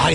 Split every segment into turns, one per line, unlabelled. I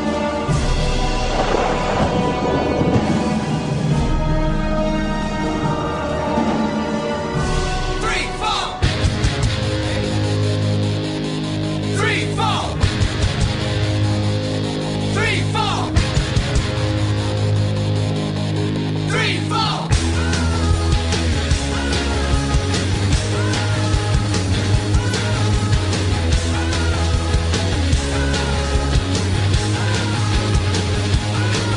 Three, four. Three, four. Three, four. Three, four.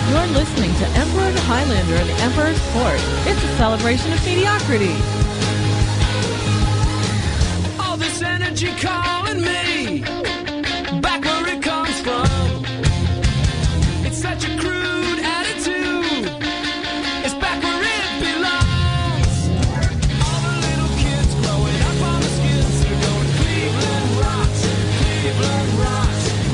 You're listening to Emperor the Highlander and the Emperor's Court. It's a celebration of mediocrity.
All this energy calling me back where it comes from. It's such a crude attitude. It's back where it belongs. All the little kids growing up on the skids are going Cleveland rocks, Cleveland rocks.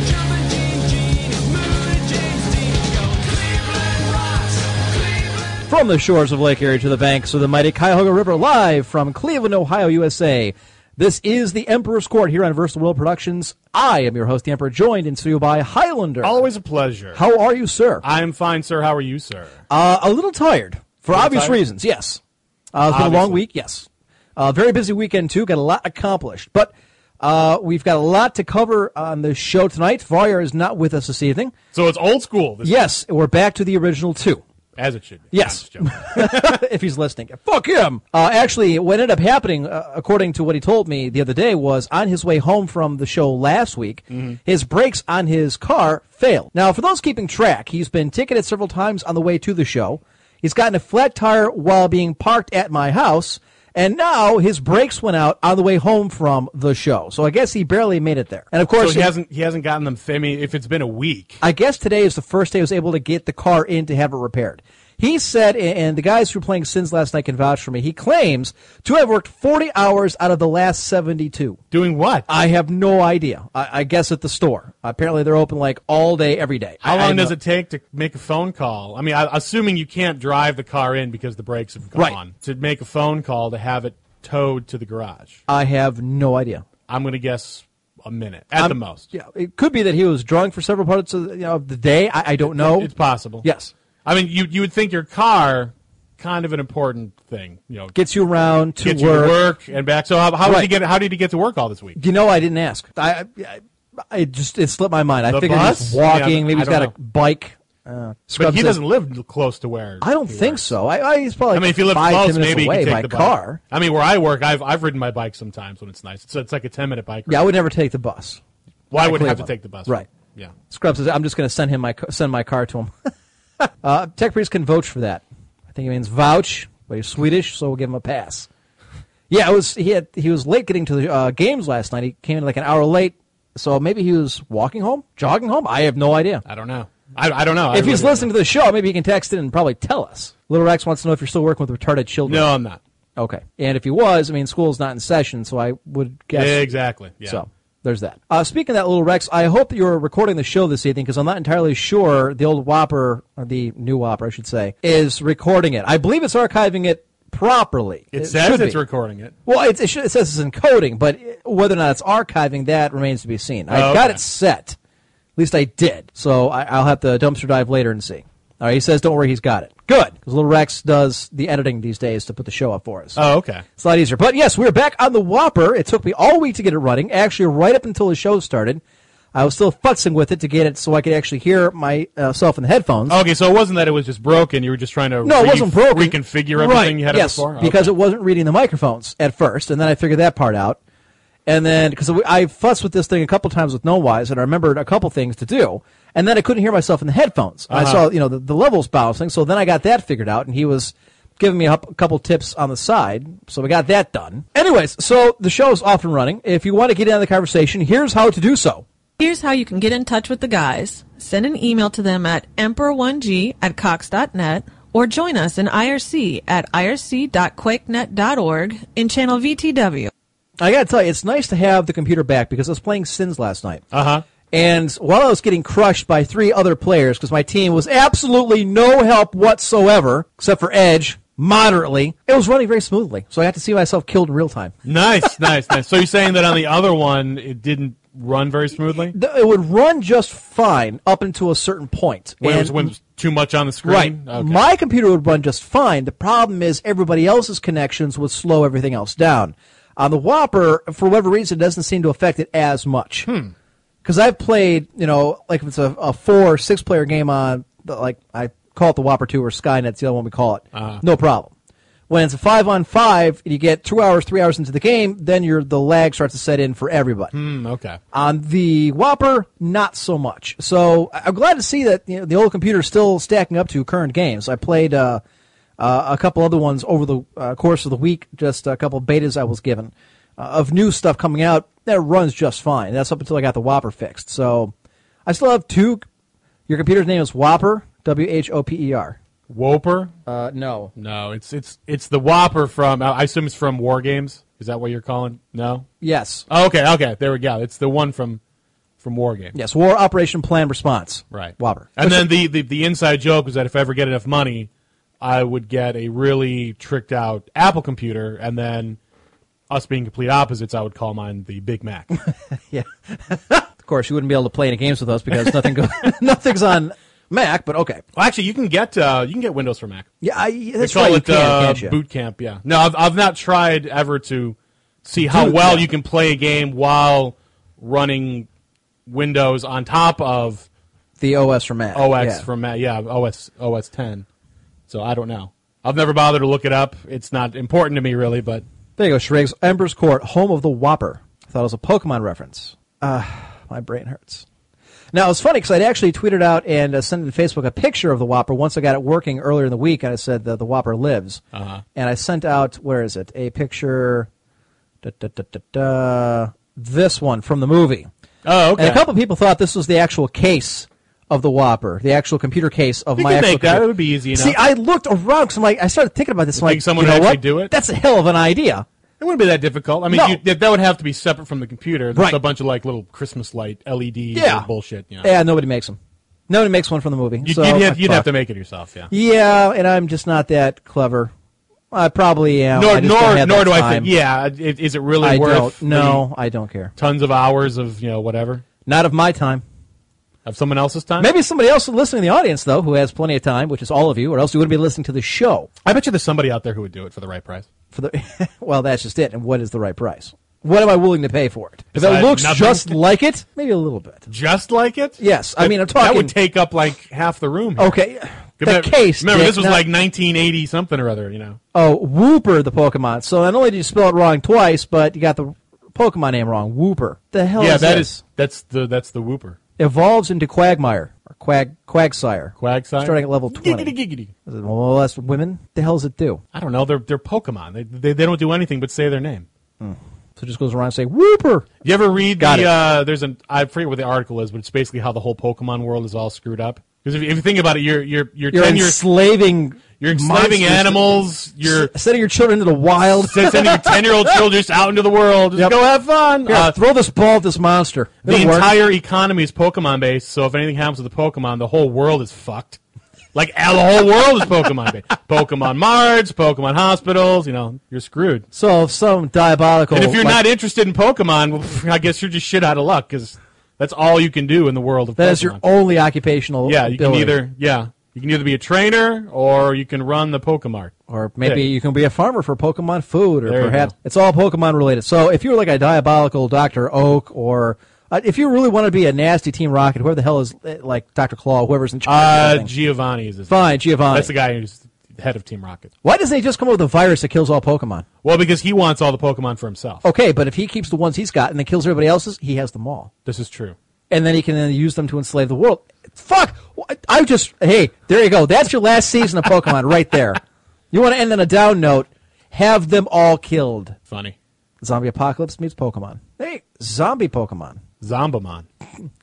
Jumping Jean Jean, Moody James Dean, go Cleveland rocks, Cleveland.
From the shores of Lake Erie to the banks of the mighty Cuyahoga River, live from Cleveland, Ohio, USA. This is the Emperor's Court here on Versatile World Productions. I am your host, the Emperor, joined in studio by Highlander.
Always a pleasure.
How are you, sir?
I'm fine, sir. How are you, sir?
Uh, a little tired for obvious
tired?
reasons. Yes, uh, it's been a long
Obviously.
week. Yes, uh, very busy weekend too. Got a lot accomplished, but uh, we've got a lot to cover on the show tonight. Varya is not with us this evening.
So it's old school. This
Yes, we're back to the original two.
as it should be.
Yes.
I'm just joking.
if he's listening. Fuck him. Uh, actually, what ended up happening, uh, according to what he told me the other day, was on his way home from the show last week,
Mm-hmm.
his brakes on his car failed. Now, for those keeping track, he's been ticketed several times on the way to the show. He's gotten a flat tire while being parked at my house. And now his brakes went out on the way home from the show. So I guess he barely made it there. And of course,
so he hasn't he hasn't gotten them. I mean, if it's been a week,
I guess today is the first day I was able to get the car in to have it repaired. He said, and- and the guys who were playing Sins last night can vouch for me, he claims to have worked 40 hours out of the last 72.
doing what?
I have no idea. I, I guess at the store. Apparently they're open like all day, every day.
How
I- I
long does
know-
it take to make a phone call? I mean, I, assuming you can't drive the car in because the brakes have gone.
Right.
To make a phone call to have it towed to the garage,
I have no idea.
I'm going to guess a minute at the most.
Um, Yeah, it could be that he was drunk for several parts of the, you know, of the day. I, I don't know.
It's possible.
Yes.
I mean, you you would think your car, kind of an important thing, you know,
Gets you around to
gets you
work.
to work and back. So how, how was
Right.
he get? How did he get to work all this week?
You know, I didn't ask. I, I, I just it slipped my mind. I
The
figured
bus?
he's walking.
Yeah,
maybe he's
I don't
got a
know.
bike. Uh,
But
scrubs
he
in.
doesn't live l- close to where.
I don't
he
think
works.
so. I, I he's probably.
I mean, if you live
five,
close,
ten minutes
maybe
away
you can take
by
the bike.
car.
I mean, where I work, I've I've ridden my bike sometimes when it's nice. It's, it's like a ten minute bike. Ride.
Yeah, I would never take the bus.
Why would I have to
Cleveland.
take the bus?
Right.
Yeah.
Scrubs says, "I'm just going to send him my ca- send my car to him." uh, Tech priest can vouch for that. I think he means vouch, but he's Swedish, so we'll give him a pass. Yeah, it was he had he was late getting to the uh, games last night. He came in like an hour late, so maybe he was walking home, jogging home. I have no idea.
I don't know. I, I don't know.
if
I
he's
really don't
listening to the show, maybe he can text in and probably tell us. Little Rex wants to know if you're still working with retarded
know.
children.
No, I'm not.
Okay. And if he was, I mean, school's not in session, so I would guess.
Exactly. Yeah.
So there's that. Uh, speaking of that, Little Rex, I hope that you're recording the show this evening because I'm not entirely sure the old Whopper, or the new Whopper, I should say, is recording it. I believe it's archiving it properly.
it, says
should
it's
be.
recording it.
Well, it, it, should, it says it's encoding, but whether or not it's archiving, that remains to be seen. I
Oh,
got
okay.
it set. At least I did. So I, I'll have to dumpster dive later and see. All right, he says, don't worry, he's got it. Good. Because Little Rex does the editing these days to put the show up for us.
Oh, okay.
It's a lot easier. But yes, we're back on the Whopper. It took me all week to get it running. Actually, right up until the show started, I was still futzing with it to get it so I could actually hear myself in the headphones.
Okay, so it wasn't that it was just broken. You were just trying to
no,
re-
it wasn't broken.
reconfigure everything
Right,
you had
yes,
before. Okay.
because it wasn't reading the microphones at first, and then I figured that part out. And then because I fussed with this thing a couple times with No Wise, and I remembered a couple things to do, and
Uh-huh.
then I couldn't hear myself in the headphones. And I saw you know the, the levels bouncing, so then I got that figured out, and he was giving me a hup- a couple tips on the side. So we got that done. Anyways, so the show's off and running. If you want to get in on the conversation, here's how to do so.
Here's how you can get in touch with the guys. Send an email to them at emperor1g at cox.net or join us in IRC at irc.quakenet.org in channel VTW.
I gotta tell you, it's nice to have the computer back because I was playing Sins last night.
Uh huh.
And while I was getting crushed by three other players, because my team was absolutely no help whatsoever, except for Edge, moderately, it was running very smoothly. So I had to see myself killed in real time.
Nice, nice, nice. So you're saying that on the other one, it didn't run very smoothly?
Th- It would run just fine up until a certain point.
When it was
And-
when it was too much on the
Right.
screen? Okay.
My computer would run just fine. The problem is everybody else's connections would slow everything else down. On the Whopper, for whatever reason, it doesn't seem to affect it as much.
Hmm.
Because I've played, you know, like if it's a, a four or six player game on, the, like I call it the Whopper 2 or Skynet's the other one we call it.
Uh-huh.
No problem. When it's a five on five, and you get two hours, three hours into the game, then your the lag starts to set in for everybody.
Hmm, okay.
On the Whopper, not so much. So I- I'm glad to see that you know, the old computer's still stacking up to current games. I played uh, uh, a couple other ones over the uh, course of the week, just a couple betas I was given uh, of new stuff coming out that runs just fine. That's up until I got the Whopper fixed. So I still have two. Your computer's name is Whopper, W H O P E R.
Whopper?
Uh, no.
no, it's it's it's the Whopper from. I assume it's from War Games. Is that what you're calling? No.
Yes.
Oh, okay, okay. There we go. It's the one from from War Games.
Yes. War Operation Plan Response.
Right.
Whopper.
And then the, the, the inside joke was that if I ever get enough money, I would get a really tricked out Apple computer, and then us being complete opposites, I would call mine the Big Mac.
Yeah. of course, you wouldn't be able to play any games with us because nothing go- nothing's on Mac. But okay.
well, actually, you can get uh, you can get Windows for Mac.
Yeah, I, that's
they call
right. You
it
can,
uh,
can't you?
boot camp. Yeah. No, I've, I've not tried ever to see how well you can play a game while running Windows on top of
the OS from Mac.
OX
yeah.
from Matt. Yeah, OS OS 10. So I don't know. I've never bothered to look it up. It's not important to me really, but
There you go, Shriggs. Ember's Court, home of the Whopper. I thought it was a Pokemon reference. Ah, my brain hurts. Now, it's funny because I'd actually tweeted out and uh, sent to Facebook a picture of the Whopper once I got it working earlier in the week, and I said that the Whopper lives. Uh-huh. And I sent out, where is it? A picture. Da, da, da, da, da, this one from the movie.
Oh, okay.
And a couple people thought this was the actual case of the Whopper, the actual computer case of
You
my
could
actual
make that.
computer.
It would be easy
See,
enough.
I looked around because I'm like, I started thinking about this. I'm
think
like,
someone
you know
would actually
what?
do it?
That's a hell of an idea.
it wouldn't be that difficult. I mean,
No.
you, that, that would have to be separate from the computer. There's
Right.
a bunch of like little Christmas light LEDs
Yeah.
and bullshit, you know.
Yeah, nobody makes them. Nobody makes one from the movie.
You'd,
so,
you'd, have, you'd
fuck.
have to make it yourself, yeah.
Yeah, and I'm just not that clever. I probably am.
nor
I just
nor,
don't have
nor
that
do I
time.
think, yeah, it, is it really
I
worth
don't.
the
No, I don't care.
tons of hours of, you know, whatever?
Not of my time.
Of someone else's time?
Maybe somebody else listening in the audience though, who has plenty of time, which is all of you, or else you wouldn't be listening to the show.
I bet you there's somebody out there who would do it for the right price.
for the well that's just it and what is the right price what am i willing to pay for it if it
Besides
looks
nothing.
just like it maybe a little bit
Just like it?
Yes, I
That-
mean, I'm
That
talking-
would take up like half the room. here.
okay the
Remember-
case
Remember,
Dick,
this was
not-
like 1980 something or other. You know,
oh whooper the pokemon so not only did you spell it wrong twice but you got the pokemon name wrong whooper the hell
yeah,
is
that
this?
is that's the that's the whooper
evolves into quagmire or quag quagsire
quagsire
starting at level 20
Giggity giggity.
Is it- well that's women the hell does it do
I don't know. They're they're Pokemon. They, they they don't do anything but say their name.
so it just goes around and say whooper
You ever read
Got
the
it.
uh, there's an I forget what the article is, but it's basically how the whole Pokemon world is all screwed up. Because if, you- if you think about it, you're you're you're,
you're
10 years
enslaving
you're enslaving
monsters.
animals. You're
S- sending your children into the wild
sending your ten year old children just out into the world. Just
Yep.
go have fun.
Here,
Uh,
throw this ball at this monster
the
It'll work.
entire economy is Pokemon based, so if anything happens with the Pokemon, the whole world is fucked. Like the whole world is Pokemon based. Pokemon Marts, Pokemon hospitals, you know, you're screwed.
So if some diabolical,
And if you're
like-
not interested in Pokemon, well, I guess you're just shit out of luck because that's all you can do in the world of
that
Pokemon.
is your only occupational.
yeah, you can
ability.
either yeah, you can either be a trainer or you can run the Pokemart.
or maybe
Yeah.
you can be a farmer for Pokemon food, or
There you
perhaps
go.
it's all Pokemon related. So if you're like a diabolical Doctor Oak, or uh, if you really want to be a nasty Team Rocket, whoever the hell is uh, like Doctor Claw, whoever's in charge.
Uh,
of that thing.
Giovanni is his
Fine, Giovanni.
That's the guy who's head of Team Rocket.
Why doesn't he just come up with a virus that kills all Pokemon?
Well, because he wants all the Pokemon for himself.
Okay, but if he keeps the ones he's got and then kills everybody else's, he has them all.
This is true.
and then he can then use them to enslave the world. Fuck! I just hey, there you go. That's your last season of Pokemon right there. You want to end on a down note? Have them all killed.
Funny.
Zombie apocalypse meets Pokemon. Hey, zombie Pokemon.
Zombamon.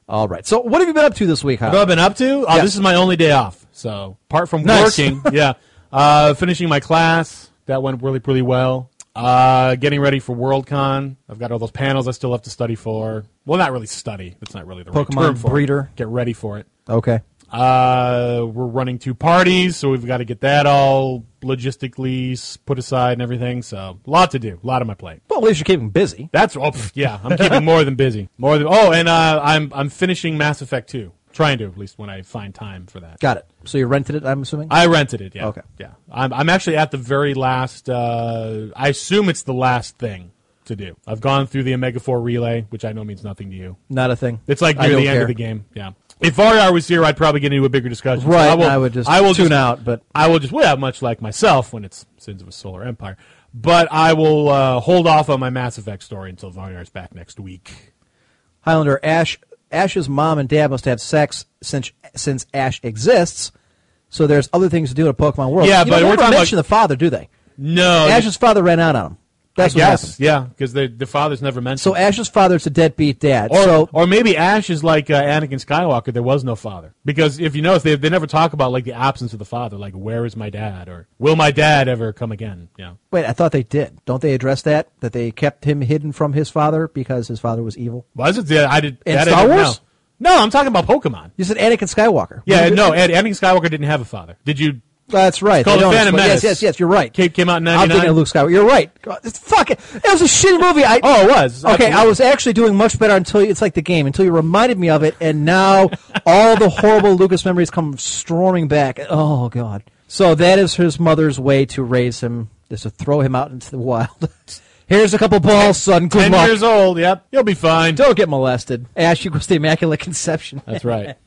All right. So, what have you been up to this week,
What
huh?
I've been up to? Oh,
Yes.
This is my only day off. So apart from
Nice.
working, yeah, uh, finishing my class that went really really well. Uh, getting ready for WorldCon. I've got all those panels I still have to study for. Well, not really study. That's not really the right
Pokemon
term for it.
breeder.
Get ready for it.
Okay.
Uh, we're running two parties, so we've got to get that all logistically s- put aside and everything. So a lot to do, a lot on my plate.
Well, at least you're keeping busy.
That's oh pff, yeah. I'm keeping more than busy. More than oh, and uh, I'm I'm finishing Mass Effect 2. Trying to at least when I find time for that.
Got it. So you rented it, I'm assuming.
I rented it. Yeah.
Okay.
Yeah. I'm I'm actually at the very last. Uh, I assume it's the last thing to do. I've gone through the Omega Four relay, which I know means nothing to you.
Not a thing.
It's like
I
near the
don't
end
care.
of the game. Yeah. If Varyar was here, I'd probably get into a bigger discussion. So
Right, I would just tune out, but-
I will just well, yeah, much like myself when it's Sins of a Solar Empire. But I will uh, hold off on my Mass Effect story until Varyar's back next week.
Highlander Ash Ash's mom and dad must have sex since since Ash exists. So there's other things to do in a Pokemon world.
Yeah,
You
but
don't
we're
ever
talking Oh,
mention the father, do they?
No,
Ash's father ran out on him. That's what
yes,
happened.
yeah, because the the father's never mentioned.
So Ash's father's a deadbeat dad.
Or,
so
or maybe Ash is like uh, Anakin Skywalker. There was no father because if you notice, they they never talk about like the absence of the father. Like, where is my dad? Or will my dad ever come again? Yeah,
wait, I thought they did. Don't they address that? That they kept him hidden from his father because his father was evil.
was it? Yeah, I did.
In
that I
Star
didn't
Wars?
know. No, I'm talking about Pokemon.
You said Anakin Skywalker.
Yeah,
What-
no, Ed, Anakin Skywalker didn't have a father. Did you?
That's right.
It's called
They don't
The Phantom
explain-
Menace.
Yes, yes, yes. You're right.
Came- came out in
I'm thinking
99.
of Luke Skywalker. You're right. God, It's fucking. That was a shitty movie. I,
Oh, it was.
Okay, I
Absolutely.
was actually doing much better until you, it's like the game until you reminded me of it, and now all the horrible Lucas memories come storming back. Oh God! So that is his mother's way to raise him is to throw him out into the wild. Here's a couple balls, son. Good
Ten
luck.
years old. Yep, you'll be fine.
Don't get molested. Ash equals the Immaculate Conception.
That's right.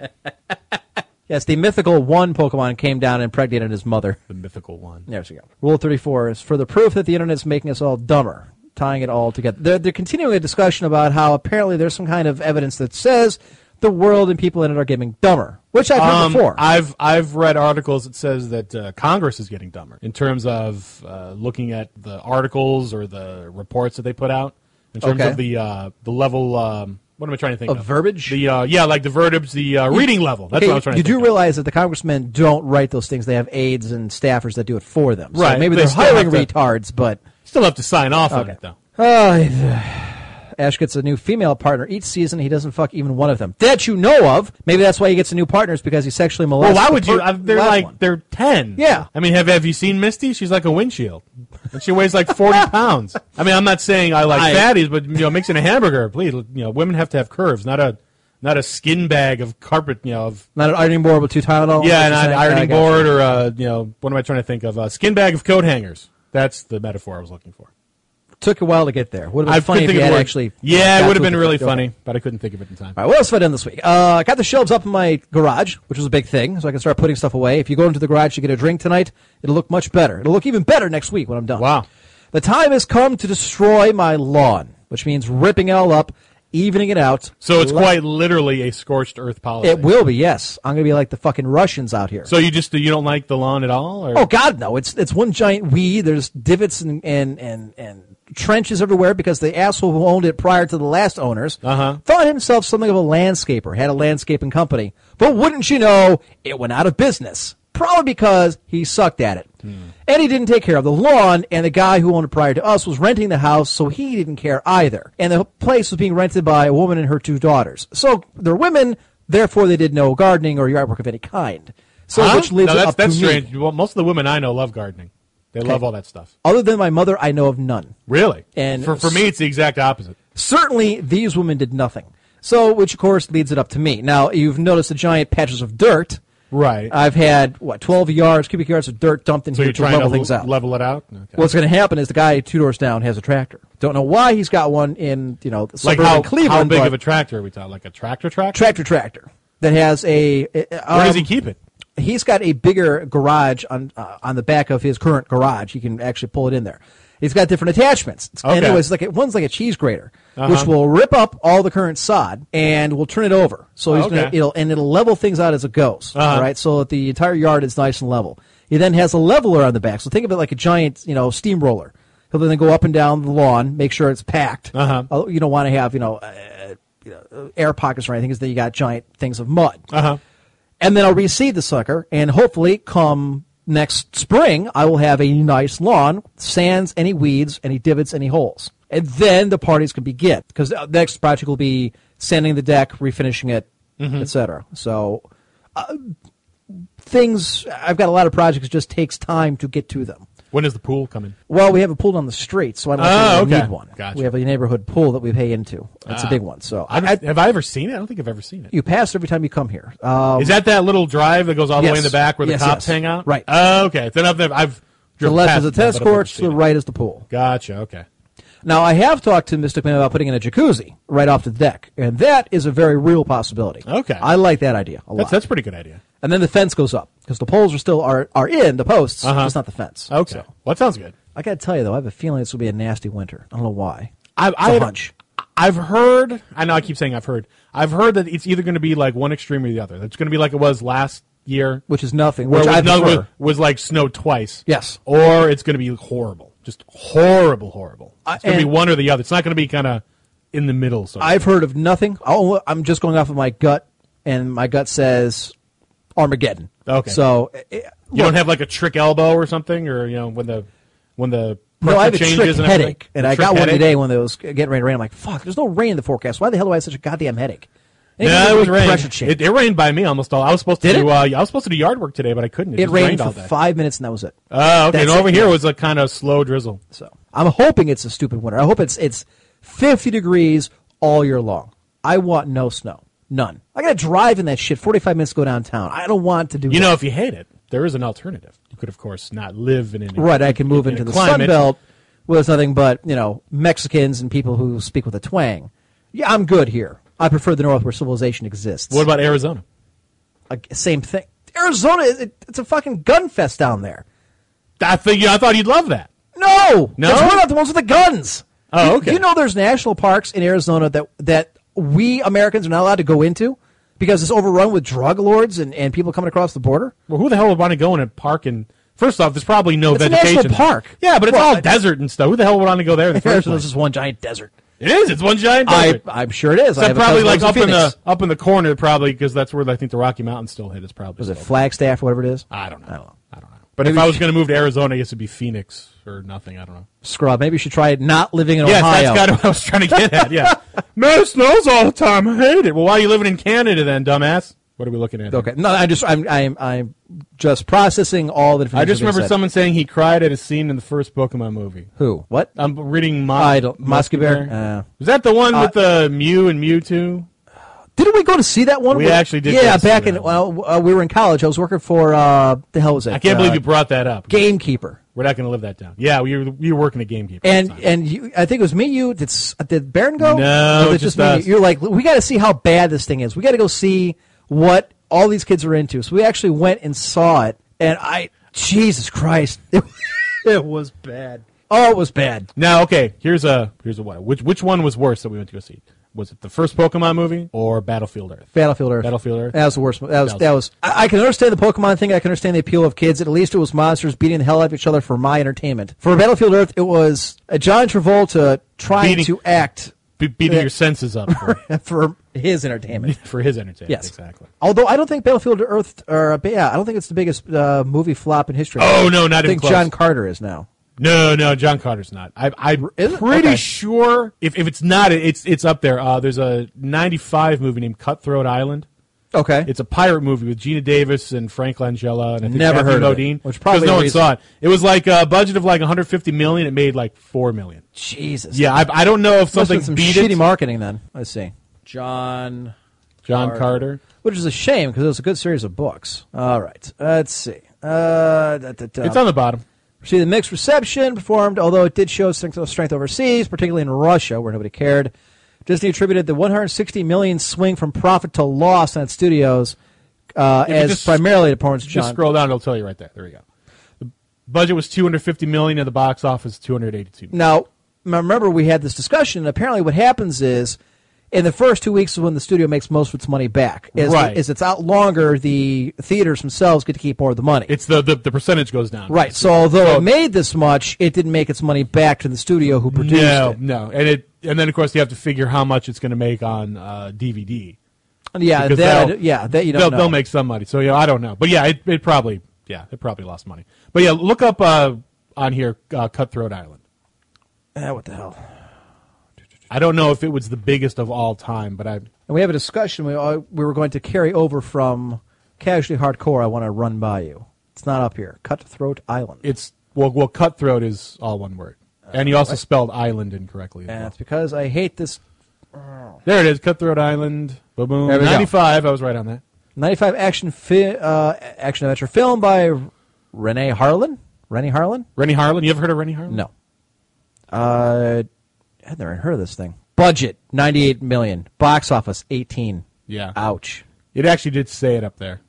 yes, the mythical one Pokemon came down and impregnated his mother.
the mythical one.
There we go. Rule 34 is for the proof that the internet's making us all dumber, tying it all together. They're, they're continuing a discussion about how apparently there's some kind of evidence that says the world and people in it are getting dumber, which I've heard
Um,
before.
I've I've read articles that says that uh, Congress is getting dumber in terms of uh, looking at the articles or the reports that they put out in terms
Okay.
of the uh, the level. Um, what am I trying to think
Of
of?
verbiage?
The uh, yeah, like the verbiage, the uh, reading level. That's
Okay,
what I was trying
you
to.
do
think of.
realize that the congressmen don't write those things. They have aides and staffers that do it for them. So
Right,
maybe
they
they're
still
hiring
have to-
retards, but.
Still have to sign off on it though.
Uh, Ash gets a new female partner each season. He doesn't fuck even one of them that you know of. Maybe that's why he gets a new partner is because he sexually
Well,
molested.
why
the
would you?
per-
I, they're
last
like
one.
they're ten.
Yeah.
I mean, have have you seen Misty? She's like a windshield, and she weighs like forty pounds. I mean, I'm not saying I like
I-
fatties, but you know, mixing a hamburger, please. You know, women have to have curves, not a not a skin bag of carpet. You know, of
Not an ironing board with two Tylenol.
yeah,
That's
an
just
ironing
I got you.
board or a you know, what am I trying to think of? A skin bag of coat hangers. That's the metaphor I was looking for.
Took a while to get there. Would have
I
been
couldn't
funny if
think
you
of
had
the word.
actually.
Yeah,
got
it would
to
have been
the-
really
okay.
funny, but I couldn't think of it in time.
All right, what else have I done this week? Uh, I got the shelves up in my garage, which was a big thing, so I can start putting stuff away. If you go into the garage to get a drink tonight, it'll look much better. It'll look even better next week when I'm done.
Wow.
The time has come to destroy my lawn, which means ripping it all up, evening it out.
So it's
Let-
quite literally a scorched earth policy.
It will be, yes. I'm going to be like the fucking Russians out here.
So you just you don't like the lawn at all? Or?
Oh God, no! It's it's one giant weed. There's divots and and and, and trenches everywhere because the asshole who owned it prior to the last owners
Uh-huh.
thought himself something of a landscaper, had a landscaping company, but wouldn't you know, it went out of business. Probably because he sucked at it,
Hmm.
and he didn't take care of the lawn. And the guy who owned it prior to us was renting the house, so he didn't care either. And the place was being rented by a woman and her two daughters. So they're women, therefore they did no gardening or yard work of any kind. So
Huh?
which leaves
no,
it
that's,
up
that's
to me.
strange. Well, most of the women I know love gardening. They love all that stuff.
Other than my mother, I know of none.
Really?
And-
for, for me, it's the exact opposite.
Certainly, these women did nothing. So, which of course leads it up to me. Now, you've noticed the giant patches of dirt.
Right.
I've had what twelve yards, cubic yards of dirt dumped in
so
here
you're
to
trying
level
to
things out.
level it out. Okay.
What's going to happen is the guy two doors down has a tractor. Don't know why he's got one in you know
like
suburban
how,
Cleveland.
how big
but
of a tractor are we talking? Like a tractor tractor?
tractor tractor that has a. um, Where
Where does he keep it?
he's got a bigger garage on uh, on the back of his current garage. He can actually pull it in there. He's got different attachments.
Okay.
Anyways, like a, one's like a cheese grater, which
Uh-huh.
will rip up all the current sod and will turn it over. So he's
Okay.
gonna, it'll and it'll level things out as it goes.
Uh-huh.
all right, so that the entire yard is nice and level. He then has a leveler on the back. So think of it like a giant, you know, steamroller. He'll then go up and down the lawn, make sure it's packed.
Uh-huh.
Oh, You don't want to have, you know, uh, you know, uh, air pockets or anything, because then you got giant things of mud.
Uh huh.
And then I'll reseed the sucker, and hopefully, come next spring, I will have a nice lawn, sands any weeds, any divots, any holes. And then the parties can begin because the next project will be sanding the deck, refinishing it,
Mm-hmm.
etc. So uh, things. I've got a lot of projects. It just takes time to get to them.
When is the pool coming?
Well, we have a pool down the street, so I don't
Oh,
think we
okay.
need one.
Gotcha. Ah.
We have a neighborhood pool that we pay into. That's a big one. So
I,
I, I,
don't have I ever seen it? I don't think I've ever seen it. Is
you pass every time you come here. Um,
that that little drive that goes all the way in the
yes.
back where the
Yes,
cops
yes.
hang out?
Right.
Oh, okay. Then I've never, I've
the
driven
left
past
is the
it, but I've
tennis
never
courts, to
seen
the
it.
right is the pool.
Gotcha. Okay.
Now, I have talked to Mystic Man about putting in a jacuzzi right off the deck, and that is a very real possibility.
Okay.
I like that idea a lot.
That's that's a pretty good idea.
and then the fence goes up because the poles are still are, are in the posts, just not the fence.
Uh-huh. Okay.
So,
well, that sounds good.
I got to tell you though, I have a feeling this will be a nasty winter. I don't know why.
I, I
a
had-
hunch.
I've heard. I know. I keep saying I've heard. I've heard that it's either going to be like one extreme or the other. It's going to be like it was last year,
Which is nothing.
where
Which
it was,
I
no-
prefer.
was, was like snow twice.
Yes.
Or it's going to be horrible, just horrible, horrible.
I-
It's going to be
and-
one or the other. It's not going to be kind of in the middle. So
I've heard of nothing. Oh, I'm just going off of my gut, and my gut says Armageddon.
Okay.
So eh, eh,
you don't have like a trick elbow or something, or you know when the when the
No, I have a
pressure
trick
and everything?
headache, and
A
I
trick
got one
headache?
today when it was getting ready to rain. I'm like, "Fuck, there's no rain in the forecast. Why the hell do I have such a goddamn headache?" And
No,
was
it was
a
rain.
Pressure change.
It, it rained by me almost all. I was supposed to
Did
do.
it?
Uh, I was supposed to do yard work today, but I couldn't. It,
It
just
rained,
all
for
day.
five minutes, and that was it.
Oh, okay.
That's
and over
it.
here was a kind of slow drizzle.
So I'm hoping it's a stupid winter. I hope it's it's 50 degrees all year long. I want no snow, none. I gotta drive in that shit 45 minutes to go downtown. I don't want to do.
You
that.
know, if you hate it, there is an alternative. You could, of course, not live in any.
right? I can move
in a
into the
climate.
Sun Belt where it's nothing but you know Mexicans and people who speak with a twang. Yeah, I'm good here. I prefer the north where civilization exists.
What about Arizona?
like, same thing. Arizona, is it, it's a fucking gun fest down there.
I think I thought you'd love that.
No,
No?
'cause we're not the ones with the guns.
Oh,
You-
okay.
You, know, there's national parks in Arizona that that we Americans are not allowed to go into because it's overrun with drug lords and, and people coming across the border.
Well, who the hell would want to go in a park and? First off, there's probably no
It's a
vegetation.
national park.
Yeah, but it's
Well,
all
I-
desert and stuff. Who the hell would want to go there in the first
Arizona's
place?
just one giant desert.
It is. It's one giant
I,
desert.
I'm sure it is. I
Except
have a
probably
cousin
like
who lives
up in
Phoenix.
the up in the corner, probably because that's where I think the Rocky Mountains still hit. Is probably
was it
still-
Flagstaff, whatever it is.
I don't know.
I don't know.
I don't know. But if I was going to move to Arizona, I guess it'd be Phoenix or nothing. I don't know.
Scrub. Maybe you should try it not living in
Yes,
Ohio.
that's kind of what I was trying to get at. Yeah, man, it snows all the time. I hate it. Well, why are you living in Canada then, dumbass? What are we looking at? here?
okay. No, I just I'm I'm I'm just processing all the.
I
information
just
being
remember
said.
someone saying he cried at a scene in the first Pokemon movie.
who what
I'm reading. Mo-
I don't- Musky Bear? Uh,
Is that the one
uh,
with the Mew and Mewtwo?
Didn't we go to see that one?
We
Where-
actually did go
Yeah,
to see
back
that
in
one.
well, uh, we were in college. I was working for uh, the hell was it?
I can't believe
Uh,
you brought that up.
Gamekeeper.
We're not going to live that down. Yeah, we were, we were working at GameKeeper.
And
at the time.
and you, I think it was me. You did s- did Baron go?
No,
Or was
it
it
just
me and
us.
you? You're like we got to see how bad this thing is. We got to go see what all these kids are into. So we actually went and saw it, and I Jesus Christ, it, it was bad. Oh, it was bad.
now, okay, here's a here's a what. Which which one was worse that we went to go see? Was it the first Pokemon movie or Battlefield Earth?
Battlefield Earth.
Battlefield Earth.
That was the worst. mo- That was
That was-
that was. I, I can understand the Pokemon thing. I can understand the appeal of kids. At least it was monsters beating the hell out of each other for my entertainment. For Battlefield Earth, it was a John Travolta trying
Beating-
to act
Be- beating
Yeah.
your senses up for,
for his entertainment.
for his entertainment.
Yes,
exactly.
Although I don't think Battlefield Earth, or uh, yeah, I don't think it's the biggest uh, movie flop in history.
Oh, no, not
I
even
think
close.
John Carter is now.
No, no, John Carter's not. I, I'm
Is it?
pretty
Okay.
sure if, if it's not, it- it's it's up there. Uh, there's a '95 movie named Cutthroat Island.
Okay,
It's a pirate movie with Gina Davis and Frank Langella and I think
Never
Kathy
heard of it,
Modine,
which probably
because no
a
one
reason.
saw it. It was like a budget of like 150 million. It made like four million.
Jesus.
Yeah, I, I don't know
Must
if
have
something
been some
beat
shitty
it.
marketing then. Let's see, John.
John Carter.
Which is a shame because it was a good series of books. All right, let's see. Uh, da, da, da.
It's on the bottom.
received a mixed reception, performed, although it did show strength, uh, strength overseas, particularly in Russia, where nobody cared. Disney attributed the 160 million swing from profit to loss on its studios uh,
but
as
just-
primarily to Porn's John.
Just scroll down; it'll tell you right there. There you go. The budget was 250 million, and the box office 282. million.
Now, m- remember we had this discussion, and apparently what happens is in the first two weeks is when the studio makes most of its money back. As,
Right.
as it's out longer, the theaters themselves get to keep more of the money.
It's the, the the percentage goes down.
right. So although it made this much, it didn't make its money back to the studio who produced
No,
it.
no, and it and then of course you have to figure how much it's going to make on uh, DVD.
Yeah,
Because
Uh, that,
they'll-
yeah, that you don't
they'll,
know.
they'll make some money. So yeah, I don't know, but yeah, it, it probably yeah it probably lost money. But yeah, look up uh, on here uh, Cutthroat Island.
Ah, what the hell?
I don't know if it was the biggest of all time, but I
And we have a discussion we, uh, we were going to carry over from casually hardcore. I want to run by you. It's not up here. Cutthroat Island.
it's well well Cutthroat is all one word, and
Uh,
you also spelled island incorrectly. as
and it's
well.
because I hate this.
There it is, Cutthroat Island. Boom, boom.
There we go.
Ninety five. I was right on that.
95 action fi- uh, action adventure film by Renee Harlan. Renee Harlan?
Rennie Harlan. You ever heard of Rennie Harlan?
No. Uh, I hadn't even heard of this thing. Budget 98 million. Box office 18.
Yeah.
Ouch.
It actually did say it up there.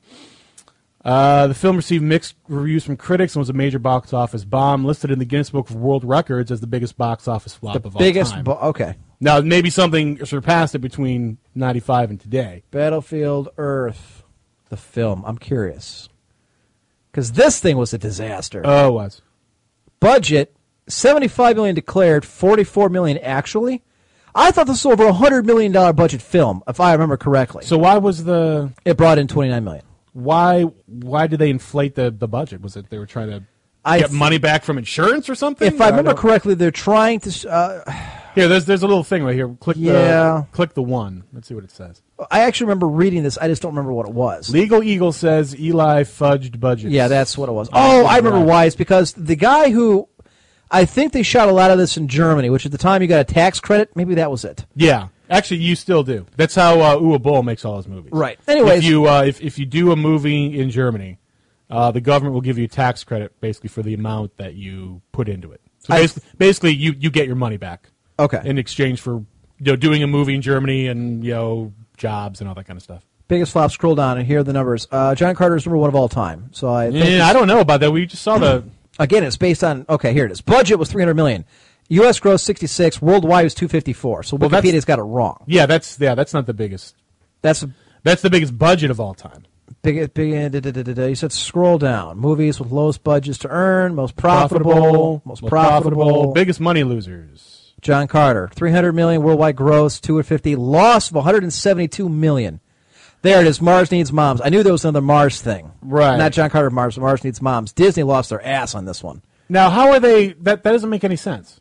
Uh, the film received mixed reviews from critics and was a major box office bomb, listed in the Guinness Book of World Records as the biggest box office flop
the
of all
biggest.
time.
Bo- okay.
now, maybe something surpassed it between 95 and today.
Battlefield Earth, the film. I'm curious. Because this thing was a disaster.
Oh, it was.
Budget 75 million declared, 44 million actually. I thought this was over a hundred million dollar budget film, if I remember correctly.
So why was the
it brought in 29 million.
why why did they inflate the, the budget? Was it they were trying to
I
get
th-
money back from insurance or something?
If I remember
don't-
correctly, they're trying to. s- Uh,
here, there's there's a little thing right here. Click
Yeah.
the click the one. Let's see what it says.
I actually remember reading this. I just don't remember what it was.
Legal Eagle says Eli fudged budget.
Yeah, that's what it was.
I
Oh,
think
I remember
you're right.
why. It's because the guy who, I think they shot a lot of this in Germany, which at the time you got a tax credit. Maybe that was it.
Yeah, actually, you still do. That's how uh, Uwe Boll makes all his movies.
Right. Anyways-
if you uh, if if you do a movie in Germany, uh, the government will give you tax credit basically for the amount that you put into it. So
I-
basically, basically, you you get your money back.
Okay.
In exchange for you know doing a movie in Germany and you know jobs and all that kind of stuff.
Biggest flop. Scroll down and here are the numbers. Uh, John Carter is number one of all time. So I think
Yeah, I don't know about that. We just saw the
again, it's based on. Okay, here it is. Budget was three hundred million. U.S. gross sixty six. Worldwide was two fifty four. So
that's-
Wikipedia's got it wrong.
yeah. That's yeah. That's not the biggest.
That's a
That's the biggest budget of all time.
big. big uh, da, da, da, da, da. You said scroll down. Movies with lowest budgets to earn, most profitable, most, profitable.
Biggest money losers.
John Carter, 300 million worldwide gross, 250 loss of 172 million. There it is. Mars needs moms. I knew there was another Mars thing.
Right.
Not John Carter. Mars. Mars needs moms. Disney lost their ass on this one.
Now, how are they? That that doesn't make any sense.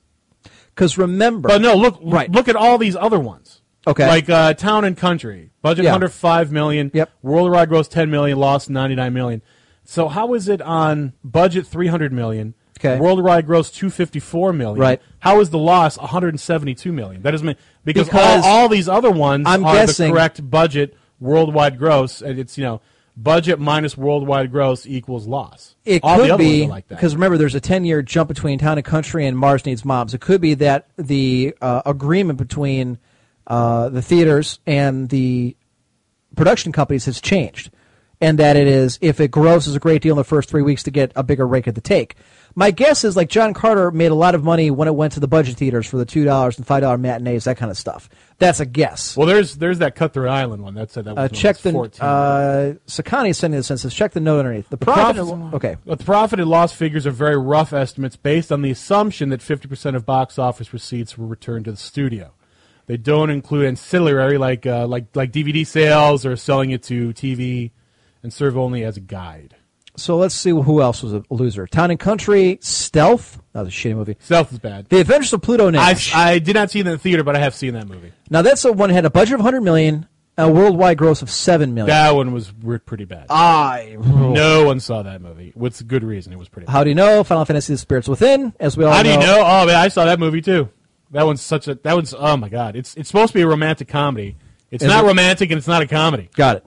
Because remember,
But no, look
Right.
look at all these other ones.
Okay.
Like uh, Town and Country, budget
Yeah.
under 5 million.
Yep.
World Ride gross 10 million, lost 99 million. So how is it on budget 300 million?
Okay.
World Ride gross 254 million.
Right.
How is the loss 172 million? That doesn't mean because,
Because-
all, all these other ones
I'm
are
guessing-
the correct budget worldwide gross and it's you know budget minus worldwide gross equals loss.
it
all the
could
other
be
ones are like that.
because remember, there's a 10 year jump between Town and Country and Mars needs moms. It could be that the uh, agreement between uh, the theaters and the production companies has changed, and that it is if it grosses a great deal in the first three weeks to get a bigger rake at the take. My guess is like John Carter made a lot of money when it went to the budget theaters for the two dollars and five dollar matinees, that kind of stuff. That's a guess.
Well, there's there's that Cutthroat Island one that said that. Was
uh,
when it
check
was
the
14.
uh, Sakani sent me the census. Check the note underneath. The profit. okay.
But the profit and loss figures are very rough estimates based on the assumption that 50% of box office receipts were returned to the studio. They don't include ancillary like uh, like like DVD sales or selling it to TV, and serve only as a guide.
So let's see who else was a loser. Town and Country, Stealth. That was a shitty movie.
Self is bad.
The Adventures of Pluto
I,
Nash.
I did not see it in the theater, but I have seen that movie.
now that's the one that had a budget of 100 million, a worldwide gross of 7 million.
That one was re- pretty bad.
I.
no one saw that movie. With good reason, it was pretty. bad.
How do you know? Final Fantasy: The Spirits Within, as we all
How do
know.
you know? Oh man, I saw that movie too. That one's such a that one's oh my god. It's it's supposed to be a romantic comedy. It's
Is
not
it?
romantic and it's not a comedy.
Got it.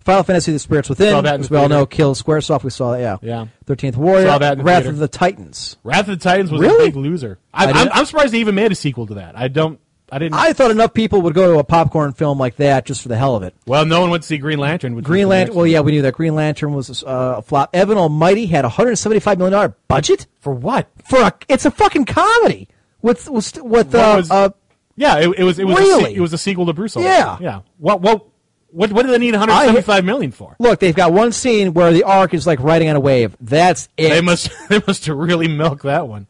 Final Fantasy: The Spirits
Saw
Within,
that in
as
the
we all
theater.
know. Kill SquareSoft. We saw that. Yeah.
Yeah.
Thirteenth Warrior.
Saw that in the
Wrath
theater.
of the Titans.
Wrath of the Titans was
Really?
a big loser.
I
I, I am
didn't-
I'm surprised they even made a sequel to that. I don't. I didn't.
I thought enough people would go to a popcorn film like that just for the hell of it.
well, no one went to see Green Lantern. Which was
Green
the
Lantern.
next
Well,
one.
yeah, we knew that Green Lantern was uh, a flop. Evan Almighty had a 175 million dollar budget.
For what?
for a it's a fucking comedy with with, with uh,
What was-
uh,
Yeah, it, it was it was a
Really?
se- it was a sequel to Bruce. Almighty.
Yeah.
yeah. What what what what do they need 175 million for?
Look, they've got one scene where the ark is like riding on a wave. That's it.
They must they must have really milked that one.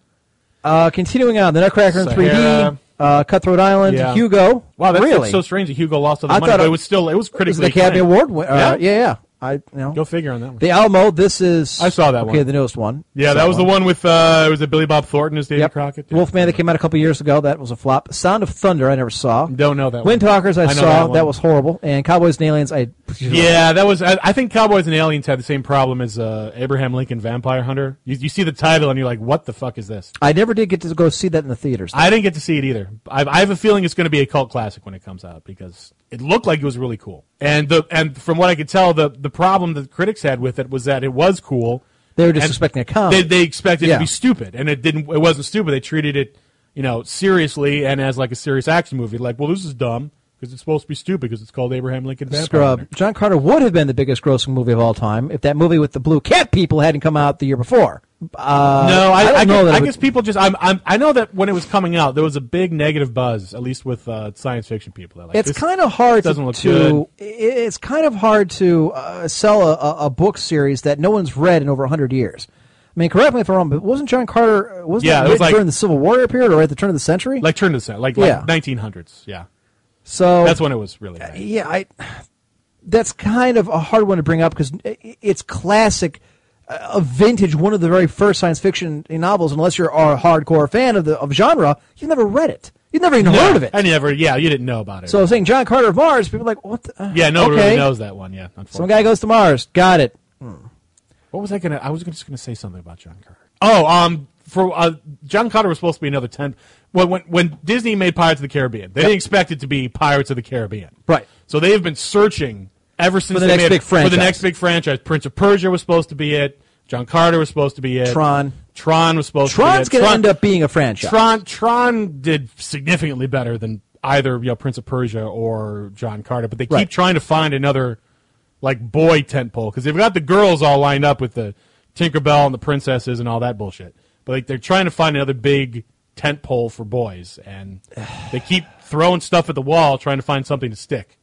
Uh, continuing on, the Nutcracker in
Sahara.
3D, uh, Cutthroat Island,
Yeah.
Hugo.
Wow, that's, that's
really?
so strange Oh, that Hugo lost all the
I
money,
thought
but
it-
it was still it was
It was
critically
the Academy
acclaimed.
Award. Win- uh, yeah.
Yeah.
yeah, I you know.
Go figure on that one.
The Alamo. This is.
I saw that
okay,
one.
the newest one.
yeah, that was the one with uh, it was a Billy Bob Thornton as Davy
Yep.
Crockett. Yeah.
Wolfman that came out a couple years ago. That was a flop. Sound of Thunder. I never saw.
Don't know that one.
Wind Talkers. I,
I know
saw.
that one.
was horrible. And Cowboys and Aliens. I.
Yeah, that was. I, I think Cowboys and Aliens had the same problem as uh, Abraham Lincoln Vampire Hunter. You, you see the title and you're like, "What the fuck is this?"
I never did get to go see that in the theaters.
I didn't get to see it either. I, I have a feeling it's going to be a cult classic when it comes out because it looked like it was really cool. And the and from what I could tell, the the problem that the critics had with it was that it was cool.
They were just
and
expecting a comedy.
They, they expected it
Yeah.
to be stupid, and it didn't. It wasn't stupid. They treated it, you know, seriously and as like a serious action movie. Like, well, this is dumb because it's supposed to be stupid because it's called Abraham Lincoln Vampire Hunter.
Scrub. John Carter would have been the biggest grossing movie of all time if that movie with the blue cat people hadn't come out the year before. Uh,
No, I, I,
don't
guess,
know that.
I
it
guess people just. I'm, I'm. I know that when it was coming out, there was a big negative buzz, at least with uh, science fiction people. That like
it's
this
kind of hard
Doesn't
to,
look good.
i- it's kind of hard to uh, sell a, a- a book series that no one's read in over 100 years i mean correct me if i'm wrong but wasn't john carter uh, wasn't
Yeah,
that
it was
written
like-
during the civil war period or at the turn of the century
Like turn to the like
Yeah.
like nineteen hundreds. Yeah,
so
that's when it was really. bad.
yeah i that's kind of a hard one to bring up because it's classic uh, a vintage one of the very first science fiction novels unless you're a hardcore fan of the of genre you've never read it you've never even heard of it
I never. Yeah, you didn't know about it.
so saying john carter of mars people are like what the, uh,
yeah, no one
okay.
really knows that one. Yeah,
some
unfortunately.
guy goes to mars got it
what was I gonna? I was just gonna say something about John Carter. Oh, um, for uh, John Carter was supposed to be another ten. When when when Disney made Pirates of the Caribbean, they didn't expect it to be Pirates of the Caribbean.
Right.
So they have been searching ever since
the
they
next
made-
big
For
franchise.
the next big franchise, Prince of Persia was supposed to be it. John Carter was supposed to be it.
Tron.
Tron was supposed
Tron's
to be it.
going to end up being a franchise.
Tron Tron did significantly better than either you know Prince of Persia or John Carter, but they keep
Right.
trying to find another like boy tentpole because they've got the girls all lined up with the Tinkerbell and the princesses and all that bullshit. But like they're trying to find another big tentpole for boys, and they keep throwing stuff at the wall trying to find something to stick.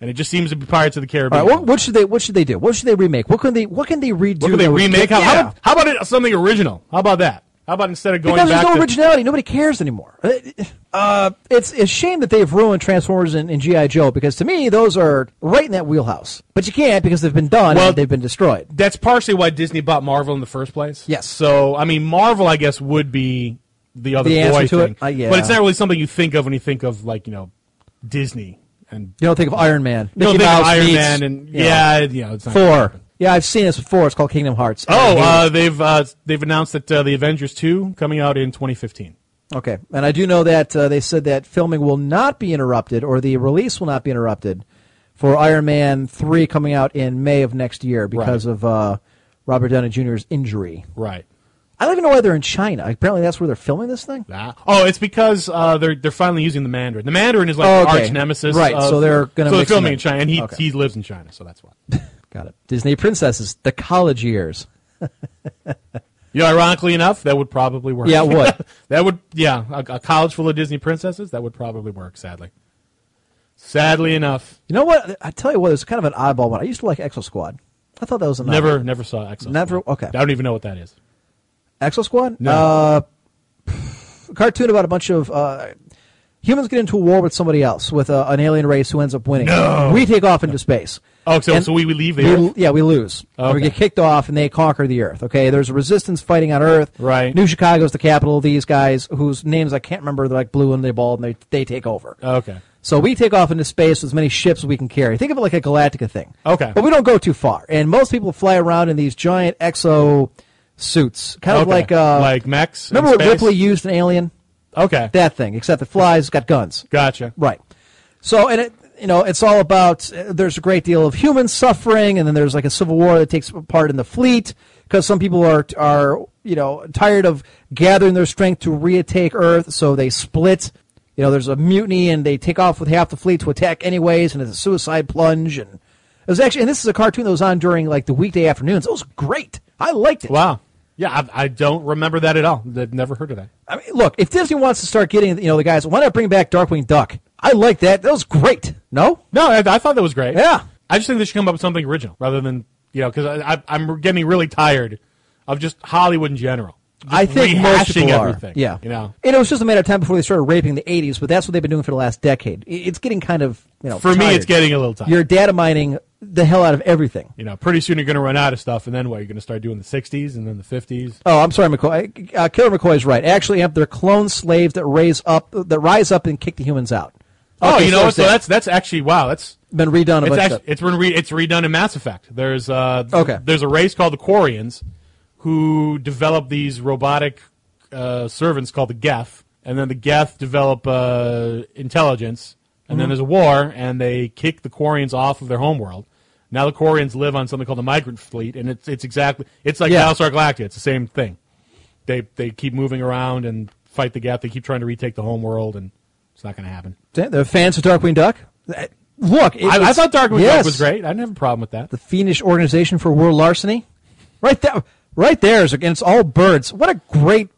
And it just seems to be Pirates of the
All
Caribbean.
right, what, what should they what should they do? What should they remake? What can they what can they redo?
What could they
that would-
remake? How,
Yeah.
how about, how about it, something original? How about that? How about instead of going
because
back
there's no
to
originality. Nobody cares anymore. Uh, Uh, it's a shame that they've ruined Transformers and, and GI Joe because to me those are right in that wheelhouse. But you can't because they've been done
Well-
and they've been destroyed.
that's partially why Disney bought Marvel in the first place.
Yes.
So I mean, Marvel, I guess, would be the other
The answer
boy
to it?
thing.
Uh, yeah.
But it's not really something you think of when you think of like you know Disney and
You don't think of Iron Man,
you don't
Mickey
think of
Mouse
Iron
meets,
Man and
you know,
yeah, you know, it's not
Thor. Yeah, I've seen this before. It's called Kingdom Hearts.
Oh,
I hate
uh, they've uh, they've announced that uh, the Avengers two coming out in 2015.
it. okay. And I do know that uh, they said that filming will not be interrupted or the release will not be interrupted for Iron Man three coming out in May of next year because
Right.
of uh, Robert Downey Jr.'s injury.
Right.
I don't even know why they're in China. Apparently, that's where they're filming this thing.
Ah. Oh, it's because uh, they're they're finally using the Mandarin. The Mandarin is like
Oh,
the
okay.
arch nemesis.
Right,
of-
so they're gonna
so they're
mix them
filming
in.
in China, and he
Okay.
he lives in China, so that's why.
Got it. Disney princesses, the college years.
You know, ironically enough, that would probably work.
Yeah, it would.
that would, yeah, a, a college full of Disney princesses, that would probably work, sadly. Sadly enough,
You know what? I tell you what, it's kind of an oddball one. I used to like Exo Squad. I thought that was a novel.
never never saw Exo.
Never- okay.
I don't even know what that is.
Exo Squad.
No.
Uh, pff, cartoon about a bunch of uh, humans get into a war with somebody else with uh, an alien race who ends up winning.
No.
We take off into space.
Oh, so,
And-
so we, we leave the
We,
Earth?
yeah, we lose.
Okay.
We get kicked off, and they conquer the Earth. Okay, there's a resistance fighting on Earth.
Right.
New Chicago's the capital. These guys, whose names I can't remember, they're like blue and they're bald, and they they take over.
Okay.
So we take off into space with as many ships as we can carry. Think of it like a Galactica thing.
Okay.
But we don't go too far, and most people fly around in these giant exo suits, kind of
Okay.
like uh,
Like mechs in
Remember what
space?
Ripley used in Alien?
Okay.
That thing, except it flies, got guns.
gotcha.
Right. So, and it, you know, it's all about uh, there's a great deal of human suffering, and then there's like a civil war that takes part in the fleet because some people are are you know tired of gathering their strength to retake Earth, so they split. You know, there's a mutiny, and they take off with half the fleet to attack anyways, and it's a suicide plunge. And it was actually, and this is a cartoon that was on during like the weekday afternoons. It was great. I liked it.
Wow. Yeah, I, I don't remember that at all. I've never heard of that.
I mean, look, if Disney wants to start getting, you know, the guys, why not bring back Darkwing Duck? I like that. That was great. No?
No, I, I thought that was great.
Yeah.
I just think they should come up with something original rather than you know because I, I, I'm getting really tired of just Hollywood in general. Just
I think most
rehashing
people are.
everything.
Yeah.
you know.
And it was just a matter of time before they started raping the 80s, but that's what they've been doing for the last decade. I- It's getting kind of, you know,
For me,
tired.
it's getting a little tired.
You're data mining the hell out of everything.
you know, pretty soon you're going to run out of stuff, and then what? You're going to start doing the '60s and then the '50s.
Oh, I'm sorry, McCoy. Uh, Killer McCoy's right. Actually, Amp, they're clone slaves that raise up, that rise up and kick the humans out.
Oh,
Okay,
you know what?
it's
So
there.
that's that's actually wow. That's
been redone a
it's
bunch.
actually,
of
it's been re- it's redone in Mass Effect. There's uh th-
Okay.
There's a race called the Quarians, who develop these robotic uh, servants called the Geth, and then the Geth develop uh, intelligence, and
Mm-hmm.
then there's a war, and they kick the Quarians off of their homeworld. Now the Quarians live on something called the Migrant Fleet, and it's it's exactly it's like
Yeah.
Battlestar Galactica. It's the same thing. They they keep moving around and fight the Geth. They keep trying to retake the homeworld, and it's not going to happen.
stuff. They're fans of Darkwing Duck. Uh, Look, it
I, I
was-
thought Darkwing Duck
yes.
was great. I didn't have a problem with that.
the fiendish organization for world larceny. Right there, right there is again. It's all birds. What a great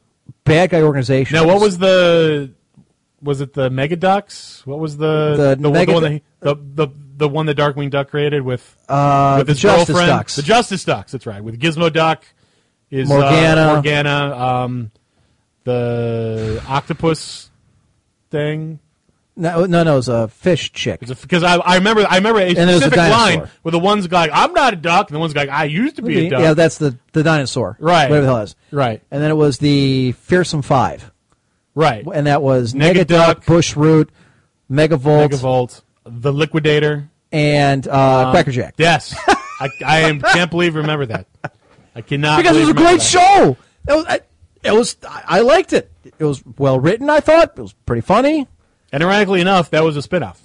bad guy organization.
Now, what was the? Was it the Mega Ducks? What was the
The
one-
Mega-
one that he- the, the the one that Darkwing Duck created with
Uh,
with his
the Justice
girlfriend?
Ducks.
The Justice Ducks. That's right. With Gizmo Duck, is uh,
Morgana.
Morgana, um, the octopus thing.
no, no, no, it was a fish chick.
Because I, I remember I remember a
there was a
specific
dinosaur.
line where the one's like I'm not a duck, and the one's like I used to be a duck.
yeah, that's the the dinosaur.
Right.
whatever the hell it is.
Right.
and then it was the fearsome five,
right.
and that was
Negaduck.
Negaduck, Bushroot, Megavolt,
Megavolt, the Liquidator.
and uh,
Um,
Crackerjack.
Yes, I, I am, can't believe remember that. I cannot
because it was
believe
a
remember
great show.
that.
It was, I, it was I I liked it. It was well written. I thought it was pretty funny.
And ironically enough, that was a spinoff.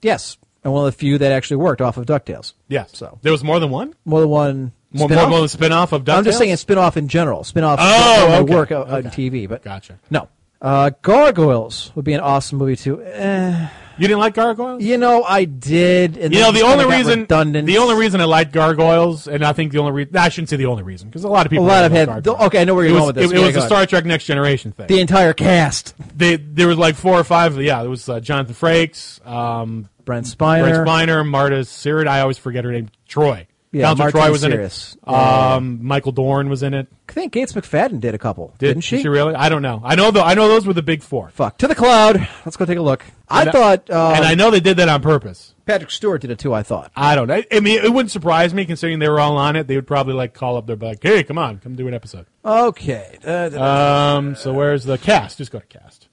Yes, and one of the few that actually worked off of Ducktales.
Yes.
So.
there was more than one.
more than one
More,
spin-off?
more, more than spinoff of Ducktales.
I'm just saying spin off in general. Spin off
Oh, okay.
work o- on TV, but
Gotcha.
No. Uh, Gargoyles would be an awesome movie too. Eh,
You didn't like Gargoyles.
you know, I did. And
You
then
know
it
the
just kinda
only
got
reason
redundant.
the only reason I liked Gargoyles, and I think the only reason I shouldn't say the only reason because a lot
a
of people
lot
really
of
like
head.
Gargoyles.
Okay, I know where
It
you're
was,
going with this.
it, it
Yeah,
was
go
the
ahead.
Star Trek Next Generation thing.
The entire cast:
they, there was like four or five. Yeah, there was uh, Jonathan Frakes, um,
Brent Spiner,
Brent Spiner, Marta Sirrod. I always forget her name. Troy.
Yeah,
Counselor
Martin
Troy was
Sirius.
in it. Um, Michael Dorn was in it.
I think Gates McFadden did a couple,
Did,
not she?
really? I don't know. I know though. I know those were the big four.
Fuck to the cloud. Let's go take a look. I
And I-
thought uh,
and I know they did that on purpose.
Patrick Stewart did it too. I thought.
I don't know. I mean, it wouldn't surprise me considering they were all on it. They would probably like call up their like, hey, come on, come do an episode.
Okay, uh,
Um, so where's the cast? Just go to cast.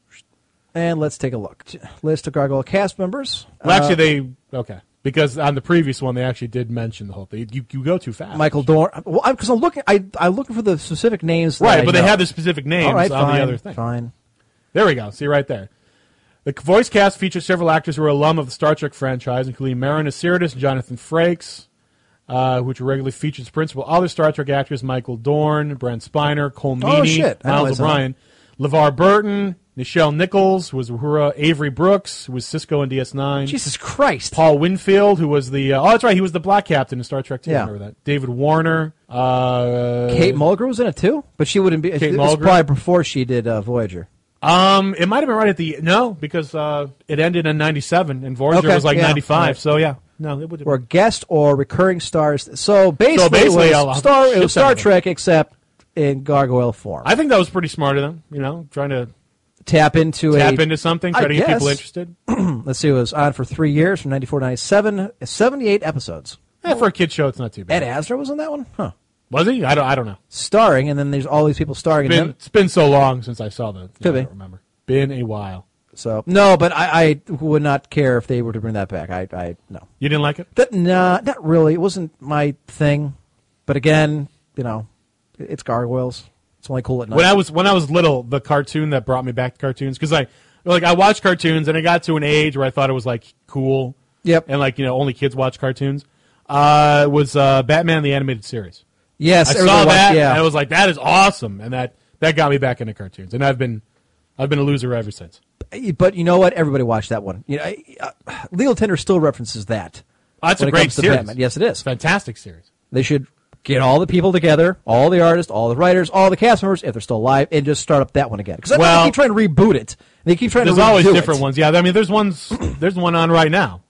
and let's take a look. List of Gargoyle cast members.
Well, actually, they okay because on the previous one they actually did mention the whole thing. You you go too fast,
Michael Dorn. Well, I'm because I'm looking. I I'm looking for the specific names.
Right,
that I
but they
know.
have the specific names
All right,
on
fine,
the other thing.
Fine.
There we go. See right there. The voice cast features several actors who are alum of the Star Trek franchise, including Marin Asiridis and Jonathan Frakes, uh, which are regularly featured as principal. Other Star Trek actors: Michael Dorn, Brent Spiner, Cole Meany,
Oh, shit. I know
Miles
it's on.
O'Brien, LeVar Burton, Nichelle Nichols was Uhura, Avery Brooks who was Cisco in DS9,
Jesus Christ.
Paul Winfield, who was the uh, oh that's right, he was the Black Captain in Star Trek 2.
Yeah.
Remember that? David Warner, uh,
Kate Mulgrew was in it too, but she wouldn't be.
Kate
it was
Mulgrew?
probably before she did uh, Voyager.
Um, it might have been right at the no because uh, it ended in '97 and Voyager
Okay,
was like
yeah,
'95.
right.
So yeah, no, it would.
Or guest or recurring stars. So basically,
basically
it
a
was
lot-
Star. It was
shit ton
Star
of them.
Trek, except in gargoyle form.
I think that was pretty smart of them. You know, trying to
tap into
tap
a,
into something, try
I
to get people
guess.
interested.
Let's see, it was on for three years from 94 to 97, 78 episodes.
Eh, for a kid show, it's not too
Ed
bad.
Asner was in that one? Huh.
Was he? I don't. I don't know. It's
Starring, and then there's all these people starring in
been
them.
it's been so long since I saw the.
Could
I
be.
don't remember. Been a while.
So, no, but I, I would not care if they were to bring that back. I, I no.
You didn't like it?
That, nah, not really. It wasn't my thing. But again, you know, it's gargoyles. It's only cool at night.
When I was when I was little, the cartoon that brought me back to cartoons because I like I watched cartoons and I got to an age where I thought it was like cool.
Yep.
And like you know, only kids watch cartoons. Uh, was uh, Batman the animated series.
yes,
I
everybody
saw
watched-
that
yeah.
and I was like, "That is awesome!" And that that got me back into cartoons, and I've been I've been a loser ever since.
Eh, but you know what? Everybody watched that one. You know, I, uh, Legal Tender still references that.
Oh, that's
when
a
it
great
comes to
series.
Batman. Yes, it is.
Fantastic series.
They should Get all the people together, all the artists, all the writers, all the cast members, if they're still alive, and just start up that one again. Because
Well-
they keep trying to reboot it. They keep trying
There's
to redo
always
it.
different ones. Yeah, I mean, there's ones. There's one on right now.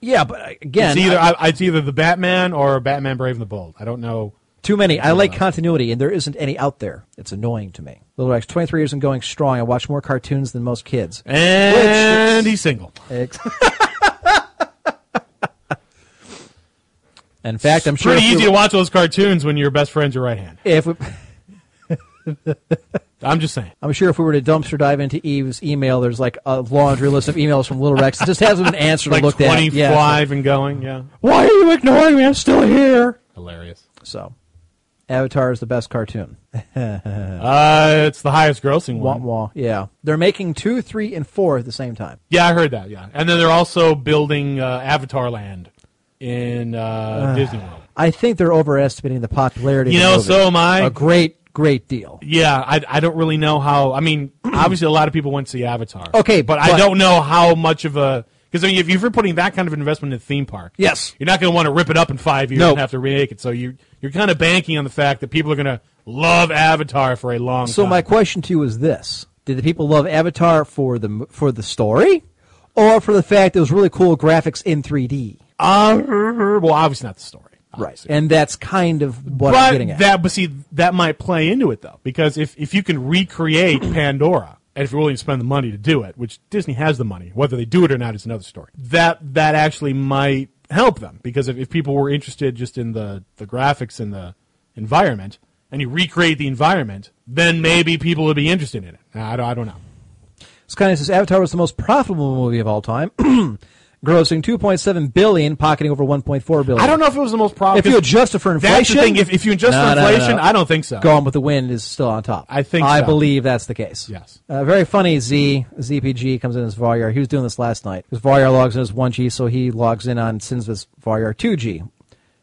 Yeah, but uh, again,
It's either
I-
I, it's either the Batman or Batman Brave and the Bold. I don't know.
too many. I like continuity, and there isn't any out there. It's annoying to me. Little Rex, 23 years and going strong. I watch more cartoons than most kids.
And he's single.
Ex- In fact, I'm sure
Pretty
if we-
easy to watch those cartoons when your best friend's your right hand.
If we,
I'm just saying.
I'm sure if we were to dumpster dive into Eve's email, there's like a laundry list of emails from Little Rex. It just hasn't been answered
Like
or looked at.
25
Yeah, it's like,
and going. Yeah,
Why are you ignoring me? I'm still here.
hilarious.
So, Avatar is the best cartoon.
Uh, it's the highest grossing
Wah
one.
wah. Yeah, they're making two, three, and four at the same time.
Yeah, I heard that. Yeah, and then they're also building uh, Avatar Land in uh,
Ah.
Disney World.
I think they're overestimating the popularity.
You
of the
know,
movie.
so am I.
A great, great deal.
Yeah, I, I don't really know how. I mean, obviously, a lot of people went to see Avatar.
Okay,
but,
but-
I don't know how much of a because I mean, if you're putting that kind of investment in a theme park,
Yes.
you're not going to want to rip it up in five years
Nope.
and have to remake it. So you you're kind of banking on the fact that people are going to love Avatar for a long
So
time.
my question to you is this: Did the people love Avatar for the m- for the story, or for the fact it was really cool graphics in 3D?
uh, well, obviously not the story, obviously.
And that's kind of what I'm getting
But
at.
that, but see, that might play into it though, because if if you can recreate Pandora, and if you're willing to spend the money to do it, which Disney has the money, whether they do it or not is another story. That that actually might help them because if, if people were interested just in the the graphics and the environment, and you recreate the environment, then maybe people would be interested in it. I don't, I don't know.
Skynet says Avatar was the most profitable movie of all time, grossing 2.7 billion, pocketing over 1.4 billion.
I don't know if it was the most problem.
If you adjust it for inflation,
that's the thing. If, if you adjust
No,
for
no, no, no.
inflation, I don't think so.
Gone with the Wind is still on top.
I think
I
so.
believe that's the case.
Yes.
Uh, very funny. Z ZPG comes in as Varyar. He was doing this last night. His Varyar logs in as one G, so he logs in on Sinva's Varyar two G,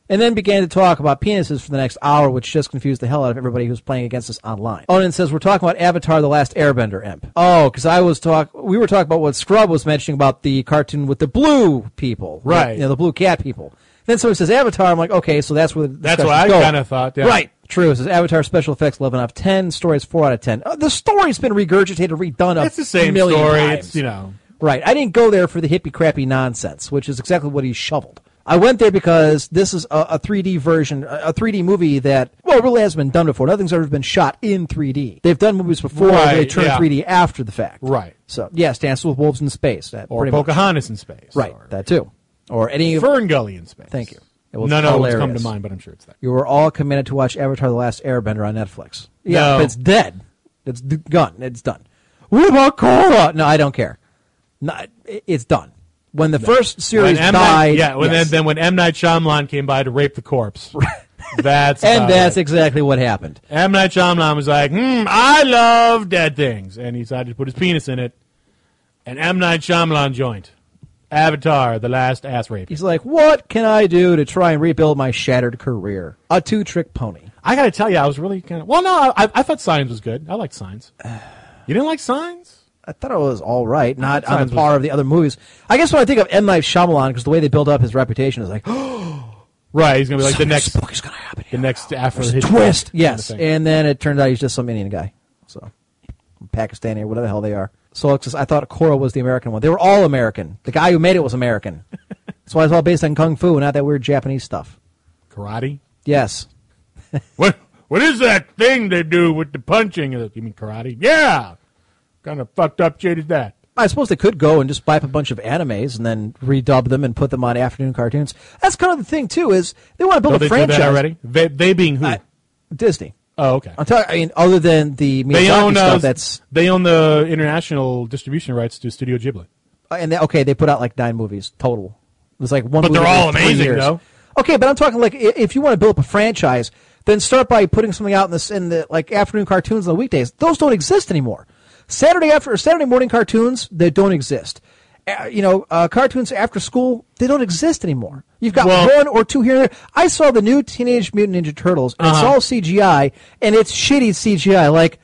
and then began to talk about penises for the next hour, which just confused the hell out of everybody who's playing against us online. Onan says we're talking about Avatar: The Last Airbender. Imp. Oh, because I was talk. We were talking about what Scrub was mentioning about the cartoon with the blue people,
Right.
You know, the blue cat people. Then someone says Avatar. I'm like, okay, so that's where the
That's what
discussion's
I
going.
kinda thought, yeah.
Right. True. It says Avatar special effects 11 out of 10. Stories 4 out of 10. Uh, the story's been regurgitated, redone up.
it's the same
million
story.
times.
It's you know.
Right. I didn't go there for the hippie crappy nonsense, which is exactly what he shoveled. I went there because this is a, a 3D version, a, a 3D movie that, well, really hasn't been done before. Nothing's ever been shot in 3D. They've done movies before, where they
Right,
turn
yeah.
3D after the fact.
Right.
So, yes, Dance with Wolves in Space. That
Or
pretty much-
Pocahontas in space.
Right.
or-
That too. Or any of
Fern Gully in space.
Thank you. It
No,
was
no, it's come
hilarious.
to mind, but I'm sure it's that.
you were all committed to watch Avatar: The Last Airbender on Netflix. Yeah,
No.
but it's dead. It's d- gone. It's done. What about Korra? No, I don't care. No, it- it's done. When the first series
M.
died,
Night, yeah. When
yes.
then, then when M Night Shyamalan came by to rape the corpse, that's
and
about
that's
it.
exactly what happened.
M Night Shyamalan was like, hmm, I love dead things, and he decided to put his penis in it, and M Night Shyamalan joined Avatar: The Last Ass Rape.
He's like, "What can I do to try and rebuild my shattered career? A two-trick pony."
I got to tell you, I was really kind of well. No, I, I thought Signs was good. I liked Signs. You didn't like Signs?
I thought it was all right, not on
Sometimes
the par of the other movies. I guess when I think of M. Night Shyamalan, because the way they build up his reputation is like,
Right. He's gonna be like the
"Something
next,
spooky's gonna happen."
the
here."
next Afro
There's a twist. Yes, and then it turned out he's just some Indian guy, so Pakistani or whatever the hell they are. So Alexis, I thought Korra was the American one. They were all American. The guy who made it was American. That's why it's all based on kung fu and not that weird Japanese stuff.
karate.
Yes,
What what is that thing they do with the punching? You mean karate? Yeah. Kind of fucked up shit is that?
I suppose they could go and just buy up a bunch of animes and then redub them and put them on afternoon cartoons. That's kind of the thing too. Is they want to build
Don't they
a
do
franchise
that already? Oh, They, they being who?
I- Disney.
oh, okay.
I'm talking. I mean, other than the Miyazaki
They own
stuff,
uh,
that's
they own the international distribution rights to Studio Ghibli.
Uh, and they, okay, they put out like nine movies total. It was like one.
But
movie
they're
every
all
three
amazing,
years.
though.
Okay, but I'm talking like i- if you want to build up a franchise, then start by putting something out in this in the like afternoon cartoons on the weekdays. Those don't exist anymore. Saturday after or Saturday morning cartoons they don't exist. Uh, you know, uh, cartoons after school they don't exist anymore. You've got
Well-
one or two here and there. I saw the new Teenage Mutant Ninja Turtles, and
Uh-huh.
it's all CGI, and it's shitty CGI. Like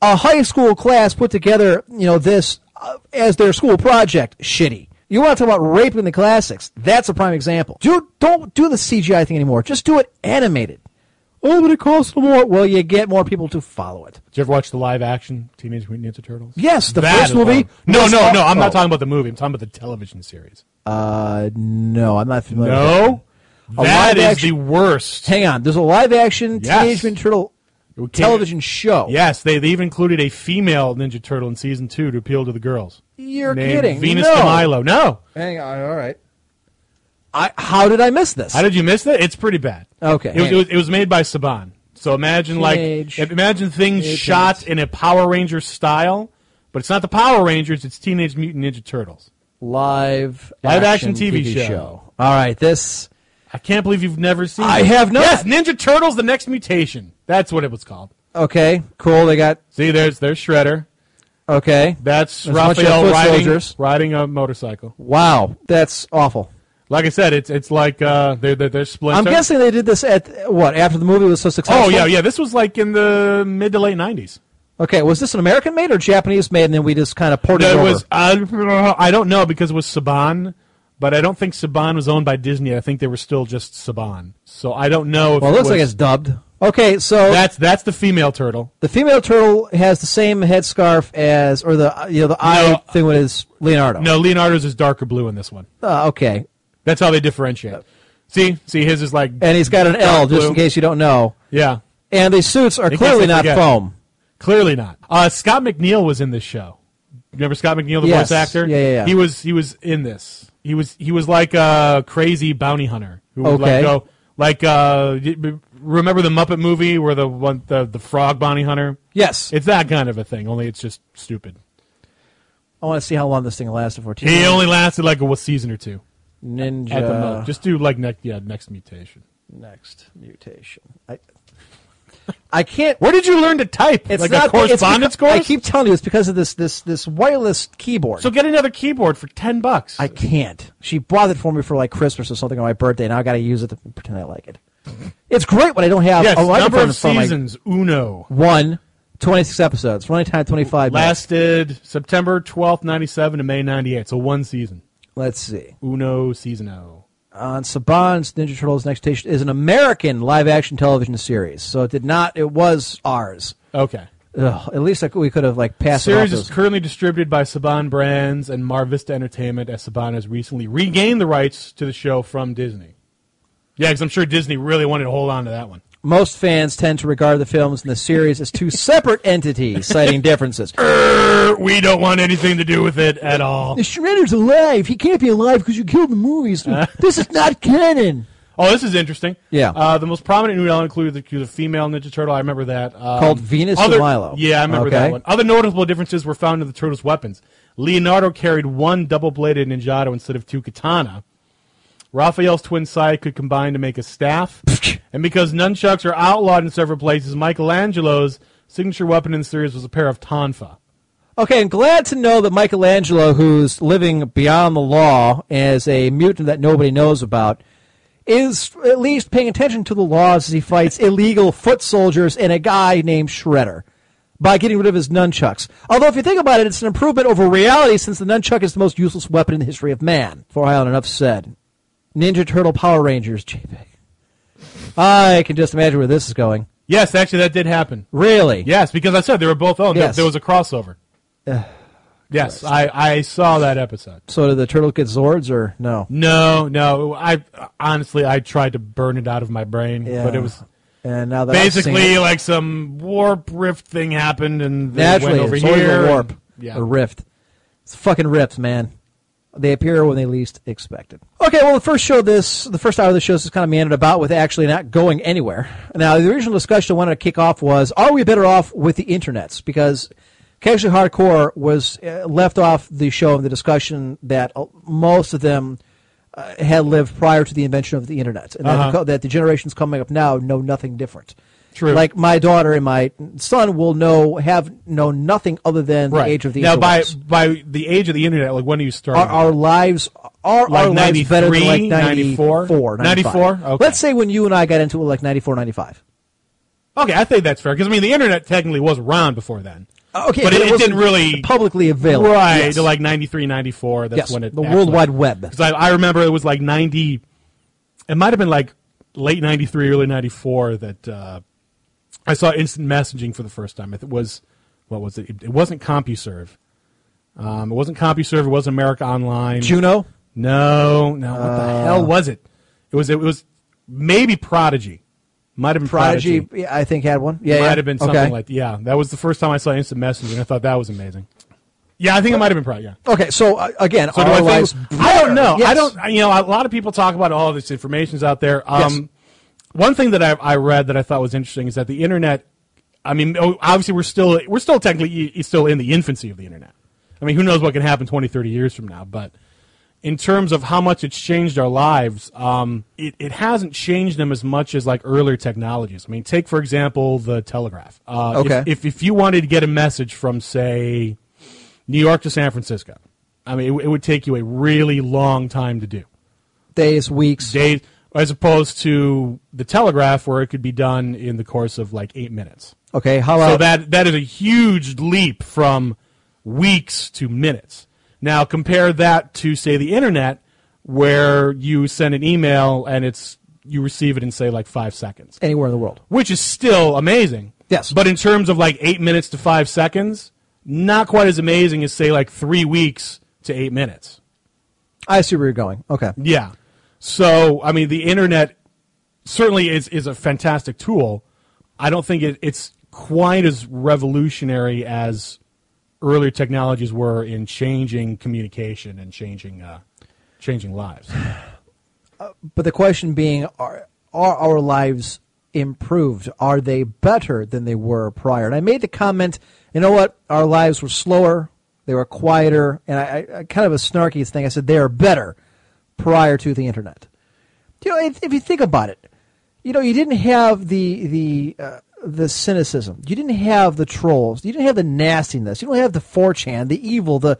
a high school class put together, you know, this uh, as their school project. Shitty. You want to talk about raping the classics? That's a prime example. Dude, don't do the CGI thing anymore. Just do it animated. oh, but it costs more. Well, you get more people to follow it.
Did you ever watch the live action Teenage Mutant Ninja Turtles?
Yes, the
That
first
is one.
movie uh, oh.
No,
was
no, no. I'm
awful.
not talking about the movie. I'm talking about the television series.
Uh, no, I'm not familiar. with that.
No,
A
that
live
is
action-
the worst.
Hang on. There's a live action
Yes.
Teenage Mutant Turtle
Okay.
television show.
Yes, they, they even included a female Ninja Turtle in season two to appeal to the girls.
You're
Named
kidding.
Venus
no.
de Milo. No,
Hang on. All right. I, how did I miss this?
how did you miss that? It's pretty bad.
Okay,
it was,
hang
it
on.
was, it was made by Saban. So imagine like
Teenage
imagine things
Mutant.
shot in a Power Ranger style, but it's not the Power Rangers. It's Teenage Mutant Ninja Turtles.
live
Live action TV show.
All right, this
I can't believe you've never seen.
I
it.
have not.
Yes, Ninja Turtles: The Next Mutation. That's what it was called.
okay, cool. They got
See, there's there's Shredder.
okay.
That's
There's a bunch of
Raphael
foot
riding,
soldiers.
riding a motorcycle.
Wow, that's awful.
Like I said, it's it's like uh, they're, they're they're Splinter.
I'm guessing they did this at what after the movie was so successful.
Oh yeah, yeah. This was like in the mid to late '90s.
Okay, was this an American made or Japanese made, and then we just kind of ported it
That
over?
was I, I don't know because it was Saban, but I don't think Saban was owned by Disney. I think they were still just Saban. So I don't know. If
well, it looks like
was-
it's dubbed. Okay, so
that's that's the female turtle.
the female turtle has the same headscarf as, or the uh, you know the eye
No.
thing with his Leonardo.
No, Leonardo's is darker blue in this one.
Uh, okay,
That's how they differentiate. See, see, his is like
Uh, and he's got an L, just in
blue.
case you don't know.
yeah,
And the suits are
guess
clearly
they
not
forget.
foam.
Clearly not. Uh, Scott McNeil was in this show. Remember Scott McNeil, the
Yes.
voice actor?
Yeah, yeah, yeah.
He was he was in this. He was he was like a crazy bounty hunter who would
Okay.
like go like uh, y- b- remember the Muppet movie where the one the, the frog bounty hunter?
Yes,
It's that kind of a thing. Only it's just stupid.
I want to see how long this thing lasts before.
He only lasted like a what season or two
Ninja.
at the most. Just do like next yeah next mutation.
next mutation. I, I can't.
Where did you learn to type?
It's
like
not
a
the- it's
correspondence
because-
course.
I keep telling you, it's because of this this this wireless keyboard.
so get another keyboard for ten bucks.
I can't. She bought it for me for like Christmas or something on my birthday. Now I got to use it to pretend I like it. It's great when I don't have
yes,
a microphone
number
in
of
front of my-
seasons. Uno.
one. 26 episodes, running time 25 minutes.
lasted September 12th, 97 to May 98. So one season.
Let's see.
Uno seasono.
On Saban's Ninja Turtles Next Station is an American live action television series. So it did not, it was ours.
Okay.
Ugh, at least like, we could have like passed it off
series
as-
is currently distributed by Saban Brands and Mar Vista Entertainment as Saban has recently regained the rights to the show from Disney. Yeah, because I'm sure Disney really wanted to hold on to that one.
Most fans tend to regard the films and the series as two separate entities, citing differences.
Er, We don't want anything to do with it at all.
Shredder's alive. He can't be alive because you killed the movies. This is not canon.
Oh, this is interesting.
Yeah.
Uh, the most prominent new element included the, the female Ninja Turtle. I remember that. Um,
Called Venus de
other,
Milo.
Yeah, I remember
Okay.
that one. Other noticeable differences were found in the turtle's weapons. Leonardo carried one double-bladed ninjato instead of two katana. Raphael's twin side could combine to make a staff. and because nunchucks are outlawed in several places, Michelangelo's signature weapon in the series was a pair of tonfa.
Okay, I'm glad to know that Michelangelo, who's living beyond the law as a mutant that nobody knows about, is at least paying attention to the laws as he fights illegal foot soldiers and a guy named Shredder by getting rid of his nunchucks. Although, if you think about it, it's an improvement over reality since the nunchuck is the most useless weapon in the history of man. For Island, enough said. Ninja Turtle Power Rangers, JPEG. I can just imagine where this is going.
Yes, actually, that did happen.
Really?
Yes, because I said they were both owned. There-
Yes.
There, was a crossover. yes, I, I saw that episode.
So, do the turtles get Zords or no?
No, no. I honestly, I tried to burn it out of my brain, but it was
And now that I've seen it-
basically like some warp rift thing happened, and they
Naturally,
went over
it's always
here.
a warp,
and- yeah.
a rift. It's fucking rift, man. They appear when they least expect it. Okay, well, the first show this, the first hour of the show is kind of meandered about with actually not going anywhere. Now, the original discussion I wanted to kick off was, are we better off with the internets? Because Casually Hardcore was uh, left off the show in the discussion that uh, most of them uh, had lived prior to the invention of the internet, and that,
Uh-huh.
the, co- that the generations coming up now know nothing different.
True.
Like my daughter and my son will know have known nothing other than
right
the age of the
now by
interwebs.
by the age of the internet, like when do you start?
Are our lives are
Like
our lives better than like
93,
94, 95?
94? Okay.
Let's say when you and I got into it, like 94, 95.
okay, I think that's fair because I mean the internet technically was around before then.
Okay,
Uh, but, it, it
wasn't
didn't really
publicly available.
right
Yes.
to like 93, 94. That's
Yes,
when it
the
actually-
World Wide Web.
Because I, I remember it was like 90. It might have been like late '93, early '94 that uh, I saw instant messaging for the first time. It was what was it? It, it wasn't CompuServe. Um, it wasn't CompuServe. It wasn't America Online.
Juno? Uh.
No, no. What the hell was it? It was. It was maybe Prodigy. Might have been
Prodigy, yeah, I think, had one. Yeah,
might
yeah.
have been something
okay.
like yeah. That was the first time I saw instant messaging. I thought that was amazing. Yeah, I think it might have been Prodigy. Yeah.
Okay, so uh, again,
So do
our
I think-
lives
I don't know. I
Yes.
don't. You know, a lot of people talk about all this information's out there. Um,
Yes.
One thing that I, I read that I thought was interesting is that the internet. I mean, oh, obviously we're still we're still technically i- still in the infancy of the internet. I mean, who knows what can happen 20, 30 years from now? But in terms of how much it's changed our lives, um, it, it hasn't changed them as much as like earlier technologies. I mean, take for example the telegraph. Uh, if-
Okay.
if if you wanted to get a message from say New York to San Francisco. I mean, it, w- it would take you a really long time to do.
days, weeks.
Days, as opposed to the telegraph, where it could be done in the course of like eight minutes.
Okay, how about
So that that is a huge leap from weeks to minutes. Now compare that to say the internet, where you send an email and it's you receive it in say like five seconds
anywhere in the world?
which is still amazing.
Yes.
But in terms of like eight minutes to five seconds, not quite as amazing as say like three weeks to eight minutes.
I see where you're going. Okay.
Yeah. So I mean, the internet certainly is is a fantastic tool. I don't think it, it's quite as revolutionary as earlier technologies were in changing communication and changing uh, changing lives.
But the question being, are, are our lives improved? Are they better than they were prior? And I made the comment, you know what? Our lives were slower, they were quieter, and I, I- I kind of a snarky thing. I said they are better prior to the internet. You know, if, if you think about it, you know, you didn't have the the uh, the cynicism. You didn't have the trolls. You didn't have the nastiness. You don't have the 4chan, the evil, the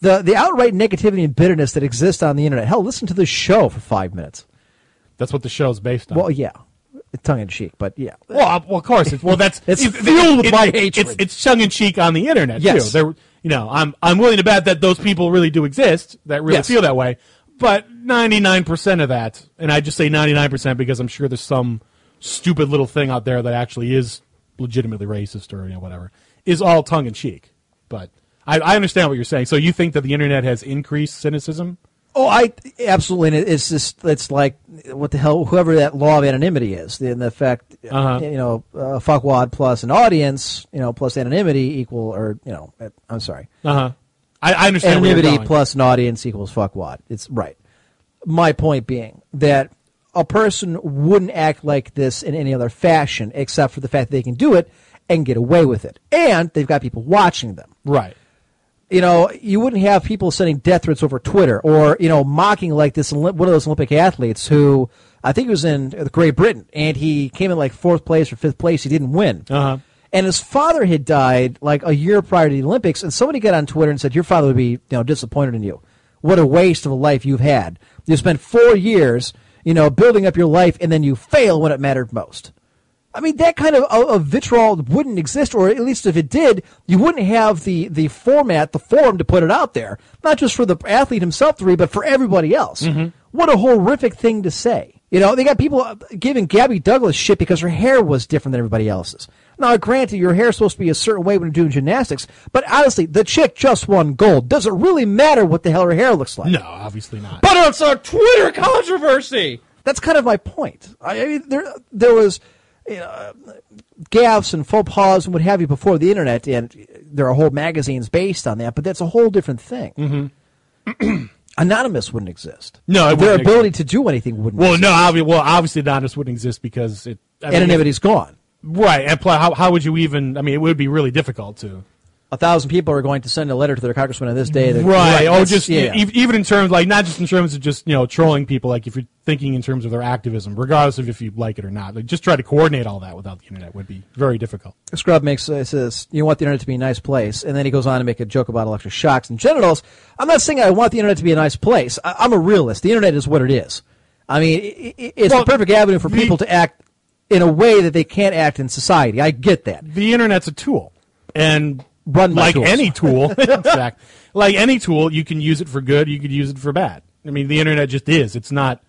the the outright negativity and bitterness that exists on the internet. Hell, listen to this show for five minutes.
That's what the show's based on.
Well, yeah, tongue in cheek, but yeah.
Well, uh, well, of course. It's, well, that's
It's fueled with my hatred.
It's, it's tongue in cheek on the internet
Yes.
too. There, you know, I'm I'm willing to bet that those people really do exist that really
Yes.
feel that way. But 99 percent of that, and I just say 99 percent because I'm sure there's some stupid little thing out there that actually is legitimately racist or you know whatever, is all tongue in cheek. But I, I understand what you're saying. So you think that the internet has increased cynicism?
Oh, I absolutely. And it- it's just it's like what the hell? Whoever that law of anonymity is, the, the fact
Uh-huh.
you know, uh, fuckwad plus an audience, you know, plus anonymity equal or you know, uh, I'm sorry,
Uh huh. I, I understand where you're
anonymity
going.
plus an audience equals fuckwad. It's right. My point being that a person wouldn't act like this in any other fashion except for the fact that they can do it and get away with it, and they've got people watching them.
right.
you know, you wouldn't have people sending death threats over Twitter or, you know, mocking like this Oli- one of those Olympic athletes who I think he was in Great Britain and he came in like fourth place or fifth place. He didn't win.
Uh-huh.
And his father had died like a year prior to the Olympics. And somebody got on Twitter and said, Your father would be, you know, disappointed in you. What a waste of a life you've had. You spent four years, you know, building up your life and then you fail when it mattered most. I mean, that kind of, of, of vitriol wouldn't exist, or at least if it did, you wouldn't have the, the format, the forum to put it out there. Not just for the athlete himself to read, but for everybody else. What a horrific thing to say. You know, they got people uh, giving Gabby Douglas shit because her hair was different than everybody else's. Now, granted, your hair's supposed to be a certain way when you're doing gymnastics, but honestly, the chick just won gold. Does it really matter what the hell her hair looks like?
No, obviously not.
But it's a Twitter controversy.
That's kind of my point. I, I mean, there there was you know, gaffes and faux pas and what have you before the internet, and there are whole magazines based on that. But that's a whole different thing. Mm-hmm. Anonymous wouldn't exist.
No, it
their
wouldn't
ability to do anything wouldn't.
Well,
exist.
no, obvi- well, obviously, anonymous wouldn't exist because it I mean,
anonymity's gone.
right? And pl- how how would you even? I mean, it would be really difficult to
A thousand people are going to send a letter to their congressman on this day. that- Oh,
right. Or
that's-
just
yeah.
e- even in terms like not just in terms of just you know trolling people. Like if you're thinking in terms of their activism, regardless of if you like it or not, like just try to coordinate all that without the internet would be very difficult.
Scrub makes uh, says you want the internet to be a nice place, and then he goes on to make a joke about electric shocks and genitals. I'm not saying I want the internet to be a nice place. I, I'm a realist. The internet is what it is. I mean, i i it's
Well,
the perfect avenue for
the-
people to act in a way that they can't act in society. I get that.
The internet's a tool, and
Run by
like
tools.
any tool, exact, like any tool, you can use it for good. You could use it for bad. I mean, the internet just is. It's not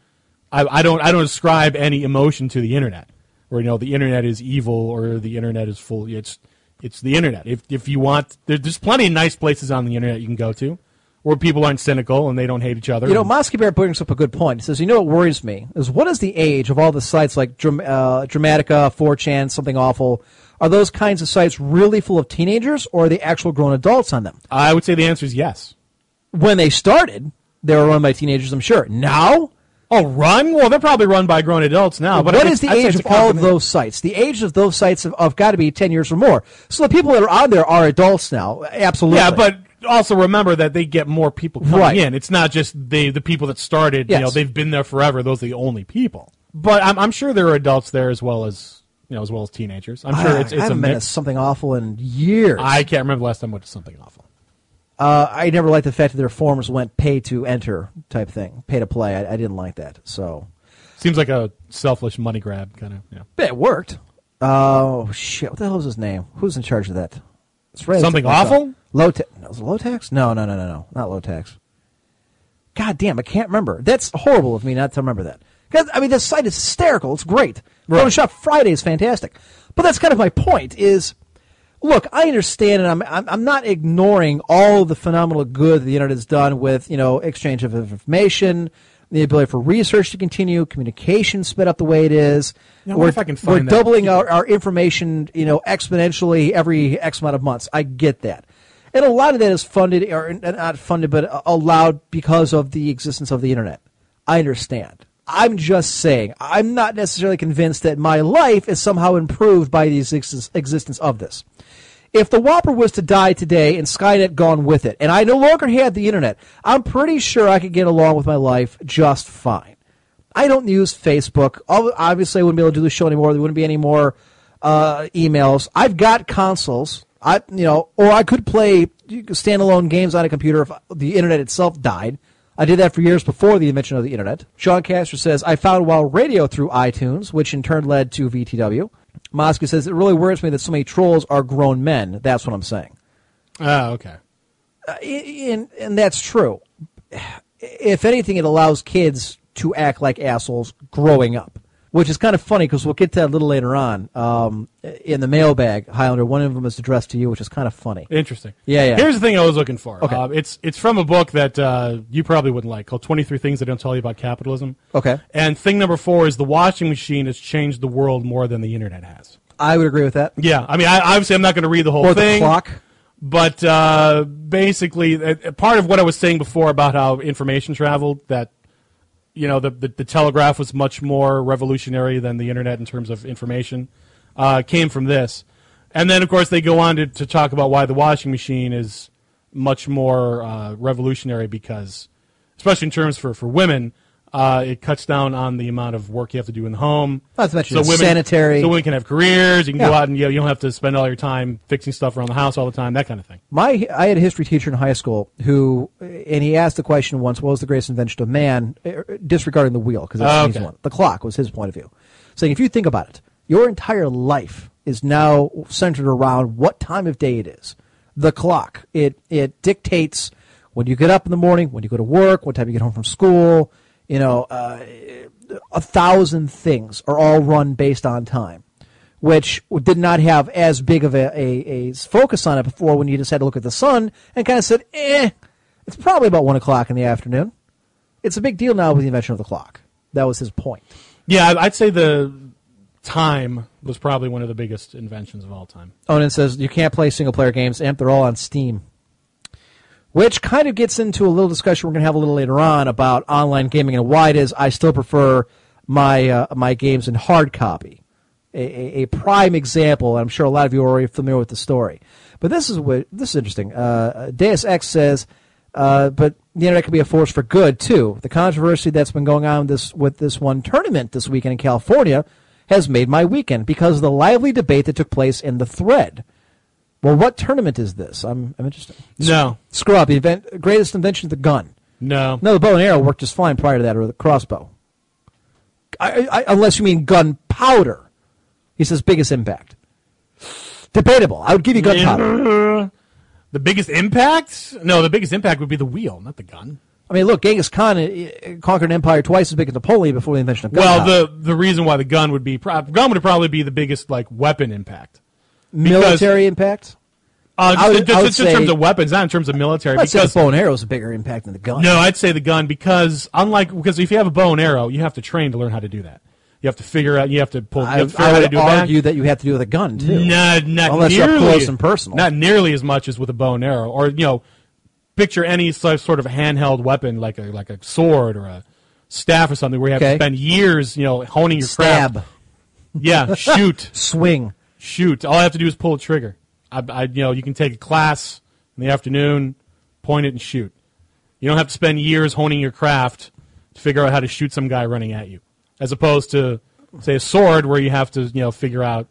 I, I don't I don't ascribe any emotion to the internet, or you know the internet is evil, or the internet is full. It's it's the internet. If if you want, there, there's plenty of nice places on the internet you can go to, where people aren't cynical and they don't hate each other.
You know, Mosky Bear brings up a good point. He says, "You know what worries me is what is the age of all the sites like Dram- uh, Dramatica, 4chan, something awful? Are those kinds of sites really full of teenagers, or are they actual grown adults on them?
I would say the answer is yes.
When they started, they were run by teenagers, I'm sure. Now,
Oh, run? Well, they're probably run by grown adults now. But
what
I-
is the
I'd say
age
it's
of
a
all of
combina-
those sites? The age of those sites have, have got to be 10 years or more. So the people that are on there are adults now. Absolutely.
Yeah, but also remember that they get more people coming
Right.
in. It's not just the the people that started. You know,
Yes.
they've been there forever. Those are the only people. But I'm, I'm sure there are adults there as well as you know as well as teenagers. I'm sure
Ah,
it's it's
I
a
haven't been to
mix.
something awful in years.
I can't remember the last time I went to something awful.
Uh, I never liked the fact that their forms went pay to enter type thing, pay to play. I, I didn't like that. So
Seems like a selfish money grab kind of. Yeah.
but it worked. Oh shit! What the hell was his name? Who's in charge of that? It's right-
Something
it's-
awful?
Low ta- no, was it low tax? No, no, no, no, no, not low tax. God damn, I can't remember. That's horrible of me not to remember that. 'Cause, I mean, this site is hysterical. It's great. Photoshop Friday is fantastic. But that's kind of my point. Is look, I understand, and I'm I'm, I'm not ignoring all the phenomenal good that the internet has done with you know exchange of information. The ability for research to continue, communication sped up the way it is.
Yeah, I wonder
we're
if I can
we're
find that.
doubling our, our information, you know, exponentially every X amount of months. I get that. And a lot of that is funded, or uh, not funded, but uh, allowed because of the existence of the internet. I understand. I'm just saying, I'm not necessarily convinced that my life is somehow improved by the existence, existence of this. If the Whopper was to die today and Skynet gone with it, and I no longer had the internet, I'm pretty sure I could get along with my life just fine. I don't use Facebook. Ob- Obviously, I wouldn't be able to do the show anymore. There wouldn't be any more uh, emails. I've got consoles. I, you know, or I could play standalone games on a computer if the internet itself died. I did that for years before the invention of the internet. Sean Castor says I found Wild Radio through iTunes, which in turn led to VTW. Mosca says it really worries me that so many trolls are grown men. That's what I'm saying
Oh, okay.
and and that's true. If anything, it allows kids to act like assholes growing up, which is kind of funny because we'll get to that a little later on um, in the mailbag. Highlander, one of them is addressed to you, which is kind of funny.
Interesting.
Yeah, yeah.
Here's the thing I was looking for.
Okay.
Uh, it's it's from a book that uh, you probably wouldn't like called 23 Things That Don't Tell You About Capitalism.
Okay.
And thing number four is the washing machine has changed the world more than the internet has.
I would agree with that.
Yeah. I mean, I, obviously, I'm not going to read the whole
Or the
thing.
clock.
But uh, basically, uh, uh, part of what I was saying before about how information traveled, that you know the, the, the telegraph was much more revolutionary than the internet in terms of information, uh, came from this. And then, of course, they go on to, to talk about why the washing machine is much more uh, revolutionary because, especially in terms for, for women, uh, it cuts down on the amount of work you have to do in the home.
Not to mention it's sanitary.
So women can have careers. You can go
Yeah.
out and you, know, you don't have to spend all your time fixing stuff around the house all the time. That kind of thing.
my I had a history teacher in high school who, and he asked the question once, "What was the greatest invention of man?" eh, Disregarding the wheel because that's
Oh,
an easy
okay.
one. The clock was his point of view, saying if you think about it, your entire life is now centered around what time of day it is. The clock it it dictates when you get up in the morning, when you go to work, what time you get home from school. You know, uh, a thousand things are all run based on time, which did not have as big of a, a, a focus on it before when you just had to look at the sun and kind of said, eh, it's probably about one o'clock in the afternoon. It's a big deal now with the invention of the clock. That was his point.
Yeah, I- I'd say the time was probably one of the biggest inventions of all time.
Onan says you can't play single player games, amp, they're all on Steam. Which kind of gets into a little discussion we're going to have a little later on about online gaming and why it is I still prefer my uh, my games in hard copy. A, a, a prime example, and I'm sure a lot of you are already familiar with the story. But this is what this is interesting. Uh, Deus Ex says, uh, but the internet can be a force for good too. The controversy that's been going on this with this one tournament this weekend in California has made my weekend because of the lively debate that took place in the thread. Well, what tournament is this? I'm, I'm interested.
No,
Screw up. The event, greatest invention is the gun.
no,
No, the bow and arrow worked just fine prior to that, or the crossbow. I, I, unless you mean gunpowder. He says biggest impact. Debatable. I would give you gunpowder.
The biggest impact? No, the biggest impact would be the wheel, not the gun.
I mean, look, Genghis Khan uh, conquered an empire twice as big as Napoleon before the invention of
Well,
gunpowder.
the the reason why the gun would be pro- gun would probably be the biggest like weapon impact.
military impact.
Uh,
I
just
would-
just-
I would
just in terms
say-
of weapons, not in terms of military.
I'd say the
because
bow and arrow is a bigger impact than the gun.
No, I'd say the gun because unlike because if you have a bow and arrow, you have to train to learn how to do that. You have to figure out. You have to pull. you
I,
have to figure
I
out how to
would
do it back.
argue that you have to do with a gun too.
Not, not
Unless you're up
nearly,
close and personal.
Not nearly as much as with a bow and arrow, or you know, picture any so- sort of handheld weapon like a like a sword or a staff or something where you have
Okay.
to spend years, you know, honing your
Stab,
craft. Yeah, shoot,
swing.
shoot. All I have to do is pull a trigger. I, I, you know, you can take a class in the afternoon, point it and shoot. You don't have to spend years honing your craft to figure out how to shoot some guy running at you, as opposed to say a sword where you have to you know figure out.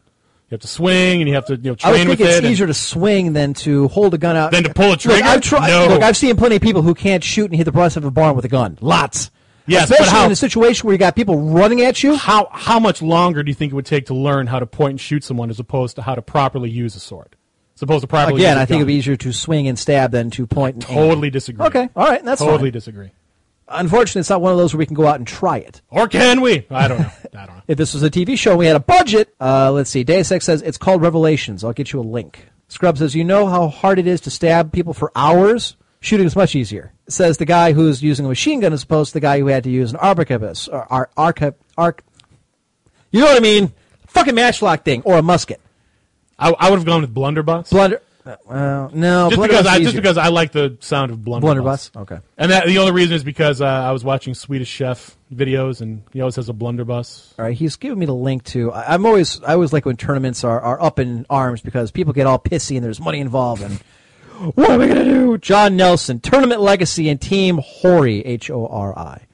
You have to swing and you have to you know
I
train
would think
with
it's
it. and-
easier to swing than to hold a gun out.
Than to pull a trigger?
Look, I've tried.
No.
Look, I've seen plenty of people who can't shoot and hit the breast of a barn with a gun. Lots.
Yes, but
especially
how-
in a situation where you got people running at you.
how how much longer do you think it would take to learn how to point and shoot someone as opposed to how to properly use a sword? As opposed to properly
Again,
use a
I think
gun?
it'd be easier to swing and stab than to point. and aim.
totally disagree.
Okay, all right, that's
totally
fine.
disagree.
Unfortunately, it's not one of those where we can go out and try it.
Or can we? I don't know. I don't know.
If this was a TV show and we had a budget, uh, let's see. Deus Ex says it's called Revelations. I'll get you a link. Scrub says, you know how hard it is to stab people for hours? Shooting is much easier. Says the guy who's using a machine gun as opposed to the guy who had to use an arquebus or ar- arca- arc. You know what I mean? Fucking matchlock thing or a musket.
I, I would have gone with blunderbuss.
Blunder. uh, Well, no,
just
blunderbuss
because I
is
just
easier.
because I like the sound of
Blunderbuss,
blunderbuss.
okay.
And that, the only reason is because uh, I was watching Swedish Chef videos and he always has a blunderbuss.
All right, he's giving me the link to. I, I'm always, I always like when tournaments are, are up in arms because people get all pissy and there's money involved. And what am I gonna do? John Nelson, tournament legacy and team Hori, H O R I.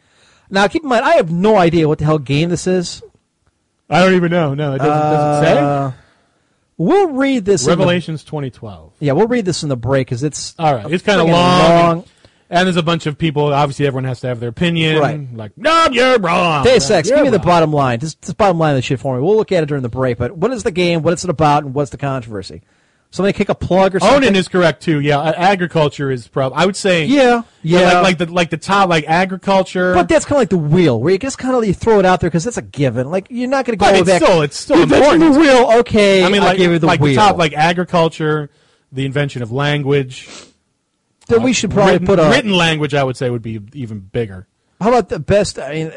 Now keep in mind, I have no idea what the hell game this is.
I don't even know. No, it doesn't, doesn't say.
We'll read this. in the-
Revelations 2012.
yeah, we'll read this in the break because it's
All right,
a
it's kind of
friggin'
long. And there's a bunch of people. Obviously, everyone has to have their opinion.
Right.
Like, no, you're wrong.
Deus Ex,
You're
give me the
wrong."
bottom line. Just, just bottom line of the shit for me. We'll look at it during the break. But what is the game? What is it about? And what's the controversy? Somebody kick a plug or something.
Onan is correct too. Yeah, a- agriculture is probably. I would say.
Yeah, yeah.
Like, like the like the top like agriculture.
But that's kind of like the wheel, where you just kind of you throw it out there because that's a given. Like you're not going to go
But it's
back.
still- it's still
You mentioned
important.
The wheel, okay.
I mean, like
I'll give you the
like
wheel.
the top like agriculture, the invention of language.
then we should probably
written,
put a.
written language. I would say would be even bigger.
How about the best? I mean,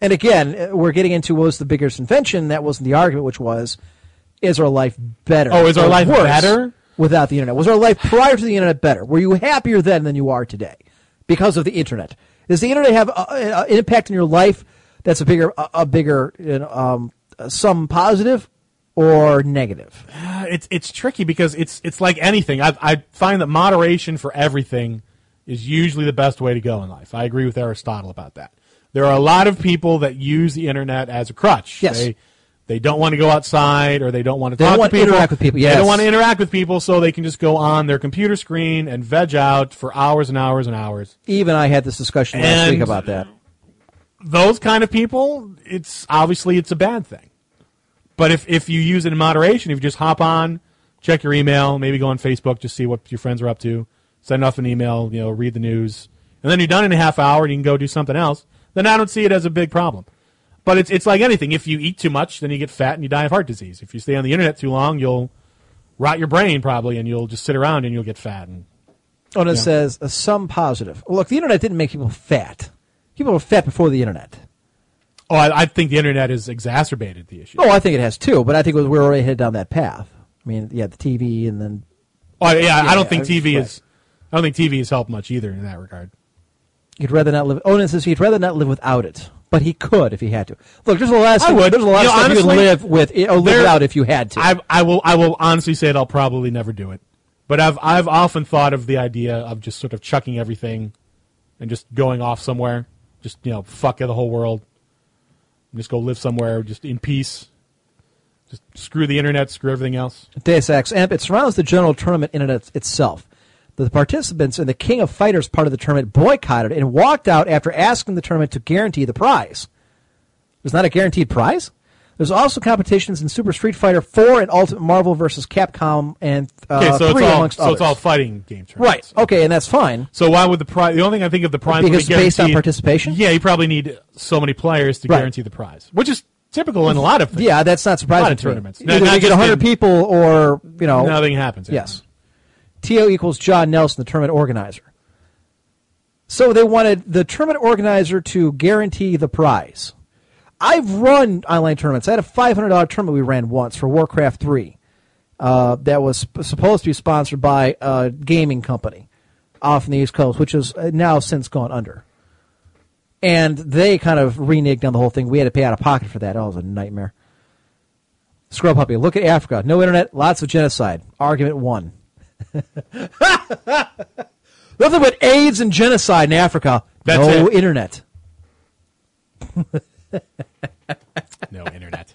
and again, uh, we're getting into what was the biggest invention. That wasn't the argument, which was, is our life better?
Oh, is our
or
life
worse
better?
without the internet? Was our life prior to the internet better? Were you happier then than you are today because of the internet? Does the internet have uh, uh, an impact on your life that's a bigger, a, a bigger, you know, um, some positive or negative?
Uh, It's it's tricky because it's it's like anything. I I find that moderation for everything is usually the best way to go in life. I agree with Aristotle about that. There are a lot of people that use the internet as a crutch.
Yes.
They, they don't want to go outside or they don't want to
They
talk
don't want
to
to
people.
interact with people,
They
yes.
don't want to interact with people, so they can just go on their computer screen and veg out for hours and hours and hours.
Even I had this discussion last
And-
week about that.
those kind of people, it's obviously it's a bad thing. But if if you use it in moderation, if you just hop on, check your email, maybe go on Facebook, just see what your friends are up to, send off an email, you know, read the news, and then you're done in a half hour and you can go do something else, then I don't see it as a big problem. But it's it's like anything. If you eat too much, then you get fat and you die of heart disease. If you stay on the internet too long, you'll rot your brain probably and you'll just sit around and you'll get fat and
Oh, and it says uh, some positive. Look, the internet didn't make people fat. People were fat before the internet.
Oh, I, I think the internet has exacerbated the issue.
Oh, I think it has too, but I think we're already headed down that path. I mean, yeah, the TV and then
Oh yeah, I
Yeah,
don't think
I-
TV
right.
is. I don't think TV has helped much either in that regard.
you'd rather not live. Onan says he'd rather not live without it, but he could if he had to. Look, there's a lot. Of
I
stuff,
would.
There's a lot
You
of
know,
stuff
honestly,
you could live with or live
there-
without if you had to.
I I will I will honestly say it. I'll probably never do it. But I've I've often thought of the idea of just sort of chucking everything, and just going off somewhere. Just you know, fuck the whole world. And just go live somewhere, just in peace. Just screw the internet, screw everything else.
Deus Ex Amp. It surrounds the general tournament in and of itself. The participants in the King of Fighters part of the tournament boycotted and walked out after asking the tournament to guarantee the prize. It was not a guaranteed prize? There's also competitions in Super Street Fighter 4 and Ultimate Marvel versus Capcom and uh,
Okay, so it's
3
all
amongst
so
others.
it's all fighting game
right.
tournaments.
Okay, and that's fine.
So why would the prize? The only thing I think of the prize would be
Because it's based on
guaranteed-
participation?
Yeah, you probably need so many players to
Right.
guarantee the prize, which is typical in a lot of things.
Yeah, that's not surprising.
A lot of
to me.
tournaments. No,
Either
not
we get
just
100
in-
people or, you know.
nothing happens.
Yes. TO equals John Nelson, the tournament organizer. So they wanted the tournament organizer to guarantee the prize. I've run online tournaments. I had a $500 tournament we ran once for Warcraft 3 uh, that was sp- supposed to be sponsored by a gaming company off in the East Coast, which has uh, now since gone under. And they kind of reneged on the whole thing. We had to pay out of pocket for that. Oh, it was a nightmare. Scrub Puppy, look at Africa. No internet, lots of genocide. Argument one. Nothing but AIDS and genocide in Africa.
That's
no
it.
internet.
No internet.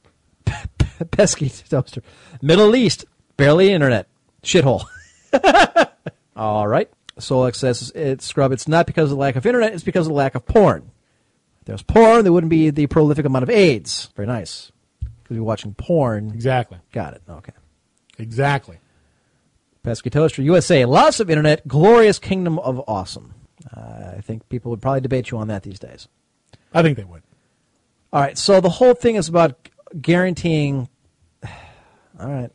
pesky dumpster. Middle East, barely internet. Shithole. All right. Solex says it's scrub. It's not because of the lack of internet, it's because of the lack of porn. If there was porn, there wouldn't be the prolific amount of AIDS. Very nice. Because you're watching porn.
Exactly.
Got it. Okay.
Exactly.
Pesky Toaster, USA, lots of internet, glorious kingdom of awesome. Uh, I think people would probably debate you on that these days.
I think they would.
All right. So the whole thing is about guaranteeing. All right.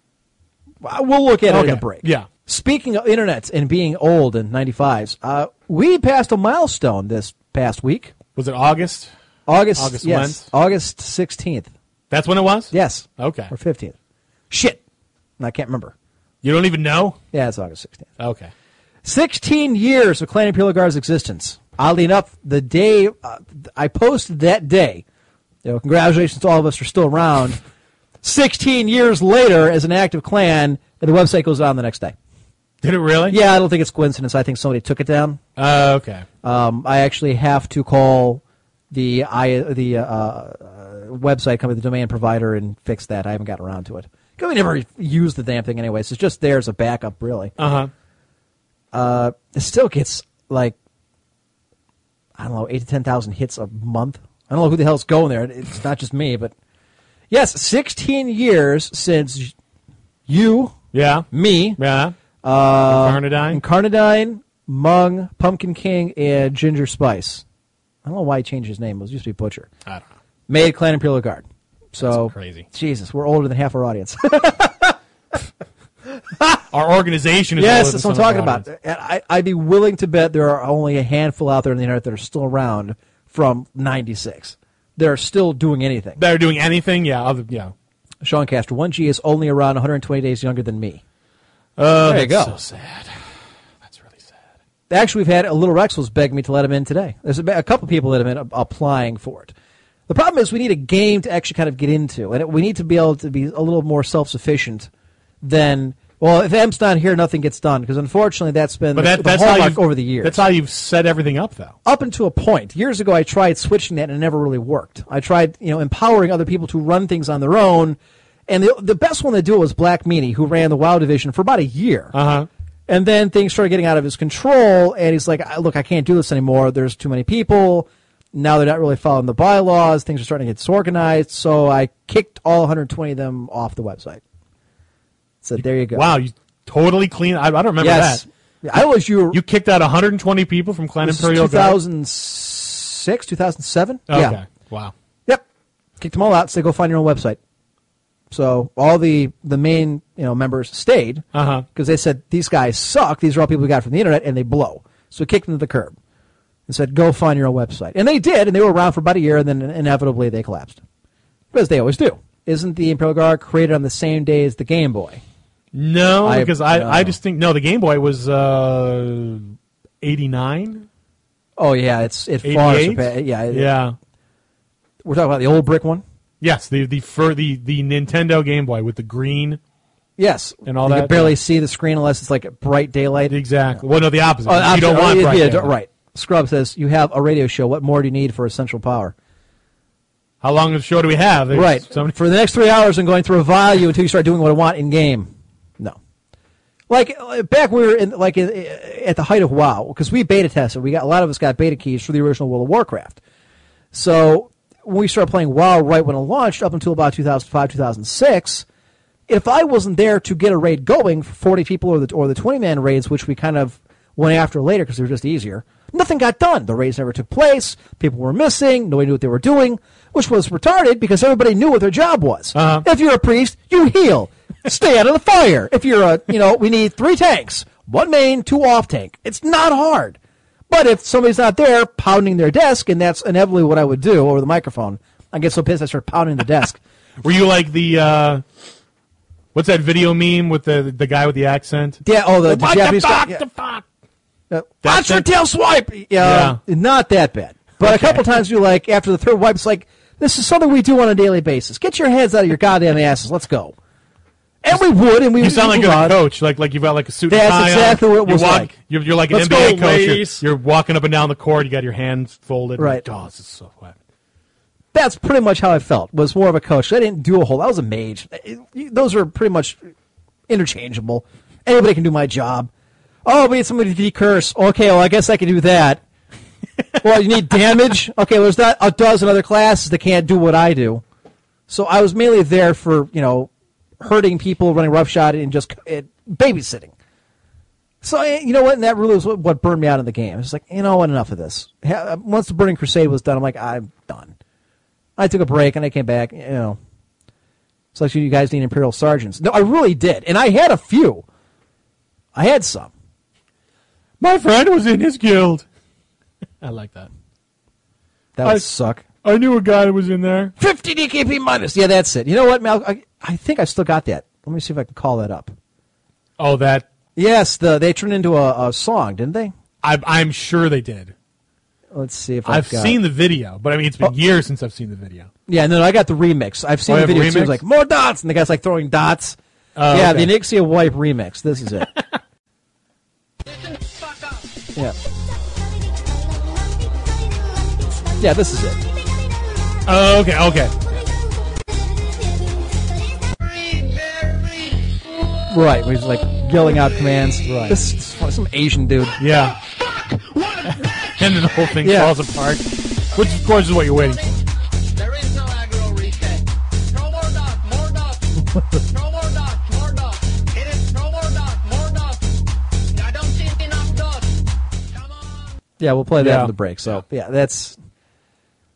Well, We'll look at it in a
Okay,
break.
yeah.
Speaking of internet and being old and 95s, uh, we passed a milestone this past week.
Was it August?
August,
August
yes, August 16th.
That's when it was.
Yes.
Okay.
Or 15th. Shit. I can't remember.
You don't even know.
Yeah, it's August 16th.
Okay.
16 years of Clan Pilagar's existence. Oddly enough, the day uh, I posted that day, you know, congratulations to all of us who are still around. 16 years later, as an active clan, and the website goes down the next day.
Did it really?
Yeah, I don't think it's coincidence. I think somebody took it down.
Uh, okay.
Um, I actually have to call the I the uh, uh, website company, the domain provider, and fix that. I haven't gotten around to it. 'Cause We never use the damn thing, anyways. It's just there as a backup, really
Uh huh.
it still gets like I don't know, eight to ten thousand hits a month. I don't know who the hell's going there. It's not just me, but yes, sixteen years since you,
Yeah.
me,
Yeah.
uh,
Carnadine?
Carnadine, Mung, Pumpkin King, and Ginger Spice. I don't know why he changed his name. It was used to be Butcher.
I don't know.
Made Clan Imperial Guard. So
crazy.
Jesus, we're older than half our audience.
Our organization is.
Yes, that's
older
what
than
I'm
some of
talking
our
about.
audience.
And I, I'd be willing to bet there are only a handful out there on the internet that are still around from '96. They're still doing anything.
They're doing anything. Yeah. Other, yeah.
Sean Castor, one G is only around 120 days younger than me.
Uh,
There you
that's
go.
So sad. That's really sad.
Actually, we've had a little Rex was begging me to let him in today. There's a, a couple people that have been a- applying for it. The problem is we need a game to actually kind of get into, and it, we need to be able to be a little more self-sufficient than. Well, if M's not here, nothing gets done because unfortunately that's been
But
the,
that,
the
that's how
hallmark
you've,
over the years.
That's how you've set everything up, though.
up until a point. Years ago, I tried switching that and it never really worked. I tried, you know, empowering other people to run things on their own. And the, the best one to do it was Black Meanie, who ran the WoW division for about a year.
Uh-huh.
And then things started getting out of his control. And he's like, "I- look, I can't do this anymore. There's too many people. Now they're not really following the bylaws. Things are starting to get disorganized. So I kicked all 120 of them off the website. So there you go.
Wow, you totally clean. I, I don't remember
Yes.
that.
I was you.
You kicked out 120 people from Clan
this is
Imperial Guard.
2006, 2007.
Okay.
Yeah.
Wow.
Yep. Kicked them all out. So go find your own website. So all the the main you know members stayed because
Uh-huh.
they said these guys suck. These are all people we got from the internet, and they blow. So we kicked them to the curb and said, "Go find your own website." And they did, and they were around for about a year, and then inevitably they collapsed, because they always do. Isn't the Imperial Guard created on the same day as the Game Boy?
No,
I-
because I, I
no.
just think no. The Game Boy was uh, 89,
Oh yeah, it's it far
88.
surpassed. Yeah, it-
yeah.
we're talking about the old brick one.
Yes, the the fur the the Nintendo Game Boy with the green.
Yes,
And all
you
that,
could barely
yeah.
see the screen unless it's like bright daylight.
Exactly. Well, no, the opposite.
Oh,
you don't
absolutely.
want
Yeah,
bright
yeah,
daylight.
Right. Scrub says you have a radio show. What more do you need for essential power?
How long of the show do we have? There's
right.
so many-
For the next three hours, I'm going to revile you until you start doing what I want in game. No. Like uh, back, we were in like uh, at the height of WoW because we beta tested. We got a lot of us got beta keys for the original World of Warcraft. So when we started playing WoW right when it launched, up until about 2005, 2006, if I wasn't there to get a raid going for 40 people or the or the 20 man raids, which we kind of went after later because they were just easier, nothing got done. The raids never took place. People were missing. Nobody knew what they were doing, which was retarded because everybody knew what their job was. If you're a priest, you heal. Stay out of the fire. If you're a, you know, we need three tanks, one main, two off tank. It's not hard. But if somebody's not there pounding their desk, and that's inevitably what I would do over the microphone, I get so pissed I start pounding the desk.
Were you like the uh, what's that video meme with the the guy with the accent?
Yeah, oh, the, the
what
Japanese
the fuck?
guy- yeah.
The
Uh,
fuck? That-
watch your
that-
tail swipe. Yeah, not that bad. But a couple times you like after the third wipe, it's like this is something we do on a daily basis. Get your heads out of your goddamn asses. Let's go. And we would, and we
You sound like
we
you're a
would.
coach, like like you've got like a suit.
That's
and tie
exactly
on.
what it was
you're
like.
You're, you're like an
Let's
NBA
go,
coach. You're-
ladies.
You're, walking up and down the court. You got your hands folded.
Right.
Oh, this is so wet.
That's pretty much how I felt. Was more of a coach. I didn't do a whole. I was a mage. It- you- Those are pretty much interchangeable. Anybody can do my job. Oh, we need somebody to decurse. Okay, well I guess I can do that. well, you need damage. Okay, well, there's not a dozen other classes that can't do what I do. So I was mainly there for you know hurting people, running roughshod, and just uh, babysitting. So eh, you know what? And that really was what, what burned me out of the game. It's like you know what? Enough of this. Ha- Once the Burning Crusade was done, I'm like I'm done. I took a break and I came back. You know, it's like you guys need Imperial sergeants. No, I really did, and I had a few. I had some.
My friend was in his guild. I like that.
That would
I-
suck.
I knew a guy that was in there.
50 DKP minus. Yeah, that's it. You know what, Mal? I, I think I still got that. Let me see if I can call that up.
Oh, that
Yes, the they turned into a, a song, didn't they?
I, I'm sure they did.
Let's see if I've,
I've Oh.
got,
seen the video, but I mean it's been years since I've seen the video.
Yeah, no, no, I got the remix. I've seen
Oh,
the
you have
video
a
too. It's
remix? Oh,
like more dots, and the guy's like throwing dots. yeah,
okay.
the Nixia wipe remix. This is it. yeah, yeah, this is it.
Oh, okay, okay.
Right, where he's like yelling out commands.
Right.
this is some Asian dude.
Yeah. and then the whole thing
Yeah.
falls apart. Which, of course, is what you're waiting for.
There is no aggro reset. No more dot, more dot. no more dot, more dot. It is no more dot, more dot. I don't see enough dots. Come on.
Yeah, we'll play that
Yeah.
on the break. So yeah, that's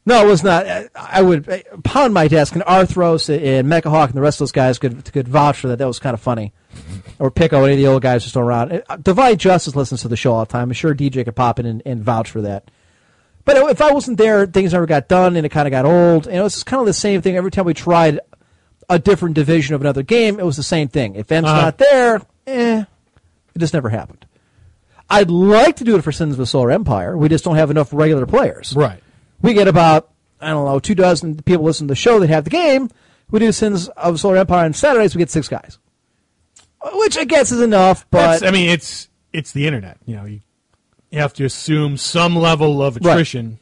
no, it was not. I, I would I, pound my desk, and Arthros and Mechahawk and the rest of those guys could could vouch for that. That was kind of funny. Or Pico, any of the old guys just around. Uh, Divine Justice listens to the show all the time. I'm sure DJ could pop in and, and vouch for that. But if I wasn't there, things never got done, and it kind of got old. And it was kind of the same thing every time we tried a different division of another game. It was the same thing. If M's
Uh-huh.
not there, eh, it just never happened. I'd like to do it for Sins of the Solar Empire. We just don't have enough regular players.
Right.
We get about, I don't know, two dozen people listen to the show that have the game. We do Sins of the Solar Empire on Saturdays. We get six guys. Which I guess is enough, but
That's, I mean, it's it's the internet. You know, you, you have to assume some level of
Right.
attrition.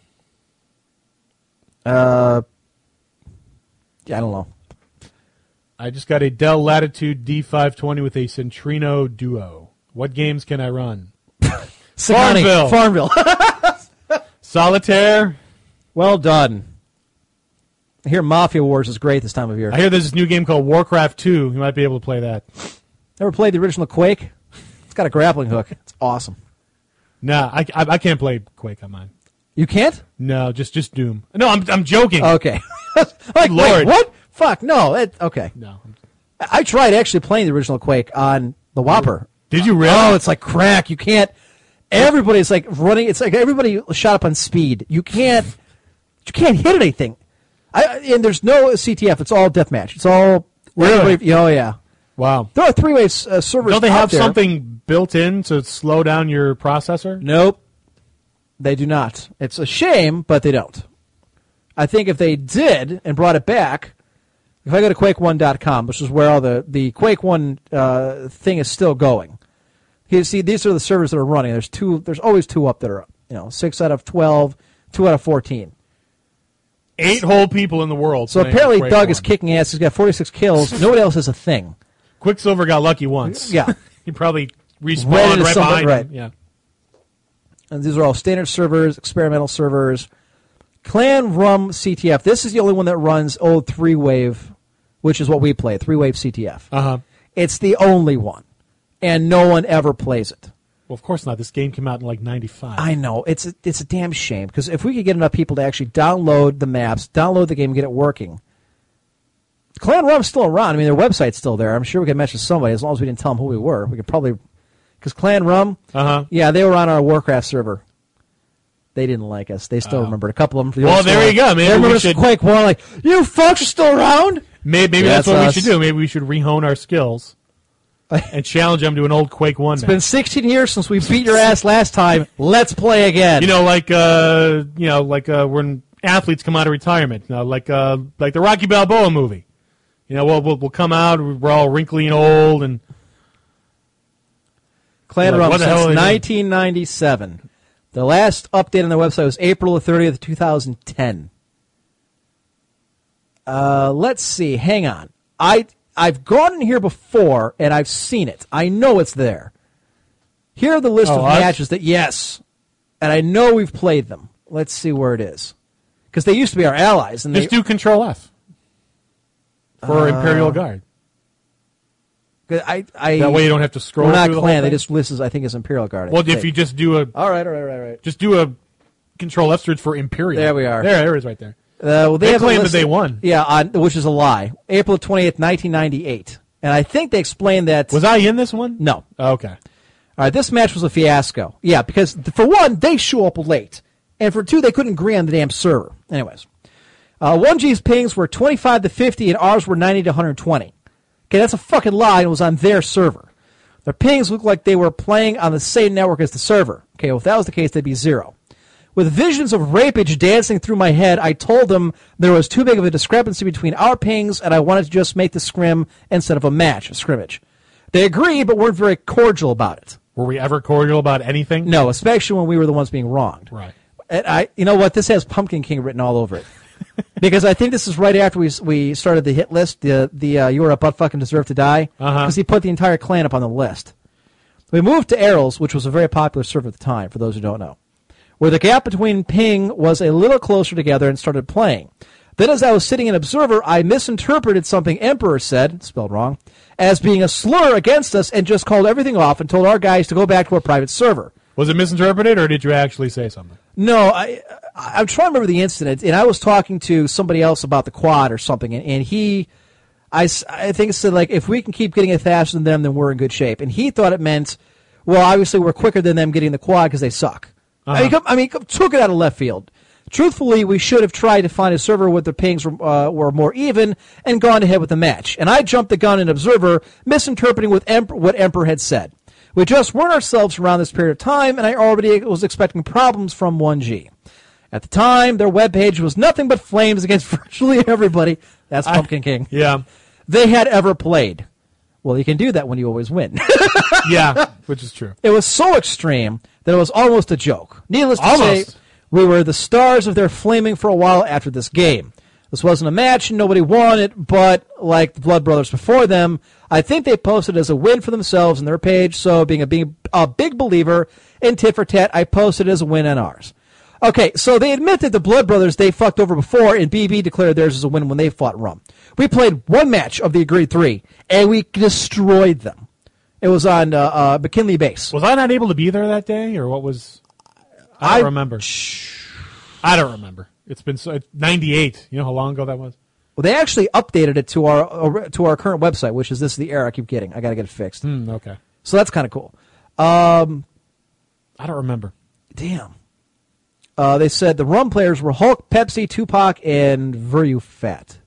yeah, I don't know.
I just got a Dell Latitude D520 with a Centrino Duo. What games can I run?
Sigourney,
Farmville.
Farmville.
Solitaire.
well done. I hear Mafia Wars is great this time of year.
I hear there's this new game called Warcraft 2. You might be able to play that.
Never played the original Quake. It's got a grappling hook. It's awesome.
Nah, I, I, I can't play Quake on mine.
You can't?
No, just just Doom. No, I'm I'm joking.
Okay. like, Wait,
Lord.
what? Fuck, no. It, okay.
no. I'm-
I I tried actually playing the original Quake on the Whopper.
Did you really?
Oh, it's like crack. You can't. Everybody's like running. It's like everybody shot up on speed. You can't. You can't hit anything. I and there's no CTF. It's all deathmatch. It's all.
Really?
everybody- Oh yeah.
Wow.
There are three way uh, servers.
Don't they
out
have
there.
something built in to slow down your processor?
Nope. They do not. It's a shame, but they don't. I think if they did and brought it back, if I go to quake1.com, which is where all the, the Quake 1 uh, thing is still going. You see, these are the servers that are running. There's two. There's always two up that are up. You know, six out of 12, two out of 14.
Eight whole people in the world.
So
playing
apparently
Quake
Doug is
one.
kicking ass. He's got 46 kills. Nobody else has a thing.
Quicksilver got lucky once.
Yeah.
he probably respawned
Ran
right
into someone,
behind. him.
right.
Yeah.
and these are all standard servers, experimental servers, Clan Rum CTF. This is the only one that runs old three wave, which is what we play, three wave CTF.
Uh huh.
It's the only one, and no one ever plays it.
Well, of course not. This game came out in like '95.
I know it's a, it's a damn shame because if we could get enough people to actually download the maps, download the game, and get it working. Clan Rum's still around. I mean, their website's still there. I'm sure we could mention somebody as long as we didn't tell them who we were. We could probably because Clan Rum,
Uh-huh.
yeah, they were on our Warcraft server. They didn't like us. They still remembered a couple of them. From the
Oh. Well,
old
there
school.
you go. Maybe
they
we
remember us
should-
Quake War. Like you folks are still around.
Maybe, maybe
Yeah, that's
that's, what
us.
we should do. Maybe we should rehone our skills and challenge them to an old Quake One.
It's been 16 years since we beat your ass last time. Let's play again.
you know, like uh, you know, like uh, when athletes come out of retirement, you know, like uh, like the Rocky Balboa movie. You know, we'll we'll, we'll come out. We're all wrinkly and old, and
Clan
Like,
Rum
what the
since
hell are they doing?
1997. The last update on their website was April the 30th, 2010. Uh, let's see. Hang on. I I've gone in here before and I've seen it. I know it's there. Here are the list
Oh,
of
us?
matches that yes, and I know we've played them. Let's see where it is, because they used to be our allies. And
just
they,
do Control F for
Uh,
Imperial Guard.
'cause I, I
That way, you don't have to scroll.
we're not
through the
clan.
whole
They
thing.
just list as I think as Imperial Guard. I
well, if
think.
you just do a
all right, all right, all right, all right.
just do a Control F search for Imperial.
There we are.
There, there it is right there.
Uh, well, they
They
have a
claim that
list-
they won.
Yeah, on, which is a lie. April twenty eighth, nineteen ninety eight, and I think they explained that.
Was I in this one?
No.
Oh, okay.
All right, this match was a fiasco. Yeah, because th- for one, they show up late, and for two, they couldn't agree on the damn server. Anyways, uh, 1G's pings were 25 to 50, and ours were 90 to 120. Okay, that's a fucking lie, and it was on their server. Their pings looked like they were playing on the same network as the server. Okay, well, if that was the case, they'd be zero. With visions of rapage dancing through my head, I told them there was too big of a discrepancy between our pings, and I wanted to just make the scrim instead of a match, a scrimmage. They agreed, but weren't very cordial about it.
Were we ever cordial about anything?
No, especially when we were the ones being wronged.
Right.
And I, you know what? This has Pumpkin King written all over it, because I think this is right after we we started the hit list. The the uh, you were a butt fucking deserve to die
Uh-huh.
he put the entire clan up on the list. We moved to Errol's, which was a very popular server at the time. For those who don't know, where the gap between ping was a little closer together and started playing. Then, as I was sitting an observer, I misinterpreted something Emperor said, spelled wrong, as being a slur against us and just called everything off and told our guys to go back to our private server.
Was it misinterpreted, or did you actually say something?
No, I, I I'm trying to remember the incident, and I was talking to somebody else about the quad or something, and, and he, I, s- I think said like if we can keep getting it faster than them, then we're in good shape, and he thought it meant, well, obviously we're quicker than them getting the quad because they suck. I mean, come, I mean, come, took it out of left field. Truthfully, we should have tried to find a server where the pings were, uh, were more even and gone ahead with the match. And I jumped the gun and observer, misinterpreting what, Emp- what Emperor had said. We just weren't ourselves around this period of time, and I already was expecting problems from 1G. At the time, their webpage was nothing but flames against virtually everybody. That's Pumpkin King.
Yeah.
They had ever played. Well, you can do that when you always win.
Yeah, which is true.
it was so extreme that it was almost a joke. Needless to
Almost.
say, we were the stars of their flaming for a while after this game. This wasn't a match, and nobody won it, but like the Blood Brothers before them, I think they posted it as a win for themselves on their page, so being a, being a big believer in tit for tat, I posted it as a win on ours. Okay, so they admit that the Blood Brothers they fucked over before, and BB declared theirs as a win when they fought Rum. We played one match of the agreed three, and we destroyed them. It was on uh, uh, McKinley Base.
Was I not able to be there that day, or what was? I don't remember. I don't remember. It's been so it's 98. You know how long ago that was?
Well, they actually updated it to our uh, to our current website, which is this is the error I keep getting. I got to get it fixed.
Hmm, okay.
So that's kind of cool.
I don't remember.
Damn. Uh, they said the rum players were Hulk, Pepsi, Tupac, and Veru Fat.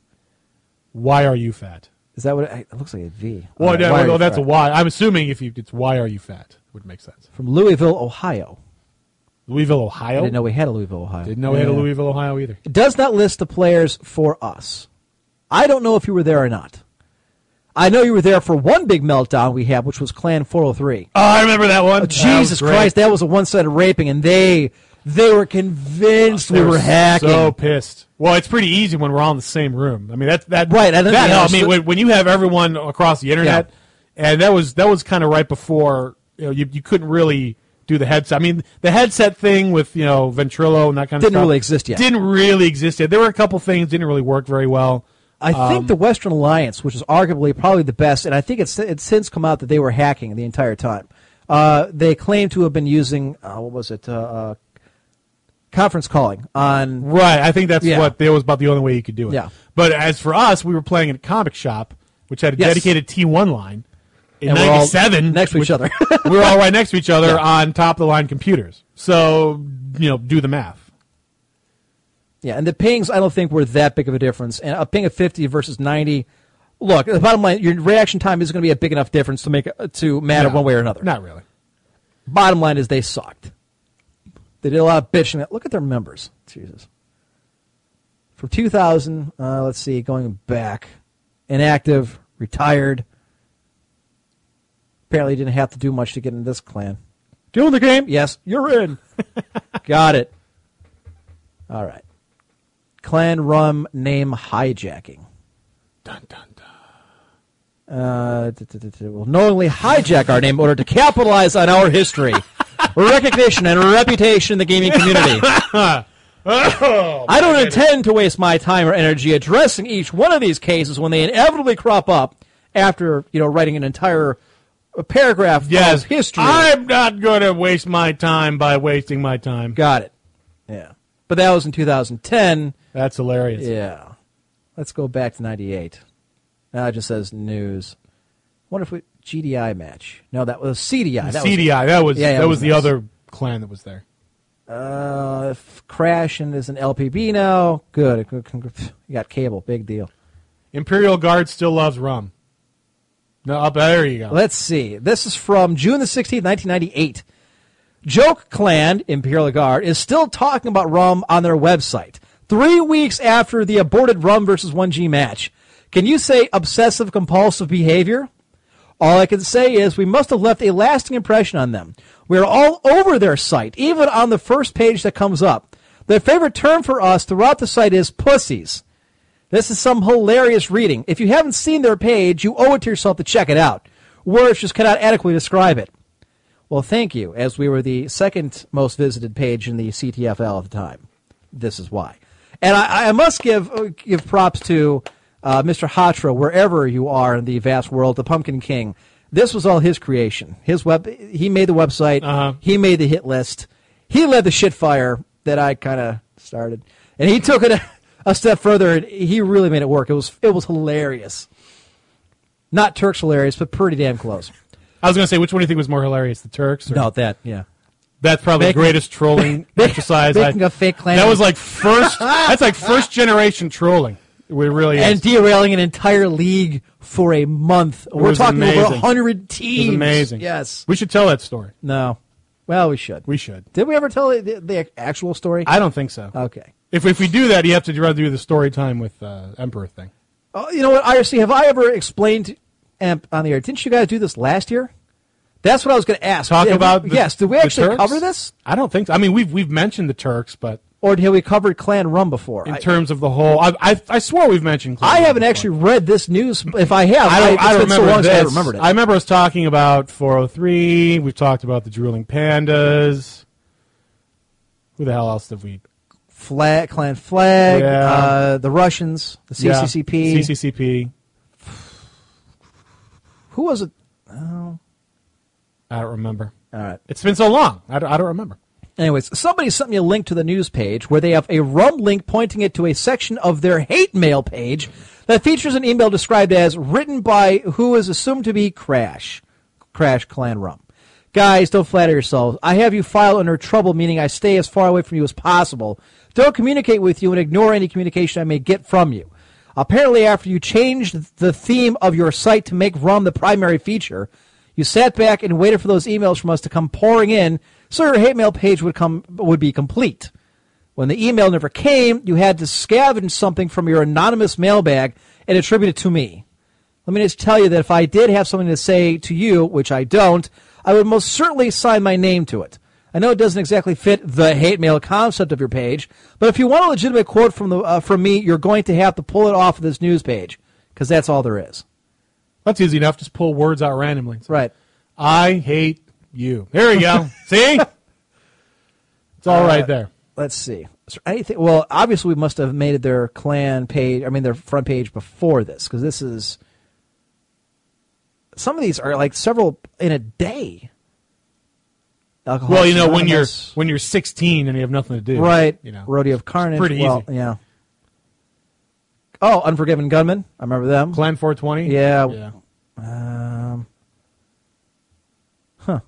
Why are you fat?
Is that what it, it looks like? A V.
Well,
All right,
yeah,
why are
well
you
that's a
fat?
why. I'm assuming if you it's why are you fat would make sense.
from Louisville, Ohio.
Louisville,
I
Ohio.
didn't know we had a Louisville, Ohio.
Didn't know we had a
Yeah.
Louisville, Ohio either.
It does not list the players for us. I don't know if you were there or not. I know you were there for one big meltdown we had, which was Clan 403.
Oh, I remember that one.
Oh, Jesus Christ, that was a one-sided raping, and they they were convinced we were hacking.
So pissed. Well, it's pretty easy when we're all in the same room. I mean, that that
Right, I
That,
don't- yeah,
helped. I mean,
so-
when, when you have everyone across the internet, and that was that was kind of right before you know you, you couldn't really do the headset. I mean, the headset thing with you know Ventrilo and that kind
Didn't
of stuff
really exist yet.
Didn't really exist yet. There were a couple things didn't really work very well.
I
Um,
think the Western Alliance, which is arguably probably the best, and I think it's it's since come out that they were hacking the entire time. Uh, they claim to have been using uh, what was it, uh, uh, conference calling on
Right. I think that's
Yeah.
what that was about the only way you could do it.
Yeah.
But as for us, we were playing at a comic shop, which had a
Yes.
dedicated T1 line in
And we're all
'97,
next to each
which-
other.
we were all right next to each other on top of the line computers. So you know, do the math.
yeah, and the pings I don't think were that big of a difference, and a ping of fifty versus ninety. Look, the bottom line, your reaction time is going to be a big enough difference to make to matter
No.
one way or another.
Not really.
Bottom line is they sucked. They did a lot of bitching. Look at their members. Jesus. From 2000, uh, let's see, going back, inactive, retired. Apparently didn't have to do much to get in this clan. Doing the game? Yes, you're in. Got it. All right. Clan rum name hijacking.
Dun, dun, dun.
Uh, t- t- t- t- will knowingly hijack our name in order to capitalize on our history, recognition, and reputation in the gaming community. I don't intend to waste my time or energy addressing each one of these cases when they inevitably crop up after you know writing an entire uh, paragraph
Yes,
of Oh, history.
I'm not going to waste my time by wasting my time.
Got it. Yeah, but that was in 2010.
That's hilarious.
Yeah. Let's go back to 98. Now it just says news. What if we GDI match? No, that was CDI. That was-
CDI. that was
Yeah, yeah,
that
it
was
was
the
nice.
other clan that was there.
uh, if Crash and is an LPB now. Good. You got cable. Big deal.
Imperial Guard still loves rum. No, up there you go.
Let's see. This is from June the 16th, 1998. Joke Clan, Imperial Guard, is still talking about rum on their website. Three weeks after the aborted rum versus 1G match. Can you say obsessive compulsive behavior? All I can say is we must have left a lasting impression on them. We're all over their site, even on the first page that comes up. Their favorite term for us throughout the site is pussies. This is some hilarious reading. If you haven't seen their page, you owe it to yourself to check it out. Words just cannot adequately describe it. Well, thank you, as we were the second most visited page in the CTFL at the time. This is why. And I, I must give uh, give props to uh, Mr. Hatra, wherever you are in the vast world, the Pumpkin King. This was all his creation. His web, he made the website. He made the hit list. He led the shit fire that I kind of started, and he took it a, a step further. And he really made it work. It was it was hilarious. Not Turks hilarious, but pretty damn close.
I was going to say, which one do you think was more hilarious, the Turks? Or,
Not that, yeah.
that's probably
Making-
the greatest trolling exercise.
making
I,
a fake clan.
That was like first. that's like first generation trolling. It really is.
and derailing an entire league for a month. We're
was
talking over over
amazing.
100 teams.
It was amazing.
Yes.
we should tell that story.
No. Well, we should.
We should.
Did we ever tell the, the, the actual story?
I don't think so.
okay.
If if we do that, you have to rather do the story time with uh, Emperor thing.
Oh, you know what, IRC, have I ever explained Amp on the air? Didn't you guys do this last year? That's what I was going to ask.
Talk
Did we-
about the,
yes. Did we
the
actually
Turks?
cover this,
I don't think. so. I mean, we've we've mentioned the Turks, but
or have we covered Clan Rum before?
in
I,
terms of the whole, I I, I swore we've mentioned. Clan
I haven't
before.
actually read this news. If I have,
I don't,
it's
I don't
been so
remember
long since
this.
I remembered it.
I remember us talking about 403. We've talked about the drooling pandas. Who the hell else did we?
flag, Clan Flag,
Yeah.
uh, the Russians, the
Yeah,
CCCP.
CCCP.
Who was it?
I don't remember.
All right.
It's been so long. I don't, I don't remember.
Anyways, somebody sent me a link to the news page where they have a rum link pointing it to a section of their hate mail page that features an email described as written by who is assumed to be Crash, Crash Clan Rum. Guys, don't flatter yourselves. I have you file under trouble, meaning I stay as far away from you as possible. Don't communicate with you and ignore any communication I may get from you. Apparently, after you changed the theme of your site to make rum the primary feature, you sat back and waited for those emails from us to come pouring in, so your hate mail page would come would be complete. When the email never came, you had to scavenge something from your anonymous mailbag and attribute it to me. Let me just tell you that if I did have something to say to you, which I don't, I would most certainly sign my name to it. I know it doesn't exactly fit the hate mail concept of your page, but if you want a legitimate quote from the uh, from me, you're going to have to pull it off of this news page because that's all there is.
That's easy enough. Just pull words out randomly.
Right.
I hate you. There you go. See? It's all right there.
Uh, Let's see. Is there anything? Well, obviously, we must have made it their clan page. I mean, their front page before this, because this is. Some of these are like several in a day. Alcoholics
Well, you know, when you're
Anonymous,
when you're 16 and you have nothing to do,
right,
You know,
rodeo of carnage.
pretty
well,
easy.
Yeah. Oh, Unforgiven Gunman. I remember them.
Clan 420.
Yeah.
yeah.
Um, huh.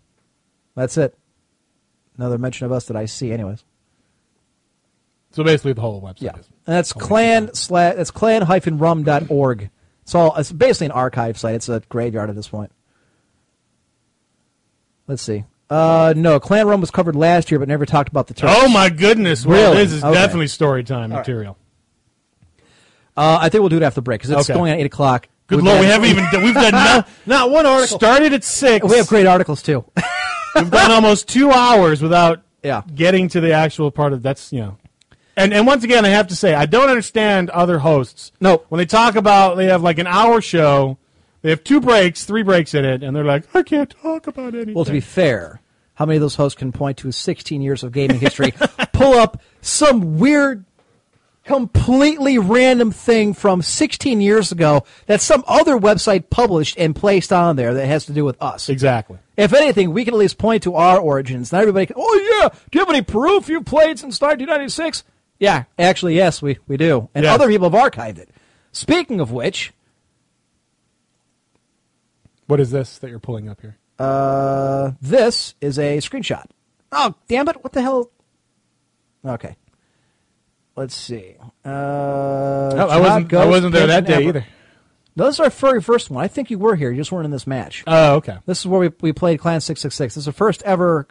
That's it. Another mention of us that I see, anyways.
So basically, the whole website.
Yeah, and
Is.
that's clan slash that's clan hyphen rum dot org. It's all it's basically an archive site. It's a graveyard at this point. Let's see. Uh, no, clan rum was covered last year, but never talked about the Turks.
Oh my goodness! Well,
Really?
this is
Okay.
definitely story time material.
Uh, I think we'll do it after the break because it's
Okay.
going on eight o'clock.
Good
We've
lord, we
done-
haven't even done, we've done
Ah,
not, not one article. Started at six.
we have great articles too.
We've done almost two hours without
Yeah.
getting to the actual part of that's you know. And and once again, I have to say I don't understand other hosts.
No.
when they talk about they have like an hour show, they have two breaks, three breaks in it, and they're like, I can't talk about anything.
Well, to be fair, how many of those hosts can point to 16 years of gaming history, pull up some weird, completely random thing from 16 years ago that some other website published and placed on there that has to do with us?
exactly.
If anything, we can at least point to our origins. Not everybody can, oh, yeah, do you have any proof you played since 1996? Yeah, actually, yes, we, we do. And
Yes.
other people have archived it. Speaking of which,
What is this that you're pulling up here?
Uh, this is a screenshot. Oh, damn it. What the hell? Okay. Let's see. Uh,
No, Oh, I wasn't. I wasn't there that day either.
No, this is our very first one. I think you were here. You just weren't in this match.
Oh, okay.
this is where we, we played Clan 666. This is the first ever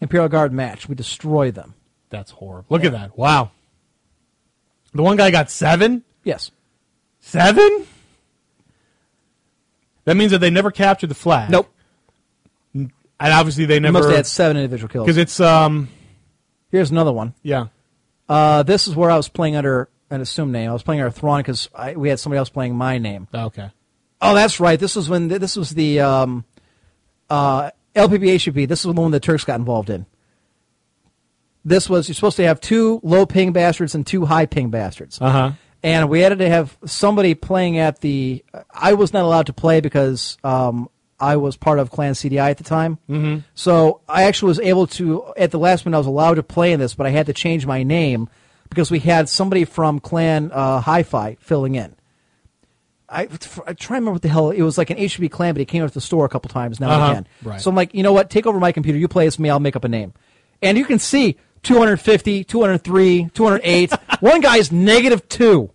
Imperial Guard match. We destroy them.
That's horrible. Look at that. Wow. The one guy got seven.
Yes.
Seven? That means that they never captured the flag.
Nope.
And obviously they
We
never
must have had seven individual
because
kills.
it's um
Here's another one.
yeah.
Uh, this is where I was playing under an assumed name. I was playing under Thrawn because we had somebody else playing my name.
Okay.
Oh, that's right. This was when this was the um, uh, LPBHP. This was the one the Turks got involved in. This was you're supposed to have two low ping bastards and two high ping bastards. Uh
Uh-huh.
And we had to have somebody playing at the. I was not allowed to play because um, I was part of Clan CDI at the time. Mm-hmm. So I actually was able to at the last minute I was allowed to play in this, but I had to change my name because we had somebody from Clan uh, Hi-Fi filling in. I, I try to remember what the hell it was like an HB clan, but he came up to the store a couple times now
Uh-huh.
and again.
Right.
So I'm like, you know what? Take over my computer. You play as me. I'll make up a name. And you can see 250, 203, 208. One guy's negative two.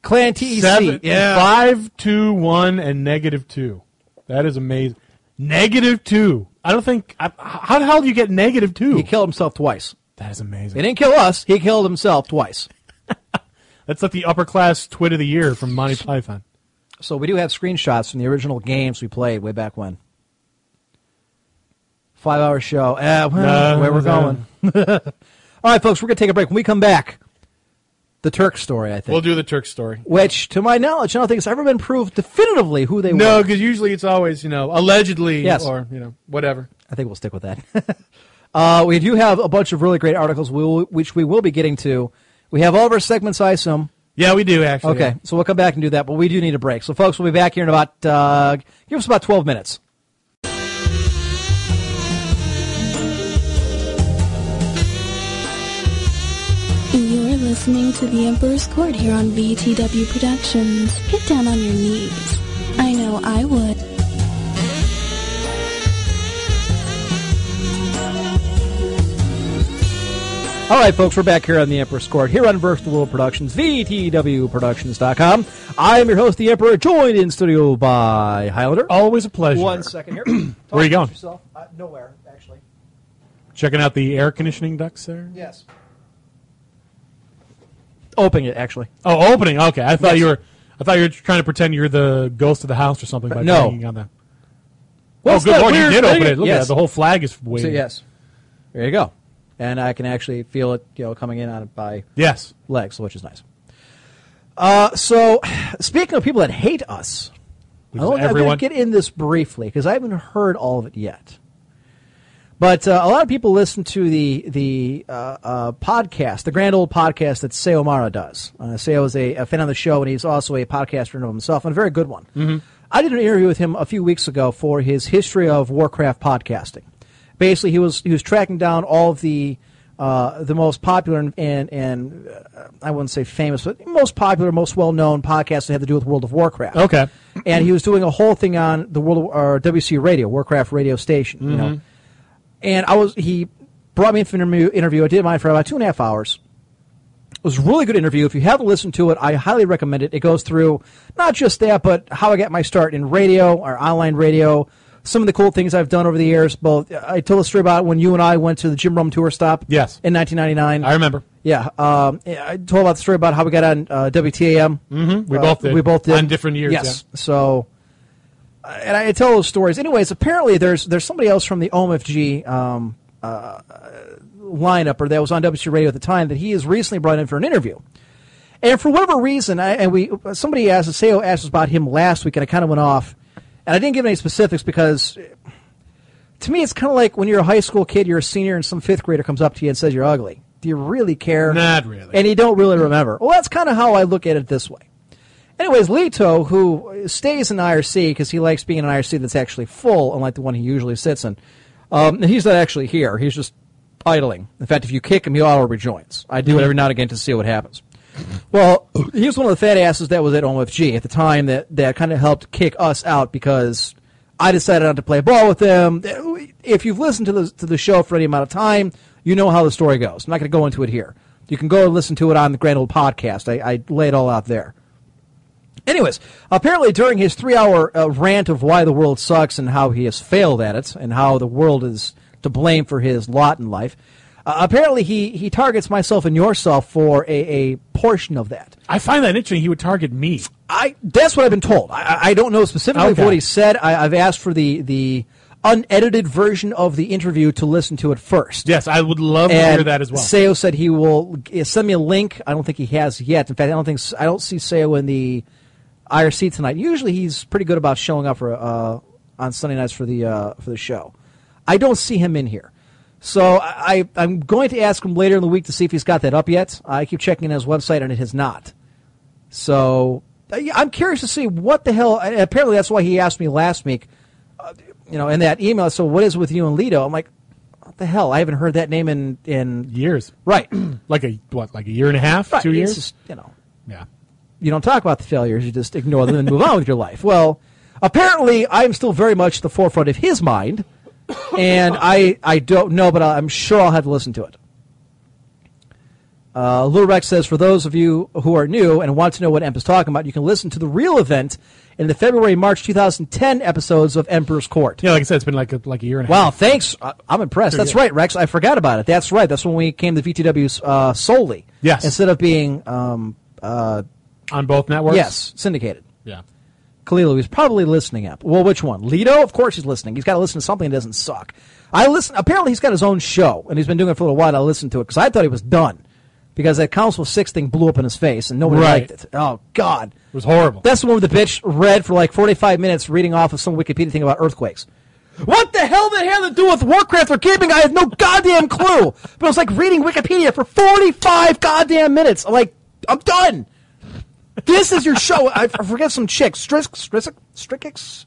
Clan E TEC.
Seven
Yeah.
five, two, one, and negative two. That is amazing. Negative two. I don't think I, how the hell do you get negative two?
He killed himself twice.
that is
He
amazing.
didn't kill us. He killed himself twice.
That's like the upper class twit of the year from Monty Python.
So we do have screenshots from the original games we played way back when. Five hour show. Eh, well,
No,
where we're
no.
going. All right, folks, we're going to take a break. When we come back, the Turk story, I think.
We'll do the Turk story.
which, to my knowledge, I don't think it's ever been proved definitively who they
No,
were.
because usually it's always, you know, allegedly
Yes.
or you know, whatever.
I think we'll stick with that. uh, we do have a bunch of really great articles, we will- which we will be getting to. We have all of our segments, I assume.
Yeah, we do actually.
Okay, so we'll come back and do that, but we do need a break. So, folks, we'll be back here in about, uh, give us about 12 minutes.
You're listening to The Emperor's Court here on VTW Productions. Get down on your knees. I know I would.
All right, folks, we're back here on The Emperor's Court, here on Verse the World Productions, VTWProductions.com. I am your host, The Emperor, joined in studio by Highlander.
Always a pleasure.
One second here. Talk
Oh, Where you
about
going?
Yourself. Uh, nowhere, actually.
Checking out the air conditioning ducts there.
Yes. Opening it, actually.
Oh, opening. Okay, I thought you were. I thought you were trying to pretend you're the ghost of the house or something by
No.
banging on the. Oh, good lord! You did open it. Look at that. The whole flag is
So,
waving.
yes. There you go. And I can actually feel it, you know, coming in on it by
Yes.
legs, which is nice. Uh, so, speaking of people that hate us,
Which
I
is
want
everyone.
to get in this briefly because I haven't heard all of it yet. But uh, a lot of people listen to the the uh, uh, podcast, the grand old podcast that Seo Mara does. Uh, Seo is a, a fan of the show, and he's also a podcaster of himself, and a very good one. I did an interview with him a few weeks ago for his history of Warcraft podcasting. Basically, he was he was tracking down all of the uh, the most popular and and, and uh, I wouldn't say famous, but most popular, most well known podcasts that had to do with World of Warcraft
Okay.
and he was doing a whole thing on the world of, or WC Radio, Warcraft Radio Station. You know, and I was he brought me in for an interview. interview. I did mine for about two and a half hours. It was a really good interview. If you haven't listened to it, I highly recommend it. It goes through not just that, but how I got my start in radio or online radio. Some of the cool things I've done over the years. Both I told a story about when you and I went to the Jim Rum tour stop.
Yes.
in 1999.
I remember.
Yeah, um, yeah, I told about the story about how we got on uh, WTAM. Mm-hmm.
We both did.
We both did
On different years,
Yes. So, uh, and I tell those stories. Anyways, apparently there's there's somebody else from the OMFG um, uh, lineup, or that was on WC Radio at the time, that he has recently brought in for an interview. And for whatever reason, I, and we somebody asked, Seo asked us about him last week, and I kind of went off, and I didn't give any specifics because. To me, it's kind of like when you're a high school kid, you're a senior, and some fifth grader comes up to you and says you're ugly. Do you really care?
Not really.
And you don't really remember. Well, that's kind of how I look at it this way. Anyways, Leto, who stays in IRC because he likes being in an IRC that's actually full, unlike the one he usually sits in, um, and he's not actually here. He's just idling. In fact, if you kick him, he auto rejoins. I do it every now and again to see what happens. Well, he was one of the fat asses that was at OMFG at the time that, that kind of helped kick us out because I decided not to play ball with them. If you've listened to the, to the show for any amount of time, you know how the story goes. I'm not going to go into it here. You can go and listen to it on the Grand Old Podcast. I, I lay it all out there. Anyways, apparently during his three-hour uh, rant of why the world sucks and how he has failed at it and how the world is to blame for his lot in life, uh, apparently he, he targets myself and yourself for a, a portion of that.
I find that interesting. He would target me.
I that's what I've been told. I, I- I don't know specifically
Okay.
what he said. I, I've asked for the the unedited version of the interview to listen to it first.
Yes, I would love to hear
And
that as well.
Seo said he will g- send me a link. I don't think he has yet. In fact, I don't think s- I don't see Seo in the IRC tonight. Usually, he's pretty good about showing up for uh, on Sunday nights for the uh, for the show. I don't see him in here, so I, I I'm going to ask him later in the week to see if he's got that up yet. I keep checking his website and it has not. So uh, yeah, I'm curious to see what the hell. And apparently, that's why he asked me last week. uh, You know, in that email. So, what is with you and Lido? I'm like, what the hell? I haven't heard that name in in
years.
right,
Like a what? Like a year and a half?
right.
Two
It's
years?
just, you know,
yeah.
you don't talk about the failures. You just ignore them and move on with your life. Well, apparently, I'm still very much at the forefront of his mind, and I I don't know, but I- I'm sure I'll have to listen to it. Uh, Lil Rex says, for those of you who are new and want to know what Emp is talking about, you can listen to the real event in the February March 2010 episodes of Emperor's Court.
Yeah, like I said, it's been like a, like a year and a
Wow,
half.
thanks. I- I'm impressed. That's right, Rex. I forgot about it. That's right. That's when we came to VTW uh, solely.
Yes.
Instead of being, um,
On both networks?
yes, syndicated.
Yeah.
Khalil, he's probably listening up. Well, which one? Lido? Of course he's listening. He's got to listen to something that doesn't suck. I listen. Apparently he's got his own show, and he's been doing it for a little while. I listened to it because I thought he was done because that Council 6 thing blew up in his face, and nobody
Right.
liked it. Oh, God.
It was horrible.
That's the one with the bitch read for like 45 minutes reading off of some Wikipedia thing about earthquakes. What the hell did it have to do with Warcraft or gaming? I have no goddamn clue. But I was like reading Wikipedia for 45 goddamn minutes. I'm like, I'm done. This is your show. I f- I forget some chick. Strisk, Strisk, Strikix?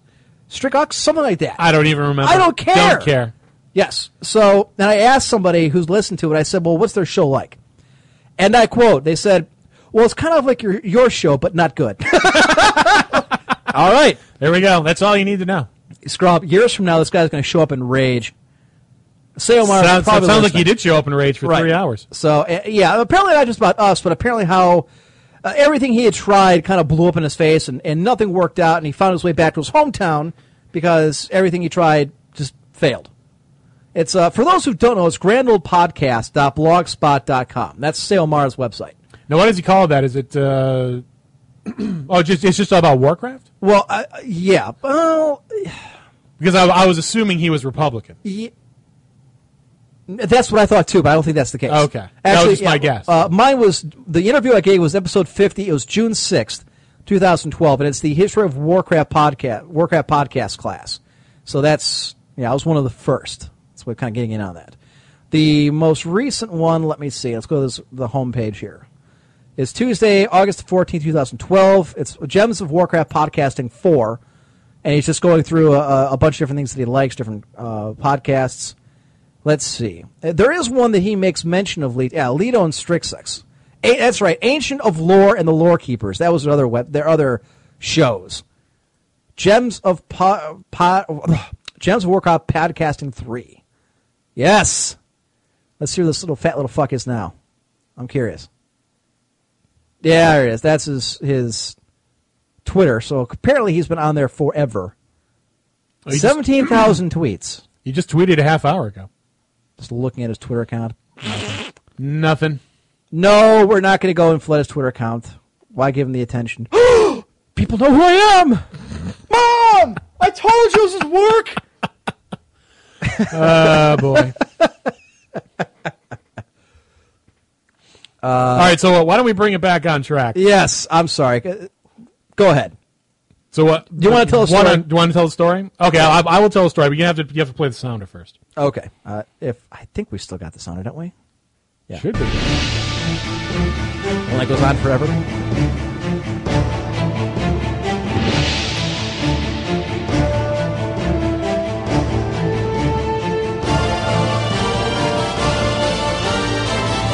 Strikox? Something like that.
I don't even remember.
I don't care.
Don't care.
Yes. So, and I asked somebody who's listened to it, I said, well, what's their show like? And I quote, they said, well, it's kind of like your, your show, but not good. All right.
There we go. That's all you need to know.
Scrub, years from now, this guy's going to show up in rage. Say Omar
sounds
probably
sounds like
listening.
you did show up in rage for
Right.
three hours.
So uh, yeah, apparently not just about us, but apparently how uh, everything he had tried kind of blew up in his face, and, and nothing worked out, and he found his way back to his hometown because everything he tried just failed. It's uh, for those who don't know, it's grandoldpodcast.blogspot.com. That's Sailmar's website.
Now, what does he call that? Is it? Uh, oh, just it's just all about Warcraft.
Well, uh, yeah, well,
Because I, I was assuming he was Republican. Oh,
That's what I thought too, but I don't think that's the case.
Okay.
actually,
That was just my guess.
Uh, mine was the interview I gave was episode fifty. It was June sixth. 2012, and it's the History of Warcraft podcast, Warcraft podcast class. So that's yeah, I was one of the first. That's what kind of getting in on that. The most recent one, let me see. Let's go to this, the homepage here. It's Tuesday, August 14th, 2012. It's Gems of Warcraft Podcasting 4. And he's just going through a, a bunch of different things that he likes, different uh, podcasts. Let's see. Uh, There is one that he makes mention of. Le- yeah, Leto and Strixx. A- that's right. Ancient of Lore and the Lore Keepers. That was their other, web- their other shows. Gems of po- po- Gems of Warcraft Podcasting 3. Yes. Let's see who this little fat little fuck is now. I'm curious. Yeah, there it is. That's his his Twitter. So apparently he's been on there forever. Oh,
you just-
Seventeen thousand tweets.
You just tweeted a half hour ago.
Just looking at his Twitter account.
Nothing.
No, we're not going to go and flood his Twitter account. Why give him the attention? People know who I am. Mom, I told you this would work.
Oh boy. All right, so uh, why don't we bring it back on track?
Yes, I'm sorry. Uh, Go ahead.
So what? Do
you wanna tell a story?
Wanna, do you want to tell a story? Okay, I, I will tell a story, but you have to you have to play the sounder first.
Okay. Uh, if I think we still got this on it, don't we? Yeah.
Should be.
One that goes on forever.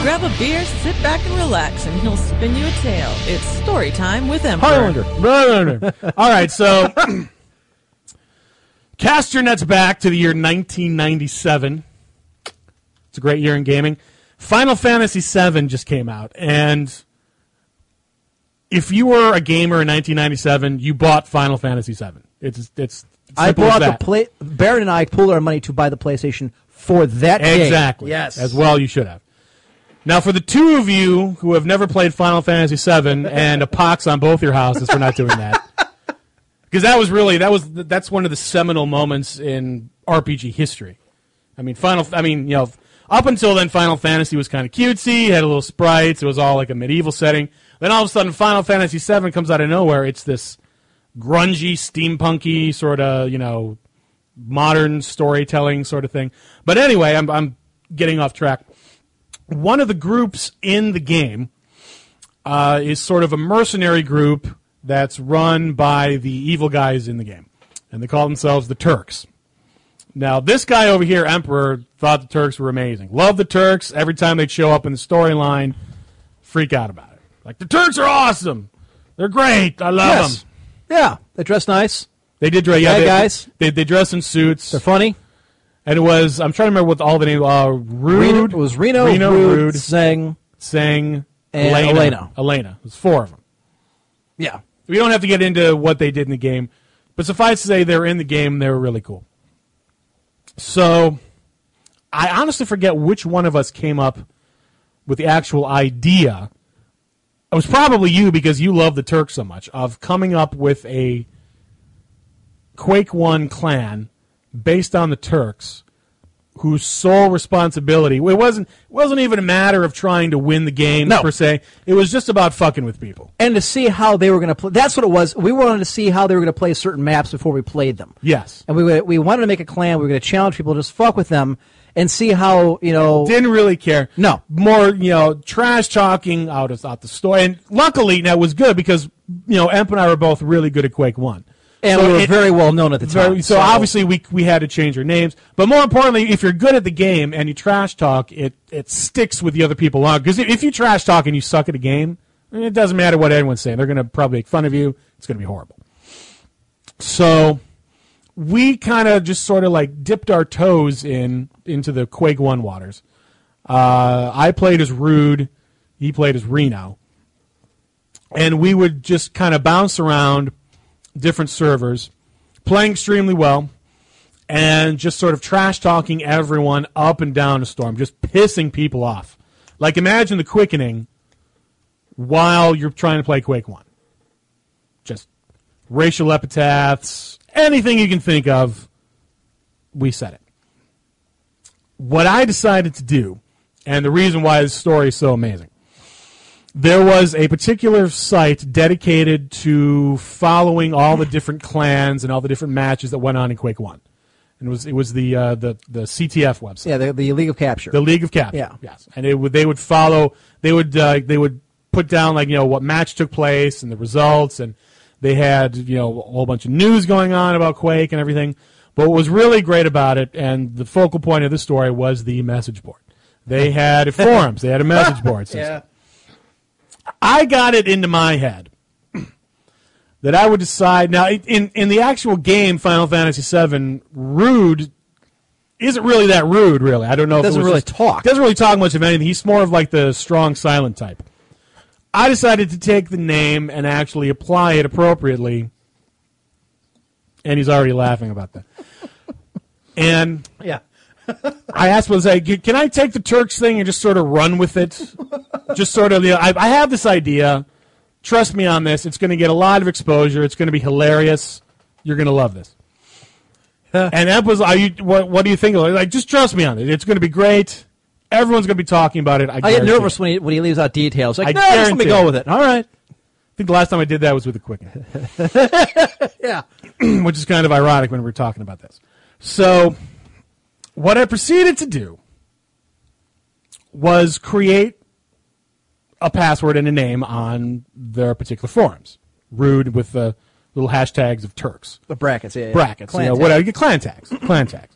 Grab a beer, sit back and relax, and he'll spin you a tale. It's story time with Emperor.
Highlander. Highlander. All right, so cast your nets back to the year 1997. It's a great year in gaming. Final Fantasy VII just came out, and if you were a gamer in 1997, you bought Final Fantasy VII. It's it's
I
simple as
bought the
that.
play. Baron and I pooled our money to buy the PlayStation for that game.
Exactly.
Yes.
As well, you should have. Now, for the two of you who have never played Final Fantasy VII and a pox on both your houses for not doing that, because that was really that was that's one of the seminal moments in RPG history. I mean, Final. I mean, you know, up until then, Final Fantasy was kind of cutesy, had a little sprites. It was all like a medieval setting. Then all of a sudden, Final Fantasy VII comes out of nowhere. It's this grungy, steampunky sort of you know modern storytelling sort of thing. But anyway, I'm, I'm getting off track. One of the groups in the game uh, is sort of a mercenary group that's run by the evil guys in the game, and they call themselves the Turks. Now, this guy over here, Emperor, thought the Turks were amazing. Loved the Turks. Every time they'd show up in the storyline, freak out about it. Like, the Turks are awesome. They're great. I love
Yes.
them.
Yeah. They dress nice.
They did dress. Yeah,
Yeah,
they,
guys.
They, they dress in suits.
They're funny.
And it was I'm trying to remember what all the name uh
Reno,
Rude
it was Reno,
Reno
Rude,
Rude
sang.
Sang
And
Elena
Elena.
Elena. It was four of them.
Yeah.
We don't have to get into what they did in the game, but suffice to say they were in the game, they were really cool. So I honestly forget which one of us came up with the actual idea. It was probably you because you love the Turks so much of coming up with a Quake 1 clan based on the Turks whose sole responsibility it wasn't it wasn't even a matter of trying to win the game
No.
per se. It was just about fucking with people.
And to see how they were going to play. That's what it was. We wanted to see how they were going to play certain maps before we played them.
Yes.
And we wa- we wanted to make a clan. We were going to challenge people, just fuck with them, and see how you know.
didn't really care.
No.
more you know, trash talking out of out the store. And luckily, that was good because you know, Emp and I were both really good at Quake One,
and
So
we were
it-
very well known at the time.
very- so, obviously, we we had to change our names. But more importantly, if you're good at the game and you trash talk, it it sticks with the other people long. Because if you trash talk and you suck at a game, it doesn't matter what anyone's saying. They're going to probably make fun of you. It's going to be horrible. So we kind of just sort of like dipped our toes in into the Quake One waters. Uh, I played as Rude. He played as Reno. And we would just kind of bounce around different servers, playing extremely well, and just sort of trash talking everyone up and down a storm, just pissing people off. Like imagine the quickening while you're trying to play Quake One. Just racial epithets, anything you can think of, we said it what I decided to do, and the reason why this story is so amazing, there was a particular site dedicated to following all the different clans and all the different matches that went on in Quake One, and it was it was the uh, the the CTF website.
Yeah, the, the League of Capture.
The League of Capture.
Yeah.
Yes. And it would they would follow they would uh, they would put down like you know what match took place and the results and they had you know a whole bunch of news going on about Quake and everything. But what was really great about it and the focal point of the story was the message board. They had forums. They had a message board system.
Yeah.
I got it into my head that I would decide now in in the actual game Final Fantasy VII, rude isn't really that rude. Really, I don't know.
Doesn't
if it was
really
just-
talk.
Doesn't really talk much of anything. He's more of like the strong, silent type. I decided to take the name and actually apply it appropriately, and he's already laughing about that. And
Yeah.
I asked was like, can I take the Turks thing and just sort of run with it? just sort of, you know, I, I have this idea. Trust me on this. It's going to get a lot of exposure. It's going to be hilarious. You're going to love this. and that was, are you, what, what do you think? of it? Like, just trust me on it. It's going to be great. Everyone's going to be talking about it. I,
I get
guarantee
nervous
it.
when he, when he leaves out details. Like,
I
no, just let me
guarantee
go
it.
with it. All right.
I think the last time I did that was with a Quicken.
Yeah.
which is kind of ironic when we're talking about this. So, what I proceeded to do was create a password and a name on their particular forums, rude with the little hashtags of Turks
The brackets. Yeah. yeah.
brackets, you
Clan
know,
tag.
whatever. You get clan tags, clan tags.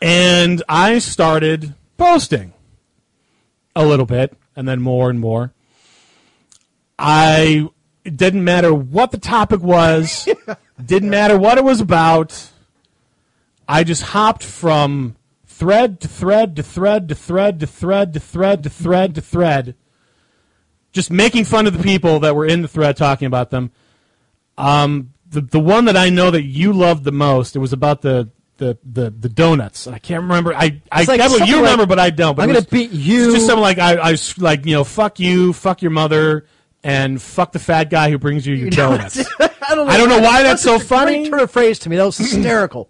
And I started posting a little bit, and then more and more. I it didn't matter what the topic was, didn't matter what it was about. I just hopped from thread to thread to thread to thread to thread to thread to thread to thread, just making fun of the people that were in the thread talking about them Um, the the one that I know that you loved the most. It was about the the the, the donuts. I can't remember. I I
It's like
can't believe you
something
remember,
like,
but I don't. But
I'm
it
gonna
was-
beat you.
It's just something like I I was like you know fuck you, fuck your mother, and fuck the fat guy who brings you your donuts.
I don't know,
I don't know why that's so
such a great
funny. Mm-hmm.
Turn of phrase to me. That was hysterical.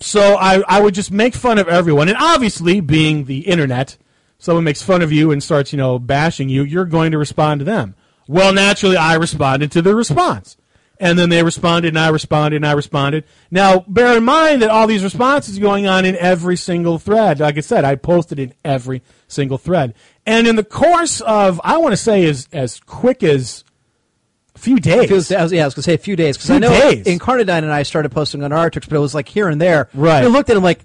So I, I would just make fun of everyone. And obviously, being the internet, someone makes fun of you and starts, you know, bashing you, you're going to respond to them. Well, naturally, I responded to their response. And then they responded, and I responded, and I responded. Now, bear in mind that all these responses are going on in every single thread. Like I said, I posted in every single thread. And in the course of, I want to say, as, as quick as a few days.
It was- I was- yeah, I was gonna say a few days because I
Few
know
days.
Incarnadine and I started posting on our Twitter, but it was like here and there.
Right.
And I looked at him like,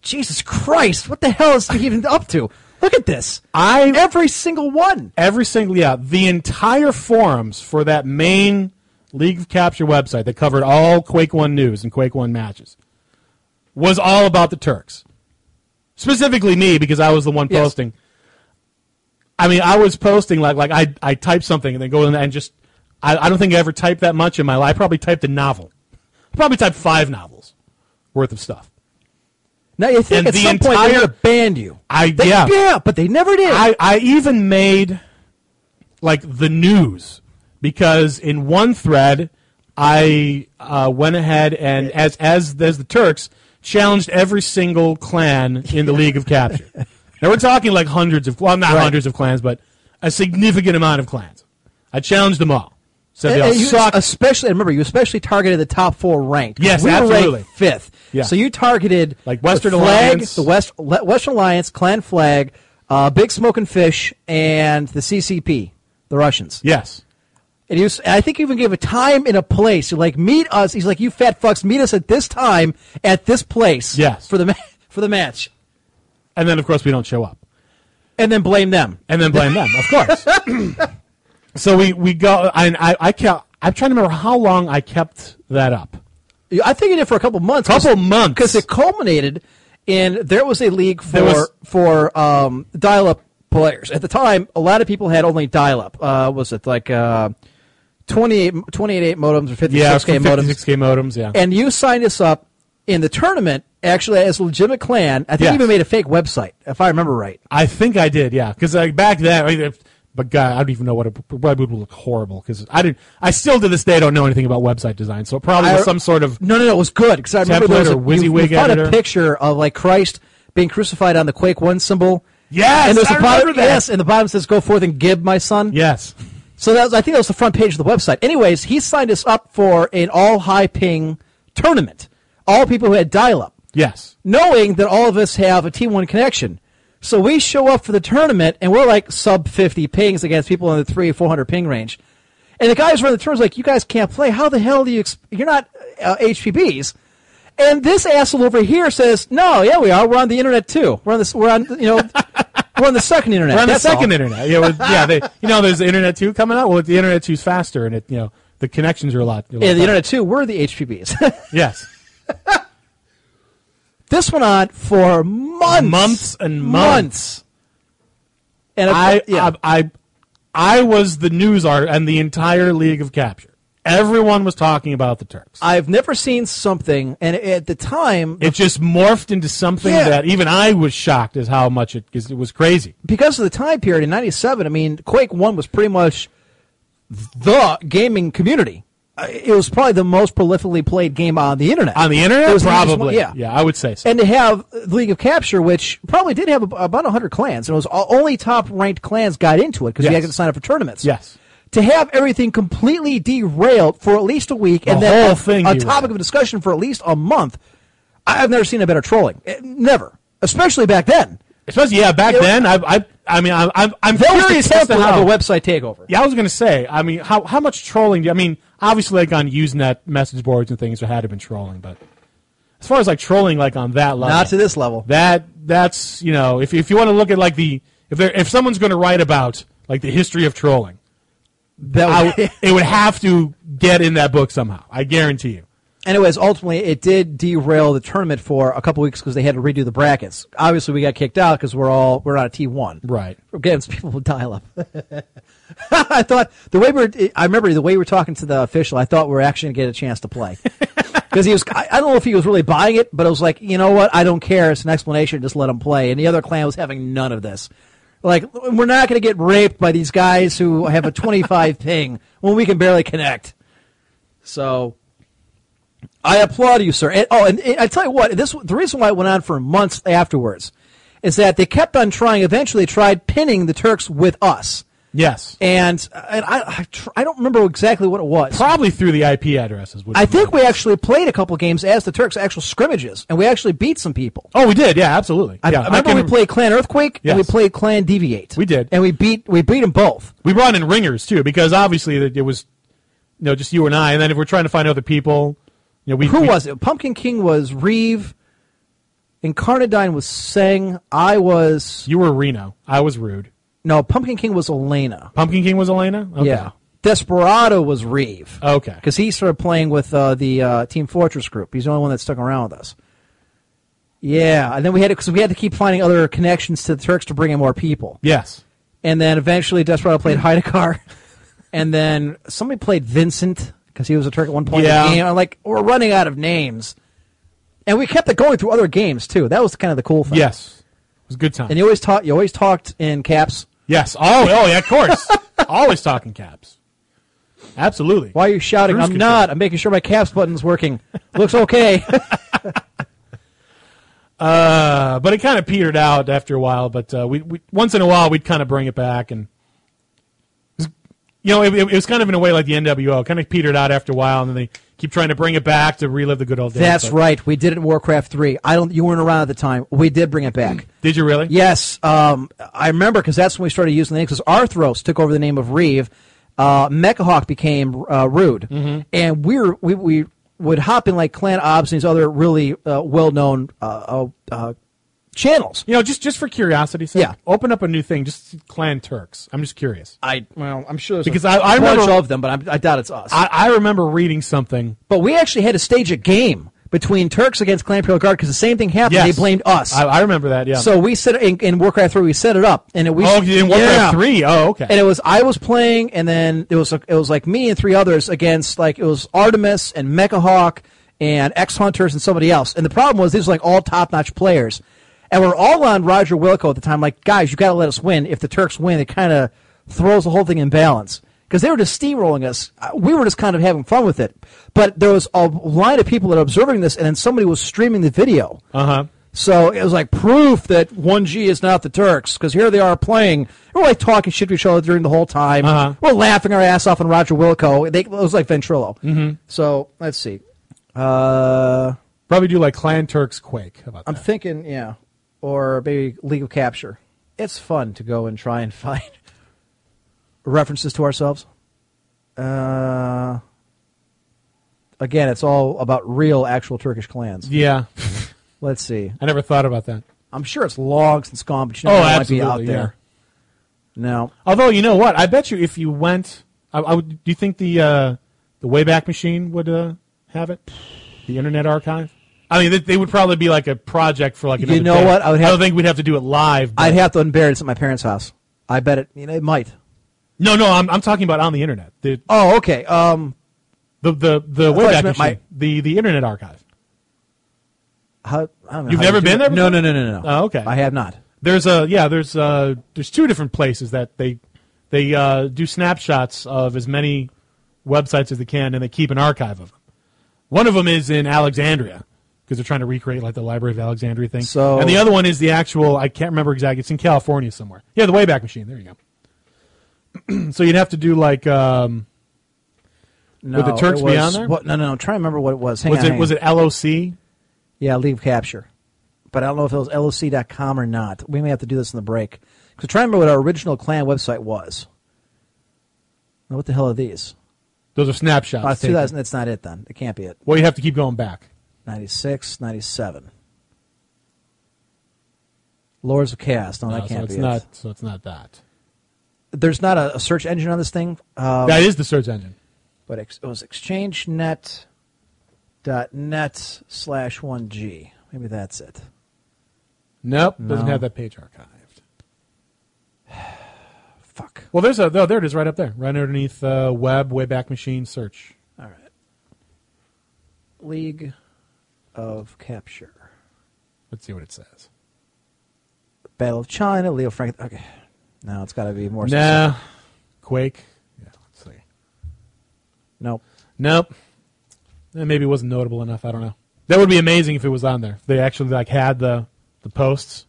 Jesus Christ, what the hell is he even up to? Look at this.
I
Every single one.
every single yeah the entire forums for that main league of capture website that covered all quake 1 news and quake 1 matches was all about the turks specifically me because i was the one
Yes.
posting i mean i was posting like like i i typed something and then go in and just I, I don't think i ever typed that much in my life i probably typed a novel i probably typed five novels worth of stuff
Now you think
And
at
the
some point they're
entire-
gonna ban you.
I-
They-
yeah.
but they never did.
I, I even made like the news because in one thread I uh, went ahead and as as as the Turks challenged every single clan in the League of Capture. Now we're talking like hundreds of well not hundreds of clans but a significant amount of clans. I challenged them all. Said they
And-
all
and Uh, you
suck.
Especially, and remember, you especially targeted the top four ranked.
Yes,
we were
absolutely.
ranked fifth.
Yeah.
So you targeted
Like Western
the flag,
Alliance.
the West Le- Western Alliance, Clan Flag, uh, Big Smoking Fish, and the CCP, the Russians.
yes.
And you, s- I think you even gave a time and a place. You're like, meet us. He's like, you fat fucks, meet us at this time at this place.
Yes.
for the ma- for the match,
And then of course we don't show up.
and then blame them.
and then blame them, of course. so we we go and I I kept I'm trying to remember how long I kept that up.
You- I think you did for a couple months.
Couple months.
because it culminated in there was a league for
There was-
for um, dial up players. At the time, a lot of people had only dial up. Uh, was it like uh, 28, 28 modems or fifty
Yeah,
six k modems?
56k modems. Yeah,
And you signed us up in the tournament actually as a legitimate clan. I think
Yes.
you even made a fake website, if I remember right.
I think I did. Yeah, because like back then, I mean, if- but God, I don't even know what it probably would look horrible because I didn't. I still to this day don't know anything about website design, so it probably was
I-
some sort of
No, no, no. It was good because I remember
Template
there was a,
or
you, you
WYSIWYG
found a
editor?
picture of like Christ being crucified on the Quake One symbol,
Yes,
and there's
I
a bottom,
remember that.
Yes, and the bottom says, "Go forth and give my son."
Yes.
So that was, I think that was the front page of the website. Anyways, he signed us up for an all high ping tournament. All people who had dial up,
Yes.
knowing that all of us have a T1 connection. So we show up for the tournament and we're like sub 50 pings against people in the three, 400 ping range. And the guys running the tournament's like, you guys can't play. How the hell do you, exp- you're not uh, HPBs. And this asshole over here says, no, yeah, we are. We're on the internet too. We're on this, we're on, you know, we're on the second internet.
We're on the
That's all.
second internet. Yeah, we're- yeah. They, you know, there's the internet two coming out. Well, the internet two's faster, and it, you know, the connections are a lot. a lot
Yeah, the
better.
internet too. We're the HPBs.
Yes.
this went on for months,
Months and
months. And of
I,
course- yeah,
I, I, I was the news art and the entire League of Capture. Everyone was talking about the Turks.
I've never seen something, and at the time,
it just morphed into something
Yeah.
that even I was shocked as how much it, 'cause it was crazy.
because of the time period in '97, I mean, Quake One was pretty much the gaming community. Uh, It was probably the most prolifically played game on the internet.
On the
It
internet,
was the easiest
probably.
one- yeah,
yeah, I would say so.
And to have the League of Capture, which probably did have ab- about 100 clans, and it was all, only top ranked clans got into it because you
Yes.
had to sign up for tournaments.
Yes.
To have everything completely derailed for at least a week and
The
then
whole
a,
thing
a
derailed.
topic of discussion for at least a month, I- I've never seen a better trolling. Eh, Never. Especially back then.
Especially, yeah, back
It-
then, I, I, I mean, I, I'm, I'm
That was
curious
the
as to
template
how
of a website takeover.
Yeah, I was gonna say. I mean, how how much trolling? Do you, I mean, obviously, like on Usenet message boards and things, there had to have been trolling. But as far as like trolling, like on that level,
Not to this level.
That that's you know, if if you want to look at like the if there if someone's gonna write about like the history of trolling, I
That was,
w- it would have to get in that book somehow. I guarantee you.
anyways, ultimately, it did derail the tournament for a couple weeks because they had to redo the brackets. Obviously, we got kicked out because we're all we're not a T one.
Right.
against people with dial up. I thought the way we were, I remember the way we were talking to the official, I thought we were actually going to get a chance to play. Because he was, I, I don't know if he was really buying it, but it was like, you know what? I don't care. It's an explanation. Just let him play. And the other clan was having none of this. Like, we're not going to get raped by these guys who have a 25 ping when we can barely connect. So I applaud you, sir. And, oh, and, and I tell you what, this the reason why it went on for months afterwards is that they kept on trying. Eventually, tried pinning the Turks with us,
Yes.
and and I I, tr- I don't remember exactly what it was.
Probably through the IP addresses. would
I
be
think
my-
we actually played a couple games as the Turks, actual scrimmages, and we actually beat some people.
Oh, we did. Yeah, absolutely.
I,
yeah,
I remember
can
we played Clan Earthquake and we
Yes.
played Clan Deviate.
We did.
and we beat we beat them both.
We brought in ringers too, because obviously that it was, you know, just you and I. And then if we're trying to find other people, you know, we
Who
we-
was it? Pumpkin King was Reeve. Incarnadine was Sang. I was
You were Reno. I was rude.
no. Pumpkin King was Elena.
Pumpkin King was Elena. Okay. Oh.
Yeah. Desperado was Reeve.
Okay.
Because he started playing with uh, the uh, Team Fortress group. He's the only one that stuck around with us. Yeah, and then we had to, cause we had to keep finding other connections to the Turks to bring in more people.
Yes.
And then eventually Desperado played
Hmm.
Haidakar. and then somebody played Vincent because he was a Turk at one point in
Yeah.
the game. I'm like, we're running out of names. And we kept it going through other games too. That was kind of the cool thing.
Yes. It was a good time.
And you always talk you always talked in caps.
yes. Oh, oh, yeah, of course. Always talking caps. Absolutely.
Why are you shouting?
Cruise
I'm
control.
not. I'm making sure my caps button's working. Looks okay.
Uh, but it kind of petered out after a while. But uh, we, we once in a while we'd kind of bring it back, and you know, it, it was kind of in a way like the NWO, kind of petered out after a while, and then they keep trying to bring it back to relive the good old days.
That's
but-
right. We did it in Warcraft 3. I don't you weren't around at the time. We did bring it back.
Did you really?
Yes, um, I remember because that's when we started using the name because Arthros took over the name of Reeve. Uh, Mechahawk became uh, Rude, and we were we we would hop in like Clan Ops and these other really uh, well known uh, uh, uh, channels.
You know, just just for curiosity's sake,
Yeah.
open up a new thing, just Clan Turks. I'm just curious.
I well, I'm sure there's
Because
a
I- I
bunch
remember-
of them, but I, I doubt it's us.
I, I remember reading something.
but we actually had to stage a game between Turks against Clan Imperial Guard because the same thing happened.
Yes.
They blamed us.
I, I remember that. Yeah.
So we set in, in Warcraft three. We set it up, and it, we
oh, in Warcraft
Yeah.
three. Oh, okay.
And it was I was playing, and then it was it was like me and three others against like it was Artemis and Mechahawk and X Hunters and somebody else. And the problem was these were like all top notch players, and we're all on Roger Wilco at the time. Like guys, you got to let us win. If the Turks win, it kind of throws the whole thing in balance because they were just steamrolling us. Uh, We were just kind of having fun with it. But there was a line of people that were observing this, and then somebody was streaming the video.
uh huh.
So it was like proof that 1G is not the Turks because here they are playing. We're like talking shit to each other during the whole time.
Uh-huh.
We're laughing our ass off on Roger Wilco. They, it was like Ventrilo. Mm-hmm. So let's see. Uh,
Probably do like Clan Turks Quake. How about
I'm
that?
thinking, yeah, or maybe League of Capture. It's fun to go and try and find references to ourselves. Uh, again, it's all about real, actual Turkish clans.
yeah.
Let's see.
I never thought about that.
I'm sure it's long since gone, but you know
Oh,
it might be out
absolutely,
there. No,
Although you know what, I bet you if you went, I, I would, do you think the uh, the Wayback Machine would uh, have it? The Internet Archive. I mean, they, they would probably be like a project for like.
You
Another
know
day.
what? I would have-
don't think we'd have to do it live. but-
I'd have to unbury this at my parents' house. I bet it. You know, it might.
no, no, I'm, I'm talking about on the internet. The
Oh, okay. Um,
the the, the
you
Wayback Machine,
meant my-
the the Internet Archive.
how, I don't know.
You've
how you
never
do
been
it.
there
No, no,
before?
no, no, no.
Oh, okay.
I have not.
There's a yeah. There's uh there's two different places that they they uh, do snapshots of as many websites as they can, and they keep an archive of them. One of them is in Alexandria because they're trying to recreate like the Library of Alexandria thing.
So-
and the other one is the actual I can't remember exactly. It's in California somewhere. Yeah, the Wayback Machine. There you go. so you'd have to do like um,
No,
the Turks
it
be
was,
on there?
What, no, no, no. I'm trying to remember what it was. Hang
was
on,
it
hang
was
on.
it LOC?
Yeah, leave capture. But I don't know if it was LOC.com or not. We may have to do this in the break. Because I'm trying to remember what our original clan website was. Now, what the hell are these?
Those are snapshots.
Oh, it's
taken.
2000. That's not it then. It can't be it.
Well, you have to keep going back.
96, 97. Lords of Chaos. No,
No,
Oh, that
Uh, so
can't
it's
be
not. So it's not that.
it. There's not a, a search engine on this thing. Uh,
that is the search engine.
but ex- it was exchangenet.net slash 1G. Maybe that's it.
Nope, doesn't
No.
have that page archived.
Fuck.
Well, there's a oh, there it is right up there, right underneath uh, web wayback machine search.
All right. League of Capture.
Let's see what it says.
Battle of China, Leo Frank. Okay. No, it's got to be more.
Nah, Quake. Yeah, let's see.
Nope.
Nope. Eh, maybe it wasn't notable enough. I don't know. That would be amazing if it was on there. If they actually like had the the posts.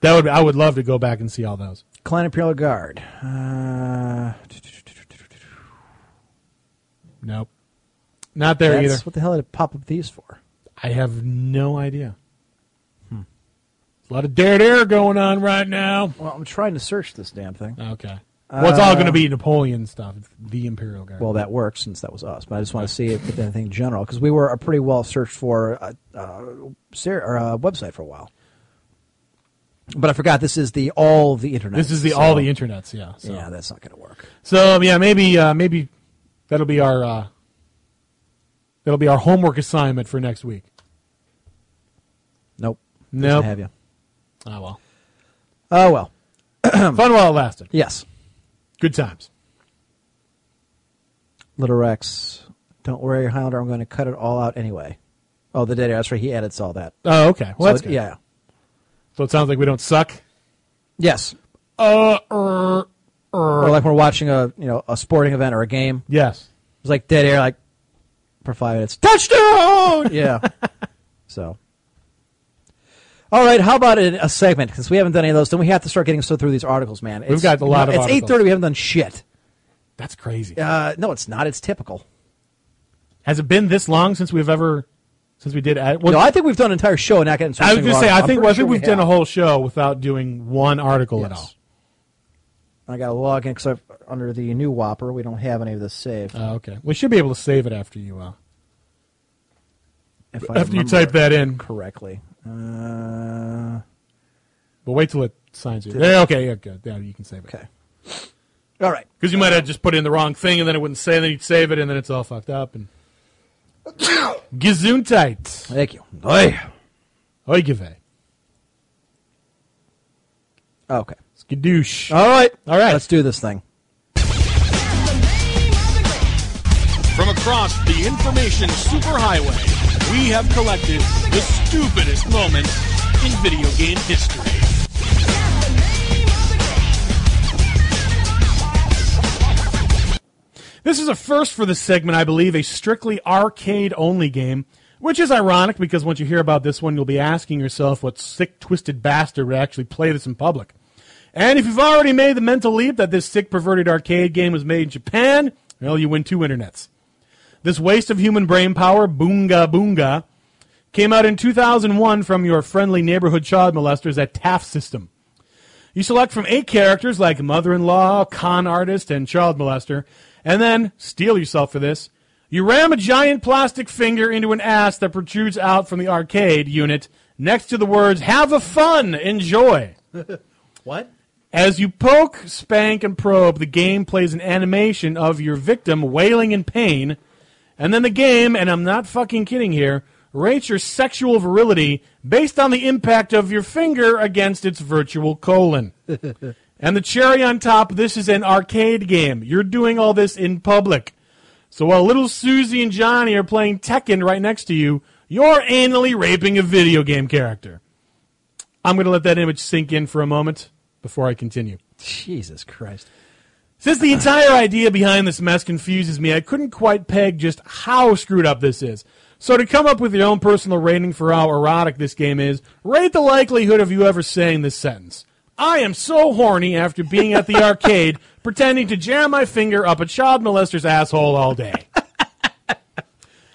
That would I would love to go back and see all those.
Clan Imperial Guard. Uh,
Nope, not there
that's-
either.
What the hell did it pop up these for?
I have no idea. Hmm. A lot of dead air going on right now.
Well, I'm trying to search this damn thing.
Okay. well, it's all going to be Napoleon stuff. It's the Imperial Guard.
Um, Well, that works since that was us, but I just want to see if it's anything general because we were a pretty well searched for uh, uh, ser- or, uh, website for a while. But I forgot this is the all the internet.
This is the
so-
all the internets, yeah. So.
Yeah, that's not going to work.
So yeah, maybe uh, maybe that'll be our uh, that'll be our homework assignment for next week.
Nope. Doesn't
Nope.
Have you?
Oh well,
Oh well.
fun while it lasted.
Yes.
Good times.
Little Rex, don't worry, Highlander. I'm going to cut it all out anyway. Oh, the dead. That's right. He edits all that.
Oh okay, well
So
that's
it-
good.
yeah.
So it sounds like we don't suck.
Yes.
Uh, er,
Or like we're watching a you know a sporting event or a game.
yes.
It's like dead air, like for five minutes. Touchdown! yeah. So. All right. How about a, a segment? Since we haven't done any of those, then we have to start getting so through these articles, man. It's,
got a lot of
It's
articles.
eight thirty. We haven't done shit.
That's crazy.
Uh, no, it's not. It's typical.
Has it been this long since we've ever since we did? Ad- well,
No, I think we've done an entire show and not getting.
I was going to say I think, well, I
was
think we've done a whole show without doing one article at all.
I got to log in because under the new Whopper, we don't have any of this saved.
Oh, okay, we should be able to save it after you uh,
if I
after you
remember
type that in.
correctly. Uh,
But wait till it signs you. Yeah, okay, yeah, good. Yeah, you can save it.
okay. All right.
Because you might have just put in the wrong thing, and then it wouldn't say, and then you'd save it, and then it's all fucked up. And Gesundheit.
Thank you. Oy.
Oigive.
Okay.
Skadoosh.
All right.
All right.
Let's do this thing.
From across the information superhighway, we have collected the stupidest moments in video game history.
This is a first for this segment, I believe, a strictly arcade only game Which is ironic because once you hear about this one, you'll be asking yourself what sick, twisted bastard would actually play this in public. And if you've already made the mental leap that this sick, perverted arcade game was made in Japan, well, you win two internets. This waste of human brain power, Boonga Boonga, came out in 2001 from your friendly neighborhood child molesters at Taft System. You select from eight characters like mother in law, con artist, and child molester, and then, steal yourself for this, you ram a giant plastic finger into an ass that protrudes out from the arcade unit next to the words, Have a fun, enjoy.
What?
As you poke, spank, and probe, the game plays an animation of your victim wailing in pain, and then the game, and I'm not fucking kidding here, rates your sexual virility based on the impact of your finger against its virtual colon. and the cherry on top, this is an arcade game. You're doing all this in public. So while little Susie and Johnny are playing Tekken right next to you, you're anally raping a video game character. I'm going to let that image sink in for a moment before I continue.
Jesus Christ.
Since the entire idea behind this mess confuses me, I couldn't quite peg just how screwed up this is. So to come up with your own personal rating for how erotic this game is, rate the likelihood of you ever saying this sentence. I am so horny after being at the arcade pretending to jam my finger up a child molester's asshole all day.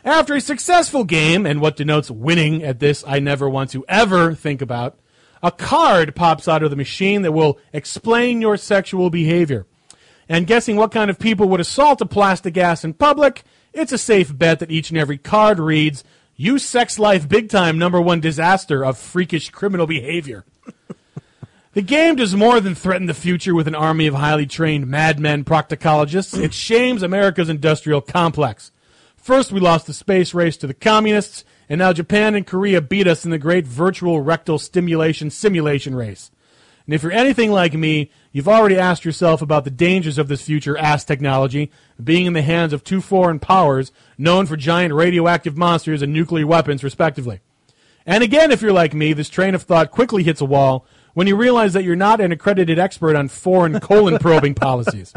After a successful game, and what denotes winning at this I never want to ever think about, a card pops out of the machine that will explain your sexual behavior. And guessing what kind of people would assault a plastic ass in public, it's a safe bet that each and every card reads, You Sex Life Big Time Number One Disaster of Freakish Criminal Behavior. The game does more than threaten the future with an army of highly trained madmen proctologists. It shames America's industrial complex. First, we lost the space race to the communists, and now Japan and Korea beat us in the great virtual rectal stimulation simulation race. And if you're anything like me, you've already asked yourself about the dangers of this future ass technology being in the hands of two foreign powers known for giant radioactive monsters and nuclear weapons, respectively. And again, if you're like me, this train of thought quickly hits a wall when you realize that you're not an accredited expert on foreign colon probing policies.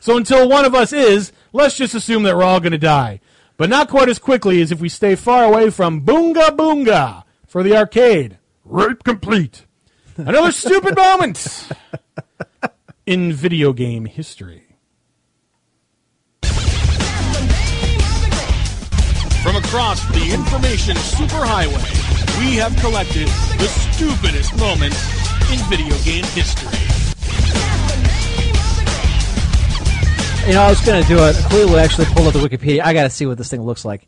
So until one of us is, let's just assume that we're all going to die. But not quite as quickly as if we stay far away from Boonga Boonga for the arcade. Rape complete. Another stupid moment in video game history.
From across the information superhighway, we have collected the stupidest moments in video game history.
You know, I was going to do it. Clearly, actually pulled up the Wikipedia. I got to see what this thing looks like.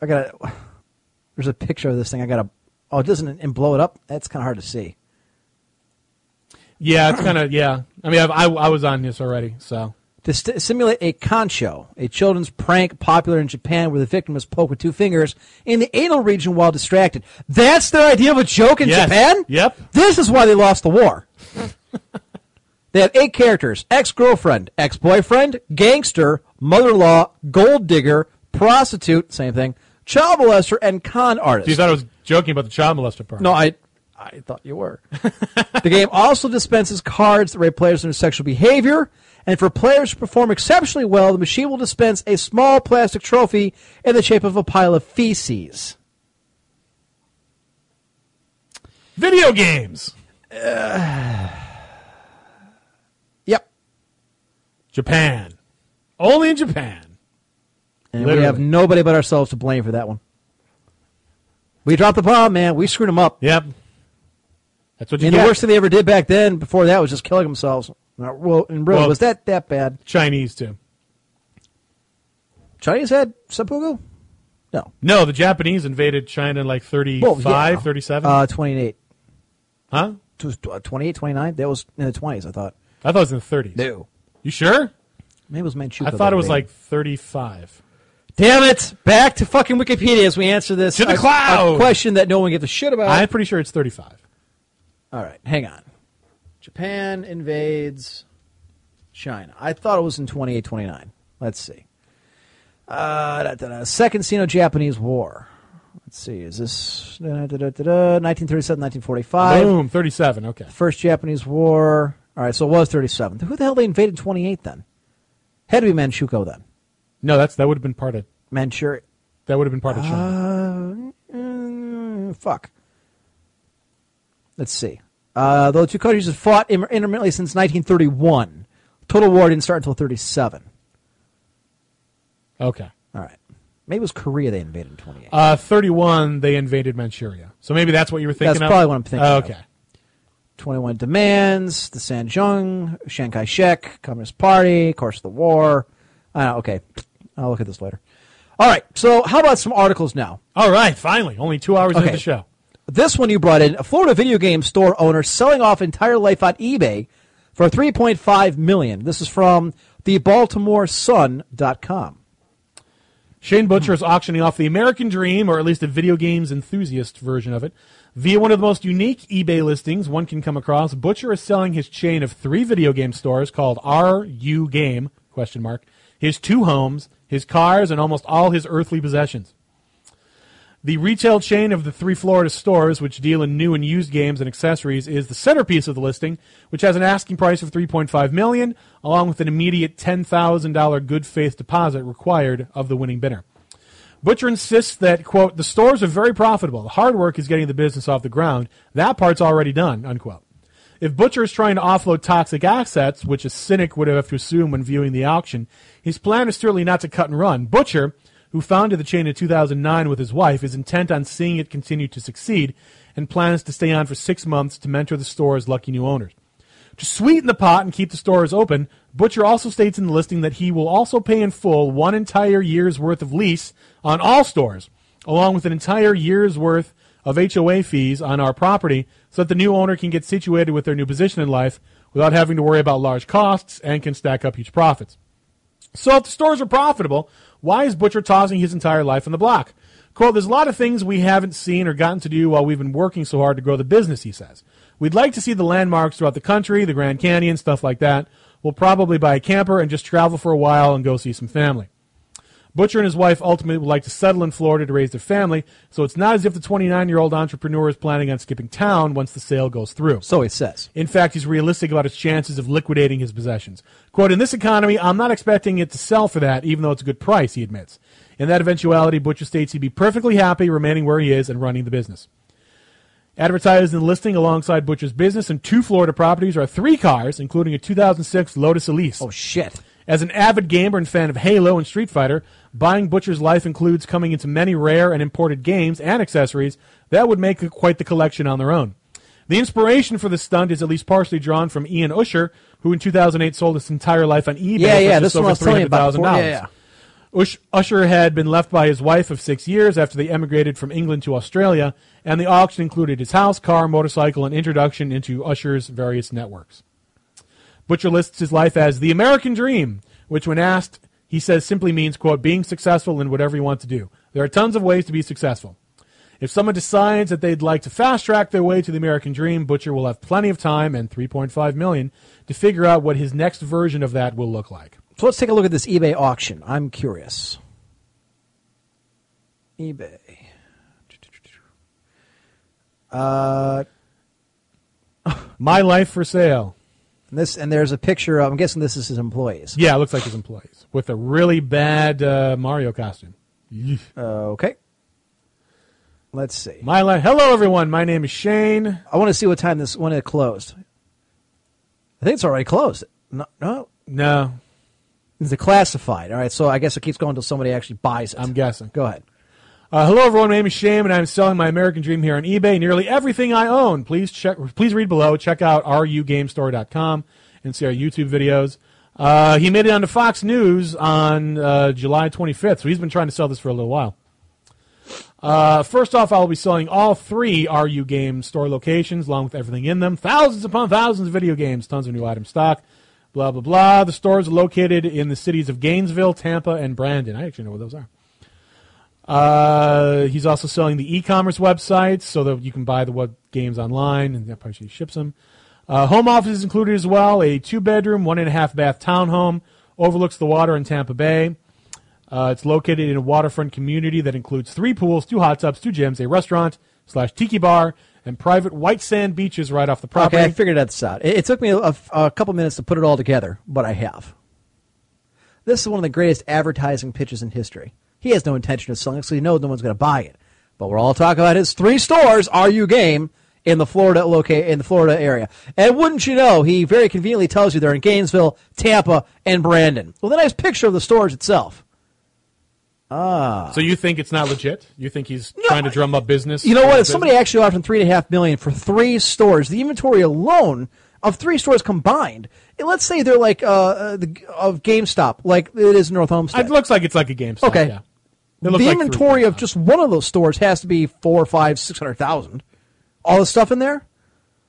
I got to. There's a picture of this thing. I got to. Oh, it doesn't and blow it up. That's kind of hard to see.
Yeah, it's kind of yeah. I mean, I've, I I was on this already, so
To st- simulate a concho, a children's prank popular in Japan where the victim is poked with two fingers in the anal region while distracted. That's their idea of a joke in
Yes.
Japan?
Yep.
This is why they lost the war. they have eight characters ex girlfriend, ex boyfriend, gangster, mother in law, gold digger, prostitute, same thing, child molester, and con artist.
you thought I was joking about the child molester part.
No, I I thought you were. the game also dispenses cards that rate players in their sexual behavior, and for players who perform exceptionally well, the machine will dispense a small plastic trophy in the shape of a pile of feces.
video games.
Yep.
Japan, only in Japan.
And we
Literally.
have nobody but ourselves to blame for that one. We dropped the bomb, man. We screwed them up.
Yep, that's what you
and
get.
the worst thing they ever did back then, before that, was just killing themselves. Not- Well, and really,
Well-
was that that bad?
Chinese too.
Chinese had seppuku? No.
No, the Japanese invaded China in like 35,
Well, yeah.
37.
Uh, 28.
huh?
It was tw- uh, 28, 29? That was in the 20s, I thought.
I thought it was in the 30s.
No.
You sure?
Maybe it was Manchukuo.
I thought it was
baby.
like 35.
Damn it! Back to fucking Wikipedia as we answer this.
To the
a- a
cloud!
question that no one gives a shit about.
I'm pretty sure it's 35.
All right, hang on. Japan invades China. I thought it was in 28, 29. Let's see. Uh, da, da, da. Second Sino Japanese War. Let's see. Is this da, da, da, da, da, 1937, 1945?
Boom, 37. Okay.
First Japanese War. All right, so it was 37. Who the hell they invaded 28 then? Had to be Manchukuo then.
No, that's that would have been part of
Manchuria.
That would have been part of China.
Mm, fuck. Let's see. Uh, though the two countries had fought im- intermittently since 1931. Total war didn't start until 37. Ah.
okay.
All right. Maybe it was Korea they invaded in 28.
Uh, 31, they invaded Manchuria. So maybe that's what you were thinking
That's
of?
probably what I'm thinking of.
Okay.
21 demands, the Sanjung, Chiang Kai shek, Communist Party, course of the war. Uh, okay. I'll look at this later. All right. So, how about some articles now?
All right, finally. Only two hours into
Okay.
the show.
This one you brought in a Florida video game store owner selling off entire life on eBay for 3.5 million. This is from the baltimoresun.com.
Shane Butcher is auctioning off the American Dream, or at least a video games enthusiast version of it, via one of the most unique eBay listings one can come across. Butcher is selling his chain of three video game stores called RU Game question mark, his two homes, his cars, and almost all his earthly possessions. The retail chain of the three Florida stores, which deal in new and used games and accessories, is the centerpiece of the listing, which has an asking price of 3.5 million, along with an immediate $10,000 good faith deposit required of the winning bidder. Butcher insists that, quote, the stores are very profitable. The hard work is getting the business off the ground. That part's already done, unquote. If Butcher is trying to offload toxic assets, which a cynic would have to assume when viewing the auction, his plan is certainly not to cut and run. Butcher, who founded the chain in 2009 with his wife, is intent on seeing it continue to succeed and plans to stay on for six months to mentor the store's lucky new owners. To sweeten the pot and keep the stores open, Butcher also states in the listing that he will also pay in full one entire year's worth of lease on all stores, along with an entire year's worth of HOA fees on our property so that the new owner can get situated with their new position in life without having to worry about large costs and can stack up huge profits. So if the stores are profitable, why is Butcher tossing his entire life on the block? Quote, there's a lot of things we haven't seen or gotten to do while we've been working so hard to grow the business, he says. We'd like to see the landmarks throughout the country, the Grand Canyon, stuff like that. We'll probably buy a camper and just travel for a while and go see some family. Butcher and his wife ultimately would like to settle in Florida to raise their family, so it's not as if the 29 year old entrepreneur is planning on skipping town once the sale goes through.
So it says.
In fact, he's realistic about his chances of liquidating his possessions. Quote, in this economy, I'm not expecting it to sell for that, even though it's a good price, he admits. In that eventuality, Butcher states he'd be perfectly happy remaining where he is and running the business. Advertised in the listing alongside Butcher's business and two Florida properties are three cars, including a 2006 Lotus Elise.
Oh, shit.
As an avid gamer and fan of Halo and Street Fighter, buying Butcher's life includes coming into many rare and imported games and accessories that would make quite the collection on their own. The inspiration for this stunt is at least partially drawn from Ian Usher, who in 2008 sold his entire life on eBay
Yeah,
for
yeah,
just
this one
over
I was telling you about.
$300,000.
Yeah, yeah.
Ush- Usher had been left by his wife of six years after they emigrated from England to Australia, and the auction included his house, car, motorcycle, and introduction into Usher's various networks. Butcher lists his life as the American dream, which, when asked, he says simply means, quote, being successful in whatever you want to do. There are tons of ways to be successful. If someone decides that they'd like to fast track their way to the American dream, Butcher will have plenty of time and 3.5 million to figure out what his next version of that will look like.
So let's take a look at this eBay auction. I'm curious. eBay. Uh,
My life for sale.
and this and there's a picture. Of, I'm guessing this is his employees.
Yeah, it looks like his employees with a really bad uh, Mario costume. Yeesh.
Uh, Okay. Let's see.
My life. Hello, everyone. My name is Shane.
I want to see what time this when it closed. I think it's already closed. No, no,
No,
it's a classified. All right, so I guess it keeps going until somebody actually buys it.
I'm guessing.
Go ahead.
Uh, hello, everyone. My name is Shane, and I'm selling my American Dream here on eBay. Nearly everything I own. Please check. Please read below. Check out rugamestore.com and see our YouTube videos. Uh, he made it onto Fox News on uh, July 25th, so he's been trying to sell this for a little while. Uh, first off, I'll be selling all three RU Games store locations, along with everything in them. Thousands upon thousands of video games, tons of new item stock, blah, blah, blah. The stores are located in the cities of Gainesville, Tampa, and Brandon. I actually know where those are. Uh, he's also selling the e-commerce websites so that you can buy the web games online, and that probably ships them. Uh, home office is included as well. A two-bedroom, one and a half bath townhome overlooks the water in Tampa Bay. Uh, it's located in a waterfront community that includes three pools, two hot tubs, two gyms, a restaurant slash tiki bar, and private white sand beaches right off the property.
Okay, I figured that this out. It, it took me a, a couple minutes to put it all together, but I have. This is one of the greatest advertising pitches in history. He has no intention of selling it, so he knows no one's going to buy it. But we're all talking about his three stores. Are you game? In the Florida loca- in the Florida area, and wouldn't you know, he very conveniently tells you they're in Gainesville, Tampa, and Brandon. Well, then nice picture of the stores itself.
So you think it's not legit? You think he's trying to drum up business?
You know what? If somebody actually offered three and a half million for three stores, the inventory alone of three stores combined, and let's say they're like uh, uh, the, of GameStop, like it is in North Homestead.
It looks like it's like a game. Stop,
Okay.
Yeah. It
the
looks like three
inventory of
point
just one of those stores has to be four, five, six hundred thousand. All the stuff in there,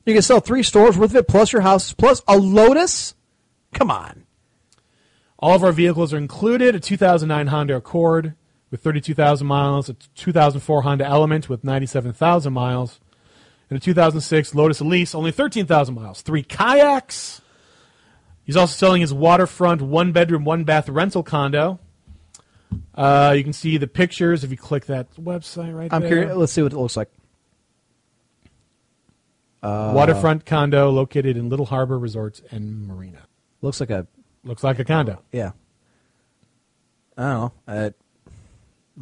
you can sell three stores worth of it, plus your house, plus a Lotus. Come on,
five. All of our vehicles are included: a 2009 Honda Accord with 32,000 miles, a 2004 Honda Element with 97,000 miles, and a 2006 Lotus Elise only 13,000 miles. Three kayaks. He's also selling his waterfront one-bedroom, one-bath rental condo. Uh, you can see the pictures if you click that website right
I'm
there.
curious. Let's see what it looks like.
Waterfront condo located in Little Harbor Resorts and Marina.
Looks like a
Looks like a condo.
yeah. I don't know. I, I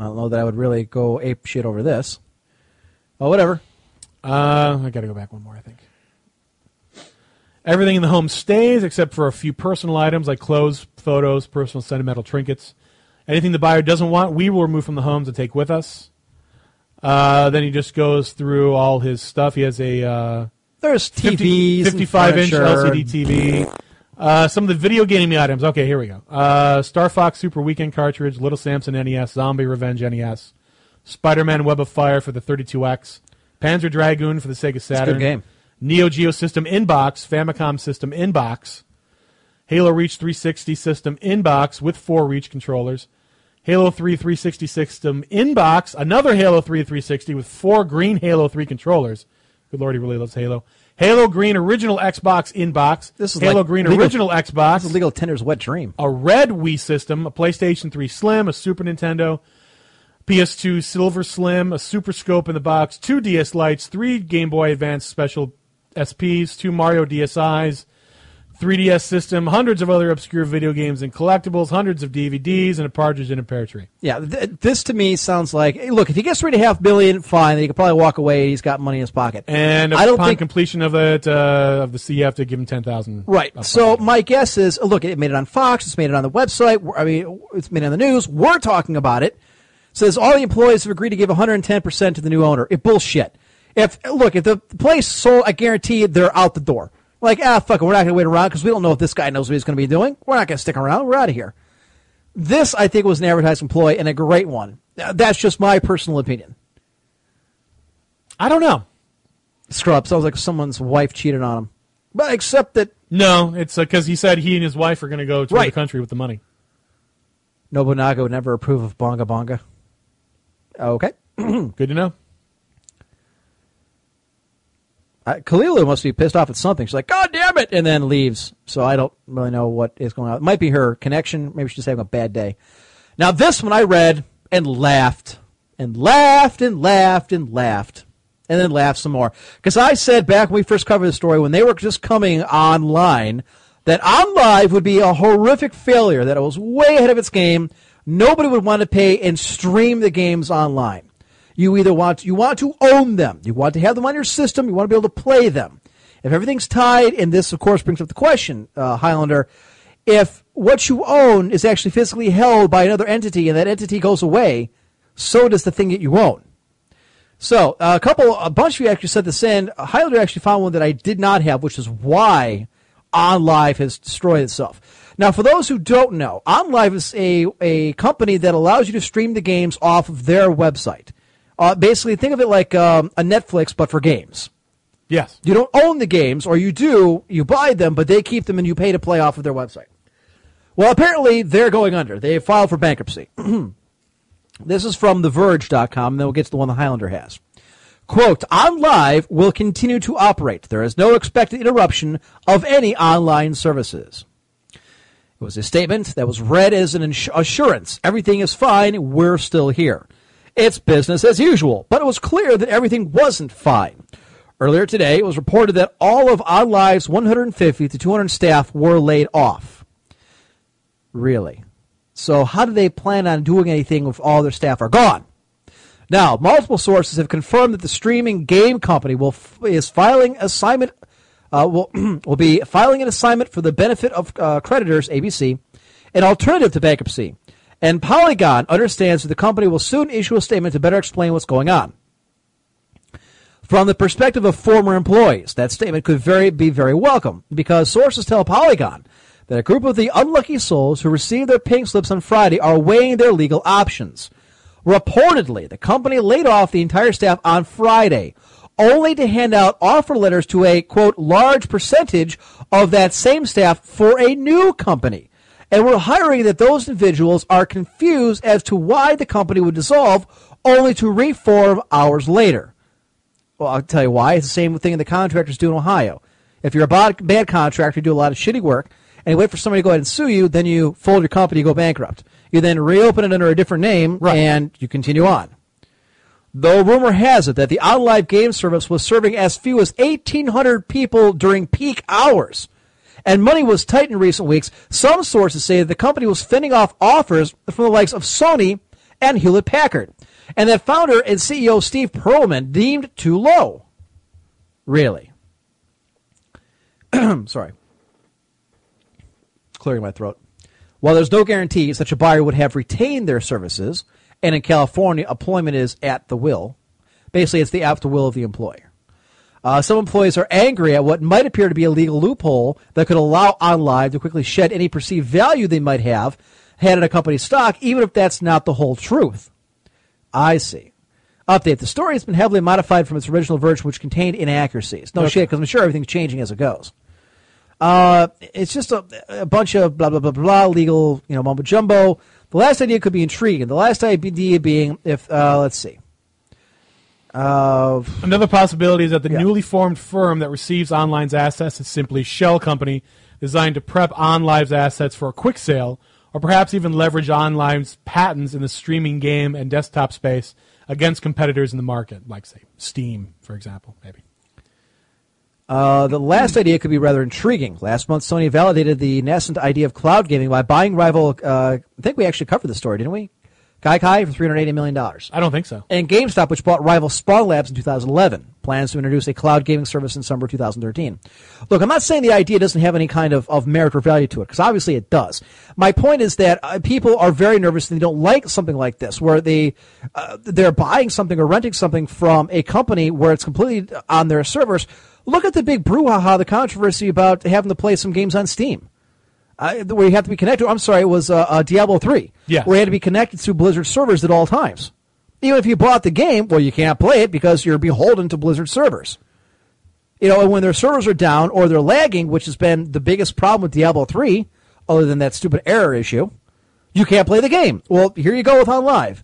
don't know that I would really go ape shit over this. Oh, whatever.
Uh, I got to go back one more, I think. Everything in the home stays except for a few personal items like clothes, photos, personal sentimental trinkets. Anything the buyer doesn't want, we will remove from the homes and take with us. Uh, then he just goes through all his stuff. He has a uh,
There's
50
TVs,
55 inch LCD
LCD.
TV. Uh, some of the video gaming items. Okay, here we go. Uh, Star Fox Super Weekend cartridge, Little Samson NES, Zombie Revenge NES, Spider Man Web of Fire for the 32X, Panzer Dragoon for the Sega Saturn,
game.
Neo Geo System Inbox, Famicom System Inbox, Halo Reach 360 System Inbox with four Reach controllers, Halo 3 360 System Inbox, another Halo 3 360 with four green Halo 3 controllers. Good lord, he really loves Halo. Halo Green Original Xbox Inbox.
This is
Halo
like
Green
legal-
Original Xbox.
This is legal tender's wet dream.
a red Wii system, a PlayStation 3 Slim, a Super Nintendo, PS2 Silver Slim, a Super Scope in the box, two DS Lights, three Game Boy Advance Special SPs, two Mario DSIs, 3DS system, hundreds of other obscure video games and collectibles, hundreds of DVDs, and a partridge in a pear tree.
Yeah, th- this to me sounds like hey, look. If he gets three and a half billion, fine. Then he could probably walk away. He's got money in his pocket.
And
I
upon
don't think
completion of it uh, of the C, you have to give him ten thousand.
right. So my guess is, oh, look, it made it on Fox. It's made it on the website. we're- I mean, it's made it on the news. We're talking about it. Says all the employees have agreed to give 110 percent to the new owner. It bullshit. If look, if the place sold, I guarantee they're out the door. Like ah, fuck it, we're not gonna wait around because we don't know if this guy knows what he's gonna be doing. We're not gonna stick around. We're out of here. This I think was an advertising ploy and a great one. Th- That's just my personal opinion.
I don't know.
scrub. Sounds like someone's wife cheated on him. But except that
No, it's because he said he and his wife are going to go to the
Right.
country with the money.
Nobunaga would never approve of Bonga Bonga. Okay.
Good to know.
Uh, Kalilu must be pissed off at something. She's like, God damn it! And then leaves. So I don't really know what is going on. It might be her connection. Maybe she's just having a bad day. Now, this one I read and laughed and laughed and laughed and laughed and then laughed some more. Because I said back when we first covered the story, when they were just coming online, that on live would be a horrific failure, that it was way ahead of its game. Nobody would want to pay and stream the games online. You either want you want to own them, you want to have them on your system, you want to be able to play them. If everything's tied, and this of course brings up the question, uh, Highlander, if what you own is actually physically held by another entity and that entity goes away, so does the thing that you own. So uh, a couple, a bunch of you actually said this in. Highlander actually found one that I did not have, which is why On Live has destroyed itself. Now, for those who don't know, On Live is a, a company that allows you to stream the games off of their website. Uh, basically, think of it like um, a Netflix, but for games.
Yes.
You don't own the games, or you do, you buy them, but they keep them and you pay to play off of their website. Well, apparently they're going under. They filed for bankruptcy. this is from TheVerge.com, and then we'll get to the one the Highlander has. Quote, on live will continue to operate. There is no expected interruption of any online services. It was a statement that was read as an ins- assurance. Everything is fine. We're still here. It's business as usual, but it was clear that everything wasn't fine. Earlier today, it was reported that all of Odd Live's 150 to 200 staff were laid off. Really? So how do they plan on doing anything if all their staff are gone? Now, multiple sources have confirmed that the streaming game company will f- is filing assignment uh, will will be filing an assignment for the benefit of uh, creditors ABC, an alternative to bankruptcy. And Polygon understands that the company will soon issue a statement to better explain what's going on. From the perspective of former employees, that statement could very be very welcome because sources tell Polygon that a group of the unlucky souls who received their pink slips on Friday are weighing their legal options. Reportedly, the company laid off the entire staff on Friday, only to hand out offer letters to a quote large percentage of that same staff for a new company. And we're hiring that those individuals are confused as to why the company would dissolve only to reform hours later. Well, I'll tell you why. It's the same thing the contractors do in Ohio. If you're a bod- bad contractor, you do a lot of shitty work, and you wait for somebody to go ahead and sue you, then you fold your company, you go bankrupt. You then reopen it under a different name, and you continue on. Though rumor has it that the OnLive game service was serving as few as 1,800 people during peak hours, and money was tight in recent weeks, some sources say that the company was fending off offers from the likes of Sony and Hewlett Packard, and that founder and CEO Steve Perlman deemed too low. Really? Sorry. Clearing my throat. While there's no guarantee such a buyer would have retained their services, and in California, employment is at the will. Basically, it's the at the will of the employer. Uh, some employees are angry at what might appear to be a legal loophole that could allow OnLive to quickly shed any perceived value they might have had in a company's stock, even if that's not the whole truth. I see. Update. The story has been heavily modified from its original version, which contained inaccuracies. No shit, shit, because I'm sure everything's changing as it goes. Uh, it's just a, a bunch of blah blah blah blah legal, you know, mumbo jumbo. The last idea could be intriguing. The last idea being if uh, let's see, uh,
Another possibility is that the newly formed firm that receives Online's assets is simply a shell company designed to prep OnLive's assets for a quick sale, or perhaps even leverage OnLive's patents in the streaming game and desktop space against competitors in the market, like say Steam, for example, maybe.
Uh, the last idea could be rather intriguing. Last month, Sony validated the nascent idea of cloud gaming by buying rival. Uh, I think we actually covered the story, didn't we? Gaikai for three hundred eighty million dollars.
I don't think so.
And GameStop, which bought rival Spawn Labs in 2011, plans to introduce a cloud gaming service in summer 2013. Look, I'm not saying the idea doesn't have any kind of, of merit or value to it, because obviously it does. My point is that uh, people are very nervous and they don't like something like this, where they uh, they're buying something or renting something from a company where it's completely on their servers. Look at the big brouhaha, the controversy about having to play some games on Steam uh, where you have to be connected. I'm sorry, it was uh, uh, Diablo three.
Yes.
where you had to be connected to Blizzard servers at all times. Even if you bought the game, well, you can't play it because you're beholden to Blizzard servers. You know, and when their servers are down or they're lagging, which has been the biggest problem with Diablo three, other than that stupid error issue, you can't play the game. Well, here you go with on live.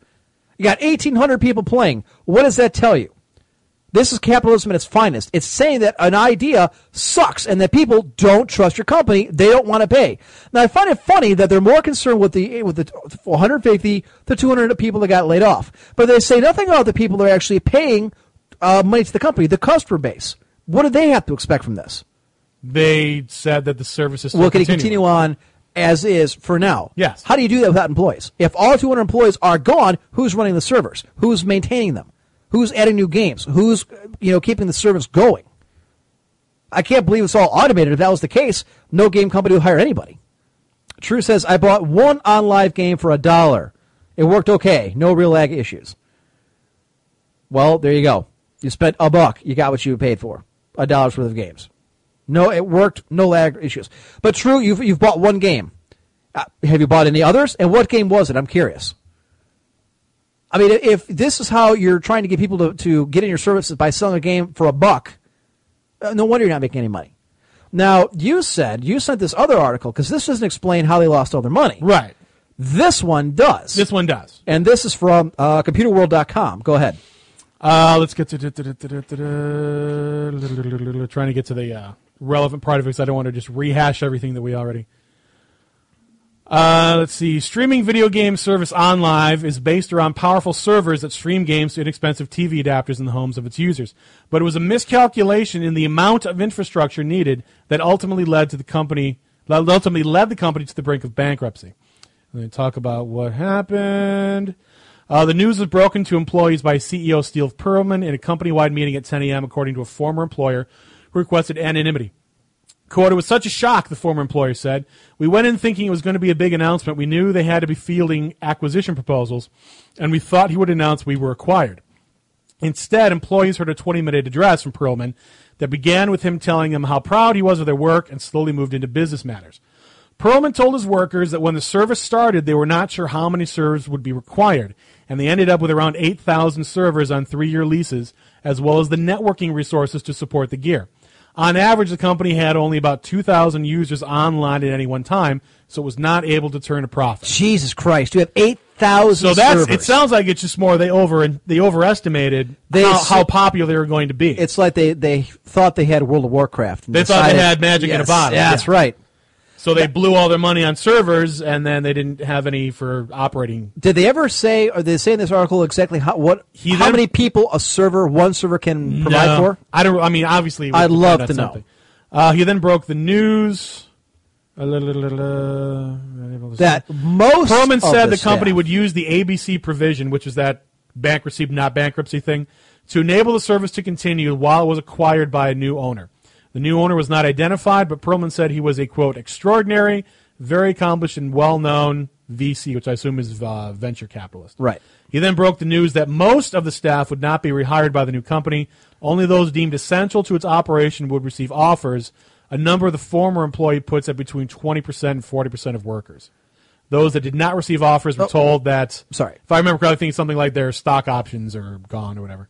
You got 1,800 people playing. What does that tell you? This is capitalism at its finest. It's saying that an idea sucks and that people don't trust your company. They don't want to pay. Now I find it funny that they're more concerned with the with the 150 to 200 people that got laid off, but they say nothing about the people that are actually paying uh, money to the company, the customer base. What do they have to expect from this?
They said that the service is still
Will it
continuing.
continue on as is for now?
Yes.
How do you do that without employees? If all 200 employees are gone, who's running the servers? Who's maintaining them? Who's adding new games? Who's you know keeping the service going? I can't believe it's all automated. If that was the case, no game company would hire anybody. True says I bought one on live game for a dollar. It worked okay. No real lag issues. Well, there you go. You spent a buck. You got what you paid for. A dollar's worth of games. No, it worked. No lag issues. But true, you've you've bought one game. Uh, have you bought any others? And what game was it? I'm curious. I mean, if this is how you're trying to get people to, to get in your services by selling a game for a buck, uh, no wonder you're not making any money. Now, you said you sent this other article because this doesn't explain how they lost all their money.
Right.
This one does.
This one does.
and this is from uh, computerworld.com. Go ahead.
Uh, let's get to trying to get to the uh, relevant part of it because I don't want to just rehash everything that we already. Uh, let's see. Streaming video game service OnLive is based around powerful servers that stream games to inexpensive TV adapters in the homes of its users. But it was a miscalculation in the amount of infrastructure needed that ultimately led to the company that ultimately led the company to the brink of bankruptcy. And they talk about what happened. Uh, the news was broken to employees by CEO Steve Perlman in a company wide meeting at 10 a.m., according to a former employer who requested anonymity. Quote, it was such a shock, the former employer said. We went in thinking it was going to be a big announcement. We knew they had to be fielding acquisition proposals, and we thought he would announce we were acquired. Instead, employees heard a 20 minute address from Perlman that began with him telling them how proud he was of their work and slowly moved into business matters. Perlman told his workers that when the service started, they were not sure how many servers would be required, and they ended up with around 8,000 servers on three year leases, as well as the networking resources to support the gear. On average, the company had only about 2,000 users online at any one time, so it was not able to turn a profit.
Jesus Christ, you have eight thousand.
So that's it. Sounds like it's just more they over and they overestimated
They
how,
assu-
how popular they were going to be.
It's like they, they thought they had World of Warcraft. and
They thought they
decided-
had Magic in a
Yes,
bottle.
yeah, that's
Yeah.
right.
so they blew all their money on servers, and then they didn't have any for operating.
Did they ever say, or they say in this article exactly how what
He
how
then-
many people a server one server can provide
No.
for?
I don't. I mean, obviously, we
I'd
can
love
find out
to know.
something. Uh, he then broke the news. Uh, la- la- la- la-
That most
Perlman
of
said
the
the company
staff-
would use the ABC provision, which is that bankruptcy, not bankruptcy thing, to enable the service to continue while it was acquired by a new owner. The new owner was not identified, but Perlman said he was a quote extraordinary, very accomplished, and well-known VC, which I assume is uh, venture capitalist.
Right.
He then broke the news that most of the staff would not be rehired by the new company. Only those deemed essential to its operation would receive offers. A number the former employee puts at between 20% and 40% of workers. Those that did not receive offers were told that.
Sorry.
If I remember correctly, I think something like their stock options are gone or whatever.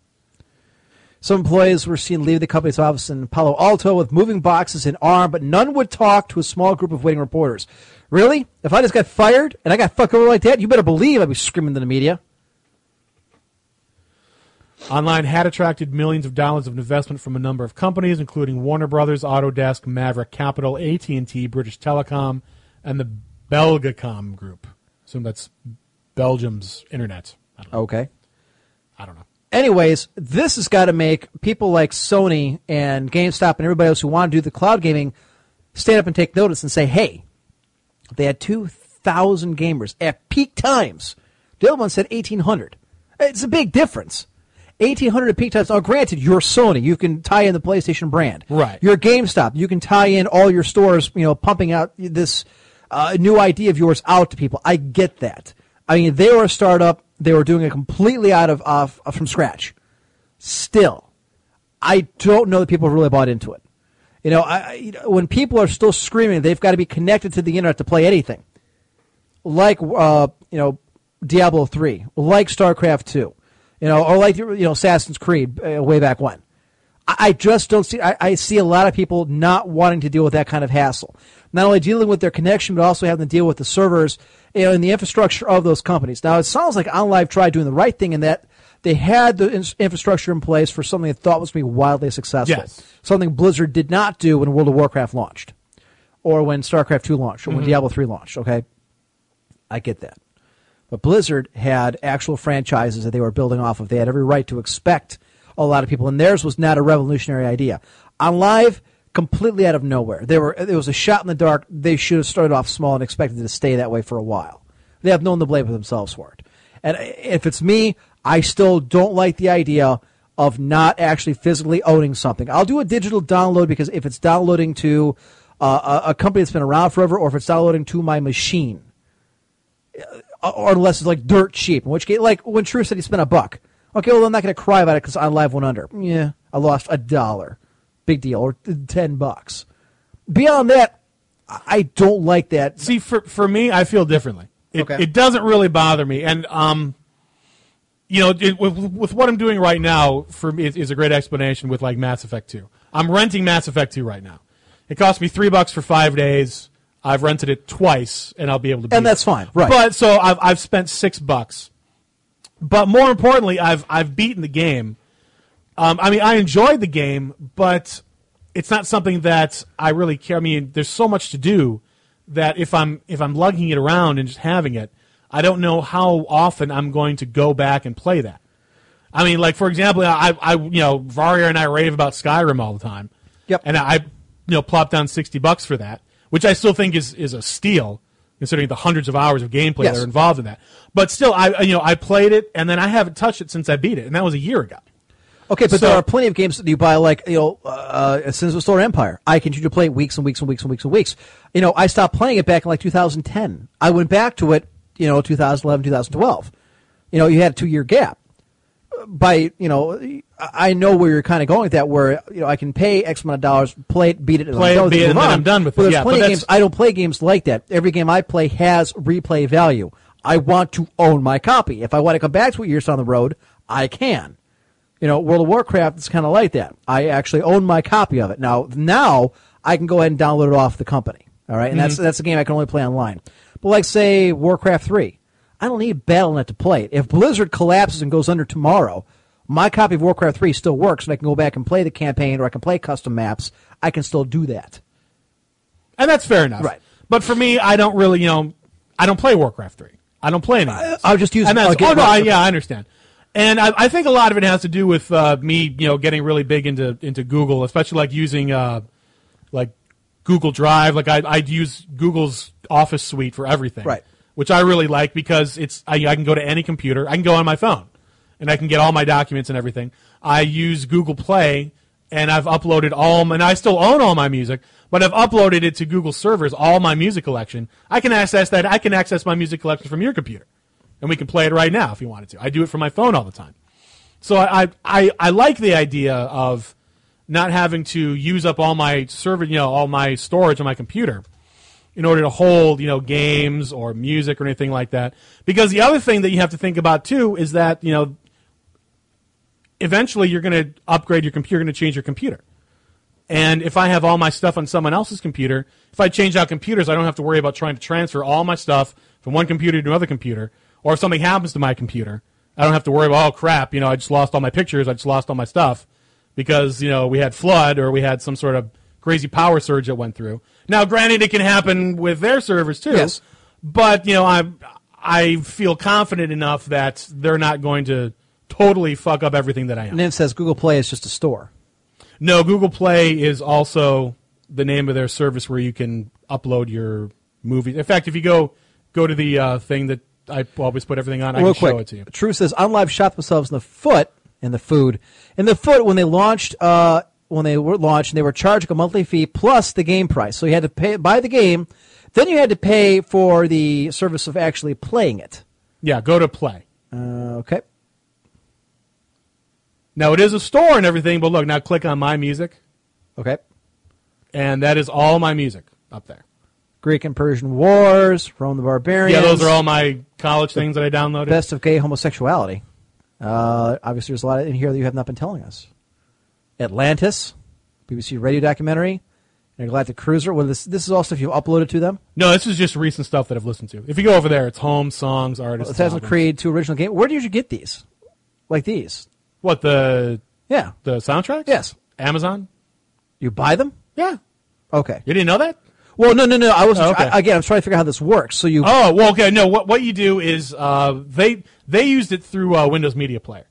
Some employees were seen leaving the company's office in Palo Alto with moving boxes in arm, but none would talk to a small group of waiting reporters. Really? If I just got fired and I got fucked over like that, you better believe I'd be screaming to the media.
Online had attracted millions of dollars of investment from a number of companies, including Warner Brothers, Autodesk, Maverick Capital, AT and T, British Telecom, and the Belgacom Group. Assume that's Belgium's internet. I don't know.
Okay.
I don't know.
anyways, this has got to make people like Sony and GameStop and everybody else who want to do the cloud gaming stand up and take notice and say, hey, they had 2,000 gamers at peak times. The other one said 1,800. It's a big difference. 1,800 at peak times. Now, granted, you're Sony. You can tie in the PlayStation brand.
Right.
You're GameStop. You can tie in all your stores, you know, pumping out this uh, new idea of yours out to people. I get that. I mean, they were a startup. They were doing it completely out of off from scratch. Still, I don't know that people really bought into it. You know, I, I- you know, when people are still screaming, they've got to be connected to the internet to play anything, like uh, you know, Diablo three, like StarCraft two, you know, or like you know, Assassin's Creed uh, way back when. I, I just don't see. I, I see a lot of people not wanting to deal with that kind of hassle. Not only dealing with their connection, but also having to deal with the servers you know, and the infrastructure of those companies. Now, it sounds like OnLive tried doing the right thing in that they had the in- infrastructure in place for something they thought was going to be wildly successful.
Yes.
Something Blizzard did not do when World of Warcraft launched, or when StarCraft 2 launched, or when Diablo 3 launched, okay? I get that. But Blizzard had actual franchises that they were building off of. They had every right to expect a lot of people, and theirs was not a revolutionary idea. On live, completely out of nowhere. They were it was a shot in the dark. They should have started off small and expected it to stay that way for a while. They have known the blame for themselves for it. And if it's me, I still don't like the idea of not actually physically owning something. I'll do a digital download because if it's downloading to uh, a, a company that's been around forever, or if it's downloading to my machine, or unless it's like dirt cheap. In which case, like when True said he spent a buck. Okay, well I'm not going to cry about it because I live went under. Yeah, I lost a dollar, big deal, or t- ten bucks. Beyond that, I- I don't like that.
See, for for me, I feel differently. It,
Okay.
it doesn't really bother me, and um, you know, it, with, with what I'm doing right now, for me, is, is a great explanation with like Mass Effect Two. I'm renting Mass Effect Two right now. It cost me three bucks for five days. I've rented it twice, and I'll be able to. beat
And that's
it.
fine, right.
But so I've I've spent six bucks. But more importantly, I've I've beaten the game. Um, I mean, I enjoyed the game, but it's not something that I really care. I mean, there's so much to do that if I'm if I'm lugging it around and just having it, I don't know how often I'm going to go back and play that. I mean, like for example, I, I you know, Varia and I rave about Skyrim all the time.
Yep.
And I, you know, plop down sixty bucks for that, which I still think is is a steal. considering the hundreds of hours of gameplay
Yes.
that are involved in that. But still, I I- you know I played it and then I haven't touched it since I beat it, and that was a year ago.
Okay, but
So-
there are plenty of games that you buy, like you know, uh, Sins of the Stolen Empire. I continue to play weeks and weeks and weeks and weeks and weeks. You know, I stopped playing it back in like 2010. I went back to it, you know, 2011, 2012. You know, you had a two year gap. By you know, I I know where you're kind of going with that. Where you know, I can pay X amount of dollars, play it, beat it, and I'm
Play it,
done with
beat it,
move
and then
on.
I'm done with
But
it.
there's
Yeah, but
plenty of
that's-
games. I don't play games like that. Every game I play has replay value. I want to own my copy. If I want to come back to it years down the road, I can. You know, World of Warcraft is kind of like that. I actually own my copy of it now. Now I can go ahead and download it off the company. All right, and that's that's a game I can only play online. But like say Warcraft three, I don't need BattleNet to play it. If Blizzard collapses and goes under tomorrow, my copy of Warcraft three still works, and I can go back and play the campaign, or I can play custom maps. I can still do that.
and that's fair enough.
Right.
But for me, I don't really, you know, I don't play Warcraft three. I don't play any. of those.
I'll just use-
And that's,
I'll get
oh no, I,
Warcraft.
yeah, I understand. And I, I think a lot of it has to do with uh, me, you know, getting really big into into Google, especially like using uh, like Google Drive. Like I, I'd use Google's Office suite for everything,
Right.
Which I really like because it's I, I can go to any computer. I can go on my phone, and I can get all my documents and everything. I use Google Play, and I've uploaded all, my, and I still own all my music, but I've uploaded it to Google servers, all my music collection. I can access that. I can access my music collection from your computer, and we can play it right now if you wanted to. I do it from my phone all the time. So I, I, I, I like the idea of not having to use up all my server, you know, all my storage on my computer in order to hold, you know, games or music or anything like that. Because the other thing that you have to think about too is that, you know, eventually you're going to upgrade your computer, you're going to change your computer. And if I have all my stuff on someone else's computer, if I change out computers, I don't have to worry about trying to transfer all my stuff from one computer to another computer. Or if something happens to my computer, I don't have to worry about, oh crap, you know, I just lost all my pictures, I just lost all my stuff because, you know, we had flood or we had some sort of crazy power surge that went through. Now, granted, it can happen with their servers too.
Yes.
But, you know, I, I feel confident enough that they're not going to totally fuck up everything that I own.
And then it says Google Play is just a store.
No, Google Play is also the name of their service where you can upload your movies. In fact, if you go go to the uh, thing that I always put everything on, I
Real
can
quick,
show it to you.
True says OnLive shot themselves in the foot in the food in the foot when they launched. Uh, when they were launched, they were charging a monthly fee plus the game price. So you had to pay buy the game, then you had to pay for the service of actually playing it.
Yeah, go to Play.
Uh, okay.
Now it is a store and everything, but look, now click on My Music,
Okay.
and that is all my music up there.
Greek and Persian wars, Rome the Barbarians.
Yeah, those are all my college things that I downloaded.
best of gay homosexuality. Uh, obviously, there's a lot in here that you have not been telling us. Atlantis, BBC radio documentary, Intergalactic Cruiser. Well, this this is all stuff you've uploaded to them.
No, this is just recent stuff that I've listened to. If you go over there, it's home songs, artists.
Assassin's
albums.
Creed, two original game. Where did you get these? Like these?
What the
Yeah,
the soundtracks?
Yes.
Amazon.
you buy them?
Yeah,
Okay.
you didn't know that?
Well, no, no, no. I was
Oh, okay.
I, again. I'm trying to figure out how this works. So you
Oh well, okay. No, what what you do is uh, they they used it through uh, Windows Media Player.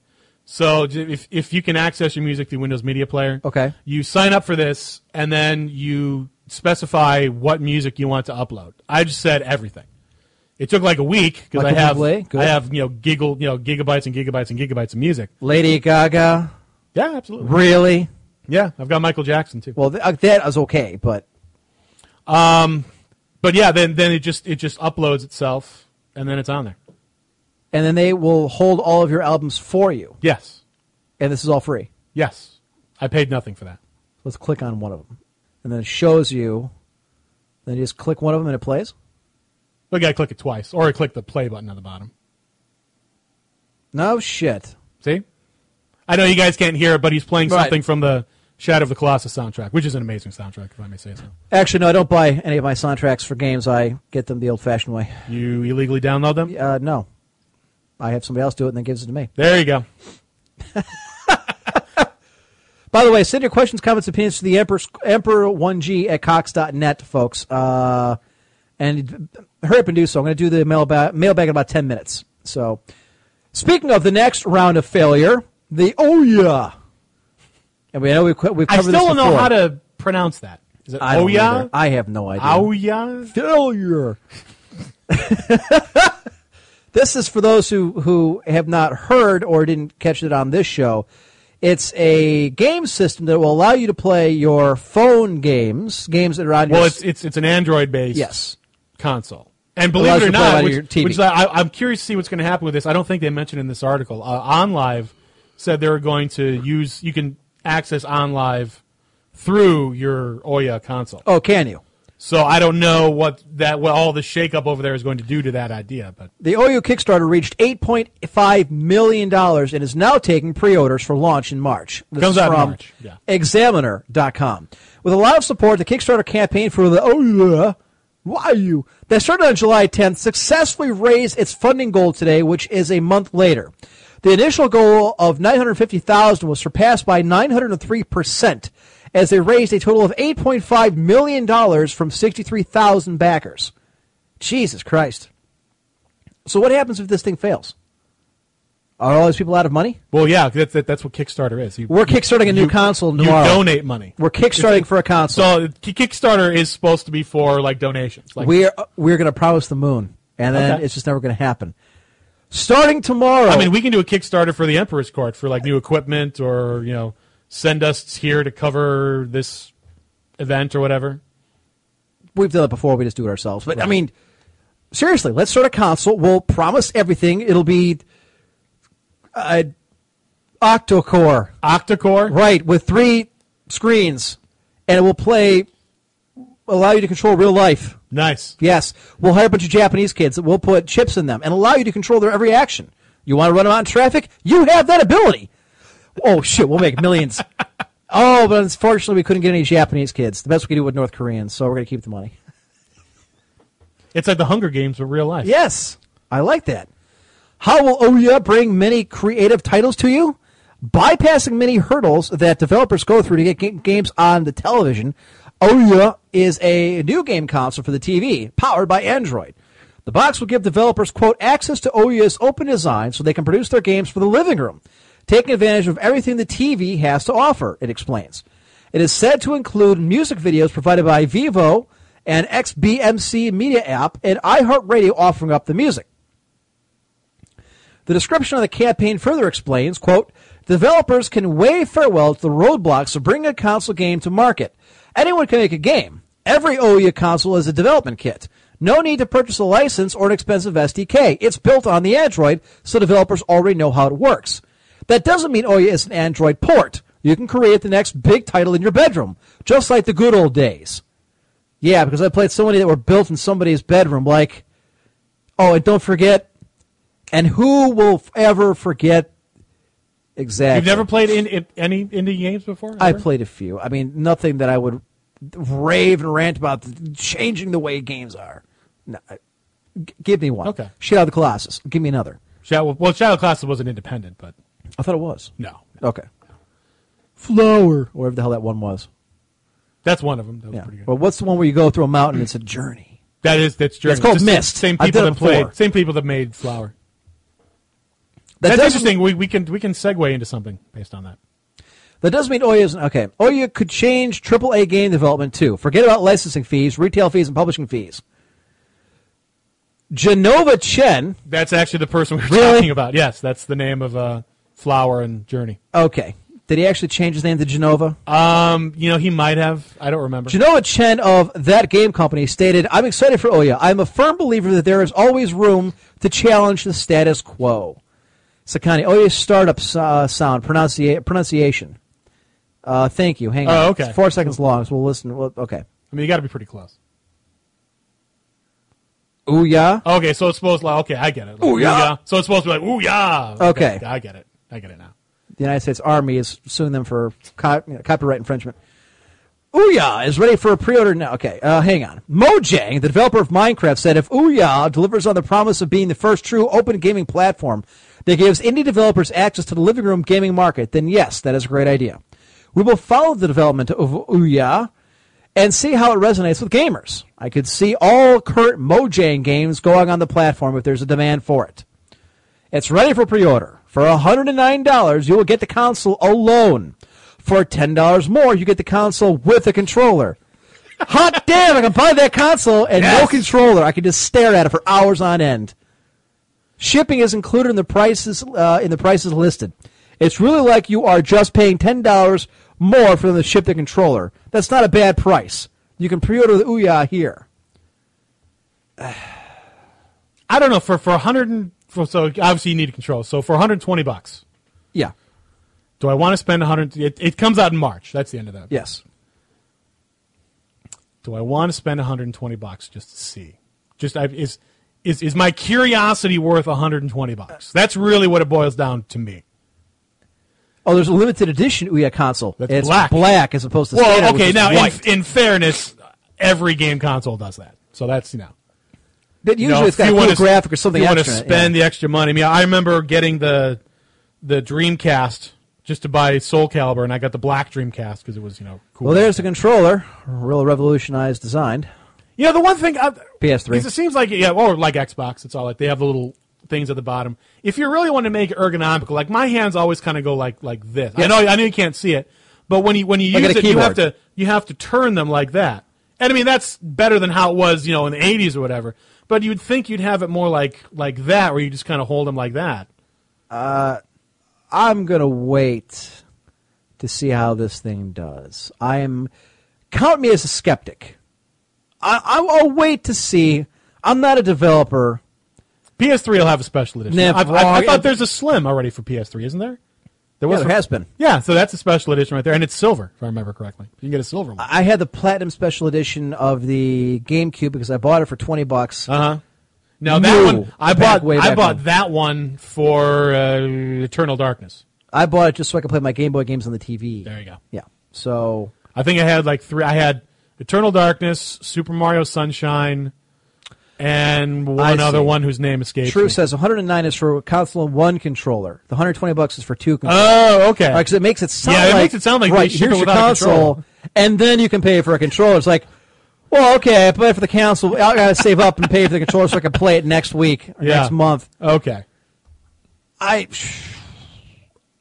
So j- if if you can access your music through Windows Media Player,
Okay.
you sign up for this, and then you specify what music you want to upload. I just said everything. It took like a week because
Like a
I have
Bublé, good.
I have you know giggle you know gigabytes and gigabytes and gigabytes of music.
Lady Gaga,
Yeah, absolutely.
really?
Yeah, I've got Michael Jackson too.
Well, th- uh, that is okay, but
But yeah, then then it just it just uploads itself, and then it's on there.
and then they will hold all of your albums for you,
Yes,
and this is all free.
yes. I paid nothing for that.
let's click on one of them. And then it shows you. Then you just click one of them and it plays.
Look, I click it twice, or I click the play button on the bottom.
No shit.
See? I know you guys can't hear it, but he's playing
Right.
something from the Shadow of the Colossus soundtrack, which is an amazing soundtrack, if I may say so.
Actually, no, I don't buy any of my soundtracks for games. I get them the old fashioned way.
You illegally download them?
Uh, no. I have somebody else do it and then gives it to me.
There you go.
By the way, send your questions, comments, opinions to the Emperor, Emperor1G at Cox.net, folks. Uh, and hurry up and do so. I'm going to do the mailbag, mailbag in about 10 minutes. So, speaking of the next round of failure, the Oh Yeah. And we know we've, co- we've
I
covered
still
this
don't know
before.
how to pronounce that. Is it
I don't
Oya?
either. I have no idea.
Oya?
failure. This is for those who, who have not heard or didn't catch it on this show. It's a game system that will allow you to play your phone games, games that are on
Well,
your
it's it's it's an Android based
Yes.
console. And believe
Allows
it
you
or
to play it
not,
on
which,
your TV.
which I, I- I'm curious to see what's going to happen with this. I don't think they mentioned in this article. Uh, OnLive said they were going to use. You can access OnLive through your Oya console.
Oh, can you?
So I don't know what that what all the shakeup over there is going to do to that idea. But
The OU Kickstarter reached $8.5 million and is now taking pre orders for launch in March. This
Comes
is
out in
from
March, yeah.
Examiner.com. With a lot of support, the Kickstarter campaign for the OU, why you, that started on July 10th, successfully raised its funding goal today, which is a month later. The initial goal of 950000 was surpassed by 903%, as they raised a total of $8.5 million from 63,000 backers. Jesus Christ. So what happens if this thing fails? Are all these people out of money?
well, yeah, that's that, that's what Kickstarter is. You,
We're kickstarting a new console
you
tomorrow.
donate money.
We're kickstarting for a console.
So K- Kickstarter is supposed to be for like donations. Like
we're we're going to promise the moon, and then
Okay.
it's just never going to happen. Starting tomorrow.
I mean, we can do a Kickstarter for the Emperor's Court for like new equipment or you know send us here to cover this event or whatever.
we've done it before. We just do it ourselves. But I mean, seriously, let's start a console. We'll promise everything. It'll be uh, octocore,
Octacore.
right, with three screens, and it will play, allow you to control real life.
Nice.
Yes, we'll hire a bunch of Japanese kids that will put chips in them and allow you to control their every action. You want to run them out in traffic? You have that ability. Oh shit, we'll make millions. oh, but unfortunately, we couldn't get any Japanese kids. The best we could do with North Koreans, so we're gonna keep the money.
It's like the Hunger Games of real life.
Yes, I like that. How will Ouya bring many creative titles to you? Bypassing many hurdles that developers go through to get ga- games on the television, Ouya is a new game console for the TV, powered by Android. The box will give developers, quote, access to Ouya's open design so they can produce their games for the living room, taking advantage of everything the TV has to offer, it explains. It is said to include music videos provided by Vivo, an XBMC media app, and iHeartRadio offering up the music. The description of the campaign further explains, quote, developers can wave farewell to the roadblocks of bringing a console game to market. Anyone can make a game. Every OUYA console is a development kit. No need to purchase a license or an expensive SDK. It's built on the Android, so developers already know how it works. That doesn't mean OUYA is an Android port. You can create the next big title in your bedroom, just like the good old days. Yeah, because I played so many that were built in somebody's bedroom, like, oh, and don't forget and who will f- ever forget exactly?
You've never played in, in any indie games before?
I
Ever?
played a few. I mean, nothing that I would rave and rant about th- changing the way games are. No, I- g- give me one.
Okay.
Shit out of the Colossus. Give me another.
Shadow, well, Shadow Classes wasn't independent, but
I thought it was.
no,
Okay. Flower, whatever the hell that one was.
that's one of them. That was
Yeah.
pretty good.
Well, what's the one where you go through a mountain? and It's a journey.
that is that's Journey.
it's called
Just
Myst.
Same
I've
people
done
that
it before.
played. Same people that made Flower.
That
that's
doesn't-
interesting. We, we can we can segue into something based on that.
That does mean Oya isn't okay. Oya could change AAA game development too. Forget about licensing fees, retail fees, and publishing fees. Genova Chen.
That's actually the person we were
Really?
talking about. Yes, that's the name of uh, Flower and Journey.
Okay, did he actually change his name to Genova?
Um, you know, he might have. I don't remember.
Genoa Chen of that game company stated, I'm excited for Oya. I'm a firm believer that there is always room to challenge the status quo. Sakani, Oya's startup uh, sound, pronuncia- pronunciation. Uh, thank you. Hang on.
Oh, okay.
It's four seconds long, so we'll listen. Well, okay.
I mean, you got to be pretty close.
Ouya.
Okay, so it's supposed to like, okay, I get it. Like,
Ooh, yeah.
So it's supposed to be like, ooh, yeah.
Okay.
I get it. I get it now.
the United States Army is suing them for co- you know, copyright infringement. Ouya is ready for a pre-order now. Okay, uh, hang on. Mojang, the developer of Minecraft, said if Ouya delivers on the promise of being the first true open gaming platform that gives indie developers access to the living room gaming market, then yes, that is a great idea. We will follow the development of Ouya and see how it resonates with gamers. I could see all current Mojang games going on the platform if there's a demand for it. It's ready for pre-order. For $109, you will get the console alone. For $10 more, you get the console with a controller. Hot damn! I can buy that console and no controller. I can just stare at it for hours on end. Shipping is included in the prices uh, in the prices listed. It's really like you are just paying ten dollars more for them to ship the controller. That's not a bad price. You can pre-order the Ouya here.
I don't know for for 100 and, for, so obviously you need a controller. So for 120 bucks,
Yeah.
do I want to spend 100 it, it comes out in March. That's the end of that.
Yes.
Do I want to spend 120 bucks just to see? Just I, is is is my curiosity worth 120 bucks? That's really what it boils down to me.
Oh, there's a limited edition Ouya console.
That's
it's
black.
black as opposed to standard,
Well,
which
okay.
is
Now, in,
white.
in fairness, every game console does that. So that's you know.
That
you
usually
know,
it's got
if
a
you
cool
wanna-
graphic or something
If you want to
extra. in it,
spend
yeah.
the extra money. I mean, I remember getting the the Dreamcast just to buy Soul Calibur, and I got the black Dreamcast because it was you know cool.
Well, there's the controller. Real revolutionized design.
Yeah, the one thing I,
PS3.
It seems like yeah, or like Xbox. It's all like they have the little things at the bottom. If you really want to make it ergonomical, like my hands always kind of go like like this. I know I know you can't see it, but when you when you
Like
use
at a
it, you have
keyboard.
to you have to turn them like that. And I mean that's better than how it was you know in the '80s or whatever. But you'd think you'd have it more like like that, where you just kind of hold them like that.
I'm gonna wait to see how this thing does. I'm count me as a skeptic. I, I- I'll wait to see. I'm not a developer.
PS3 will have a special edition.
Nah,
I've- I, I
wrong.
thought there's a Slim already for PS3, isn't there? There
Well,
was
there
a-
has been.
Yeah, so that's a special edition right there, and it's silver if I remember correctly. You can get a silver one.
I had the platinum special edition of the GameCube because I bought it for twenty bucks.
Uh huh. Now that
No.
one, I
Back
bought.
way
I
back
bought
when.
that one for uh, Eternal Darkness.
I bought it just so I could play my Game Boy games on the TV.
There you go.
Yeah. So
I think I had like three. I had Eternal Darkness, Super Mario Sunshine, and one
see.
other one whose name escapes
True
me.
says 109 is for console and one controller. The 120 bucks is for two controllers.
Oh, okay.
Because it makes it sound
Yeah, it
like
makes it sound like they
right,
ship
here's
it
your
without a
console,
controller.
and then you can pay for a controller. It's like, well, okay, I play for the console. I gotta save up and pay for the controller so I can play it next week or
Yeah.
next month.
okay.
I,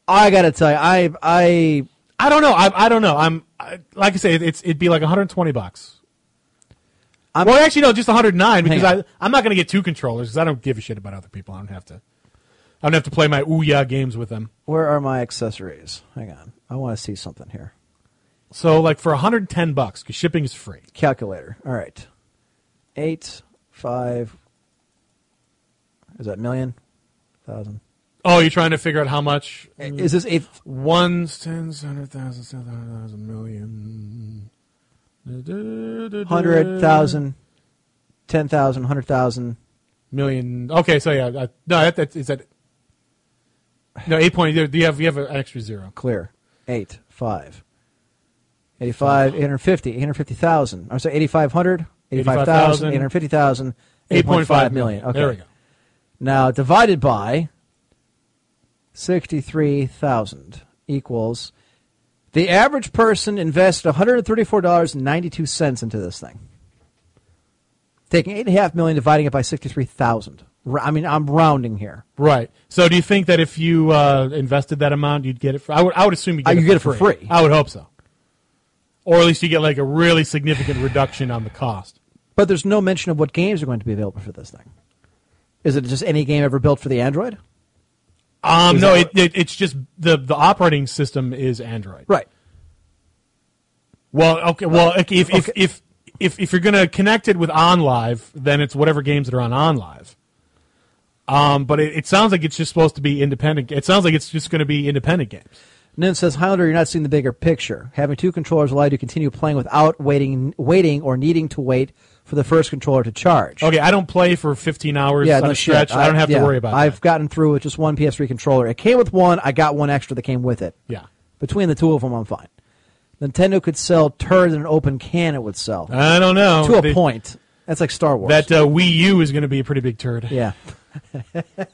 I gotta tell you, I, I,
I don't know. I, I don't know. I'm I, like I say, it's it'd be like 120 bucks.
I'm
well, actually, no, just 109 because
Hang
I I'm not going to get two controllers because I don't give a shit about other people. I don't have to. I don't have to play my Ouya games with them.
where are my accessories? Hang on, I want to see something here.
So like for 110 bucks because shipping is free.
Calculator. All right, eight five. Is that million? Thousand.
Oh, you're trying to figure out how much
Is this eight?
one tens, hundred thousand, seven hundred thousand, million,
hundred thousand, ten thousand, hundred thousand.
million. Okay, so yeah, I, no, that, that is that. No, eight point. Do you have you have an extra zero?
Clear. Eight five. Eighty-five, eight hundred fifty, eight hundred fifty thousand. I'm sorry, eighty-five hundred, eighty-five thousand, eight hundred fifty thousand, eight point five million. Okay.
There we go.
Now divided by sixty-three thousand equals the average person invested one hundred thirty-four dollars and ninety-two cents into this thing. Taking eight and a half million, dividing it by sixty-three thousand. I mean, I'm rounding here.
Right. So, do you think that if you uh, invested that amount, you'd get it? For, I would. I would assume you
Uh,
get,
you
it,
get it
for
for free.
I would hope so. Or at least you get like a really significant reduction on the cost.
But there's no mention of what games are going to be available for this thing. Is it just any game ever built for the Android?
Um,
Is
no,
that-
it, it, it's just the the operating system is Android.
Right. Uh,
Well, okay. Well, okay, if, if if if if you're gonna connect it with OnLive, then it's whatever games that are on OnLive. Um, but it, it sounds like it's just supposed to be independent. It sounds like it's just going to be independent games.
Nin says, Highlander, you're not seeing the bigger picture. Having two controllers allowed you to continue playing without waiting, waiting or needing to wait for the first controller to charge.
Okay, I don't play for 15 hours
Yeah,
on
no
a
shit.
stretch. I, don't have
yeah,
to worry about
I've
that.
gotten through with just one PS3 controller. It came with one. I got one extra that came with it.
Yeah.
Between the two of them, I'm fine. Nintendo could sell turd in an open can. It would sell
I don't know.
to a
The-
point. That's like Star Wars.
That uh, Wii U is going to be a pretty big turd.
yeah.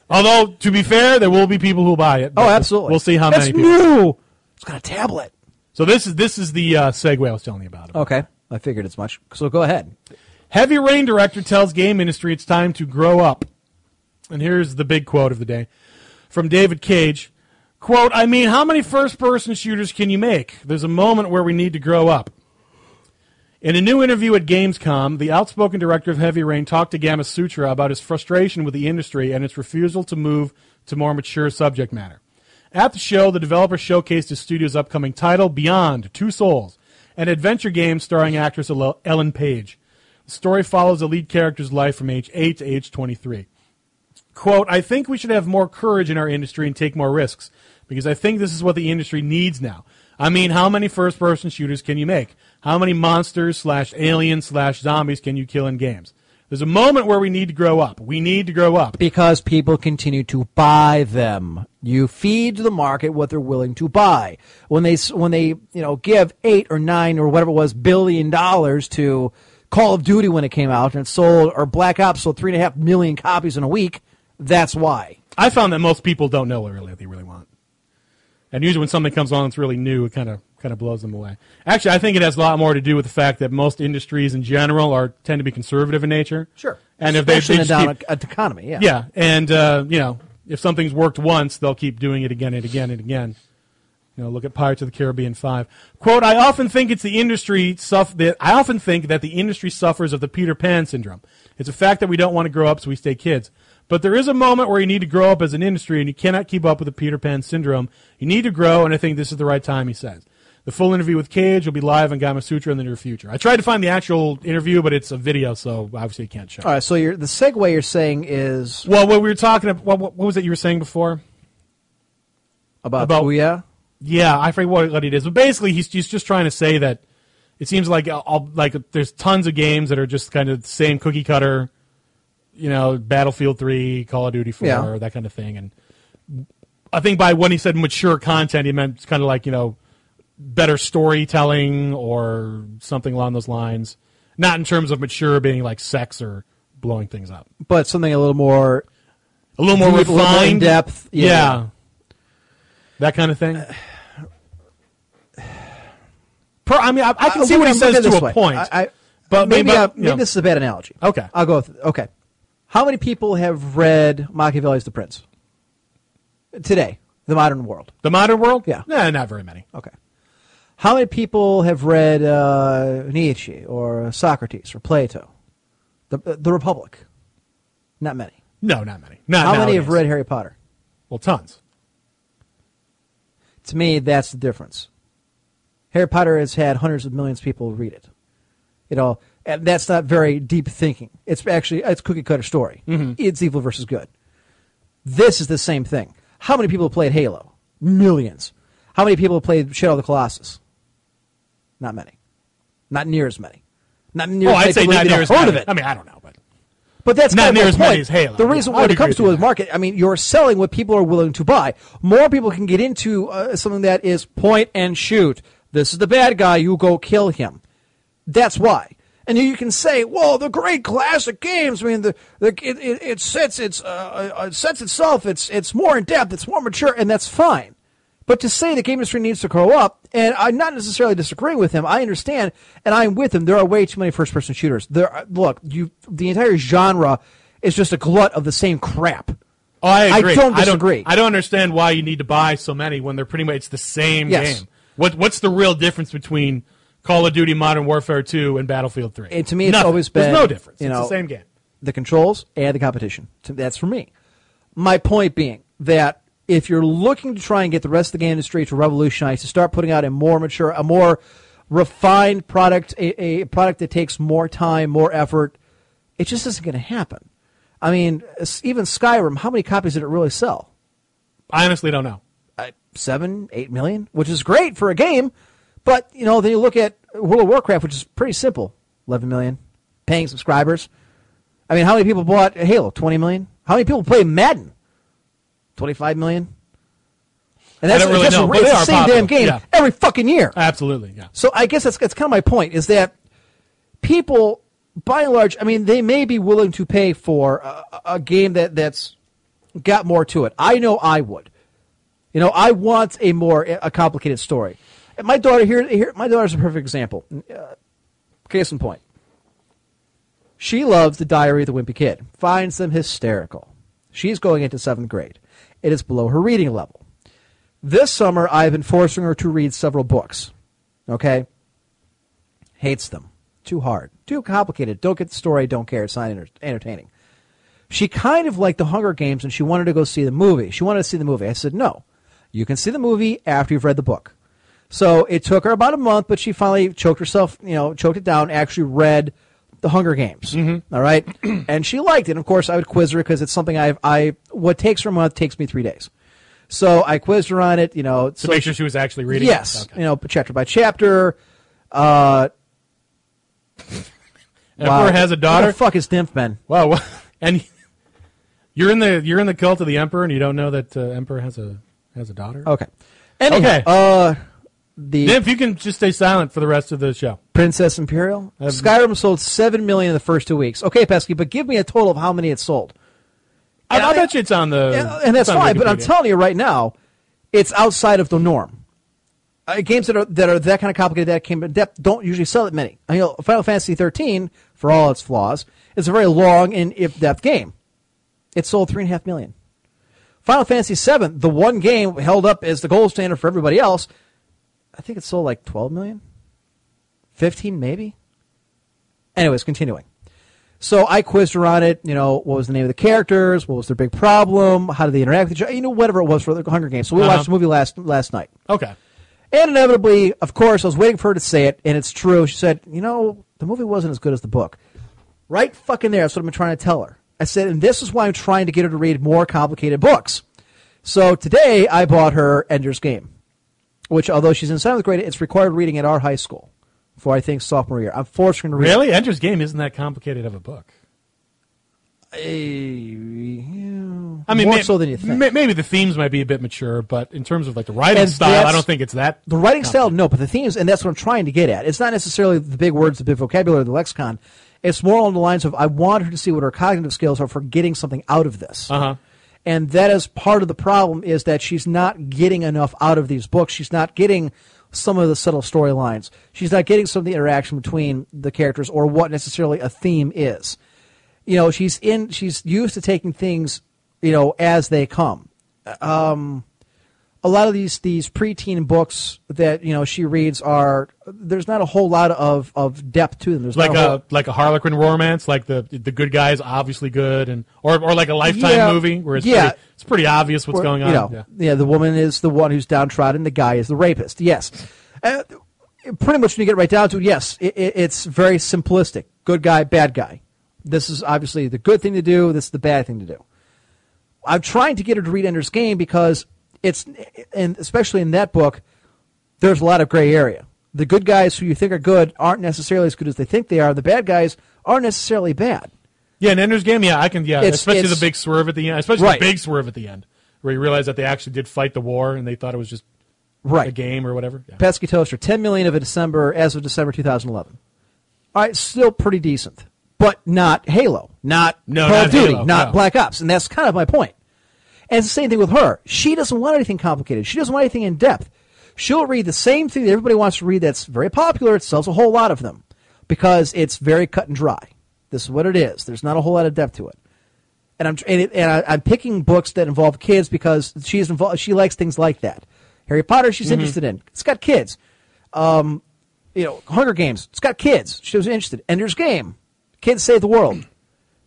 Although, to be fair, there will be people who buy it. but
Oh,
we'll-
absolutely.
We'll see how
That's
many people.
new. It's got a tablet.
So this is this is the uh, segue I was telling you about.
Okay, I figured as much. So go ahead.
Heavy Rain director tells game industry it's time to grow up. And here's the big quote of the day from David Cage. Quote, I mean, how many first person shooters can you make? There's a moment where we need to grow up. In a new interview at Gamescom, the outspoken director of Heavy Rain talked to Gamma Sutra about his frustration with the industry and its refusal to move to more mature subject matter. At the show, the developer showcased his studio's upcoming title, Beyond Two Souls, an adventure game starring actress Ele- Ellen Page. The story follows the lead character's life from age 8 to age 23 quote, I think we should have more courage in our industry and take more risks because I think this is what the industry needs now. I mean, how many first person shooters can you make? How many monsters slash aliens slash zombies can you kill in games? There's a moment where we need to grow up. We need to grow up.
because people continue to buy them. You feed the market what they're willing to buy. When they s- when they you know give eight or nine or whatever it was billion dollars to Call of Duty when it came out and it sold or Black Ops sold three and a half million copies in a week. That's why.
I found that most people don't know what really they really want. And usually when something comes along that's really new, it kind of kind of blows them away. Actually, I think it has a lot more to do with the fact that most industries in general are tend to be conservative in nature. And if they,
Especially in
they
a
just keep-
down e- economy, yeah.
Yeah, and uh, you know, if something's worked once, they'll keep doing it again and again and again. You know, look at Pirates of the Caribbean Five. "Quote: I often think it's the industry suff- that I often think that the industry suffers of the Peter Pan syndrome. It's a fact that we don't want to grow up, so we stay kids. But there is a moment where you need to grow up as an industry, and you cannot keep up with the Peter Pan syndrome. You need to grow, and I think this is the right time." He says. The full interview with Cage will be live on Gama Sutra in the near future. I tried to find the actual interview, but it's a video, so obviously it can't show.
All right. So you're, the segue you're saying is
Well, what we were talking about, what, what was it you were saying before?
about,
About-
Ouya?
Yeah, I forget what, what it is, but basically he's, he's just trying to say that it seems like all, like there's tons of games that are just kind of the same cookie cutter, you know, Battlefield Three, Call of Duty Four,
Yeah.
that kind of thing. And I think by when he said mature content, he meant kind of like you know better storytelling or something along those lines. Not in terms of mature being like sex or blowing things up.
but something a little more
a little more
Deep, a little more
refined,
in-depth, yeah. Uh,
that kind of thing. Per, I mean, I, I can
Uh,
see
look
what he
at- look
says
at it
to
this
a
way.
point,
I- I-
but
maybe
maybe,
uh,
you
maybe
know,
this is a bad analogy.
Okay.
I'll go with okay. How many people have read Machiavelli's The Prince today? The modern world.
the modern world.
Yeah.
nah, not very many.
Okay. How many people have read uh, Nietzsche or Socrates or Plato? The uh, The Republic. Not many.
No, not many. Not
How many have
nowadays.
read Harry Potter?
Well, tons.
To me, that's the difference. Harry Potter has had hundreds of millions of people read it. You know, and that's not very deep thinking. It's actually it's cookie cutter story.
Mm-hmm.
It's evil versus good. This is the same thing. How many people have played Halo? Millions. How many people have played Shadow of the Colossus? Not many. Not near as many. Not near.
Oh,
as many
I'd say
people
not
even
near
have
as
heard
many.
of it.
I mean, I don't know, but
But that's
Not
kind of
near
my
as many
point.
as Halo.
The
Yeah,
reason
I
why
would
it
agree
comes
with
to
you
a
there.
market, I mean, you're selling what people are willing to buy. More people can get into uh, something that is point and shoot. This is the bad guy. You go kill him. That's why. And you can say, "Well, the great classic games. I mean, the, the it, it, it sets its uh, uh, it sets itself. It's it's more in depth. It's more mature, and that's fine." But to say the game industry needs to grow up, and I'm not necessarily disagreeing with him. I understand, and I'm with him. There are way too many first-person shooters. There, are, look, you the entire genre is just a glut of the same crap.
oh, I agree.
don't disagree.
I don't understand why you need to buy so many when they're pretty much it's the same
Yes.
game. What What's the real difference between Call of Duty Modern Warfare Two and Battlefield Three?
And to me, it's
Nothing.
always been
there's no difference.
you
it's
know,
the same game.
The controls and the competition. To- That's for me. My point being that if you're looking to try and get the rest of the game industry to revolutionize, to start putting out a more mature, a more refined product, a, a product that takes more time, more effort, it just isn't going to happen. I mean, s- even Skyrim, how many copies did it really sell?
I honestly don't know.
seven, eight million, which is great for a game. But you know, then you look at World of Warcraft, which is pretty simple: eleven million paying subscribers. I mean, how many people bought Halo? Twenty million. How many people play Madden? Twenty-five million. And
I
that's
don't really
that's
know,
a-
but
it's
they
the
are
same
popular,
damn game
yeah.
every fucking year.
Absolutely, yeah.
So I guess that's that's kind of my point is that people, by and large, I mean they may be willing to pay for a, a- a game that that's got more to it. I know I would. You know, I want a more a complicated story. And my daughter here, here my daughter's a perfect example. Uh, case in point, she loves the Diary of the Wimpy Kid. Finds them hysterical. She's going into seventh grade. It is below her reading level. This summer, I've been forcing her to read several books. Okay, hates them. Too hard. Too complicated. Don't get the story. Don't care. It's not enter- entertaining. She kind of liked the Hunger Games and she wanted to go see the movie. She wanted to see the movie. I said, no, you can see the movie after you've read the book. So it took her about a month, but she finally choked herself, you know, choked it down, actually read the Hunger Games. Mm-hmm. right. and she liked it. And of course, I would quiz her because it's something I've, I, what takes her a month takes me three days. So I quizzed her on it, you know.
to
so
make sure she was actually reading. it.
Yes,
Okay.
you know, chapter by chapter. Uh, wow.
Emperor has a daughter.
Who the fuck is Nymphman?
Wow, wha- and you're in the you're in the cult of the emperor, and you don't know that uh, emperor has a has a daughter.
Okay. Anyway,
Okay.
Uh, the
If you can just stay silent for the rest of the show,
Princess Imperial.
Uh,
Skyrim sold seven million in the first two weeks. Okay, Pesky, but give me a total of how many it sold.
I,
And
I
I-
bet you it's on the
and, and that's
Uh, it's on
fine. But I'm
Wikipedia.
telling you right now, it's outside of the norm. Uh, games that are that are that kind of complicated, that came in depth, don't usually sell that many. I know Final Fantasy 13, for all its flaws, is a very long and in depth game. It sold three and a half million. Final Fantasy 7, the one game held up as the gold standard for everybody else, I think it sold like 12 million, 15 maybe. Anyways, continuing. So I quizzed her on it. You know, what was the name of the characters? What was their big problem? How did they interact with each other? You know, whatever it was for the Hunger Games. So we watched the movie last last night,
Okay,
and inevitably, of course, I was waiting for her to say it, and it's true. She said, "You know, the movie wasn't as good as the book." Right fucking there. That's what I've been trying to tell her. I said, and this is why I'm trying to get her to read more complicated books. So today, I bought her Ender's Game, which, although she's in seventh grade, it's required reading at our high school for I think sophomore year. I'm forcing her to read.
really, Ender's Game isn't that complicated of a book. I mean,
more
may-
so than you think.
may- maybe the themes might be a bit mature, but in terms of like the writing
And
style, I
that's-
don't think it's that.
The writing style, no, but the themes, and that's what I'm trying to get at. It's not necessarily the big words, the big vocabulary, the lexicon. It's more along the lines of I want her to see what her cognitive skills are for getting something out of this.
Uh-huh.
And that is part of the problem is that she's not getting enough out of these books. She's not getting some of the subtle storylines. She's not getting some of the interaction between the characters or what necessarily a theme is. You know, she's in she's used to taking things, you know, as they come Um, a lot of these these preteen books that you know she reads are there's not a whole lot of of depth to them. There's
Like
not a,
a like a Harlequin romance, like the the good guy is obviously good, and or or like a Lifetime
Yeah.
movie where it's
Yeah.
pretty, it's pretty obvious what's
whole,
going on.
You know,
Yeah.
yeah. the woman is the one who's downtrodden. The guy is the rapist. Yes, uh, pretty much when you get right down to it, yes, it, it, it's very simplistic. Good guy, bad guy. This is obviously the good thing to do. This is the bad thing to do. I'm trying to get her to read Ender's Game because it's and especially in that book, there's a lot of gray area. The good guys who you think are good aren't necessarily as good as they think they are. The bad guys aren't necessarily bad.
Yeah, in Ender's Game, yeah, I can, yeah,
It's-
especially
it's-
the big swerve at the end, especially
Right.
the big swerve at the end, where you realize that they actually did fight the war and they thought it was just a
Right.
game or whatever. Yeah.
Pesky Toaster, 10 million of a December as of December 2011. All right, still pretty decent, but not Halo, not
No,
Call
not
of Duty,
Halo,
not
no.
Black Ops, and that's kind of my point. And it's the same thing with her. She doesn't want anything complicated. She doesn't want anything in depth. She'll read the same thing that everybody wants to read that's very popular. It sells a whole lot of them because it's very cut and dry. This is what it is. There's not a whole lot of depth to it. And I'm tr- and, it, and I, I'm picking books that involve kids because she's involved. She likes things like that. Harry Potter,
Mm-hmm.
she's interested in. It's got kids Um, you know, Hunger Games. It's got kids. She was interested. Ender's Game. Kids save the world.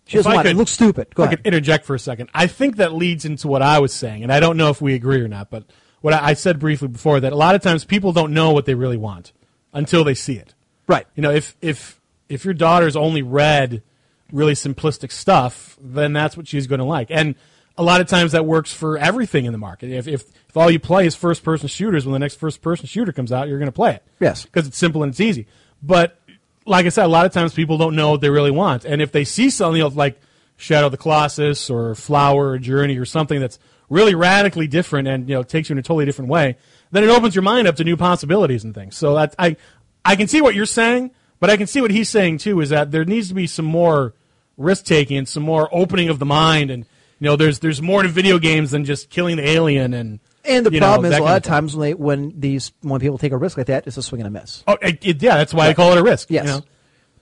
She
If
doesn't
I
want it.
could-
It looks stupid. Go
if I
ahead.
could interject for a second. I think that leads into what I was saying, and I don't know if we agree or not, but what I, I said briefly before that a lot of times people don't know what they really want until they see it.
Right.
You know, if if if your daughter's only read really simplistic stuff, then that's what she's going to like. And a lot of times that works for everything in the market. If if, if all you play is first person shooters, when the next first person shooter comes out, you're going to play it.
Yes.
Because it's simple and it's easy. But like I said, a lot of times people don't know what they really want, and if they see something else like Shadow of the Colossus or Flower or Journey or something that's really radically different and you know takes you in a totally different way, then it opens your mind up to new possibilities and things. So that's, I I can see what you're saying, but I can see what he's saying too is that there needs to be some more risk taking and some more opening of the mind and you know there's there's more to video games than just killing the alien and
And the
you know,
problem is
that
a
kind
lot of
thing.
times when they, when these when people take a risk like that, it's a swing and a miss.
Oh, it, it- yeah, that's why I call it a risk. you
Yes.
know?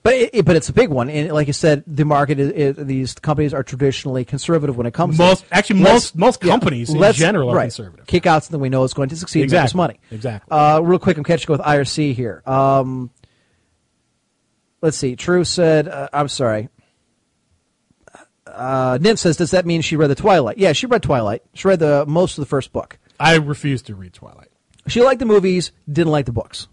But it, it- but it's a big one, and like you said, the market is, is these companies are traditionally conservative when it comes
Most-
to
actually, most- most companies in general are
right,
conservative.
Kick out something we know is going to succeed, and make us
Exactly.
money.
Exactly.
Uh, real quick, I'm catching up with IRC here. Um, Let's see. True said, uh, "I'm sorry." Uh, Nim says, "Does that mean she read the Twilight?" Yeah, she read Twilight. She read the most of the first book.
I refuse to read Twilight.
She liked the movies, didn't like the books.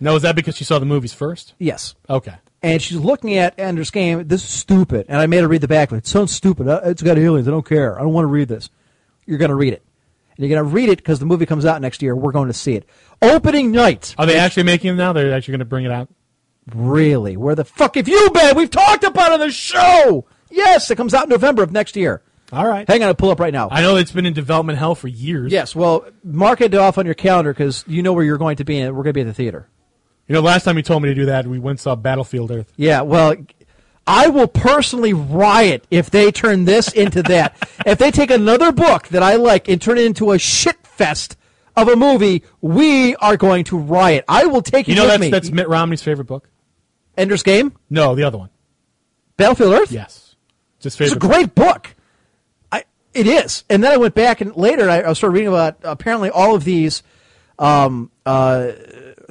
No, is that because she saw the movies first?
Yes.
Okay.
and she's looking at Ender's Game. This is stupid. And I made her read the back. Like, it sounds stupid. Uh, It's got aliens. I don't care. I don't want to read this. You're going to read it. And you're going to read it because the movie comes out next year. We're going to see it. Opening night.
Are they actually making them now? They're actually going to bring it out.
Really? Where the fuck have you been? We've talked about it on the show. Yes, it comes out in November of next year.
All right.
Hang on, I'll pull up right now.
I know it's been in development hell for years.
yes, well, mark it off on your calendar because you know where you're going to be, and we're going to be at the theater.
You know, last time you told me to do that, we went and saw Battlefield Earth.
Yeah, well, I will personally riot if they turn this into that. if they take another book that I like and turn it into a shit fest of a movie, we are going to riot. I will take it
You know
with
that's
me.
that's Mitt Romney's favorite book.
Ender's Game,
No, the other one.
Battlefield Earth.
Yes, just
it's a
favorite. book.
great book. I it is. And then I went back and later I, I started reading about apparently all of these um, uh,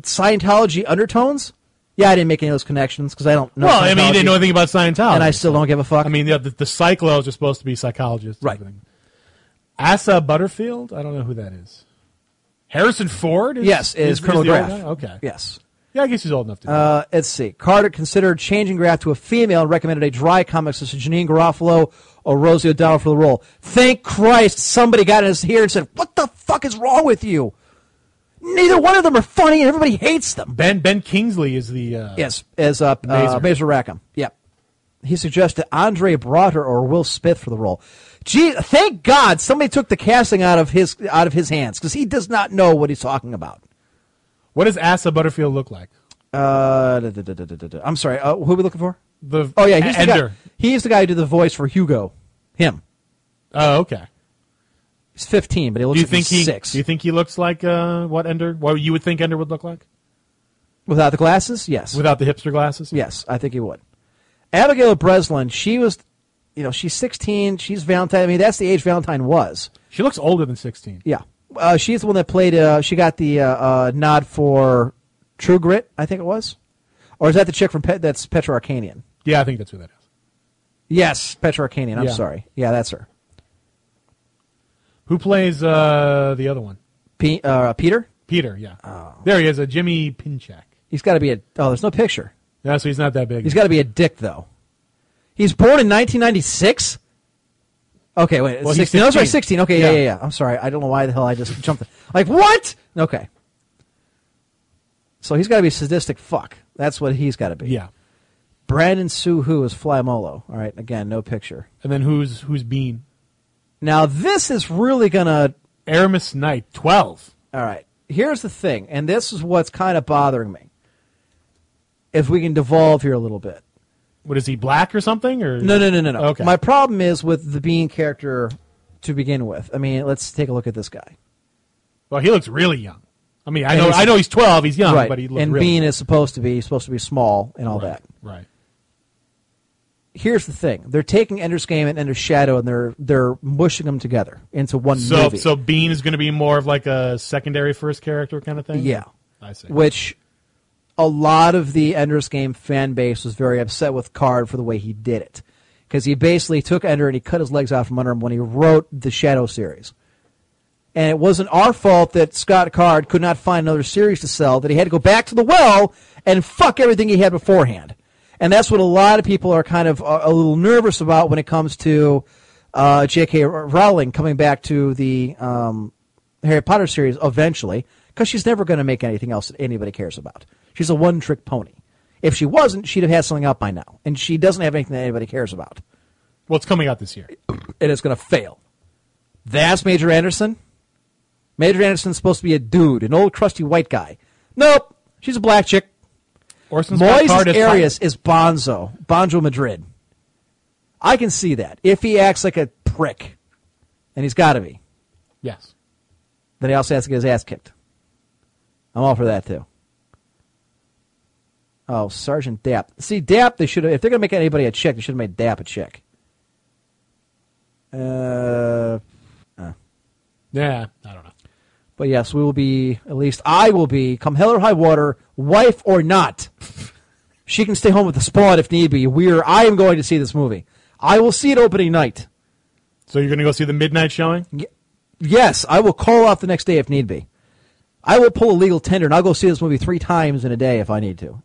Scientology undertones. Yeah, I didn't make any of those connections because I don't know.
Well, I mean, you didn't know
Scientology,
anything about Scientology,
and I still don't give a fuck.
I mean, the the, the cyclos are supposed to be psychologists, and
Right.
everything. Asa Butterfield. I don't know who that is. Harrison Ford. Is,
Yes, is Colonel
the old
Graff.
guy? Okay.
yes.
Yeah, I guess he's old enough to. do
Uh, let's see. Carter considered changing Graf to a female and recommended a dry comic such as Janine Garofalo or Rosie O'Donnell for the role. Thank Christ somebody got us here and said, What the fuck is wrong with you? Neither one of them are funny and everybody hates them.
Ben Ben Kingsley is the. Uh,
Yes, as uh, uh,
Mazer.
Mazer Rackham. Yep. He suggested Andre Broder or Will Smith for the role. Gee, thank God somebody took the casting out of his out of his hands because he does not know what he's talking about.
What does Asa Butterfield look like?
Uh, da, da, da, da, da, da, da. I'm sorry. Uh, who are we looking for?
The
Oh yeah, he's the
Ender.
guy. He's the guy who did the voice for Hugo. Him.
Oh okay.
He's 15, but he looks
Do you
like
think
he's
he?
six
Do you think he looks like uh, what Ender? What you would think Ender would look like
without the glasses. Yes.
without the hipster glasses?
yes, I think he would. Abigail Breslin. She was, you know, she's 16. She's Valentine. I mean, that's the age Valentine was.
She looks older than sixteen.
Yeah. Uh, she's the one that played. Uh, she got the uh, uh, nod for True Grit. I think it was, or is that the chick from Pet that's Petra Arcanian?
Yeah, I think that's who that is.
Yes, Petra Arcanian. I'm
Yeah.
sorry. Yeah, that's her.
Who plays uh, the other one?
P- uh, Peter.
Peter, yeah.
Oh.
There he is, a Jimmy Pinchak.
He's got to be a. Oh, there's no picture.
Yeah, so he's not that big.
He's got to be a dick, though. He's born in 1996. Okay, wait.
Well, he's
16. No, that's right, 16.
16.
Okay, yeah. yeah,
Yeah.
yeah, I'm sorry. I don't know why the hell I just jumped. Like what? Okay. So he's got to be sadistic. Fuck. That's what he's got to be.
yeah.
Brandon Sue Who is Fly Molo. All right. Again, no picture.
And then who's who's Bean?
Now this is really gonna.
Aramis Knight, twelve.
All right. Here's the thing, and this is what's kind of bothering me. If we can devolve here a little bit.
What is he black or something? Or
No, no, no, no, no.
Okay.
My problem is with the Bean character to begin with. I mean, let's take a look at this guy.
well, he looks really young. I mean, I
And
know,
he's-
I know he's twelve. He's young,
right.
but he looks
and
really
Bean
young.
is supposed to be he's supposed to be small and all
right.
that.
Right.
Here's the thing: they're taking Ender's Game and Ender's Shadow, and they're they're mushing them together into one
So
movie.
so Bean is going to be more of like a secondary first character kind of thing.
yeah,
I see.
Which a lot of the Ender's Game fan base was very upset with Card for the way he did it, because he basically took Ender and he cut his legs out from under him when he wrote the Shadow series. and it wasn't our fault that Scott Card could not find another series to sell, that he had to go back to the well and fuck everything he had beforehand. And that's what a lot of people are kind of uh, a little nervous about when it comes to uh, J.K. Rowling coming back to the um, Harry Potter series eventually, because she's never going to make anything else that anybody cares about. She's a one trick pony. If she wasn't, she'd have had something out by now. And she doesn't have anything that anybody cares about.
well, it's coming out this year.
And it's going to fail. That's Major Anderson. Major Anderson's supposed to be a dude, an old crusty white guy. Nope, she's a black chick.
Orson Scott Card
Moises
is
Arias is Bonzo, Bonzo Madrid. I can see that if he acts like a prick, and he's got to be.
Yes.
Then he also has to get his ass kicked. I'm all for that too. Oh, Sergeant Dapp. See, Dapp. They should have. If they're gonna make anybody a chick, they should have made Dapp a chick. Uh.
Yeah. I don't know.
But yes, we will be, at least I will be, come hell or high water, wife or not, She can stay home with the spawn if need be. We're I am going to see this movie. I will see it opening night.
So you're going to go see the midnight showing?
Yes, I will call off the next day if need be. I will pull a legal tender and I'll go see this movie three times in a day if I need to.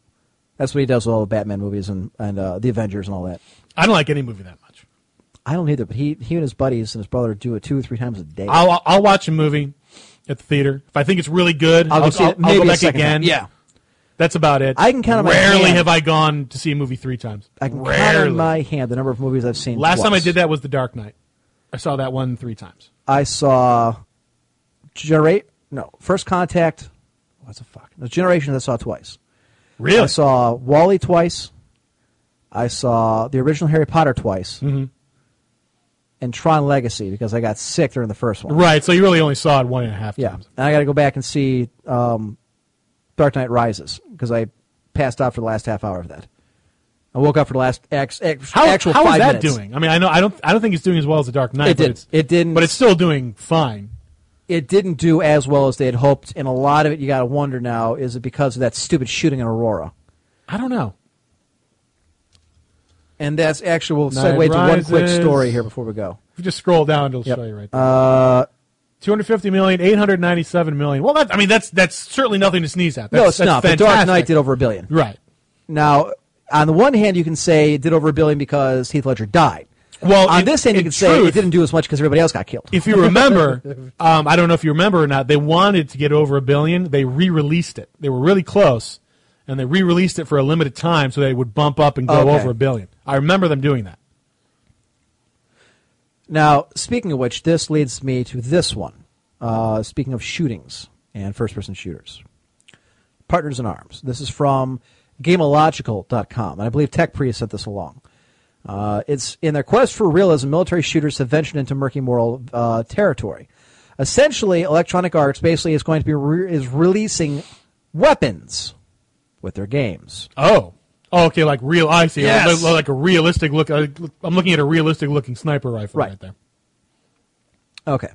That's what he does with all the Batman movies and, and uh, the Avengers and all that.
I don't like any movie that much.
I don't either, but he he and his buddies and his brother do it two or three times a day.
I'll I'll watch a movie at the theater. If I think it's really good,
I'll
I'll,
go
I'll,
see it
I'll
maybe
go
a
back
second
again.
time. Yeah.
that's about it.
I can count on my
Rarely
hand.
have I gone to see a movie three times.
I can
Rarely.
count on my hand the number of movies I've seen.
Last time I
twice.
did that was The Dark Knight. I saw that one three times.
I saw generate no first contact. What's the fuck? The generations I saw twice.
Really?
I saw Wally twice. I saw the original Harry Potter twice. Mm-hmm. And Tron Legacy because I got sick during the first one.
right. So you really only saw it one and a half
Yeah.
times.
And I got to go back and see um, Dark Knight Rises because I passed out for the last half hour of that. I woke up for the last ex, ex,
How,
actual
how is
five
that
minutes.
doing? I mean, I know I don't I don't think it's doing as well as The Dark Knight.
It
but
did.
it's,
It didn't-
But it's still doing fine.
it didn't do as well as they had hoped, and a lot of it you got to wonder now is it because of that stupid shooting in Aurora?
I don't know.
And that's actually we'll
Night
segue to one quick
rises.
story here before we go.
If you just scroll down, it'll
Yep.
show you right there. Uh, 250 million, 897 million. Well, that, I mean, that's that's certainly nothing to sneeze at. That's,
no, it's
that's
not. The
Fantastic.
Dark Knight did over a billion.
Right.
Now, on the one hand, you can say it did over a billion because Heath Ledger died.
Well,
on
in-
this hand, you
in
can say it
truth-
didn't do as much because everybody else got killed.
If you remember, um, I don't know if you remember or not, they wanted to get over a billion. They re released it. They were really close, and they re released it for a limited time so they would bump up and go
Okay.
over a billion. I remember them doing that.
Now, speaking of which, this leads me to this one. Uh, speaking of shootings and first person shooters, Partners in Arms. This is from Gameological.com, and I believe Tech Priest sent this along. Uh, it's in their quest for realism, military shooters have ventured into murky moral uh, territory. Essentially, Electronic Arts basically is going to be re- is releasing weapons with their games.
Oh. Oh, okay, like real. I see.
Yes.
Like, like a realistic look. uh, I'm looking at a realistic looking sniper rifle right,
Right.
there.
Okay.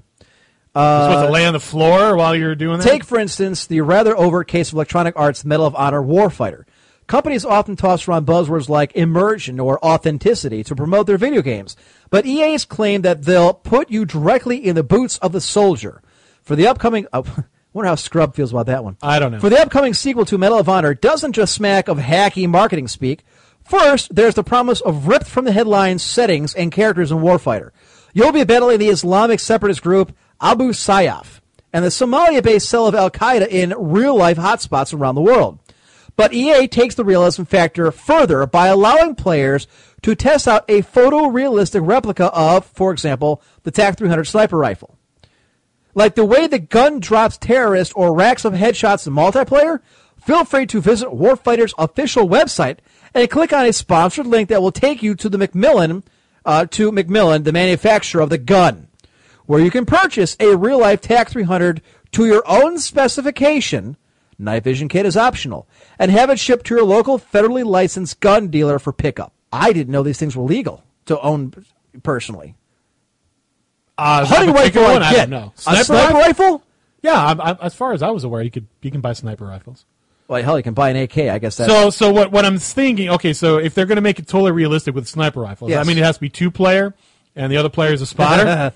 You're supposed to lay on the floor while you're doing that.
Uh, Take, for instance, the rather overt case of Electronic Arts Medal of Honor warfighter. Companies often toss around buzzwords like immersion or authenticity to promote their video games, but EA's claim that they'll put you directly in the boots of the soldier. For the upcoming, oh, wonder how Scrub feels about that one.
I don't know.
For the upcoming sequel to Medal of Honor doesn't just smack of hacky marketing speak. First, there's the promise of ripped from the headlines settings and characters in Warfighter. You'll be battling the Islamic separatist group Abu Sayyaf and the Somalia based cell of Al Qaeda in real life hotspots around the world. But EA takes the realism factor further by allowing players to test out a photorealistic replica of, for example, the TAC 300 sniper rifle. Like the way the gun drops terrorists or racks up headshots in multiplayer, feel free to visit Warfighter's official website and click on a sponsored link that will take you to the Macmillan, uh, to Macmillan, the manufacturer of the gun, where you can purchase a real life TAC 300 to your own specification. Night vision kit is optional, and have it shipped to your local federally licensed gun dealer for pickup. I didn't know these things were legal to own personally.
uh,
Hunting rifle,
one,
I
I
get.
don't know.
a sniper rifle?
Yeah, I'm, I'm, as far as I was aware, you could you can buy sniper rifles.
Well, hell, you can buy an AK. I guess that's
So so what what I'm thinking? Okay, so if they're going to make it totally realistic with sniper rifles, I
Yes.
mean it has to be two player, and the other player is a spotter.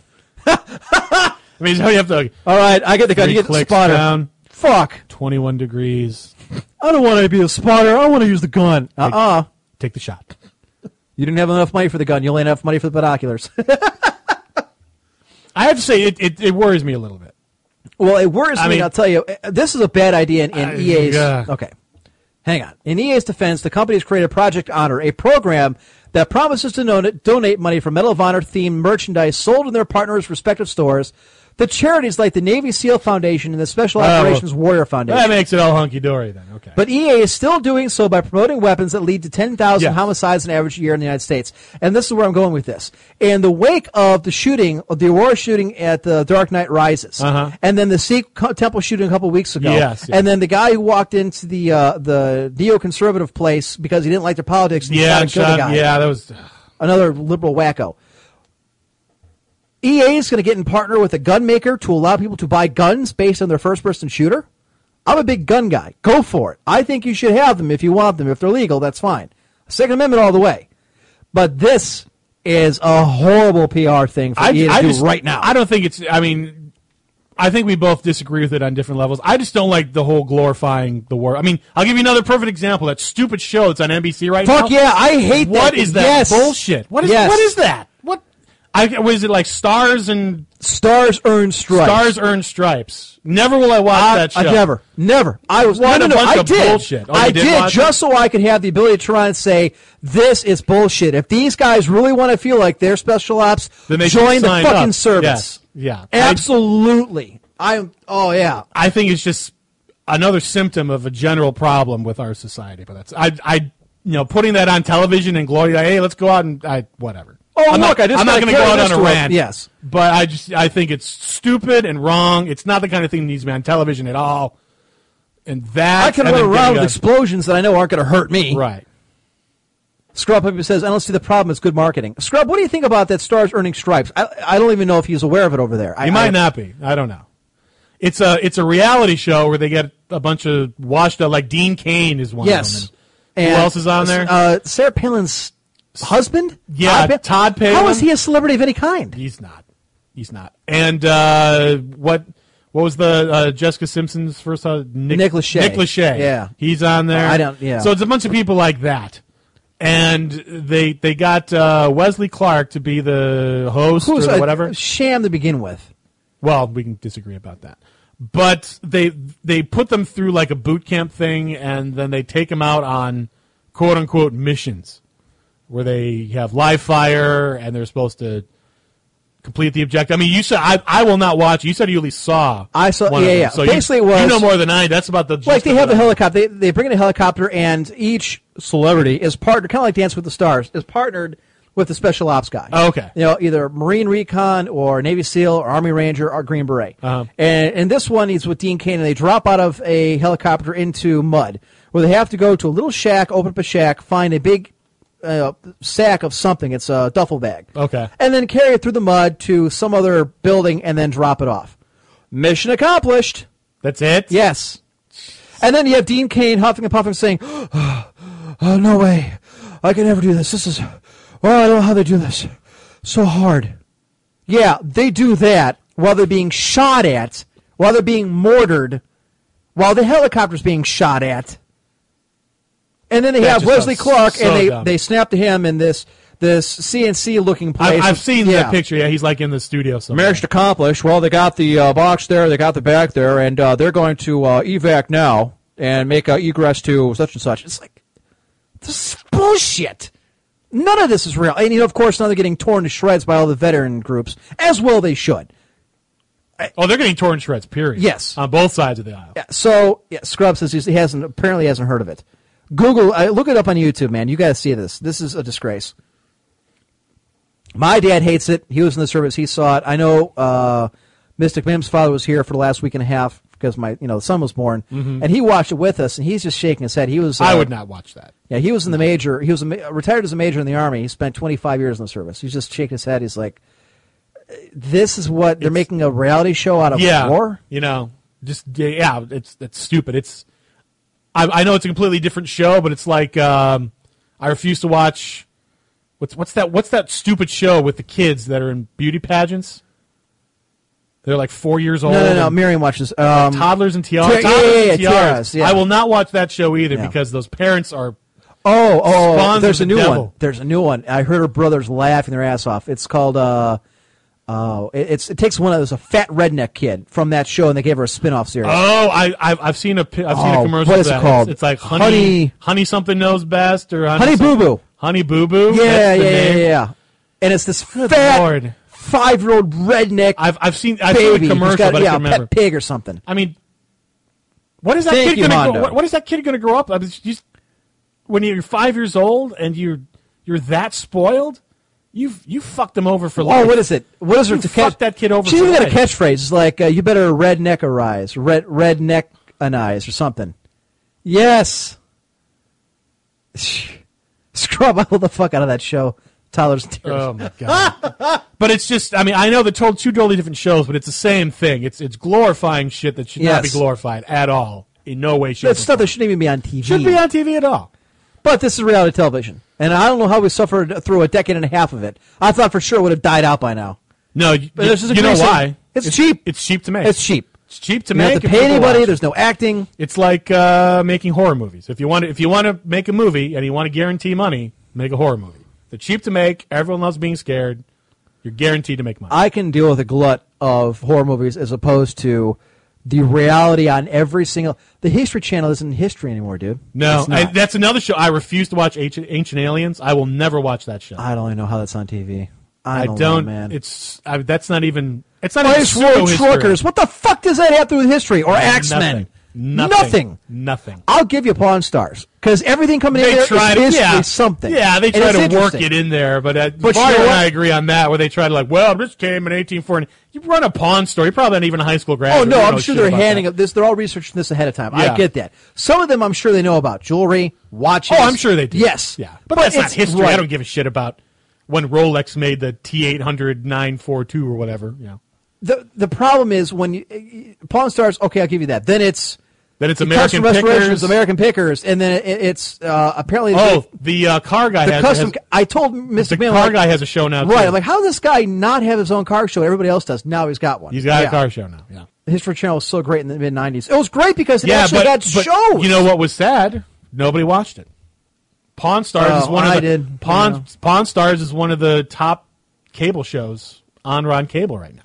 I mean, so you have to
all right. I get the gun.
Three
You get the
clicks
spotter.
down.
Fuck!
21 degrees.
I don't want to be a spotter. I want to use the gun. Uh uh
Take the shot.
You didn't have enough money for the gun. You only had enough money for the binoculars.
I have to say it it, it worries me a little bit.
well, it worries
I
me.
mean-
I'll tell you, uh, this is a bad idea in, in
I-
EA's.
yeah.
Okay, hang on. In EA's defense, the company has created Project Honor, a program that promises to don- donate money for Medal of Honor themed merchandise sold in their partners' respective stores. to charities like the Navy SEAL Foundation and the Special
well,
Operations Warrior Foundation.
That makes it all hunky dory then. Okay.
But EA is still doing so by promoting weapons that lead to 10,000
Yes.
homicides an average year in the United States. And this is where I'm going with this. In the wake of the shooting, of the Aurora shooting at the Dark Knight Rises,
Uh-huh.
and then the Sikh co- temple shooting a couple weeks ago,
Yes, yes.
and then the guy who walked into the uh, the neoconservative place because he didn't like their politics and shot
yeah,
and killed a
shot-
guy
yeah, that was
another liberal wacko. E EA is going to get in partner with a gun maker to allow people to buy guns based on their first person shooter. I'm a big gun guy. Go for it. I think you should have them if you want them. If they're legal, that's fine. Second Amendment all the way. But this is a horrible PR thing for
I,
EA to
I
do
just,
right now.
I don't think it's. I mean, I think we both disagree with it on different levels. I just don't like the whole glorifying the war. I mean, I'll give you another perfect example. That stupid show that's on NBC right now.
Fuck yeah, I hate that.
What is that
Yes.
bullshit? What is
Yes.
what is that? What? I was it like stars and
Stars earn stripes.
stars earn stripes. Never will I watch
I,
that show.
I never, never. I was
What
no,
a
no, no.
bunch
I
of
did.
bullshit. Oh, you
I
did
did
watch
just so I could have the ability to try and say this is bullshit. If these guys really want to feel like they're special ops,
Then they should
join the
sign
fucking
up.
service.
Yes. Yeah.
absolutely. I, am oh yeah.
I think it's just another symptom of a general problem with our society. But that's I I you know putting that on television and glory. Hey, let's go out and I whatever.
Oh,
I'm
look,
not,
I just
I'm not
gotta
gonna
carry
go out
this
on a
to a-
rant.
yes.
but I just I think it's stupid and wrong. It's not the kind of thing that needs to be on television at all. And that
I can
and
run
then
around
getting
with
a-
explosions that I know aren't going to hurt me.
Right.
Scrub Puppy says, I don't see the problem. It's good marketing. Scrub, what do you think about that stars earning stripes? I, I don't even know if he's aware of it over there. I,
He might
I-
not be. I don't know. It's a it's a reality show where they get a bunch of washed up like Dean Kane is one
Yes.
of them. Who else is on there?
Uh, Sarah Palin's husband?
Yeah,
Todd,
Todd Palin.
How is he a celebrity of any kind?
He's not. He's not. And uh, what what was the uh, Jessica Simpson's first uh, Nick,
Nick Lachey.
Nick Lachey.
Yeah.
he's on there.
I don't- yeah.
So it's a bunch of people like that, and they they got uh, Wesley Clark to be the host
Who's
or
a
whatever.
sham to begin with?
Well, we can disagree about that. But they they put them through like a boot camp thing, and then they take them out on quote unquote missions, where they have live fire, and they're supposed to complete the objective. I mean, you said I, I will not watch. You said you at least saw.
I saw-
one of
yeah,
them.
yeah.
So
Basically
you,
it was-
you know more than I. That's about the gist
Like they
of
have
it.
a helicopter. They, they bring in a helicopter, and each celebrity is partnered, kind of like Dance with the Stars, is partnered with the special ops guy.
Oh, okay.
You know, either Marine Recon or Navy SEAL or Army Ranger or Green Beret.
Uh-huh.
And, and this one is with Dean Kane, and they drop out of a helicopter into mud, where they have to go to a little shack, open up a shack, find a big uh, sack of something. It's a duffel bag.
Okay.
And then carry it through the mud to some other building and then drop it off. Mission accomplished.
That's it.
Yes. And then you have Dean Kane huffing and puffing saying, oh, no way. I can never do this. This is, oh, I don't know how they do this. So hard. Yeah, they do that while they're being shot at, while they're being mortared, while the helicopter's being shot at. And then they
That
have
just
Wesley
sounds
Clark,
so
and they,
dumb.
they snap to him in this this CNC looking
I,
place.
I've seen
Yeah.
that picture. Yeah, he's like in the studio somewhere.
Marriage accomplished. Well, they got the uh, box there, they got the back there, and uh, they're going to uh, evac now and make uh, egress to such and such. It's like this is bullshit. None of this is real. And you know, of course, now they're getting torn to shreds by all the veteran groups, as well they should.
oh, they're getting torn to shreds. Period.
Yes.
on both sides of the aisle.
Yeah, so yeah, Scrub says he's- he hasn't apparently hasn't heard of it. Google, uh, look it up on YouTube, man. You got to see this. This is a disgrace. My dad hates it. He was in the service. He saw it. I know uh, Mystic Mim's father was here for the last week and a half because my you know the son was born, and he watched it with us, and he's just shaking his head. He was uh,
Mm-hmm. I would not watch that.
Yeah, he was in the major. He was a, ma- retired as a major in the army. He spent 25 years in the service. He's just shaking his head. He's like, "This is what they're making a reality show out of
yeah,
war."
You know, just yeah, it's that's stupid. It's I, I know it's a completely different show, but it's like um, I refuse to watch. What's what's that? What's that stupid show with the kids that are in beauty pageants? They're like four years old.
No, no, no.
and
Miriam watches. Um,
Toddlers and
Ti-
tiaras.
yeah,
toddlers
yeah,
and
yeah,
tiaras.
tiaras, yeah.
I will not watch that show either
Yeah.
because those parents are.
Oh, oh,
Spawns
there's a
of the
new
devil.
one. There's a new one. I heard her brothers laughing their ass off. It's called uh oh, it, it's it takes one of those a fat redneck kid from that show and they gave her a spin-off series.
Oh, I I've, I've seen a pi- I've seen
Oh,
a commercial.
what
for
is it
that.
called?
It's, it's like honey,
Honey-
honey something knows best or honey,
Honey Boo Boo.
Honey boo boo.
yeah, yeah,
That's the
yeah,
name.
yeah, yeah. And it's this fat
Lord.
five-year-old redneck
I've I've seen I've
baby
seen a
who's
commercial,
got
but I
yeah, a
can't remember.
pet pig or something.
I mean, what is that
Thank
kid
you,
going
Mondo.
to what, what is that kid going to grow up? I mean, just when you're five years old and you're you're that spoiled, you you fucked them over for life.
Oh, what is it? What is her
You
to
fucked
catch?
that kid over
She's
for
even got a
life.
catchphrase. It's like uh, you better redneckerize, red redneckanize, or something. Yes. Scrub! I love the fuck out of that show. Tyler's tears.
Oh my god! but it's just I mean I know they're told two totally different shows, but it's the same thing. It's it's glorifying shit that should not be
Yes.
glorified at all. in no way, shape,
That's
or
stuff that shouldn't even be on TV.
should be on TV at all.
But this is reality television, and I don't know how we suffered through a decade and a half of it. I thought for sure it would have died out by now.
No, you,
But this is a
you know
greasing.
why?
It's cheap.
It's cheap to make.
It's cheap.
It's cheap to
You
make.
don't have to
and
pay
people
anybody.
watch.
There's no acting.
It's like uh, making horror movies. If you want, to, if you want to make a movie and you want to guarantee money, make a horror movie. They're cheap to make. Everyone loves being scared. You're guaranteed to make money.
I can deal with a glut of horror movies as opposed to the reality on every single. The History Channel isn't history anymore, dude.
no,
It's
I,
not.
that's another show. I refuse to watch Ancient, Ancient Aliens. I will never watch that show.
I don't even know how that's on TV. I don't, know, man.
It's I, that's not even. It's not even
Ice Road
pseudo-history.
Truckers. What the fuck does that have to do with history or X Men?
Nothing.
Nothing.
Nothing.
I'll give you Pawn Stars because everything coming in
They
there
try
is
to
basically
yeah,
something.
Yeah, they
And
try
it's
to work
interesting.
it in there, but uh,
But you
Mario
know
and
what?
I agree on that. Where they try to like, well, this came in 1840. You run a pawn store. You're probably not even a high school graduate.
Oh
You
no,
don't
I'm
know
sure
shit
they're
about
handing
that.
up this. They're all researching this ahead of time.
Yeah.
I get that. Some of them, I'm sure they know about jewelry, watches.
Oh, I'm sure they do.
Yes,
yeah, but, that's not
it's-
history. I
right.
don't give a shit about when Rolex made the T800 942 or whatever. Yeah,
the the problem is when you Pawn Stars. Okay, I'll give you that. Then it's
then it's
it comes
American
from restorations,
Pickers.
American Pickers, and then it, it's uh, apparently
Oh, the uh, car guy
the, the
has,
custom.
has-
I told Mr.
the
McMahon,
car
like,
guy has a show now.
right.
too.
I'm like, how does this guy not have his own car show? Everybody else does. Now he's got one.
he's got
Yeah.
a car show now. Yeah.
The History Channel was so great in the mid '90s. It was great because it
yeah,
actually
but,
had
but
shows.
You know what was sad? Nobody watched it. Pawn Stars is
Oh,
one of
I
the
did,
Pawn
yeah.
Pawn Stars is one of the top cable shows on Ron Cable right now.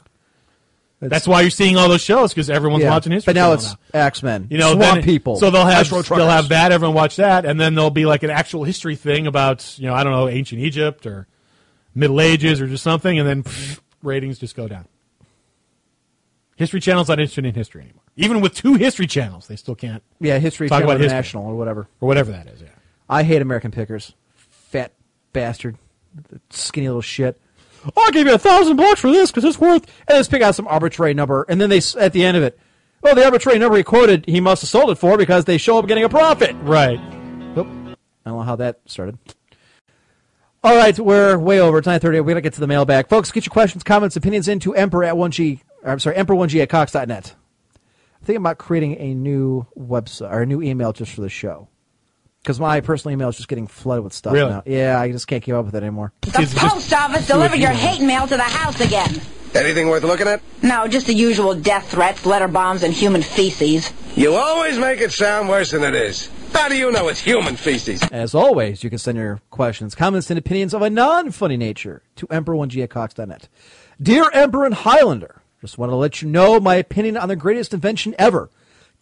That's, why you're seeing all those shows because everyone's
Yeah.
watching history.
But now
Channel
it's X Men.
you know
Swamp
then it-
People.
So they'll have
Ice Road
they'll have
Truckers.
that. Everyone watch that, and then there'll be like an actual history thing about you know I don't know ancient Egypt or Middle Ages or just something, and then pff, ratings just go down. History Channel's not interested in history anymore. Even with two History Channels, they still can't
Yeah, History
Talk
Channel
about history.
International or whatever.
or whatever that is. Yeah.
I hate American Pickers. Fat bastard, skinny little shit. I'll give you a thousand bucks for this because it's worth. And let's pick out some arbitrary number, and then they s- at the end of it, well, the arbitrary number he quoted, he must have sold it for because they show up getting a profit.
Right.
I don't know how that started. All right, we're way over. It's 9.30. We're going to get to the mailbag. Folks, get your questions, comments, opinions into emperor at 1G. Or, I'm sorry, emperor1g at cox.net. I'm thinking about creating a new website or a new email just for the show. Because my personal email is just getting flooded with stuff
Really?
now. Yeah, I just can't keep up with it anymore.
The
Is it just-
post office delivered your hate mail to the house again.
Anything worth looking at?
No, just the usual death threats, letter bombs, and human feces.
You always make it sound worse than it is. How do you know it's human feces?
As always, you can send your questions, comments, and opinions of a non-funny nature to emperor1g at cox.net. Dear Emperor and Highlander, just wanted to let you know my opinion on the greatest invention ever.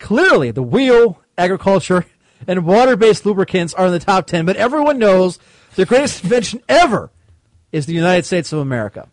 Clearly, the wheel, agriculture, and water-based lubricants are in the top 10, but everyone knows the greatest invention ever is the United States of America.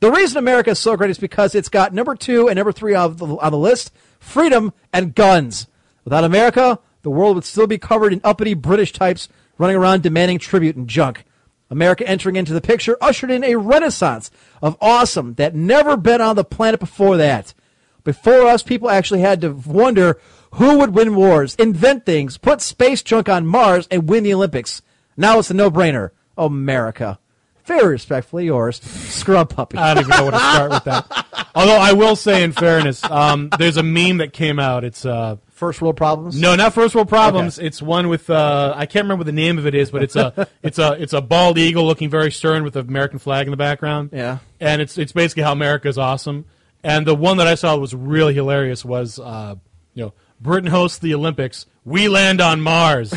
The reason America is so great is because it's got number two and number three on the, on the list freedom and guns. Without America, the world would still be covered in uppity British types running around demanding tribute and junk. America entering into the picture ushered in a renaissance of awesome that never been on the planet before that. Before us, people actually had to wonder who would win wars, invent things, put space junk on Mars, and win the Olympics. Now it's a no brainer. America. Very respectfully yours, Scrub Puppy.
I don't even know where to start with that. Although I will say, in fairness, um, there's a meme that came out. It's uh,
First world problems?
no, not first world problems. It's one with uh, I can't remember what the name of it is, but it's a it's a it's a bald eagle looking very stern with the American flag in the background.
Yeah.
and it's it's basically how America's awesome. And the one that I saw that was really hilarious was uh, you know Britain hosts the Olympics, we land on Mars.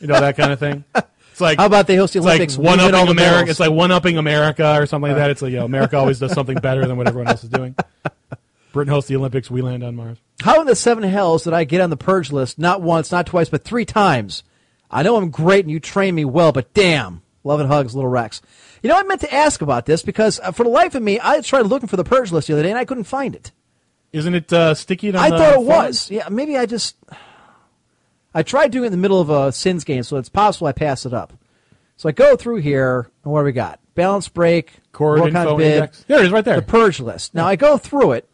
you know that kind of thing. It's like
How about they host the
it's like
Olympics? We
one
win all
upping
the
America.
medals.
It's like one upping America or something like that. It's like you know, America always does something better than what everyone else is doing. Britain hosts the Olympics, we land on Mars.
How in the seven hells did I get on the purge list not once, not twice, but three times? I know I'm great and you train me well, but damn. Love and hugs, little Rex. You know, I meant to ask about this because uh, for the life of me, I tried looking for the purge list the other day and I couldn't find it.
Isn't it uh, sticky? On
I
the
thought it
phone?
was. Yeah, maybe I just. I tried doing it in the middle of a sins game, so it's possible I passed it up. So I go through here, and what do we got? Balance break,
Cord
work on
info
bid,
index. There it is, right there.
the purge list. Now I go through it.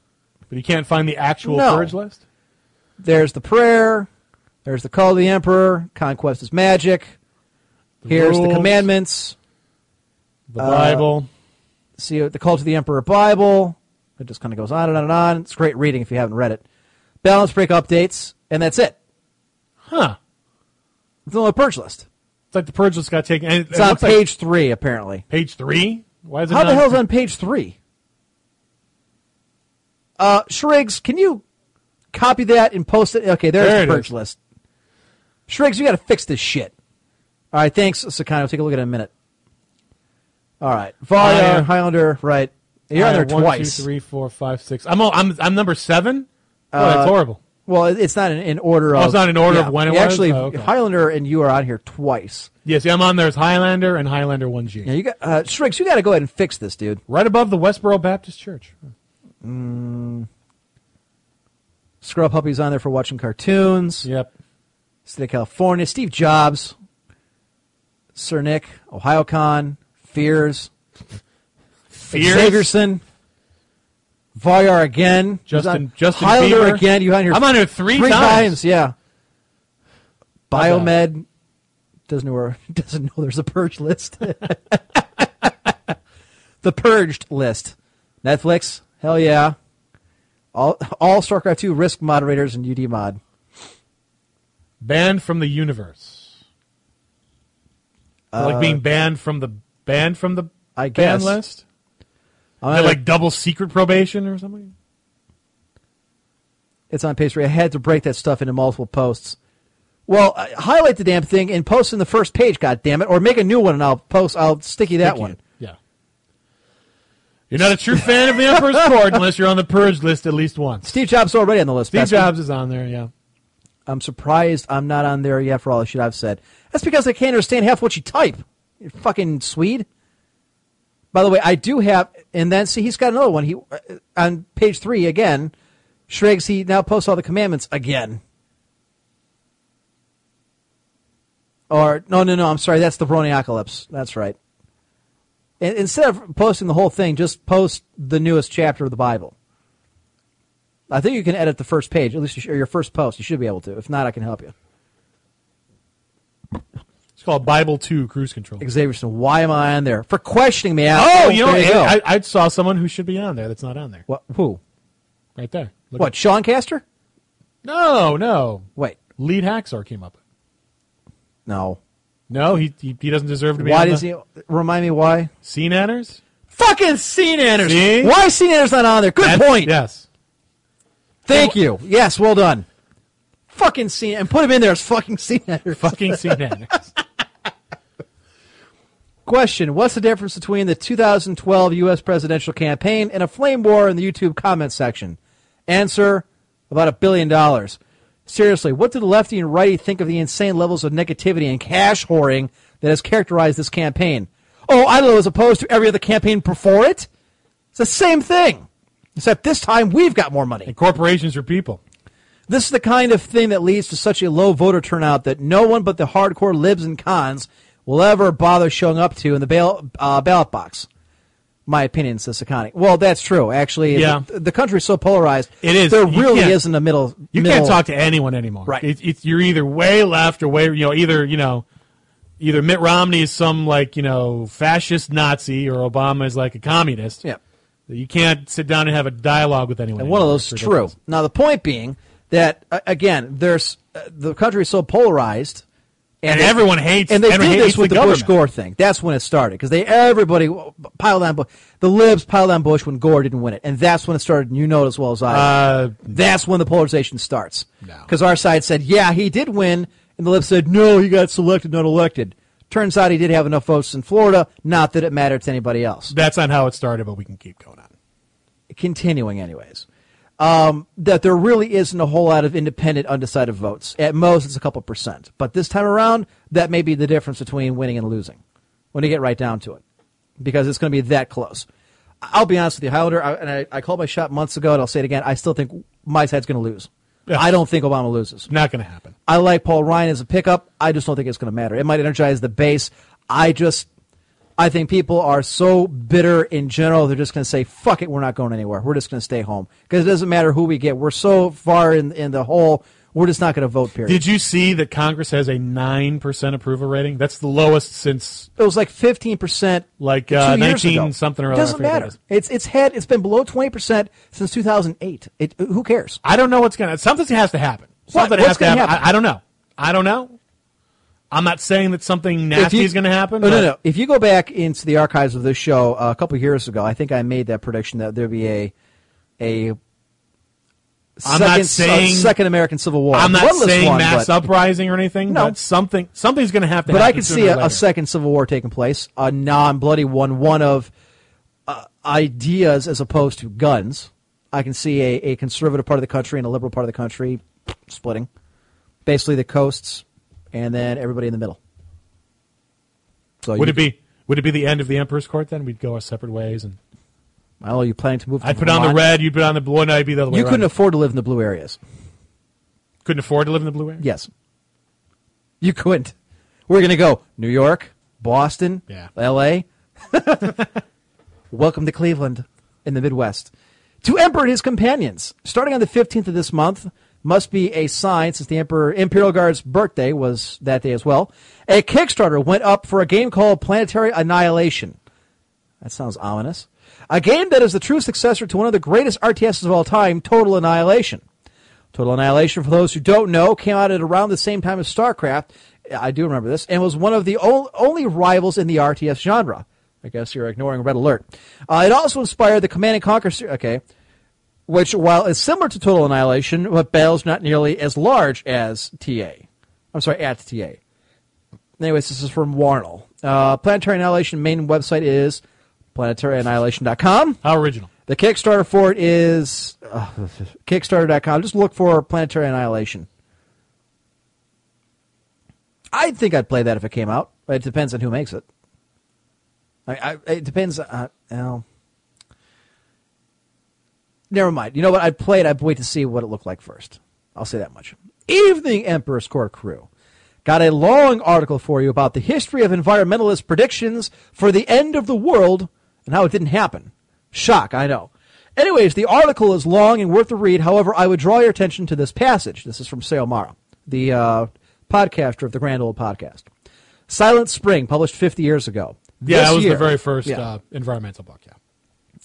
but you can't find the actual
No.
purge list.
There's the prayer. There's the call of the emperor. Conquest is magic. Here's the
rules.
commandments.
The Bible.
See uh, the call to the emperor Bible. It just kind of goes on and on and on. It's great reading if you haven't read it. balance break updates, and that's it. Uh,
Huh.
It's on the purge list.
It's like the purge list got taken. and it
It's on
looks like-
page three, apparently.
page three. Why is it?
How the
not-
hell's on page three? Uh, Shriggs, can you copy that and post it? Okay, there's
There it
the purge
is.
list. Shriggs, you got to fix this shit. All right, thanks, Sakano. Take a look at it in a minute. All right, Valyar,
Valyar.
Highlander, right? You're on
Uh,
there
one, two,
twice.
three, four, five, six. I'm all, I'm I'm number seven. Oh,
Uh,
that's horrible.
Well, it- it's not in, in order
Oh,
of.
it's not in order of when it was?
Actually,
Oh, okay.
Highlander and you are on here twice.
Yeah, see, I'm on there as Highlander and Highlander One G.
Yeah, you got uh, Shriggs. You got to go ahead and fix this, dude.
Right above the Westboro Baptist Church.
Scrub Puppy's on there for watching cartoons.
Yep.
State of California, Steve Jobs, Sir Nick, OhioCon, Fears,
Fears?
Xavierson, Voyar again,
Justin-
He's on-
Justin
Highlander
Bieber.
again. You on here?
I'm on here three
times.
times.
Yeah.
How's that?
Biomed doesn't know where, doesn't know there's a purge list. the purged list. Netflix. Hell yeah. All all StarCraft 2 risk moderators and UD mod.
Banned from the universe. like being banned from the banned from the
Uh, I
ban
guess. Uh,
list.
I'm
Is
gonna-
that like double secret probation or something.
It's on page three. I had to break that stuff into multiple posts. Well, uh, highlight the damn thing and post in the first page, God damn it, or make a new one and I'll post. I'll sticky that
Thank you.
one.
Yeah. You're not a true fan of the Emperor's Court unless you're on the purge list at least once.
Steve Jobs already on the list.
Steve
Betsy.
Jobs is on there. Yeah.
I'm surprised I'm not on there yet for all the shit I've said. That's because I can't understand half what you type. You fucking Swede. By the way, I do have, and then see, he's got another one. He uh, on page three again. Shriggs, he now posts all the commandments again. Or no, no, no. I'm sorry. That's the Broniocalypse. That's right. And instead of posting the whole thing, just post the newest chapter of the Bible. I think you can edit the first page, at least you sh- or your first post. You should be able to. If not, I can help you.
It's called Bible Two Cruise Control.
Xavierson, why am I on there for questioning me? Al.
Oh, you know,
There go.
I, I saw someone who should be on there that's not on there.
what? Who?
Right there. Look
What?
at-
Sean Caster?
No, no.
Wait,
Lead Haxar came up.
no.
No, he he, he doesn't deserve to be.
Why
on
does
the
he remind me why?
Scene adders?
Fucking Sean Anderson.
See?
Why is Sean Anderson not on there? Good
That's-
point.
Yes.
Thank you. Yes, well done. Fucking Sean and put him in there as fucking Sean Anderson.
Fucking scene adders.
Question: What's the difference between the 2012 U.S. presidential campaign and a flame war in the YouTube comment section? Answer: About a billion dollars. Seriously, what do the lefty and righty think of the insane levels of negativity and cash hoarding that has characterized this campaign? Oh, I don't know, as opposed to every other campaign before it? It's the same thing. Except this time we've got more money.
And corporations are people.
This is the kind of thing that leads to such a low voter turnout that no one but the hardcore libs and cons will ever bother showing up to in the bail, uh, ballot box. My opinion, says Sakani. Well, that's true. Actually,
Yeah.
the, the country's so polarized.
It is.
There
You
really
can't-
isn't a middle.
You
middle-
can't talk to anyone anymore.
Right.
It, it's you're either way left or way you know either you know either Mitt Romney is some like you know fascist Nazi or Obama is like a communist.
Yeah.
You can't sit down and have a dialogue with anyone.
And one of
anymore.
those is
It's
true.
ridiculous.
Now, the point being that uh, again, there's uh, the country's so polarized,
And
they-
everyone hates
And they
everyone
did
hates
this with the,
the
Bush
government.
Gore thing. That's when it started because they everybody piled on Bu- the libs piled on Bush when Gore didn't win it, and that's when it started. And you know it as well as I. do.
Uh,
That's when the polarization starts.
No.
Because our side said, yeah, he did win, and the left said, no, he got selected, not elected. Turns out he did have enough votes in Florida, not that it mattered to anybody else.
that's not how it started, but we can keep going on.
Continuing, anyways. Um, that there really isn't a whole lot of independent, undecided votes. At most, it's a couple percent. But this time around, that may be the difference between winning and losing when you get right down to it, because it's going to be that close. I'll be honest with you, Highlander, I, and I, I called my shot months ago, and I'll say it again. I still think my side's going to lose.
Yeah.
I don't think Obama loses.
Not going to happen.
I like Paul Ryan as a pickup. I just don't think it's going to matter. It might energize the base. I just, I think people are so bitter in general. They're just going to say, "Fuck it, we're not going anywhere. We're just going to stay home." Because it doesn't matter who we get. We're so far in in the hole. We're just not going to vote. Period.
Did you see that Congress has a nine percent approval rating? That's the lowest since
it was like fifteen percent,
like uh,
two years
nineteen
ago.
something or
It
other. I
doesn't
forget what it
matter.
is.
It's it's had it's been below twenty percent since two thousand eight. It who cares?
I don't know what's gonna. Something has to happen.
What-
Something
what's
has to
gonna
happen.
happen?
I, I don't know. I don't know. I'm not saying that something nasty
If you- Oh,
is going to happen.
No,
but
no, no. If you go back into the archives of this show uh, a couple years ago, I think I made that prediction that there'd be a a
I'm
second,
not saying-
a second American Civil War.
I'm not
Bloodless
saying
one,
mass
but,
uprising or anything.
No.
but something something's going to have to.
but
happen
I could see a,
sooner or
a
later.
second Civil War taking place, a non-bloody one, one of uh, ideas as opposed to guns. I can see a, a conservative part of the country and a liberal part of the country splitting, basically the coasts, and then everybody in the middle. So
Would
you
it be? Would it be the end of the Emperor's Court? Then we'd go our separate ways, and
Well, are you planning to move? To
I'd put on the
Vermont?
red. You'd put on the blue, and I'd be the other way.
You
around.
couldn't afford to live in the blue areas.
couldn't afford to live in the blue area.
Yes, you couldn't. We're gonna go New York, Boston,
Yeah.
L.A. Welcome to Cleveland in the Midwest. To Emperor and his companions, starting on the fifteenth of this month, must be a sign since the Emperor Imperial Guard's birthday was that day as well. A Kickstarter went up for a game called Planetary Annihilation. That sounds ominous. A game that is the true successor to one of the greatest RTSs of all time, Total Annihilation. Total Annihilation, for those who don't know, came out at around the same time as StarCraft. I do remember this, and was one of the ol- only rivals in the RTS genre. I guess you're ignoring Red Alert. Uh, it also inspired the Command and Conquer. Ser- okay, which while is similar to Total Annihilation, but battles not nearly as large as TA. I'm sorry, at TA. Anyways, this is from Warnell. Uh, Planetary Annihilation main website is planetaryannihilation.com.
How original.
The Kickstarter for it is uh, Kickstarter.com. Just look for Planetary Annihilation. I think I'd play that if it came out. But It depends on who makes it. I, I, it depends. Uh, well, never mind. You know what? I'd play it. I'd wait to see what it looked like first. I'll say that much. Evening Emperor's Court crew. Got a long article for you about the history of environmentalist predictions for the end of the world and how it didn't happen. Shock, I know. Anyways, the article is long and worth a read. However, I would draw your attention to this passage. This is from Sayomara, the uh, podcaster of the Grand Old Podcast. Silent Spring, published 50 years ago.
Yeah,
This
that was
year-
the very first
Yeah.
uh, environmental book. Yeah,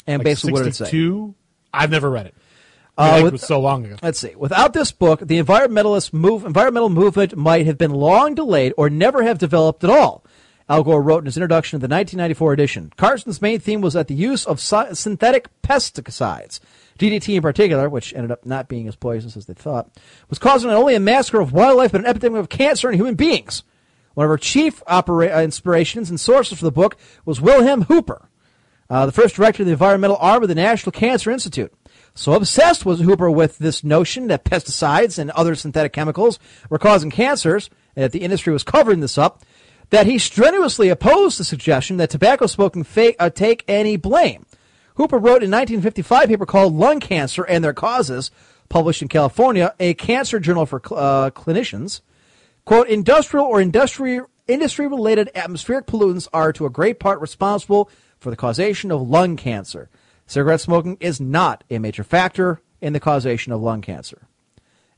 and
Like
basically what did it say?
62? I've never read it.
Uh,
I mean, like,
with-
it was so long ago.
Let's see. Without this book, the environmentalist move, environmental movement might have been long delayed or never have developed at all. Al Gore wrote in his introduction of the 1994 edition. Carson's main theme was that the use of sy- synthetic pesticides, DDT in particular, which ended up not being as poisonous as they thought, was causing not only a massacre of wildlife but an epidemic of cancer in human beings. One of her chief opera- uh, inspirations and sources for the book was Wilhelm Hooper, uh, the first director of the environmental arm of the National Cancer Institute. So obsessed was Hooper with this notion that pesticides and other synthetic chemicals were causing cancers, and that the industry was covering this up, that he strenuously opposed the suggestion that tobacco smoking fa- uh, take any blame. Hooper wrote in 1955 a paper called Lung Cancer and Their Causes, published in California, a cancer journal for cl- uh, clinicians quote industrial or industry industry related atmospheric pollutants are to a great part responsible for the causation of lung cancer cigarette smoking is not a major factor in the causation of lung cancer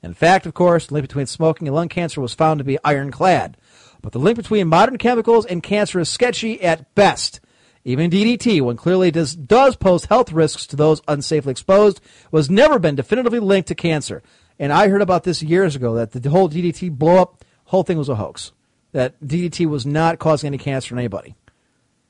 in fact of course the link between smoking and lung cancer was found to be ironclad but the link between modern chemicals and cancer is sketchy at best even DDT, when clearly does, does pose health risks to those unsafely exposed, was never been definitively linked to cancer. And I heard about this years ago that the whole DDT blow up, whole thing was a hoax. That DDT was not causing any cancer in anybody.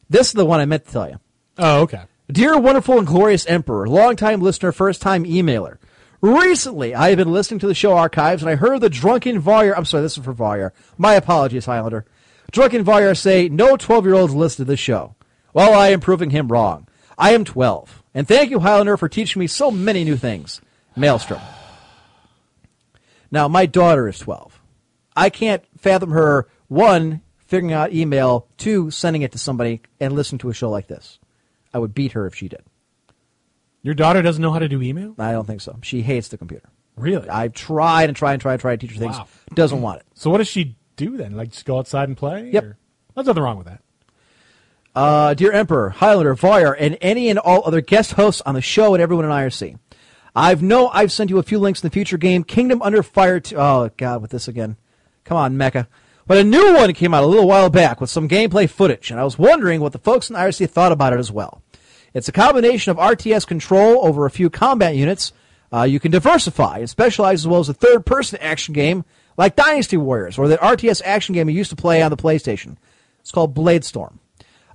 This is the one I meant to tell you.
Oh, okay.
Dear wonderful and glorious Emperor, longtime listener, first time emailer. Recently, I have been listening to the show archives and I heard the drunken Varyer. I'm sorry, this is for Varyer. My apologies, Highlander. Drunken Varyer say, no 12 year olds listen to this show. Well, I am proving him wrong. I am 12. And thank you, Highlander, for teaching me so many new things. Maelstrom. Now, my daughter is 12. I can't fathom her, one, figuring out email, two, sending it to somebody and listening to a show like this. I would beat her if she did.
Your daughter doesn't know how to do email?
I don't think so. She hates the computer.
Really?
I've tried and tried and tried and tried to teach her things.
Wow.
Doesn't want it.
So what does she do then? Like just go outside and play?
Yep.
Or? There's nothing wrong with that.
Uh, dear Emperor, Highlander, Voyer, and any and all other guest hosts on the show and everyone in IRC. I've know I've sent you a few links in the future game Kingdom Under Fire. T- oh God, with this again. Come on, Mecca. But a new one came out a little while back with some gameplay footage, and I was wondering what the folks in IRC thought about it as well. It's a combination of RTS control over a few combat units. Uh, you can diversify and specialize as well as a third-person action game like Dynasty Warriors or that RTS action game you used to play on the PlayStation. It's called Bladestorm.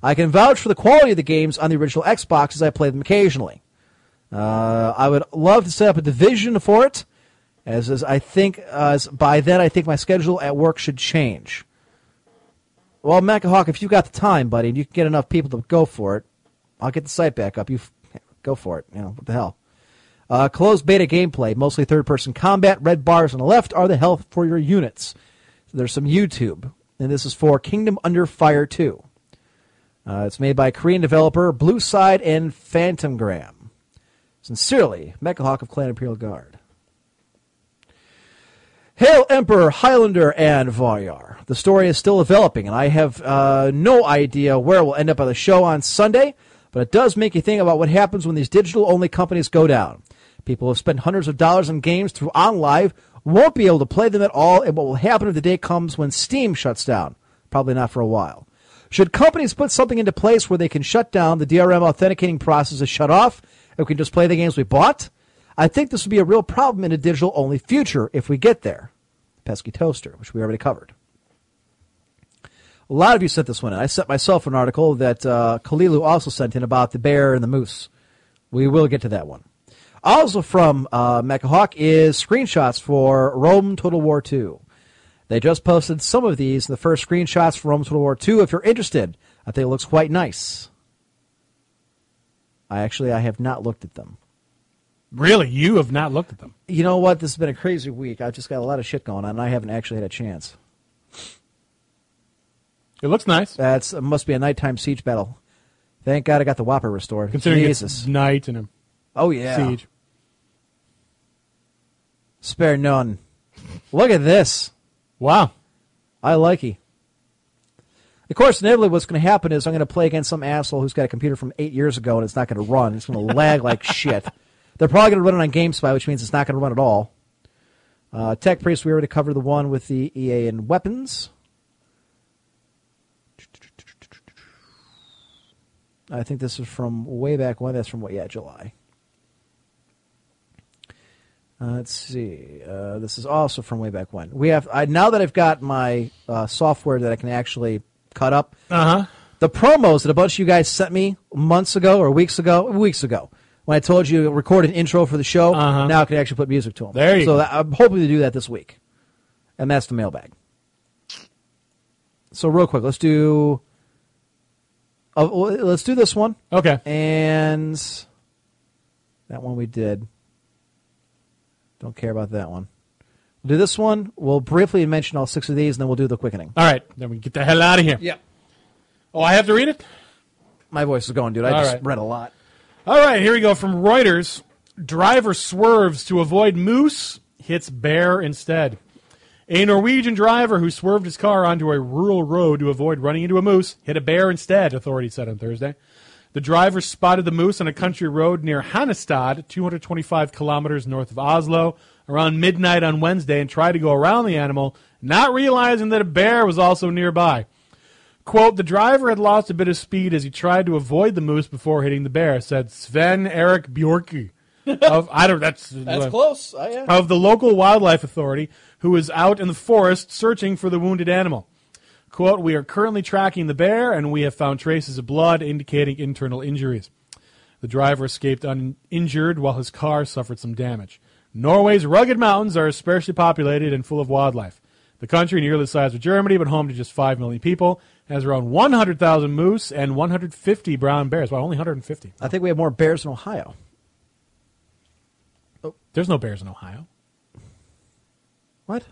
I can vouch for the quality of the games on the original Xbox as I play them occasionally. Uh, I would love to set up a division for it, as, as I think as by then I think my schedule at work should change. Well, Macahawk, if you got the time, buddy, and you can get enough people to go for it, I'll get the site back up. You f- go for it. You know what the hell. Uh, closed beta gameplay, mostly third-person combat. Red bars on the left are the health for your units. So there's some YouTube, and this is for Kingdom Under Fire 2. Uh, it's made by Korean developer Blue Side and Phantomgram. Sincerely, Mechahawk of Clan Imperial Guard. Hail Emperor, Highlander, and Voyar. The story is still developing, and I have uh, no idea where we'll end up on the show on Sunday, but it does make you think about what happens when these digital only companies go down. People who have spent hundreds of dollars on games through OnLive won't be able to play them at all, and what will happen if the day comes when Steam shuts down? Probably not for a while. Should companies put something into place where they can shut down the DRM authenticating process is shut off, and we can just play the games we bought? I think this would be a real problem in a digital only future if we get there. Pesky Toaster, which we already covered. A lot of you sent this one in. I sent myself an article that uh, Kalilu also sent in about the bear and the moose. We will get to that one. Also from uh, Mechahawk is screenshots for Rome Total War 2. They just posted some of these in the first screenshots from Rome Total War 2. If you're interested, I think it looks quite nice. I actually I have not looked at them.
Really, you have not looked at them.
You know what? This has been a crazy week. I've just got a lot of shit going on. and I haven't actually had a chance.
It looks nice.
That's it must be a nighttime siege battle. Thank God I got the Whopper restored.
Considering
Jesus.
it's night and a
oh yeah.
siege.
Spare none. Look at this.
Wow.
I like he. Of course, in Italy, what's going to happen is I'm going to play against some asshole who's got a computer from eight years ago and it's not going to run. It's going to lag like shit. They're probably going to run it on GameSpy, which means it's not going to run at all. Uh, Tech Priest, we already covered the one with the EA and weapons. I think this is from way back when. That's from what? Yeah, July. Uh, let's see. Uh, this is also from way back when. We have I, now that I've got my uh, software that I can actually cut up.
Uh huh.
The promos that a bunch of you guys sent me months ago or weeks ago, weeks ago, when I told you to record an intro for the show,
Uh-huh.
now I can actually put music to them.
There you
so
go.
that- I'm hoping to do that this week, and that's the mailbag. So real quick, let's do. Uh, let's do this one.
Okay.
And that one we did. Don't care about that one. We'll do this one. We'll briefly mention all six of these, and then we'll do the quickening.
All right. Then we can get the hell out of here.
Yep.
Oh, I have to read it?
My voice is going, dude. I
All
just
right.
read a lot.
All right, here we go from Reuters. Driver swerves to avoid moose, hits bear instead. A Norwegian driver who swerved his car onto a rural road to avoid running into a moose hit a bear instead, authorities said on Thursday. The driver spotted the moose on a country road near Hannestad, 225 kilometers north of Oslo, around midnight on Wednesday and tried to go around the animal, not realizing that a bear was also nearby. Quote, the driver had lost a bit of speed as he tried to avoid the moose before hitting the bear, said Sven Erik Bjorki. of, I don't, that's,
That's close. Oh, yeah.
Of the local wildlife authority who was out in the forest searching for the wounded animal. Quote, we are currently tracking the bear and we have found traces of blood indicating internal injuries. The driver escaped uninjured while his car suffered some damage. Norway's rugged mountains are sparsely populated and full of wildlife. The country, nearly the size of Germany, but home to just 5 million people, has around 100,000 moose and 150 brown bears. Wow, only 150.
I think we have more bears in Ohio.
There's no bears in Ohio.
What?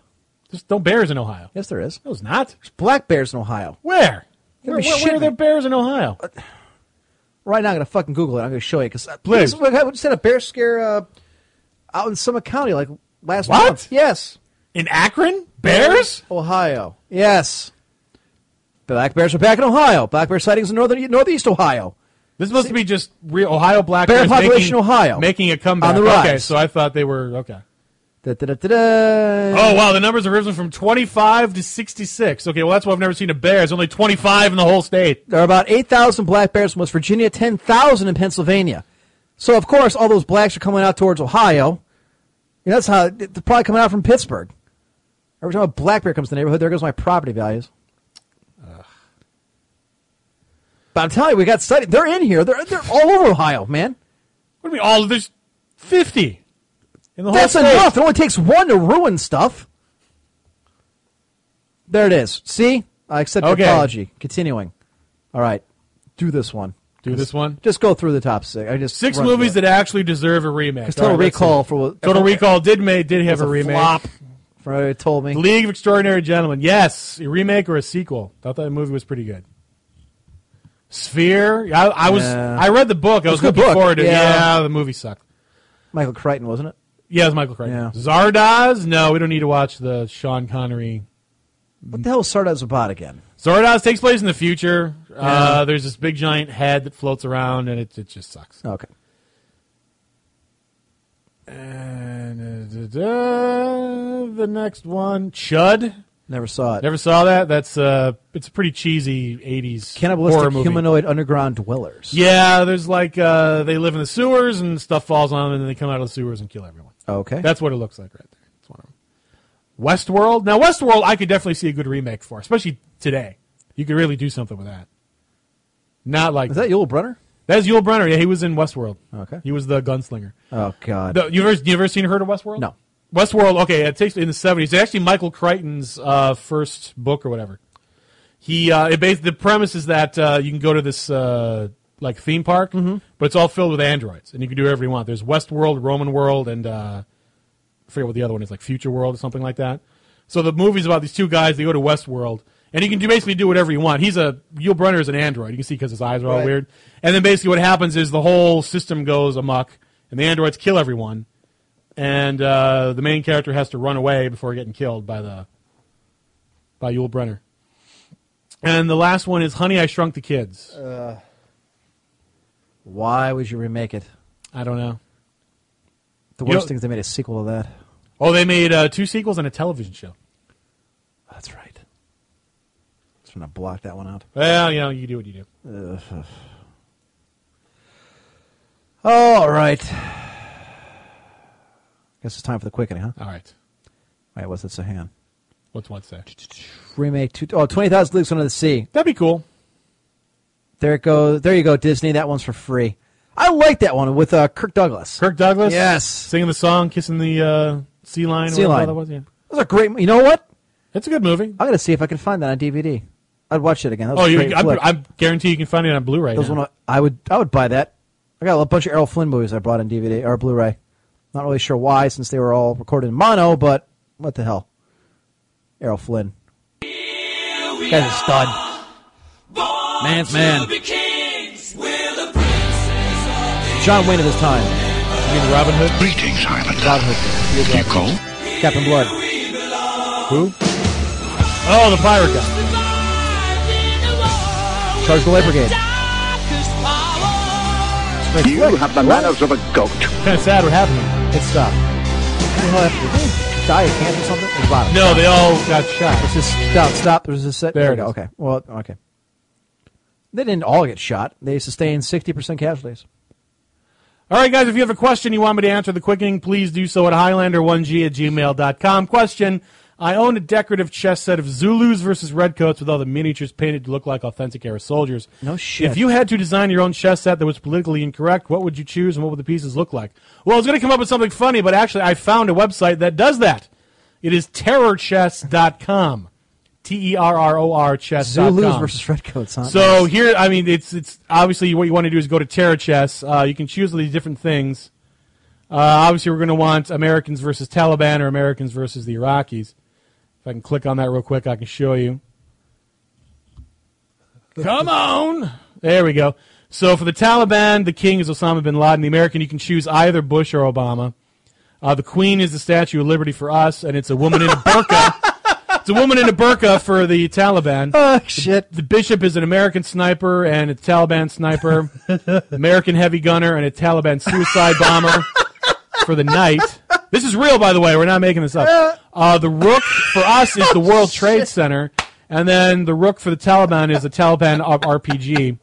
There's no bears in Ohio.
Yes, there is.
No, there's not.
There's black bears in Ohio.
Where?
There'd
Where,
be
where- where
shit.
are there bears in Ohio?
Uh, Right now, I'm gonna fucking Google it. I'm gonna show you uh, because
Please.
We just had a bear scare uh, out in Summit County like last
What?
month. Yes,
In Akron? Bears?
Ohio. Yes. Black bears are back in Ohio. Black bear sightings in northern northeast Ohio.
This is supposed to be just real Ohio black
Bear
bears
population
making,
Ohio.
making a comeback.
On the rise.
Okay, so I thought they were okay.
Da-da-da-da-da.
Oh wow, the numbers have risen from 25 to 66. Okay, well that's why I've never seen a bear. It's only 25 in the whole state.
There are about 8,000 black bears from West Virginia, 10,000 in Pennsylvania. So, of course, all those blacks are coming out towards Ohio. You know, that's how they're probably coming out from Pittsburgh. Every time a black bear comes to the neighborhood, there goes my property values. But I'm telling you, we got studied. They're in here. They're, they're all over Ohio, man.
What do you mean all there's 50 in the whole
That's
state?
enough. It only takes one to ruin stuff. There it is. See? I accept
Okay.
your apology. Continuing. All right. Do this one.
Do this one.
Just go through the top six. I just
Six
run
movies
through it.
that actually deserve a remake.
'Cause Total
All right, let's
Recall
see.
for what-
Total Recall did made did have
was
a
a
remake.
flop. For what it told me.
The League of Extraordinary Gentlemen. Yes, a remake or a sequel. Thought that movie was pretty good. Sphere. I, I was.
Yeah.
I read the book. I was
a good
looking
book.
forward to.
Yeah.
Yeah. the movie sucked.
Michael Crichton, wasn't it?
Yeah, it was Michael Crichton.
Yeah.
Zardoz. No, we don't need to watch the Sean Connery.
What the hell was Sardoz about again?
Zardoz takes place in the future. Uh, there's this big giant head that floats around, and it, it just sucks.
Okay.
And uh, da- da- the next one, Chud.
Never saw it.
Never saw that. That's uh, it's a pretty cheesy '80s horror
Cannibalistic
movie.
humanoid underground dwellers.
Yeah, there's like uh, they live in the sewers and stuff falls on them, and then they come out of the sewers and kill everyone.
Okay.
That's what it looks like right there. It's one of them. Westworld. Now, Westworld, I could definitely see a good remake for, especially today. You could really do something with that. Not like
Is that Yul Brunner?
That's Yul Brynner. Yeah, he was in Westworld.
Okay.
He was the gunslinger.
Oh, God.
The, you ever you ever seen heard of Westworld?
No.
Westworld. Okay, it takes in the seventies. It's actually Michael Crichton's uh, first book or whatever. He uh, it bas the premise is that uh, you can go to this uh, like theme park,
Mm-hmm.
but it's all filled with androids, and you can do whatever you want. There's Westworld, Roman World, and uh, I forget what the other one is, like Future World or something like that. So the movie's about these two guys. They go to Westworld, and you can do basically do whatever you want. He's a Yul Brynner is an android. You can see because his eyes are all
Right.
weird. And then basically what happens is the whole system goes amok, and the androids kill everyone, and uh, the main character has to run away before getting killed by the by Yul Brynner. And the last one is Honey, I Shrunk the Kids.
Why would you remake it?
I don't know.
The
You
worst
know-
thing is they made a sequel to that.
Oh, they made uh, two sequels and a television show.
That's right. Just trying to block that one out.
Well, you know, you do what you do.
All right. Guess it's time for the quickening, huh?
All right.
All right, what's it, Sahan?
What's one say?
Remake two, oh, 20,000 Leagues Under the Sea.
That'd be cool.
There it goes. There you go, Disney. That one's for free. I like that one with uh, Kirk Douglas.
Kirk Douglas.
Yes.
Singing the song, kissing the uh, sea lion. or
Sea
whatever
Lion.
That was, yeah.
That was a great. mo- You know what?
It's a good movie.
I'm gonna see if I can find that on DVD. I'd watch it again. That was
Oh,
a
you,
great
I,
flick.
I guarantee you can find it on Blu-ray.
That was
now.
one of- I would. I would buy that. I got a bunch of Errol Flynn movies I bought on DVD or Blu-ray. Not really sure why, since they were all recorded in mono. But what the hell? Errol Flynn. Guy's a stud. Man's man. John Wayne of his time.
You mean Robin Hood.
Greetings, Highlander.
Robin Hood.
You call?
Captain Blood.
Who? Oh, the pirate guy.
Charge the Light Brigade. Great
You
flick.
have the manners of a goat.
Kind of sad what happened.
Good stuff. uh, What the hell happened? Die of cancer or something? At the bottom.
No, they all got shot.
It's just stop, stop. There's a set.
There
we
it
go.
is.
Okay. Well, okay. They didn't all get shot. They sustained 60% casualties.
All right, guys, if you have a question you want me to answer the quickening, please do so at Highlander1G at gmail.com. Question I own a decorative chess set of Zulus versus Redcoats with all the miniatures painted to look like authentic Arab soldiers.
No shit.
If you had to design your own chess set that was politically incorrect, what would you choose and what would the pieces look like? Well, I was going to come up with something funny, but actually, I found a website that does that. It is terrorchess.com. T E R R O R chess.com.
Zulus versus Redcoats, huh?
So here, I mean, it's it's obviously what you want to do is go to Terra Chess. Uh, you can choose these different things. Uh, obviously, we're going to want Americans versus Taliban or Americans versus the Iraqis. If I can click on that real quick, I can show you. Come on, there we go. So for the Taliban, the king is Osama bin Laden. The American, you can choose either Bush or Obama. Uh, the queen is the Statue of Liberty for us, and it's a woman in a burqa. It's a woman in a burqa for the Taliban.
Oh shit!
The, bishop is an American sniper and a Taliban sniper, American heavy gunner and a Taliban suicide bomber for the night. This is real, by the way. We're not making this up. Uh, the Rook for us is the World Trade Center, and then the Rook for the Taliban is the Taliban of RPG.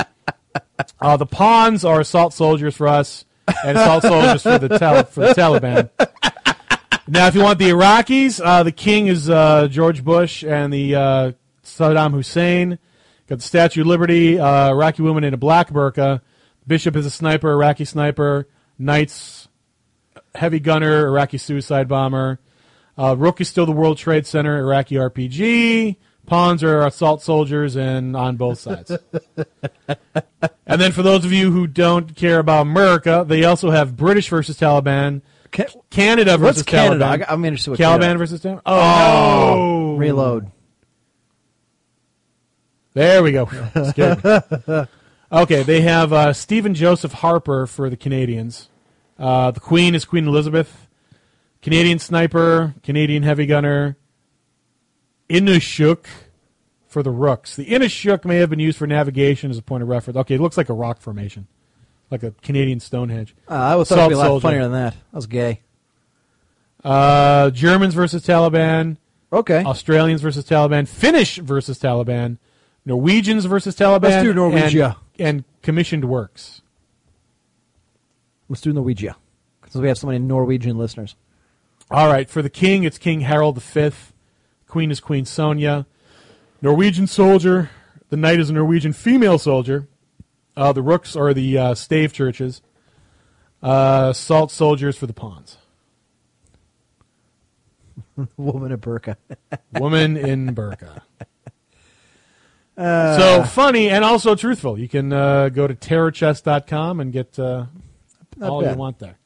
Uh, the pawns are assault soldiers for us, and assault soldiers for the Tal- for the Taliban. Now, if you want the Iraqis, uh, the king is uh, George Bush and the uh, Saddam Hussein. Got the Statue of Liberty, uh, Iraqi woman in a black burqa. Bishop is a sniper, Iraqi sniper. Knights, heavy gunner, Iraqi suicide bomber. Uh, Rook is still the World Trade Center, Iraqi RPG. Pawns are assault soldiers and on both sides. and then for those of you who don't care about America, they also have British versus Taliban, Canada versus
What's Canada?
Taliban.
I- I'm interested what
Taliban
Canada-
versus Taliban. Oh,
Reload.
There we go. Scared me. okay, they have uh, Stephen Joseph Harper for the Canadians. Uh, the Queen is Queen Elizabeth. Canadian sniper, Canadian heavy gunner. Inishuk for the rooks. The Inishuk may have been used for navigation as a point of reference. Okay, it looks like a rock formation, like a Canadian Stonehenge.
Uh, I would thought it'd
Salt
be a lot
soldier.
funnier than that. I was gay.
Uh, Germans versus Taliban.
Okay.
Australians versus Taliban. Finnish versus Taliban. Norwegians versus Taliban.
Let's do
And,
Norwegia.
and commissioned works.
Let's do Norwegia because we have so many Norwegian listeners.
All right, for the king, it's King Harold V. Queen is Queen Sonia. Norwegian soldier. The knight is a Norwegian female soldier. Uh, the rooks are the uh, stave churches. Uh, salt soldiers for the pawns.
Woman in burqa.
Woman in burqa. so funny and also truthful. You can uh, go to terrorchest.com and get uh,
Not
all
bad.
you want there.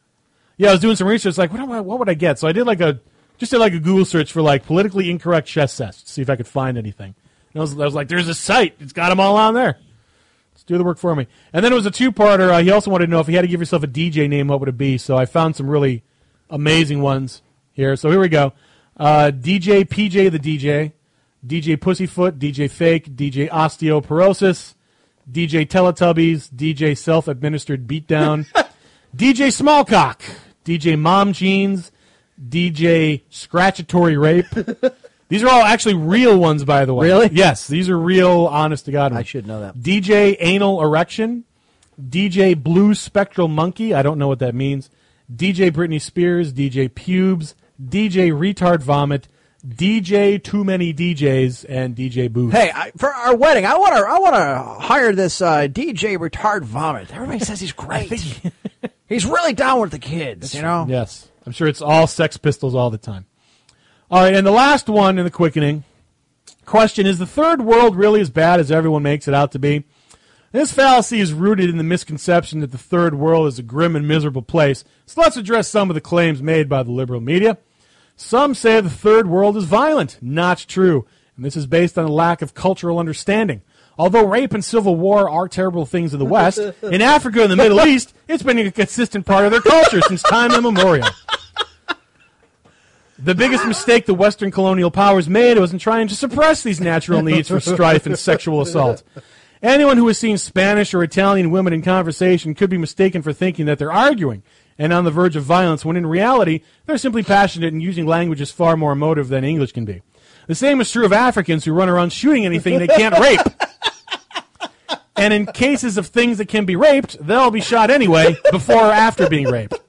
Yeah, I was doing some research, like what am I, what would I get? So I did like a just did like a Google search for like politically incorrect chess sets to see if I could find anything. And I was, I was like, there's a site. It's got them all on there. Let's do the work for me. And then it was a two-parter. Uh, he also wanted to know if he had to give yourself a DJ name, what would it be? So I found some really amazing ones here. So here we go. Uh, DJ PJ the DJ, DJ Pussyfoot, DJ Fake, DJ Osteoporosis, DJ Teletubbies, DJ Self Administered Beatdown, DJ Smallcock, DJ Mom Jeans, DJ Scratchatory Rape. These are all actually real ones, by the way.
Really?
Yes, these are real, honest to God.
I
ones.
should know that.
DJ Anal Erection, DJ Blue Spectral Monkey, I don't know what that means, DJ Britney Spears, DJ Pubes, DJ Retard Vomit, DJ Too Many DJs, and DJ Booth.
Hey, I, for our wedding, I want to I want to hire this uh, DJ retard vomit. Everybody says he's great. he's really down with the kids, you know.
Yes. I'm sure it's all Sex Pistols all the time. All right, and the last one in the quickening question is the third world really as bad as everyone makes it out to be? This fallacy is rooted in the misconception that the third world is a grim and miserable place. So let's address some of the claims made by the liberal media. Some say the third world is violent. Not true. And this is based on a lack of cultural understanding. Although rape and civil war are terrible things in the West, in Africa and the Middle East, it's been a consistent part of their culture since time immemorial. The biggest mistake the Western colonial powers made was in trying to suppress these natural needs for strife and sexual assault. Anyone who has seen Spanish or Italian women in conversation could be mistaken for thinking that they're arguing and on the verge of violence, when in reality, they're simply passionate and using language is far more emotive than English can be. The same is true of Africans who run around shooting anything they can't rape. And in cases of things that can be raped, they'll be shot anyway before or after being raped.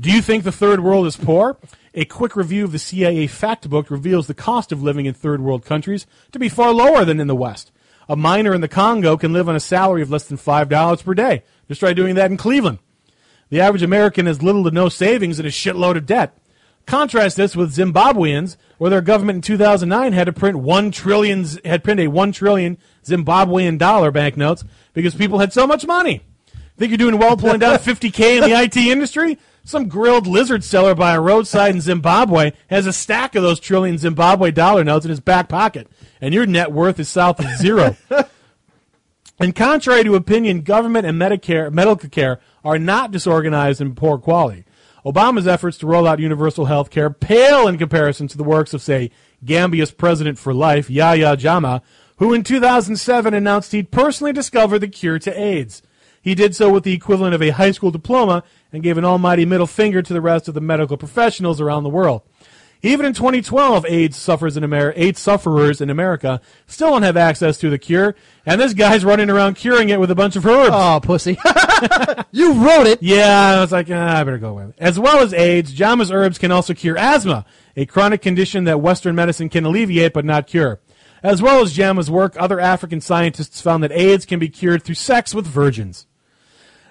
Do you think the third world is poor? A quick review of the CIA fact book reveals the cost of living in third world countries to be far lower than in the West. A miner in the Congo can live on a salary of less than $5 per day. Just try doing that in Cleveland. The average American has little to no savings and a shitload of debt. Contrast this with Zimbabweans, where their government in 2009 had to print one trillion, had printed a one trillion Zimbabwean dollar banknotes because people had so much money. Think you're doing well pulling down 50k in the IT industry? Some grilled lizard seller by a roadside in Zimbabwe has a stack of those trillion Zimbabwe dollar notes in his back pocket, and your net worth is south of zero. And contrary to opinion, government and Medicare, medical care are not disorganized and poor quality. Obama's efforts to roll out universal health care pale in comparison to the works of, say, Gambia's president for life, Yahya Jama, who in 2007 announced he'd personally discovered the cure to AIDS. He did so with the equivalent of a high school diploma and gave an almighty middle finger to the rest of the medical professionals around the world. Even in 2012, AIDS suffers in Amer- AIDS sufferers in America still don't have access to the cure, and this guy's running around curing it with a bunch of herbs. Oh,
pussy! you wrote it.
Yeah, I was like, ah, I better go away. As well as AIDS, Jama's herbs can also cure asthma, a chronic condition that Western medicine can alleviate but not cure. As well as Jama's work, other African scientists found that AIDS can be cured through sex with virgins.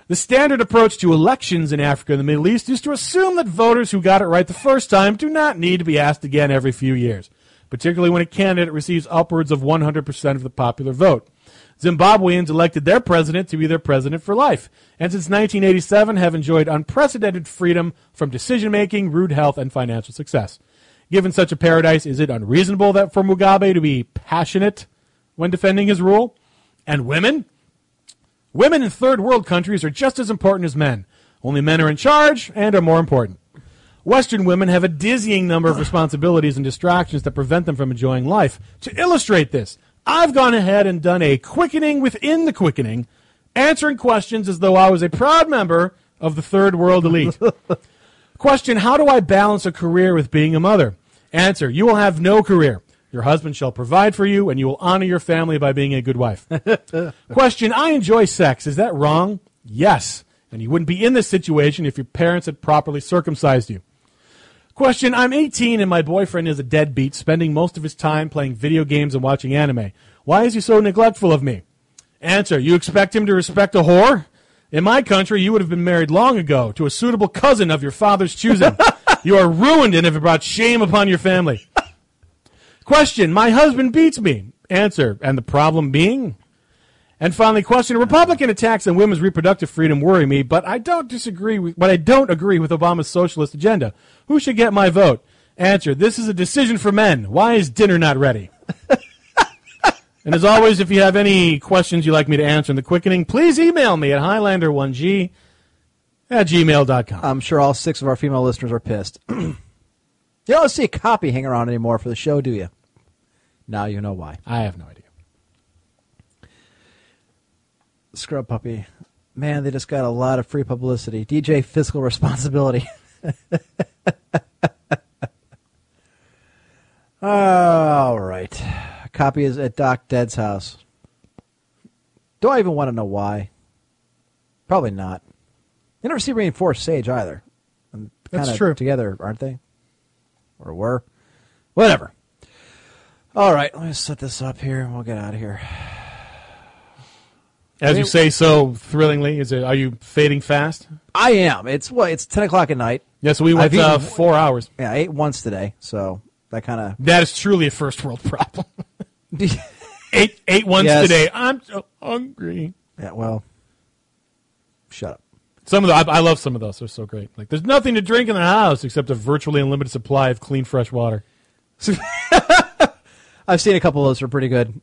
The standard approach to elections in Africa and the Middle East is to assume that voters who got it right the first time do not need to be asked again every few years, particularly when a candidate receives upwards of 100% of the popular vote. Zimbabweans elected their president to be their president for life, and since 1987 have enjoyed unprecedented freedom from decision making, rude health, and financial success. Given such a paradise, is it unreasonable that for Mugabe to be passionate when defending his rule? And women? Women in third world countries are just as important as men. Only men are in charge and are more important. Western women have a dizzying number of responsibilities and distractions that prevent them from enjoying life. To illustrate this, I've gone ahead and done a quickening within the quickening, answering questions as though I was a proud member of the third world elite. Question How do I balance a career with being a mother? Answer You will have no career. Your husband shall provide for you, and you will honor your family by being a good wife. Question I enjoy sex. Is that wrong? Yes. And you wouldn't be in this situation if your parents had properly circumcised you. Question I'm 18 and my boyfriend is a deadbeat, spending most of his time playing video games and watching anime. Why is he so neglectful of me? Answer You expect him to respect a whore? In my country, you would have been married long ago to a suitable cousin of your father's choosing. you are ruined and have brought shame upon your family. Question My husband beats me. Answer And the problem being? And finally, question: Republican attacks on women's reproductive freedom worry me, but I don't disagree with, but I don't agree with Obama's socialist agenda. Who should get my vote? Answer: This is a decision for men. Why is dinner not ready? and as always, if you have any questions you'd like me to answer in the quickening, please email me at highlander1g at gmail.com.
I'm sure all six of our female listeners are pissed. you don't see a copy hang around anymore for the show, do you? Now you know why.
I have no idea.
Scrub Puppy. Man, they just got a lot of free publicity. DJ Fiscal Responsibility. All right. A copy is at Doc Dead's house. Do I even want to know why? Probably not. You never see Reinforced Sage either. And
That's
kinda
true.
Together, aren't they? Or were? Whatever. All right. Let me set this up here and we'll get out of here.
As you
Wait-
say so thrillingly, is it? Are you fading fast?
I am. It's well, it's ten o'clock at night.
Yeah, so we went,
I've eaten-
uh, four hours.
Yeah, I ate once today, so that kind of
That is truly a first world problem. eight eight ones
Yes.
today. I'm so hungry.
Yeah, well, shut up.
Some of the I, I love some of those. They're so great. Like there's nothing to drink in the house except a virtually unlimited supply of clean fresh water.
I've seen a couple of those are pretty good.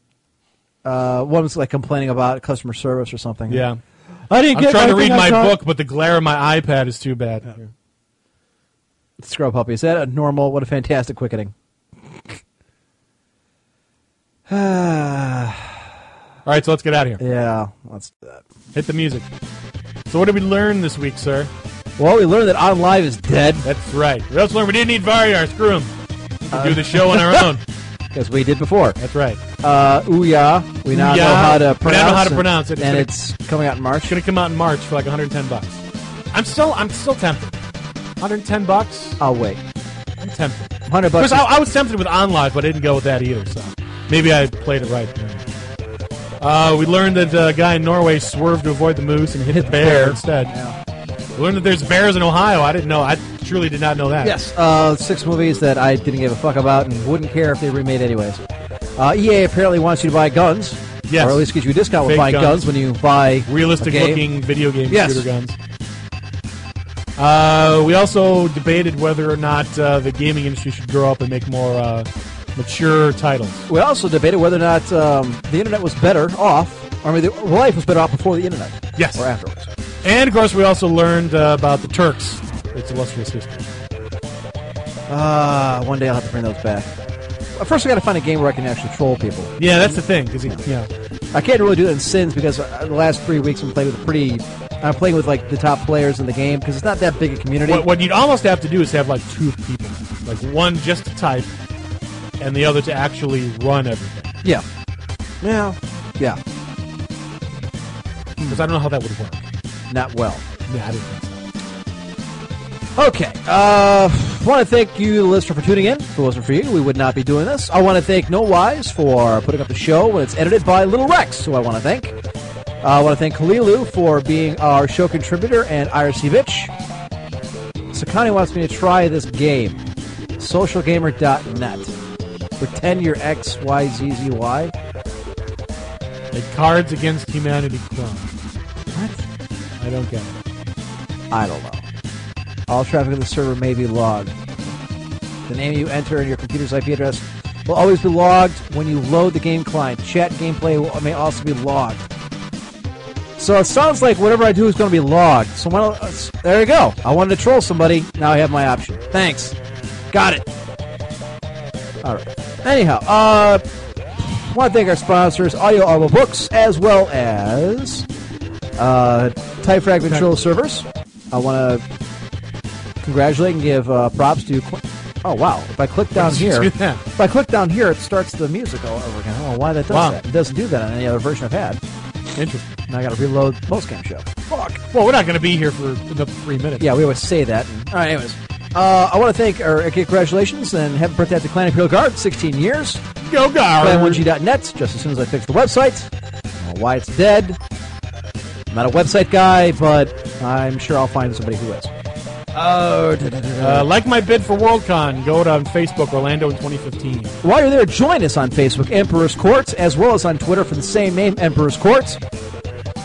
Uh, one was like complaining about customer service or something.
Yeah.
I didn't
I'm
get
trying to read
everything I
my
thought-
book, but the glare of my iPad is too bad.
Scrub puppy. Is that a normal? What a fantastic quickening. yeah,
All right, so let's get out of here.
let's do that.
Hit the music. So what did we learn this week, sir?
Well, we learned that On Live is dead.
That's right. We also learned we didn't need Varyar. Screw him. We can do the show on our own.
As we did before.
That's right.
Uh, Ouya. We now know
Ouya.
how to pronounce
We now know how to
it,
pronounce it. It's
And
gonna-
it's coming out in March.
It's gonna come out in March for like 110 bucks. I'm still I'm still tempted. 110 bucks.
I'll wait.
I'm tempted.
100 bucks.
Because I, I was tempted with On Live, but I didn't go with that either. So maybe I played it right. Uh, we learned that uh, a guy in Norway swerved to avoid the moose and hit, the bear,
bear.
instead. We learned that there's bears in Ohio. I didn't know. I truly did not know that.
Yes, uh, six movies that I didn't give a fuck about and wouldn't care if they remade anyways. Uh, EA apparently wants you to buy guns.
Yes.
Or at least gives you a discount
Fake
with buying
guns.
guns. when you buy
Realistic
a game.
looking video game
Yes.
shooter guns. Uh, we also debated whether or not uh, the gaming industry should grow up and make more uh, mature titles.
We also debated whether or not um, the internet was better off, or I mean, the life was better off before the internet.
Yes.
Or afterwards.
And of course, we also learned uh, about the Turks. its illustrious history.
Ah, one day I'll have to bring those back. Uh, First, I got to find a game where I can actually troll people.
Yeah, that's the thing. Cause he, yeah.
I can't really do that in Sins because uh, the last three weeks I'm playing with a pretty. I'm playing with like the top players in the game because it's not that big a community.
What, what you'd almost have to do is have like two people, like one just to type, and the other to actually run everything.
Yeah. Yeah. Yeah.
Because I don't know how that would work.
Not well.
Hmm. Yeah, I didn't think so.
Okay. Uh, want to thank you, the listener, for tuning in. If it wasn't for you, we would not be doing this. I want to thank No Wise for putting up the show when it's edited by Little Rex, who I want to thank. Uh, I want to thank Kalilu for being our show contributor and Irisevich. Sakani wants me to try this game, socialgamer.net. Pretend you're XYZZY.
A Cards Against Humanity clone. I don't get it.
I don't know. All traffic on the server may be logged. The name you enter and your computer's IP address will always be logged when you load the game client. Chat gameplay will, may also be logged. So it sounds like whatever I do is going to be logged. So why don't, uh, s- there you go. I wanted to troll somebody. Now I have my option. Thanks. Got it. All right. Anyhow, uh, want to thank our sponsors, Audio Audible Books, as well as uh, Type Frag Ventrilo Servers. I want to congratulate and give uh, props to. Cl- oh wow! If I click down
did you
here,
do that?
if I click down here, it starts the music all over again. I don't know why that does
Wow.
that. It doesn't do that on any other version I've had.
Interesting.
Now I got to reload post game show. Fuck.
Well, we're not going to be here for another three minutes.
Yeah, we always say that. And, all right, anyways. Uh, I want to thank, or uh, congratulations, and happy birthday to Clan Imperial Guard, 16 years.
Go guard.
Clan1g.net, just as soon as I fix the website. I don't know why it's dead. I'm not a website guy, but I'm sure I'll find somebody who is. Oh,
Uh, like my bid for WorldCon, go to on Facebook, Orlando in 2015.
While you're there, join us on Facebook, Emperor's Courts, as well as on Twitter for the same name, Emperor's Courts. I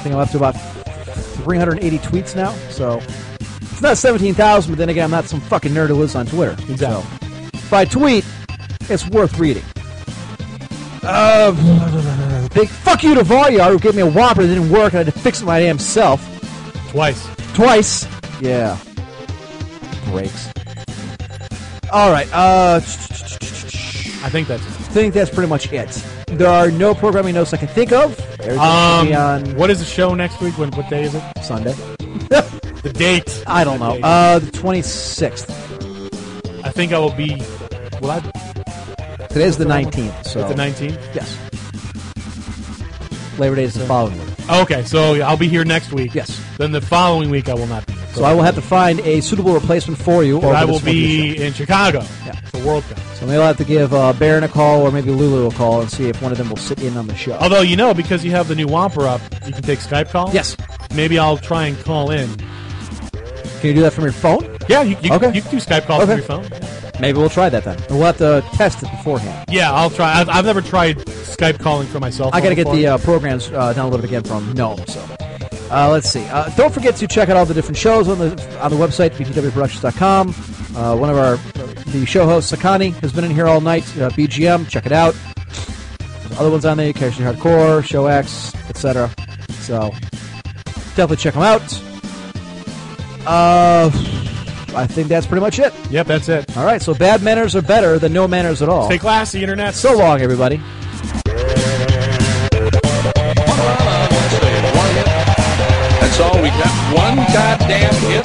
think I'm up to about 380 tweets now, so it's not 17,000, but then again, I'm not some fucking nerd who lives on Twitter. Exactly. So if I tweet, it's worth reading. Uh, big fuck you to Voyar, who gave me a whopper that didn't work, and I had to fix it my damn self
Twice.
twice. Yeah. Breaks. All right. Uh,
I think that's it.
think that's pretty much it. There are no programming notes I can think of. Everything should be
Um,
on
what is the show next week? When, what day is it?
Sunday.
The date.
I don't know.
The date.
Uh, the 26th.
I think I will be. Will I?
Today's the 19th. So
It's the 19th.
Yes. Labor Day is the following week.
Okay, so I'll be here next week.
Yes.
Then the following week I will not be. Here.
So I will have to find a suitable replacement for you.
But
over
I
this
will
one year.
be in Chicago
Yeah.
for WorldCon.
So maybe I'll have to give uh, Baron a call or maybe Lulu a call and see if one of them will sit in on the show.
Although you know, because you have the new Whopper up, you can take Skype calls.
Yes.
Maybe I'll try and call in.
Can you do that from your phone?
Yeah, you, you,
Okay.
you can do Skype calls
Okay.
from your phone.
Maybe we'll try that then. And we'll have to test it beforehand.
Yeah, I'll try. I've, I've never tried Skype calling for myself.
I got to get the uh, programs uh, downloaded again from Gnome. So uh, let's see. Uh, don't forget to check out all the different shows on the on the website btwproductions.com. Uh, one of our the show host Sakani has been in here all night. Uh, BGM, check it out. There's other ones on there: Casually Hardcore, Show X, etc. So definitely check them out. Uh, I think that's pretty much it.
Yep, that's it.
All right. So bad manners are better than no manners at all.
Stay classy, internet.
So long, everybody.
That's all we got. One goddamn hit.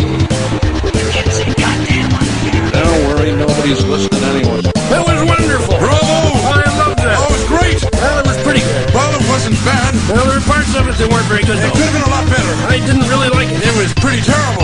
Don't worry, nobody's listening anyway. That was wonderful. Bravo! I loved that. That was great. Well, it was pretty good. Well, it wasn't bad. Well, there were parts of it that weren't very good. It could have been a lot better. I didn't really like it. It was pretty terrible.